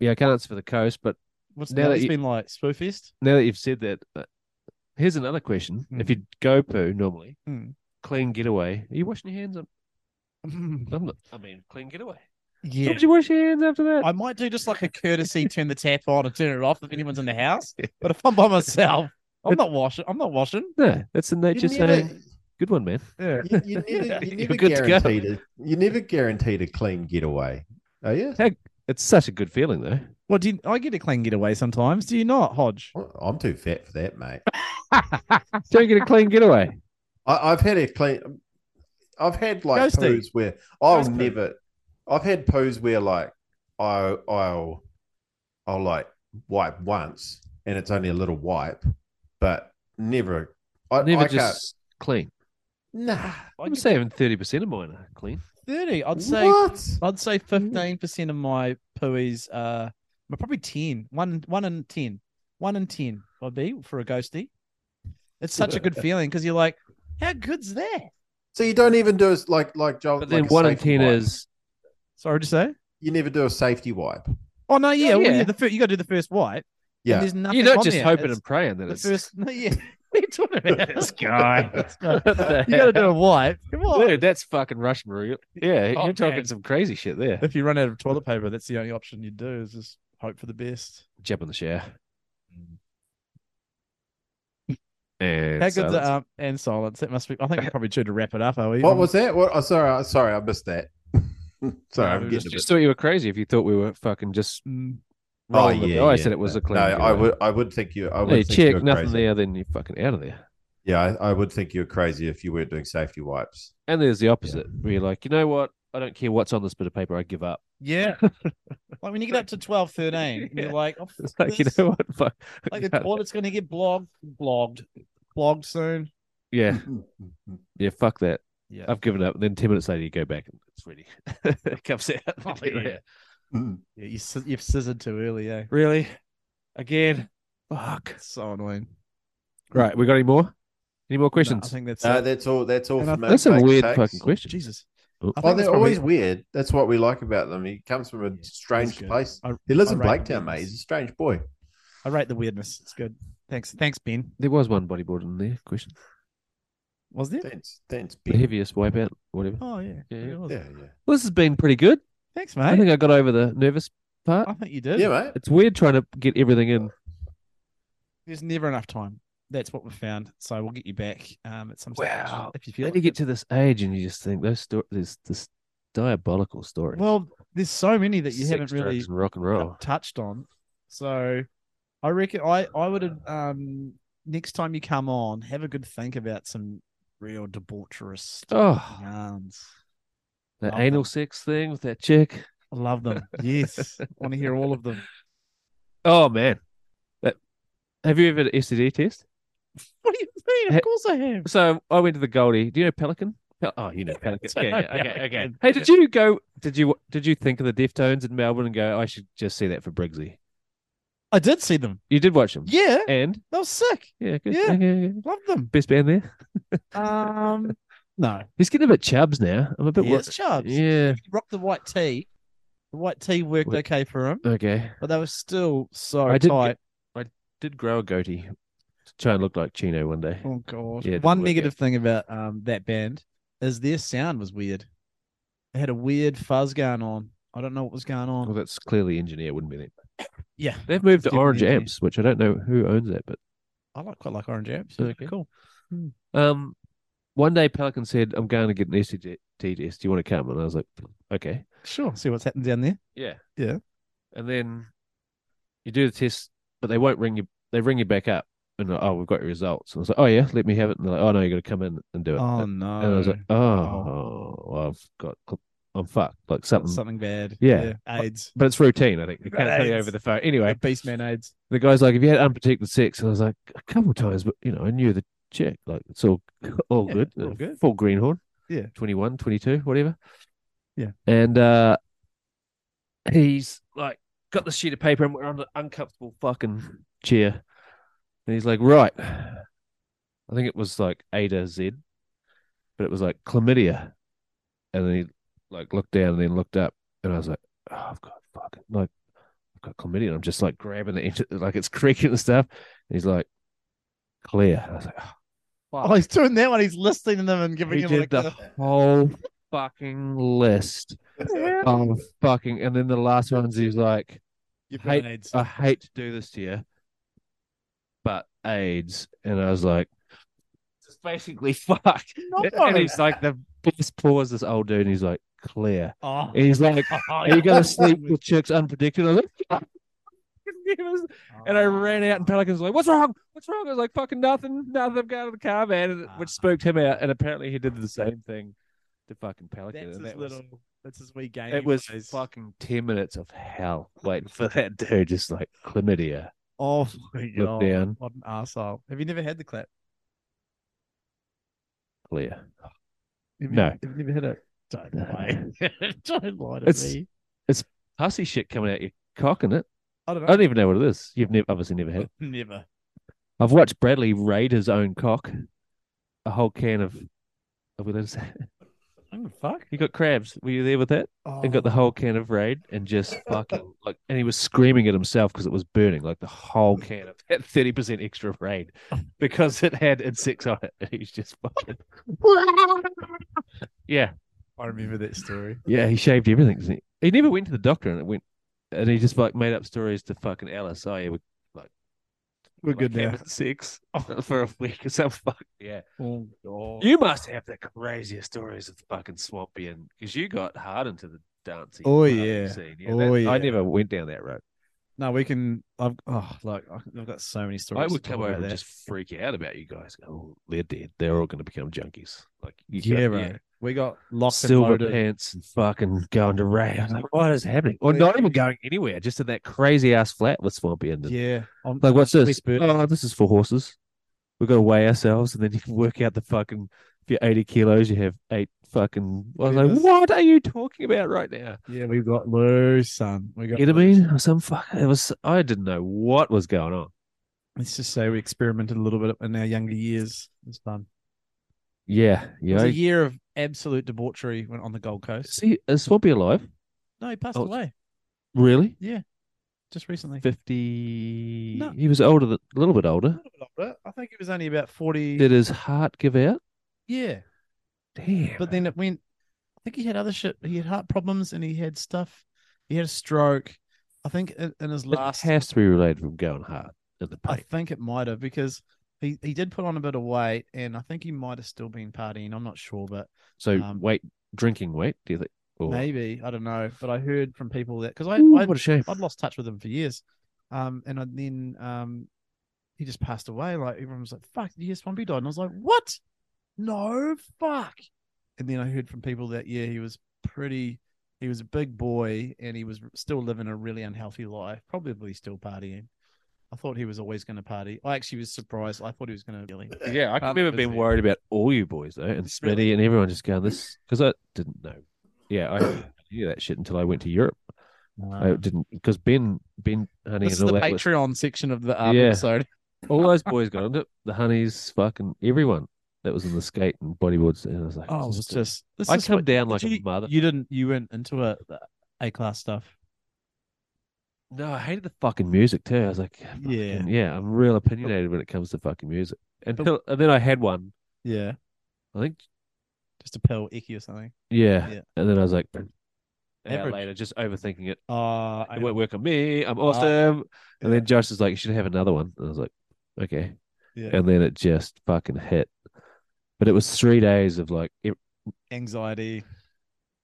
Speaker 3: yeah, I can't answer for the coast, but
Speaker 2: What's
Speaker 3: Now
Speaker 2: now
Speaker 3: that
Speaker 2: it's
Speaker 3: you-
Speaker 2: been like? [laughs] Swoofest?
Speaker 3: now that you've said that, uh, here's another question:
Speaker 2: Hmm.
Speaker 3: If you go poo normally,
Speaker 2: Mm.
Speaker 3: clean getaway, are you washing your hands? I'm,
Speaker 2: Mm.
Speaker 3: I'm not. I mean, clean getaway.
Speaker 2: yeah.
Speaker 3: Don't you wash your hands after that?
Speaker 2: I might do just like a courtesy turn the tap on and turn it off if anyone's in the house. But if I'm by myself, I'm not washing. I'm not washing.
Speaker 3: [laughs] no, that's the nature
Speaker 4: You never-
Speaker 3: saying. Good one, man.
Speaker 2: Yeah.
Speaker 4: you, you never, you
Speaker 3: You're
Speaker 4: never
Speaker 3: good to go.
Speaker 4: guaranteed a, you never guaranteed a clean getaway, are you?
Speaker 3: It's such a good feeling, though.
Speaker 2: Well, do you, I get a clean getaway sometimes? Do you not, Hodge?
Speaker 4: Well, I'm too fat for that, mate.
Speaker 3: Don't get a clean getaway.
Speaker 4: I, I've had a clean. I've had like
Speaker 2: Ghosty.
Speaker 4: poos where I'll
Speaker 2: Ghost poo.
Speaker 4: never. I've had poos where like I I'll I'll like wipe once and it's only a little wipe, but never. I
Speaker 3: Never
Speaker 4: I
Speaker 3: just clean.
Speaker 4: can't, nah.
Speaker 2: I
Speaker 3: I'm
Speaker 2: get
Speaker 3: saving thirty percent of mine are clean.
Speaker 2: 30. I'd say
Speaker 4: what?
Speaker 2: I'd say fifteen percent of my pooies uh well, probably 10. One one in ten. One in ten I'd be for a ghosty. It's such a good feeling because you're like, how good's that?
Speaker 4: So you don't even do as like like Joel.
Speaker 3: But then
Speaker 4: like a
Speaker 3: one in
Speaker 4: safety
Speaker 3: ten
Speaker 4: wipe.
Speaker 3: is
Speaker 2: Sorry to say.
Speaker 4: you never do a safety wipe.
Speaker 2: Oh no, yeah,
Speaker 3: Oh,
Speaker 2: well, yeah.
Speaker 3: yeah.
Speaker 2: the fir- you got to do the first wipe.
Speaker 4: Yeah.
Speaker 2: and there's nothing
Speaker 3: you're not
Speaker 2: on
Speaker 3: just
Speaker 2: there.
Speaker 3: hoping
Speaker 2: It's
Speaker 3: and praying that
Speaker 2: the
Speaker 3: it's [laughs]
Speaker 2: first. [laughs] No, yeah, what are you talking about?
Speaker 3: this guy.
Speaker 2: you got to do a wipe. Come on.
Speaker 3: [laughs] Dude, that's fucking Russian roulette. Yeah,
Speaker 2: Oh,
Speaker 3: you're talking
Speaker 2: man.
Speaker 3: some crazy shit there.
Speaker 2: If you run out of toilet paper, that's the only option you do is just hope for the best.
Speaker 3: Jump in the shower. And
Speaker 2: How good's
Speaker 3: silence.
Speaker 2: um, and silence? That must be. I think [laughs] we're probably due to wrap it up, are we?
Speaker 4: What
Speaker 2: I'm-
Speaker 4: was that? What? Oh, sorry, I- sorry, I
Speaker 2: [laughs]
Speaker 4: missed that. sorry,
Speaker 2: No,
Speaker 4: I'm
Speaker 2: it
Speaker 4: getting a
Speaker 3: just,
Speaker 4: bit.
Speaker 3: just thought you were crazy if you thought we were fucking just
Speaker 2: Mm.
Speaker 4: Oh
Speaker 3: rolling. with it.
Speaker 4: yeah,
Speaker 3: I
Speaker 4: yeah,
Speaker 3: said it was
Speaker 4: no.
Speaker 3: a clean.
Speaker 4: No, I
Speaker 3: getaway.
Speaker 4: would, I would think you. I would
Speaker 3: Hey,
Speaker 4: think you were
Speaker 3: check nothing
Speaker 4: crazy.
Speaker 3: there, then you're fucking out of there.
Speaker 4: Yeah, I, I would think you're crazy if you weren't doing safety wipes.
Speaker 3: And there's the opposite, where you're like, you know what? I don't care what's on this bit of paper. I give up. [laughs]
Speaker 2: Yeah. like when you get up to 12, 13, and you're
Speaker 3: Yeah.
Speaker 2: like, oh,
Speaker 3: It's like, you
Speaker 2: This-
Speaker 3: know what? Fuck.
Speaker 2: like the toilet's going to get blogged, blogged, blogged soon.
Speaker 3: [laughs]
Speaker 4: [laughs]
Speaker 3: yeah, yeah. Fuck that.
Speaker 2: Yeah.
Speaker 3: I've given up. And then ten minutes later, you go back and it's ready. [laughs] it comes out. [laughs]
Speaker 2: Oh, yeah.
Speaker 4: Mm.
Speaker 2: yeah you, sci- you've scissored too early, eh?
Speaker 3: Really? Again? Fuck.
Speaker 2: It's so annoying.
Speaker 3: Right. We got any more? Any
Speaker 2: No,
Speaker 3: more
Speaker 2: I
Speaker 3: questions?
Speaker 2: think that's
Speaker 4: no,
Speaker 2: it.
Speaker 4: that's all. That's all.
Speaker 2: And
Speaker 4: For
Speaker 2: I-
Speaker 4: me.
Speaker 3: That's a
Speaker 4: Thanks,
Speaker 3: weird
Speaker 4: thanks.
Speaker 3: fucking question.
Speaker 2: Jesus.
Speaker 3: Oh.
Speaker 2: I
Speaker 4: Oh,
Speaker 2: think
Speaker 4: they're
Speaker 2: that's probably-
Speaker 4: always weird. That's what we like about them. He comes from a
Speaker 2: Yeah,
Speaker 4: strange
Speaker 2: he's good.
Speaker 4: place.
Speaker 2: I,
Speaker 4: He lives
Speaker 2: I
Speaker 4: in
Speaker 2: rate the
Speaker 4: Blaketown, mate.
Speaker 2: weirdness.
Speaker 4: He's a strange boy.
Speaker 2: I rate the weirdness. It's good. Thanks. Thanks, Ben.
Speaker 3: There was one bodyboard in there. Question.
Speaker 2: Was there?
Speaker 4: That's that's
Speaker 3: The
Speaker 4: big.
Speaker 3: heaviest wipeout, whatever.
Speaker 2: Oh, yeah.
Speaker 3: Yeah,
Speaker 2: It
Speaker 3: yeah.
Speaker 2: was.
Speaker 4: Yeah, yeah,
Speaker 3: Well, this has been pretty good.
Speaker 2: Thanks,
Speaker 3: I
Speaker 2: mate.
Speaker 3: think I got over the nervous part.
Speaker 2: I think you did.
Speaker 4: yeah, mate.
Speaker 3: It's weird trying to get everything in.
Speaker 2: There's never enough time. That's what we found. So we'll get you back um, at some stage
Speaker 3: Wow.
Speaker 2: if you feel
Speaker 3: Then
Speaker 2: like
Speaker 3: you
Speaker 2: it.
Speaker 3: get to this age and you just think those sto- this this diabolical story.
Speaker 2: Well, there's so many that you
Speaker 3: Sex,
Speaker 2: haven't really
Speaker 3: drugs, and rock and
Speaker 2: t-
Speaker 3: roll.
Speaker 2: touched on. So I reckon I I would um next time you come on, have a good think about some real [sighs] debaucherous
Speaker 3: Oh,
Speaker 2: yarns.
Speaker 3: the
Speaker 2: love
Speaker 3: anal
Speaker 2: that.
Speaker 3: sex thing with that chick.
Speaker 2: I love them. [laughs] Yes, want to hear all of them.
Speaker 3: Oh man, that, have you ever had an STD test?
Speaker 2: What do you mean?
Speaker 3: Ha-
Speaker 2: Of course I have.
Speaker 3: So I went to the Goldie. Do you know Pelican? Pe- Oh, you know, panic
Speaker 2: It's
Speaker 3: attack. Okay,
Speaker 2: okay,
Speaker 3: okay, okay.
Speaker 2: okay.
Speaker 3: Hey, did you go? Did you did you think of the Deftones in Melbourne and go? I should just see that for Briggsy.
Speaker 2: I did see them.
Speaker 3: You did watch them,
Speaker 2: Yeah,
Speaker 3: and
Speaker 2: that was sick.
Speaker 3: yeah, good.
Speaker 2: Yeah.
Speaker 3: Okay, yeah.
Speaker 2: Love them.
Speaker 3: best band there.
Speaker 2: Um, no,
Speaker 3: He's getting a bit chubs now. I'm a bit.
Speaker 2: yeah,
Speaker 3: wor-
Speaker 2: it's Chubbs.
Speaker 3: Yeah.
Speaker 2: He rocked the white tee. The white tee worked
Speaker 3: Wait.
Speaker 2: okay for him,
Speaker 3: Okay.
Speaker 2: but they were still so
Speaker 3: I did get-
Speaker 2: tight.
Speaker 3: Did grow a goatee to try and look like Chino one day.
Speaker 2: Oh god.
Speaker 3: Yeah, it
Speaker 2: One
Speaker 3: didn't work
Speaker 2: negative thing about um that band is their sound was weird. It had a weird fuzz going on. I don't know what was going
Speaker 3: Well,
Speaker 2: on.
Speaker 3: that's clearly engineer. Wouldn't be that.
Speaker 2: Yeah,
Speaker 3: They've moved to
Speaker 2: Different
Speaker 3: Orange
Speaker 2: engineer.
Speaker 3: Amps, which I don't know who owns that, but
Speaker 2: I like quite like Orange Amps.
Speaker 3: Okay.
Speaker 2: Cool.
Speaker 3: um, one day Pelican said, "I'm going to get an STD test. Do you want to come?" And I was like, "Okay."
Speaker 2: Sure. See what's happening down there.
Speaker 3: Yeah.
Speaker 2: Yeah.
Speaker 3: And then you do the test, but they won't ring you. They ring you back up and like, oh, we've got your results. And I was like, oh yeah, let me have it. And they're like, oh no, you got to come in and do it.
Speaker 2: Oh
Speaker 3: and
Speaker 2: no.
Speaker 3: I uh, was like, oh, well, I've got, I'm fucked. Like something.
Speaker 2: Something bad.
Speaker 3: Yeah.
Speaker 2: AIDS.
Speaker 3: But it's routine, I think. You can't tell you
Speaker 2: Right.
Speaker 3: over the phone. Anyway,
Speaker 2: Beastman AIDS.
Speaker 3: the guy's like, "Have you had unprotected sex?" And I was like, "A couple times, but you know, I knew the chick. Like, it's all [laughs] all
Speaker 2: Yeah,
Speaker 3: good,
Speaker 2: all
Speaker 3: Uh,
Speaker 2: good.
Speaker 3: full greenhorn,
Speaker 2: Yeah.
Speaker 3: 21, 22, whatever."
Speaker 2: Yeah.
Speaker 3: and uh he's like got the sheet of paper, and we're on the uncomfortable fucking chair, and he's like, "Right, I think it was like A to Z, but it was like chlamydia," and then he like looked down and then looked up, and I was like, "Oh, I've got fucking like." I've got chlamydia. And I'm just like grabbing the edge, like it's creaking and stuff. And he's like, clear. And I was like, oh,
Speaker 2: Oh, he's doing that one. He's listening to them and giving
Speaker 3: we
Speaker 2: him
Speaker 3: did
Speaker 2: like oh,
Speaker 3: the
Speaker 2: the-
Speaker 3: whole fucking list. Oh, fucking. And then the last ones, he's like,
Speaker 2: You've
Speaker 3: Hey,
Speaker 2: got AIDS.
Speaker 3: I hate oh, to do this to you, but AIDS. And I was like,
Speaker 2: [laughs]
Speaker 3: just basically fucked. And he's like, the best pause this old dude. And he's like, clear.
Speaker 2: [laughs] oh.
Speaker 3: And he's like, are you going to sleep with chicks unpredicted? I was like, [laughs] And I
Speaker 2: Oh.
Speaker 3: ran out, and Pelican's like, "What's wrong? What's wrong?" I was like, "Fucking nothing, nothing." I've got out of the car, man, and,
Speaker 2: Ah.
Speaker 3: which spooked him out. And apparently, he did the same thing to fucking Pelican.
Speaker 2: That's his
Speaker 3: and that was,
Speaker 2: little. That's his wee game.
Speaker 3: it was fucking ten minutes
Speaker 2: [laughs]
Speaker 3: of hell waiting for that dude, just like chlamydia.
Speaker 2: Oh my
Speaker 3: [laughs] Look
Speaker 2: god.
Speaker 3: down,
Speaker 2: What an arsehole. Have you never had the clap?
Speaker 3: clear.
Speaker 2: Have
Speaker 3: No.
Speaker 2: You, have you never had it? Don't lie. [laughs] Don't lie to
Speaker 3: It's-
Speaker 2: me.
Speaker 3: Hussy shit coming out your cock in it.
Speaker 2: I don't
Speaker 3: I
Speaker 2: know.
Speaker 3: don't even know what it is. You've never, obviously [laughs] never had. it.
Speaker 2: never.
Speaker 3: I've watched Bradley raid his own cock, a whole can of. Are we allowed to say?
Speaker 2: [laughs] Oh, the fuck.
Speaker 3: You got crabs. Were you there with that?
Speaker 2: Oh,
Speaker 3: and got the whole can of raid and
Speaker 2: [laughs]
Speaker 3: just fucking like and he was screaming at himself because it was burning like the whole can of that 30% extra of
Speaker 2: [laughs]
Speaker 3: raid because it had insects on it [laughs] and he's just fucking yeah
Speaker 2: I remember that story.
Speaker 3: yeah he shaved everything didn't he? he never went to the doctor and it went and he just like made up stories to fucking Alice oh yeah we're,
Speaker 2: We're
Speaker 3: like,
Speaker 2: good now.
Speaker 3: having sex [laughs] for a week or some fuck yeah
Speaker 2: Oh, God.
Speaker 3: you must have the craziest stories of fucking swampy and because you got hard into the dancing
Speaker 2: Oh,
Speaker 3: clubbing
Speaker 2: yeah.
Speaker 3: scene.
Speaker 2: Oh,
Speaker 3: that- I
Speaker 2: yeah.
Speaker 3: never went down that road
Speaker 2: no, we can. I've. Oh, like I- I've got so many stories.
Speaker 3: I would
Speaker 2: to
Speaker 3: come
Speaker 2: talk
Speaker 3: over
Speaker 2: about
Speaker 3: and
Speaker 2: that.
Speaker 3: just freak out about you guys. Oh, they're dead. They're all going to become junkies. Like you
Speaker 2: Yeah,
Speaker 3: got-
Speaker 2: bro. We got locked
Speaker 3: Silver
Speaker 2: and loaded.
Speaker 3: pants and fucking going to Ray. I was like, what is happening? Or not even going anywhere, just in that crazy ass flat with Swampy and
Speaker 2: Yeah. On,
Speaker 3: like, what's
Speaker 2: we
Speaker 3: this?
Speaker 2: spurt-
Speaker 3: Oh, this is for horses. We've got to weigh ourselves, and then you can work out the fucking. If you're 80 kilos, you have eight fucking. I was like,
Speaker 2: Feathers.
Speaker 3: what are you talking about right now?
Speaker 2: yeah, we got loose, son. We got. loose.
Speaker 3: Oh. Ketamine or some fuck? It was. I didn't know what was going on.
Speaker 2: Let's just say we experimented a little bit in our younger years. It was fun.
Speaker 3: Yeah,
Speaker 2: It was
Speaker 3: yeah.
Speaker 2: a year of absolute debauchery when on the Gold Coast.
Speaker 3: See, is Swampy alive?
Speaker 2: No, he passed
Speaker 3: Oh,
Speaker 2: away
Speaker 3: Really?
Speaker 2: just recently.
Speaker 3: 50
Speaker 2: No.
Speaker 3: he was older than a little bit older
Speaker 2: I think it was only about forty.
Speaker 3: did his heart give out
Speaker 2: yeah,
Speaker 3: damn
Speaker 2: but then it went. I think he had other shit. He had heart problems and he had stuff. He had a stroke. I think in, in his
Speaker 3: it
Speaker 2: last.
Speaker 3: has to be related from going hard in the
Speaker 2: I
Speaker 3: pain
Speaker 2: think it might have because he he did put on a bit of weight and I think he might have still been partying. I'm not sure, but
Speaker 3: so
Speaker 2: um,
Speaker 3: weight drinking weight do you think or
Speaker 2: maybe I don't know. But I heard from people that because I
Speaker 3: Ooh,
Speaker 2: I
Speaker 3: what a shame
Speaker 2: I'd lost touch with him for years. Um, and I, then um, he just passed away. Like everyone was like, "Fuck, yeah, Swampy died," and I was like, "What? No, fuck!" And then I heard from people that yeah, he was pretty. He was a big boy, and he was still living a really unhealthy life, probably still partying. I thought he was always going to party. I actually was surprised. I thought he was going to really.
Speaker 3: [laughs] Yeah, I can
Speaker 2: Um,
Speaker 3: remember being
Speaker 2: busy.
Speaker 3: worried about all you boys though, and Smitty
Speaker 2: Really?
Speaker 3: and everyone just going this because I didn't know.
Speaker 2: [coughs]
Speaker 3: Yeah, I knew that shit until I went to Europe.
Speaker 2: Ah.
Speaker 3: I didn't because Ben, Ben, Honey,
Speaker 2: Uh, this is
Speaker 3: and all
Speaker 2: the
Speaker 3: that. was-
Speaker 2: Patreon section of the um,
Speaker 3: Yeah.
Speaker 2: episode.
Speaker 3: all those boys got into it. The Honeys, fucking everyone that was in the skate and bodyboards, and I was
Speaker 2: [laughs]
Speaker 3: like,
Speaker 2: Oh, it
Speaker 3: this
Speaker 2: was
Speaker 3: is-
Speaker 2: just. This
Speaker 3: I
Speaker 2: is
Speaker 3: come
Speaker 2: what-
Speaker 3: down like
Speaker 2: you,
Speaker 3: a mother.
Speaker 2: You didn't. You weren't into it. A class stuff.
Speaker 3: No, I hated the fucking music too. I was like,
Speaker 2: Yeah.
Speaker 3: yeah, yeah, I'm real opinionated when it comes to fucking music. And,
Speaker 2: But-
Speaker 3: till- and then I had one.
Speaker 2: Yeah,
Speaker 3: I think
Speaker 2: just a pill, icky or something.
Speaker 3: Yeah.
Speaker 2: Yeah.
Speaker 3: And then I was like, an hour
Speaker 2: Average.
Speaker 3: later, just overthinking it.
Speaker 2: Uh, I
Speaker 3: It won't work on me. I'm awesome. and then Josh is like, you should have another one. And I was like, okay.
Speaker 2: yeah.
Speaker 3: And then it just fucking hit. But it was three days of like, it,
Speaker 2: anxiety.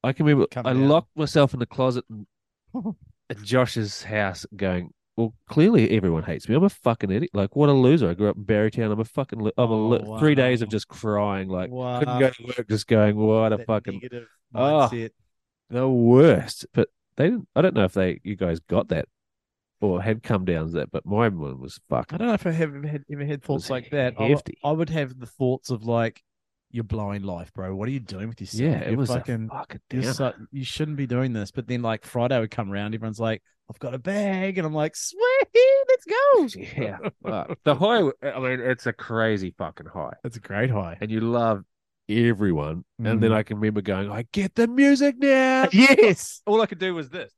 Speaker 3: I can remember
Speaker 2: Coming
Speaker 3: I
Speaker 2: down.
Speaker 3: locked myself in
Speaker 2: [laughs]
Speaker 3: the closet in- at Josh's house going, well, clearly everyone hates me. I'm a fucking idiot. Like, what a loser. I grew up in Barrytown. I'm a fucking, lo- I'm a
Speaker 2: Oh,
Speaker 3: lo- three days of
Speaker 2: wow.
Speaker 3: just crying. Like,
Speaker 2: wow.
Speaker 3: couldn't go to work, just going, what a
Speaker 2: That
Speaker 3: fucking
Speaker 2: negative
Speaker 3: Oh.
Speaker 2: mindset.
Speaker 3: the worst. But they didn't. I don't know if they you guys got that or had come downs that, but my one was
Speaker 2: I
Speaker 3: fucking.
Speaker 2: don't know if I have ever had, ever had thoughts like that. I,
Speaker 3: hefty.
Speaker 2: I would have the thoughts of like, "You're blowing life, bro. What are you doing with yourself?
Speaker 3: Yeah, it
Speaker 2: You're
Speaker 3: was
Speaker 2: fucking.
Speaker 3: fucking. A fucking
Speaker 2: you're
Speaker 3: [laughs] downer.
Speaker 2: so- you shouldn't be doing this." But then like Friday would come round, everyone's like, "I've got a bag," and I'm like, "Sweet, let's go." [laughs]
Speaker 3: yeah, fuck. [laughs] the high. I mean, it's a crazy fucking high,
Speaker 2: That's a great high.
Speaker 3: and you love everyone. And
Speaker 2: Mm.
Speaker 3: then I can remember going, I get the music now.
Speaker 2: Yes.
Speaker 3: All I could do was this.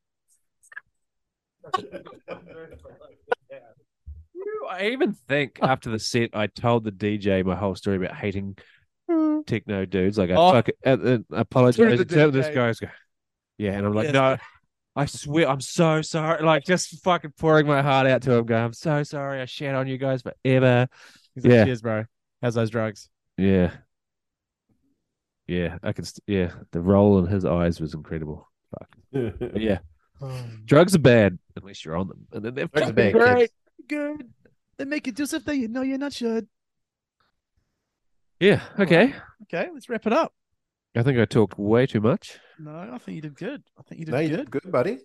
Speaker 3: I even think after the set, I told the DJ my whole story about hating techno dudes. Like, I
Speaker 2: Oh.
Speaker 3: fuck, uh, uh,
Speaker 4: Through
Speaker 3: apologize.
Speaker 4: the
Speaker 3: to This
Speaker 4: DJ.
Speaker 3: guy's go, yeah, and I'm like,
Speaker 2: Yes.
Speaker 3: no, I swear, I'm so sorry. Like, just fucking pouring my heart out to him, going, I'm so sorry. I shat on you guys forever.
Speaker 2: He's like,
Speaker 3: Yeah.
Speaker 2: Cheers, bro. How's those drugs?
Speaker 3: Yeah, yeah, I can. St- yeah, the roll in his eyes was incredible.
Speaker 4: [laughs]
Speaker 3: But yeah, drugs are bad unless you're on them, and then they're
Speaker 4: Drugs are bad,
Speaker 3: fucking great.
Speaker 4: kids.
Speaker 2: Good. They make you do something you know you're not should.
Speaker 3: Yeah. Okay.
Speaker 2: Okay, let's wrap it up.
Speaker 3: I think I talked way too much.
Speaker 2: No, I think you did good. I think you did
Speaker 4: No, you
Speaker 2: good.
Speaker 4: did good, buddy.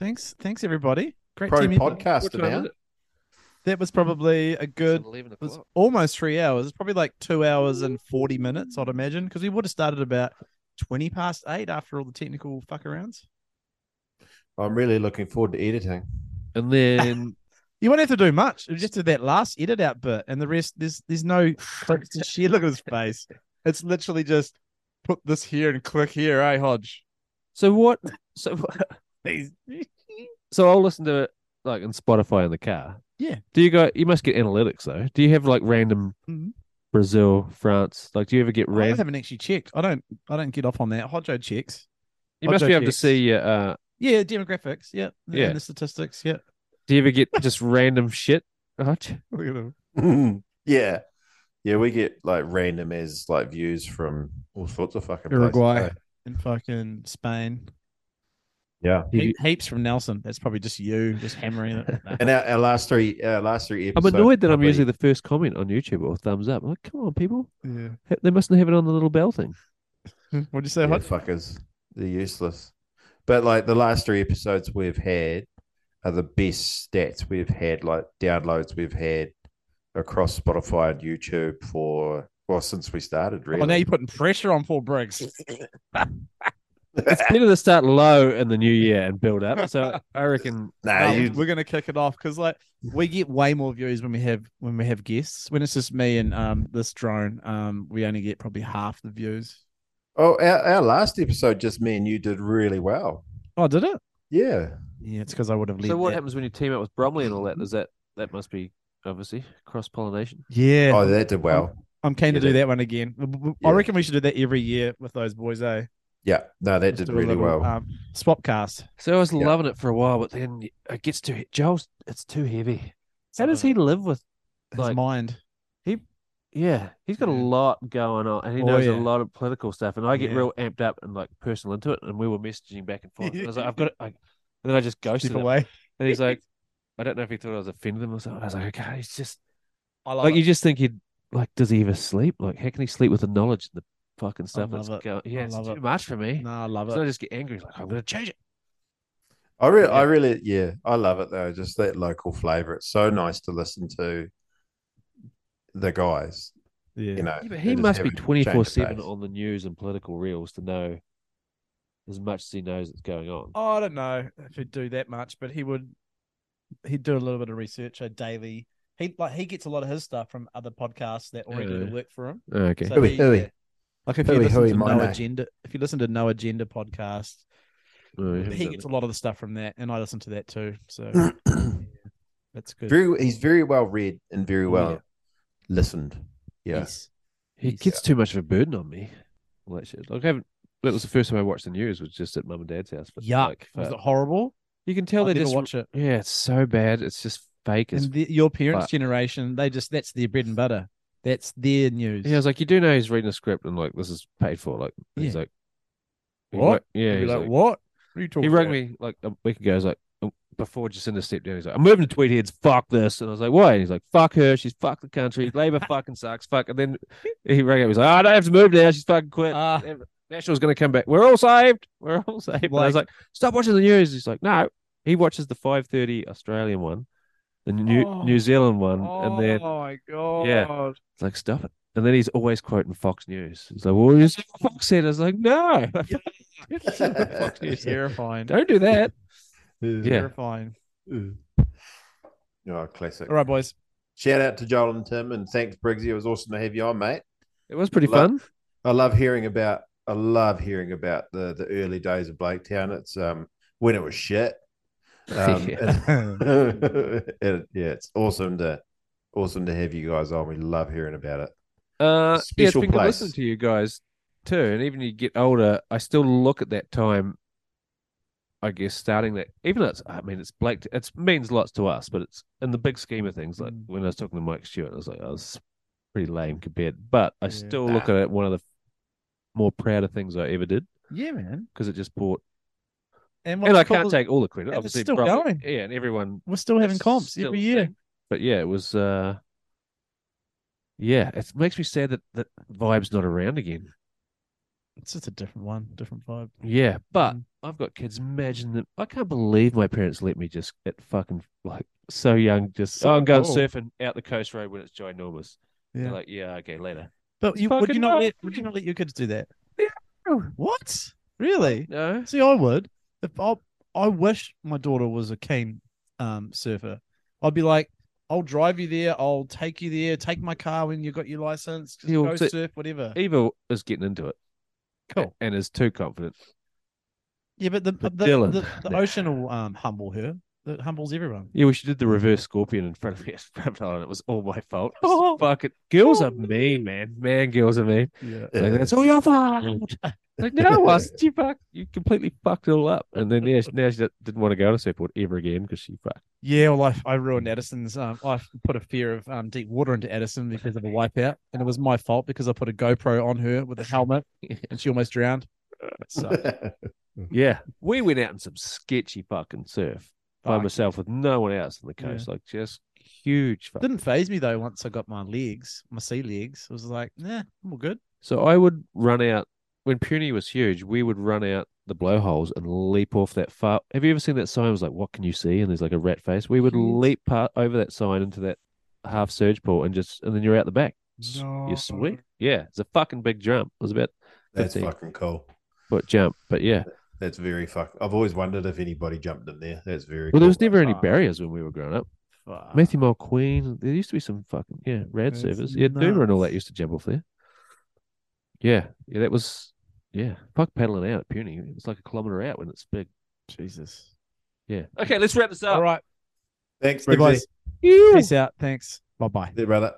Speaker 2: Thanks, thanks everybody. Great
Speaker 4: Pro
Speaker 2: team effort.
Speaker 4: podcaster
Speaker 3: What time
Speaker 4: now.
Speaker 3: is it?
Speaker 2: That was probably a good.
Speaker 3: It's Eleven
Speaker 2: It was
Speaker 3: o'clock.
Speaker 2: almost three hours. It's probably like two hours and forty minutes, I'd imagine, because we would have started about twenty past eight after all the technical fuck arounds.
Speaker 4: I'm really looking forward to editing.
Speaker 3: And then
Speaker 2: You won't have to do much. It was just that last edit out bit, and the rest. There's there's [laughs] no clips to share. Look at his face. It's literally just put this here and click here. eh, Hodge.
Speaker 3: [laughs] so what? [laughs] So
Speaker 2: These-
Speaker 3: so I'll listen to it like on Spotify in the car.
Speaker 2: Yeah.
Speaker 3: Do you go? You must get analytics though. Do you have like random
Speaker 2: Mhm.
Speaker 3: Brazil, France? Like, do you ever get
Speaker 2: I
Speaker 3: random?
Speaker 2: haven't actually checked. I don't. I don't get off on that. Hodjo checks.
Speaker 3: You must
Speaker 2: I'll
Speaker 3: be
Speaker 2: go
Speaker 3: able to
Speaker 2: checks.
Speaker 3: see. Uh,
Speaker 2: Yeah, demographics. Yeah, and
Speaker 3: Yeah.
Speaker 2: the statistics. Yeah.
Speaker 3: do you ever get [laughs] just random shit? Raj?
Speaker 2: Look at him.
Speaker 4: yeah. Yeah, we get like random as like views from all sorts of fucking places,
Speaker 2: Uruguay.
Speaker 4: eh?
Speaker 2: In fucking Spain.
Speaker 4: Yeah.
Speaker 2: He- heaps from Nelson. That's probably just you just hammering it. Nah.
Speaker 4: [laughs] And our, our last three, our last three
Speaker 3: I'm
Speaker 4: episodes.
Speaker 3: annoyed that I'm
Speaker 4: probably-
Speaker 3: usually the first comment on YouTube or thumbs up. I'm like, come on, people,
Speaker 2: yeah.
Speaker 3: they mustn't have it on the little bell [laughs] thing.
Speaker 2: [laughs] What'd you say,
Speaker 4: yeah,
Speaker 2: Hodge?
Speaker 4: fuckers. They're useless. But like the last three episodes we've had are the best stats we've had, like downloads we've had across Spotify and YouTube for well since we started. Really,
Speaker 2: Oh, now you're putting pressure on Paul Briggs.
Speaker 3: it's better to start low in the new year and build up. So [laughs] I reckon
Speaker 4: nah,
Speaker 2: Nah,
Speaker 4: you,
Speaker 2: We're gonna kick it off because like we get way more views when we have when we have guests. When it's just me and um this drone, um we only get probably half the views.
Speaker 4: oh, our, our last episode, just me and you did really well.
Speaker 2: Oh, did it?
Speaker 4: Yeah,
Speaker 2: Yeah, it's because I would have led.
Speaker 3: So what
Speaker 2: that.
Speaker 3: happens when you team up with Bromley and all that? Is that that must be obviously cross pollination?
Speaker 2: Yeah,
Speaker 4: oh, that did well.
Speaker 2: I'm keen to
Speaker 4: yeah,
Speaker 2: do
Speaker 4: that-
Speaker 2: that one again. W- w- I
Speaker 4: Yeah.
Speaker 2: reckon we should do that every year with those boys, eh?
Speaker 4: Yeah, no, that
Speaker 2: Just
Speaker 4: did
Speaker 2: do a
Speaker 4: really
Speaker 2: little,
Speaker 4: well.
Speaker 2: Um, Swapcast.
Speaker 3: So I was
Speaker 4: Yeah.
Speaker 3: loving it for a while, but then it gets too Joel's. It's too heavy. How
Speaker 2: Some
Speaker 3: does
Speaker 2: of
Speaker 3: he live with?
Speaker 2: His
Speaker 3: like-
Speaker 2: mind.
Speaker 3: Yeah, he's got a
Speaker 2: Yeah.
Speaker 3: lot going on, and he
Speaker 2: Oh,
Speaker 3: knows
Speaker 2: yeah.
Speaker 3: a lot of political stuff. And I get
Speaker 2: Yeah.
Speaker 3: real amped up and like personal into it. And we were messaging back and forth. And I was like, I've got it. I, and then I just ghosted
Speaker 2: Step
Speaker 3: him.
Speaker 2: away.
Speaker 3: And he's like, I don't know if he thought I was offending him or something. I was like, okay, he's just
Speaker 2: I love
Speaker 3: like
Speaker 2: it.
Speaker 3: you just think he'd like. Does he ever sleep? Like, how can he sleep with the knowledge and the fucking stuff that's
Speaker 2: love it.
Speaker 3: going?
Speaker 2: I
Speaker 3: Yeah, it's
Speaker 2: love
Speaker 3: too
Speaker 2: it.
Speaker 3: much for me.
Speaker 2: No, I love
Speaker 3: So I
Speaker 2: it.
Speaker 3: just get angry. Like I'm going to change it.
Speaker 4: I really, I really, yeah, I love it though. Just that local flavor. It's so nice to listen to the guys.
Speaker 2: Yeah.
Speaker 4: You know,
Speaker 3: Yeah, but
Speaker 4: they
Speaker 3: he
Speaker 4: just
Speaker 3: must be
Speaker 4: haven't changed
Speaker 3: 24 7
Speaker 4: pace.
Speaker 3: on the news and political reels to know as much as he knows what's going on.
Speaker 2: I don't know if he'd do that much, but he would. He'd do a little bit of research, a daily. He like he gets a lot of his stuff from other podcasts that already do the
Speaker 3: Yeah.
Speaker 2: work for him.
Speaker 3: Okay.
Speaker 2: So
Speaker 4: Hooey,
Speaker 2: he-
Speaker 4: hooey.
Speaker 2: yeah. Like if you
Speaker 4: Hooey,
Speaker 2: listen
Speaker 4: hooey,
Speaker 2: to
Speaker 4: my
Speaker 2: No
Speaker 4: mate.
Speaker 2: Agenda, if you listen to No Agenda podcast, he gets a lot of the stuff from that, and I listen to that too. [clears throat] So that's good.
Speaker 4: very, he's very well read and very
Speaker 2: Oh,
Speaker 4: well
Speaker 2: yeah.
Speaker 4: listened. Yeah.
Speaker 2: Yes.
Speaker 3: He
Speaker 2: He's-
Speaker 3: gets too much of a burden on me. All that shit. Like, I haven't. That was the first time I watched the news. Was just at mum and dad's house. But
Speaker 2: Yuck!
Speaker 3: Like,
Speaker 2: Was
Speaker 3: fuck.
Speaker 2: it horrible?
Speaker 3: you can tell
Speaker 2: I
Speaker 3: they
Speaker 2: didn't
Speaker 3: just.
Speaker 2: watch it.
Speaker 3: Yeah, it's so bad. It's just fake. It's
Speaker 2: And the, your parents'
Speaker 3: but-
Speaker 2: generation, they just that's their bread and butter. That's their news.
Speaker 3: Yeah, I was like, you do know he's reading a script and like this is paid for. Like he's
Speaker 2: Yeah.
Speaker 3: like, he
Speaker 2: What?
Speaker 3: wa- yeah,
Speaker 2: You'd be
Speaker 3: he's
Speaker 2: like,
Speaker 3: like-
Speaker 2: what? What are you
Speaker 3: he
Speaker 2: talking
Speaker 3: rang
Speaker 2: about?
Speaker 3: me like a week ago. He's like, "Oh, before Jacinda stepped down, he's like, I'm moving to Tweedheads. Fuck this. And I was like, why? And he's like, fuck her. She's fucked the country.
Speaker 2: [laughs]
Speaker 3: Labour fucking sucks. Fuck. And then he rang up. He's like, "Oh, I don't have to move now. She's fucking quit.
Speaker 2: Ah.
Speaker 3: National's going to come back. We're all saved. We're all [laughs] saved. and I was
Speaker 2: Like-
Speaker 3: like, stop watching the news. He's like, no. He watches the 5:30 Australian one, the New
Speaker 2: Oh.
Speaker 3: New Zealand one, and then
Speaker 2: my god!
Speaker 3: it's like, stop it. And then he's always quoting Fox News. He's like, well, you said what Fox said. I was like, no. [laughs]
Speaker 2: [laughs]
Speaker 3: Fox News said,
Speaker 2: terrifying.
Speaker 3: Don't do that. Yeah.
Speaker 2: Terrifying.
Speaker 4: Oh, classic.
Speaker 2: All right, boys.
Speaker 4: Shout out to Joel and Tim and thanks, Briggsy. It was awesome to have you on, mate.
Speaker 3: It was pretty
Speaker 4: Love-
Speaker 3: fun.
Speaker 4: I love hearing about I love hearing about the the early days of Blaketown. It's um when it was
Speaker 3: [laughs]
Speaker 4: shit. Um, [laughs]
Speaker 2: Yeah.
Speaker 4: it- it- yeah, it's awesome to awesome to have you guys on. We love hearing about it. [laughs]
Speaker 3: Uh, yeah, it's
Speaker 4: special
Speaker 3: been good
Speaker 4: place.
Speaker 3: listening to you guys too. And even you get older, I still look at that time. I guess starting that, even though it's, I mean, it's Blake. It means lots to us, but it's in the big scheme of things. Like
Speaker 2: Mm.
Speaker 3: when I was talking to Mike Stewart, I was like, I was pretty lame compared, but I
Speaker 2: Yeah.
Speaker 3: still look at it one of the more prouder things I ever did
Speaker 2: yeah, man.
Speaker 3: because it just brought
Speaker 2: And,
Speaker 3: and
Speaker 2: what's
Speaker 3: I can't
Speaker 2: cool is
Speaker 3: take all the credit.
Speaker 2: and it's
Speaker 3: Obviously,
Speaker 2: still
Speaker 3: Brock-
Speaker 2: going.
Speaker 3: Yeah, and everyone
Speaker 2: We're still having
Speaker 3: it's
Speaker 2: comps
Speaker 3: still
Speaker 2: every
Speaker 3: a
Speaker 2: year.
Speaker 3: thing. But yeah, it was. uh Yeah, it makes me sad that that vibe's not around again.
Speaker 2: It's just a different one, different vibe.
Speaker 3: Yeah, but
Speaker 2: Mm.
Speaker 3: I've got kids. Imagine that. I can't believe my parents let me just at fucking like so young. Just
Speaker 2: So
Speaker 3: oh, I'm going
Speaker 2: cool.
Speaker 3: surfing out the coast road when it's ginormous.
Speaker 2: Yeah.
Speaker 3: They're like, yeah, okay, later.
Speaker 2: But
Speaker 3: It's
Speaker 2: you, would you
Speaker 3: fucking
Speaker 2: not
Speaker 3: right.
Speaker 2: let would you not let your kids do that?
Speaker 3: Yeah.
Speaker 2: What? Really?
Speaker 3: No,
Speaker 2: See, I would. If I, I wish my daughter was a keen um, surfer. I'd be like, I'll drive you there. I'll take you there. Take my car when you got your license. Just
Speaker 3: Yeah, well,
Speaker 2: go
Speaker 3: so-
Speaker 2: surf, whatever.
Speaker 3: Eva is getting into it.
Speaker 2: Cool.
Speaker 3: And is too confident.
Speaker 2: Yeah, but the the,
Speaker 3: But
Speaker 2: the,
Speaker 3: Dylan-
Speaker 2: the, the
Speaker 3: no.
Speaker 2: ocean will um, humble her. That humbles everyone.
Speaker 3: Yeah, well, she did the reverse scorpion in front of me [laughs] at Brampton, and it was all my fault.
Speaker 2: [laughs]
Speaker 3: It was fucking girls are mean, man. Man, girls are mean.
Speaker 2: Yeah.
Speaker 3: Like, that's all your [laughs] fault. like, no, it wasn't. You fuck, you completely fucked it all up. And then yeah, she- now she d- didn't want to go to surfboard ever again because she fucked.
Speaker 2: Yeah, well, I, I ruined Addison's. Um, I put a fear of um, deep water into Addison because of a wipeout, and it was my fault because I put a GoPro on her with a helmet, and she almost drowned.
Speaker 4: [laughs]
Speaker 2: So,
Speaker 3: Yeah, we went out in some sketchy fucking surf by
Speaker 2: Fuck.
Speaker 3: myself with no one else on the
Speaker 2: Yeah.
Speaker 3: coast, like just huge. Fuck.
Speaker 2: didn't phase me though. Once I got my legs, my sea legs, I was like, nah, I'm all good.
Speaker 3: So I would run out when Puny was huge. We would run out the blowholes and leap off that far. Have you ever seen that sign? It was like, "What can you see?" And there's like a rat face. We would
Speaker 2: Yes.
Speaker 3: leap part over that sign into that half surge pool and just, and then you're out the back. S-
Speaker 2: No.
Speaker 3: You're sweet. Yeah, it's a fucking big jump. It was about
Speaker 4: That's
Speaker 3: 15
Speaker 4: fucking cool.
Speaker 3: foot jump, but yeah.
Speaker 4: That's very fuck. I've always wondered if anybody jumped in there. That's very
Speaker 3: Well, there
Speaker 4: cool.
Speaker 3: was never any
Speaker 2: Fuck.
Speaker 3: barriers when we were growing up.
Speaker 2: Fuck.
Speaker 3: Matthew Mole Queen. There used to be some fucking yeah rad
Speaker 2: That's
Speaker 3: servers. Yeah, Doomer and all that
Speaker 2: nuts.
Speaker 3: used to jump off there. Yeah, yeah, that was yeah. Fuck paddling out at Puny. It was like a kilometer out when it's big.
Speaker 2: Jesus.
Speaker 3: Yeah. Okay, let's wrap this
Speaker 2: All
Speaker 3: up.
Speaker 2: right,
Speaker 4: Thanks,
Speaker 2: See you
Speaker 4: Briggsy.
Speaker 2: guys.
Speaker 3: Yeah.
Speaker 2: Peace out. Thanks. Bye bye.
Speaker 4: There, brother.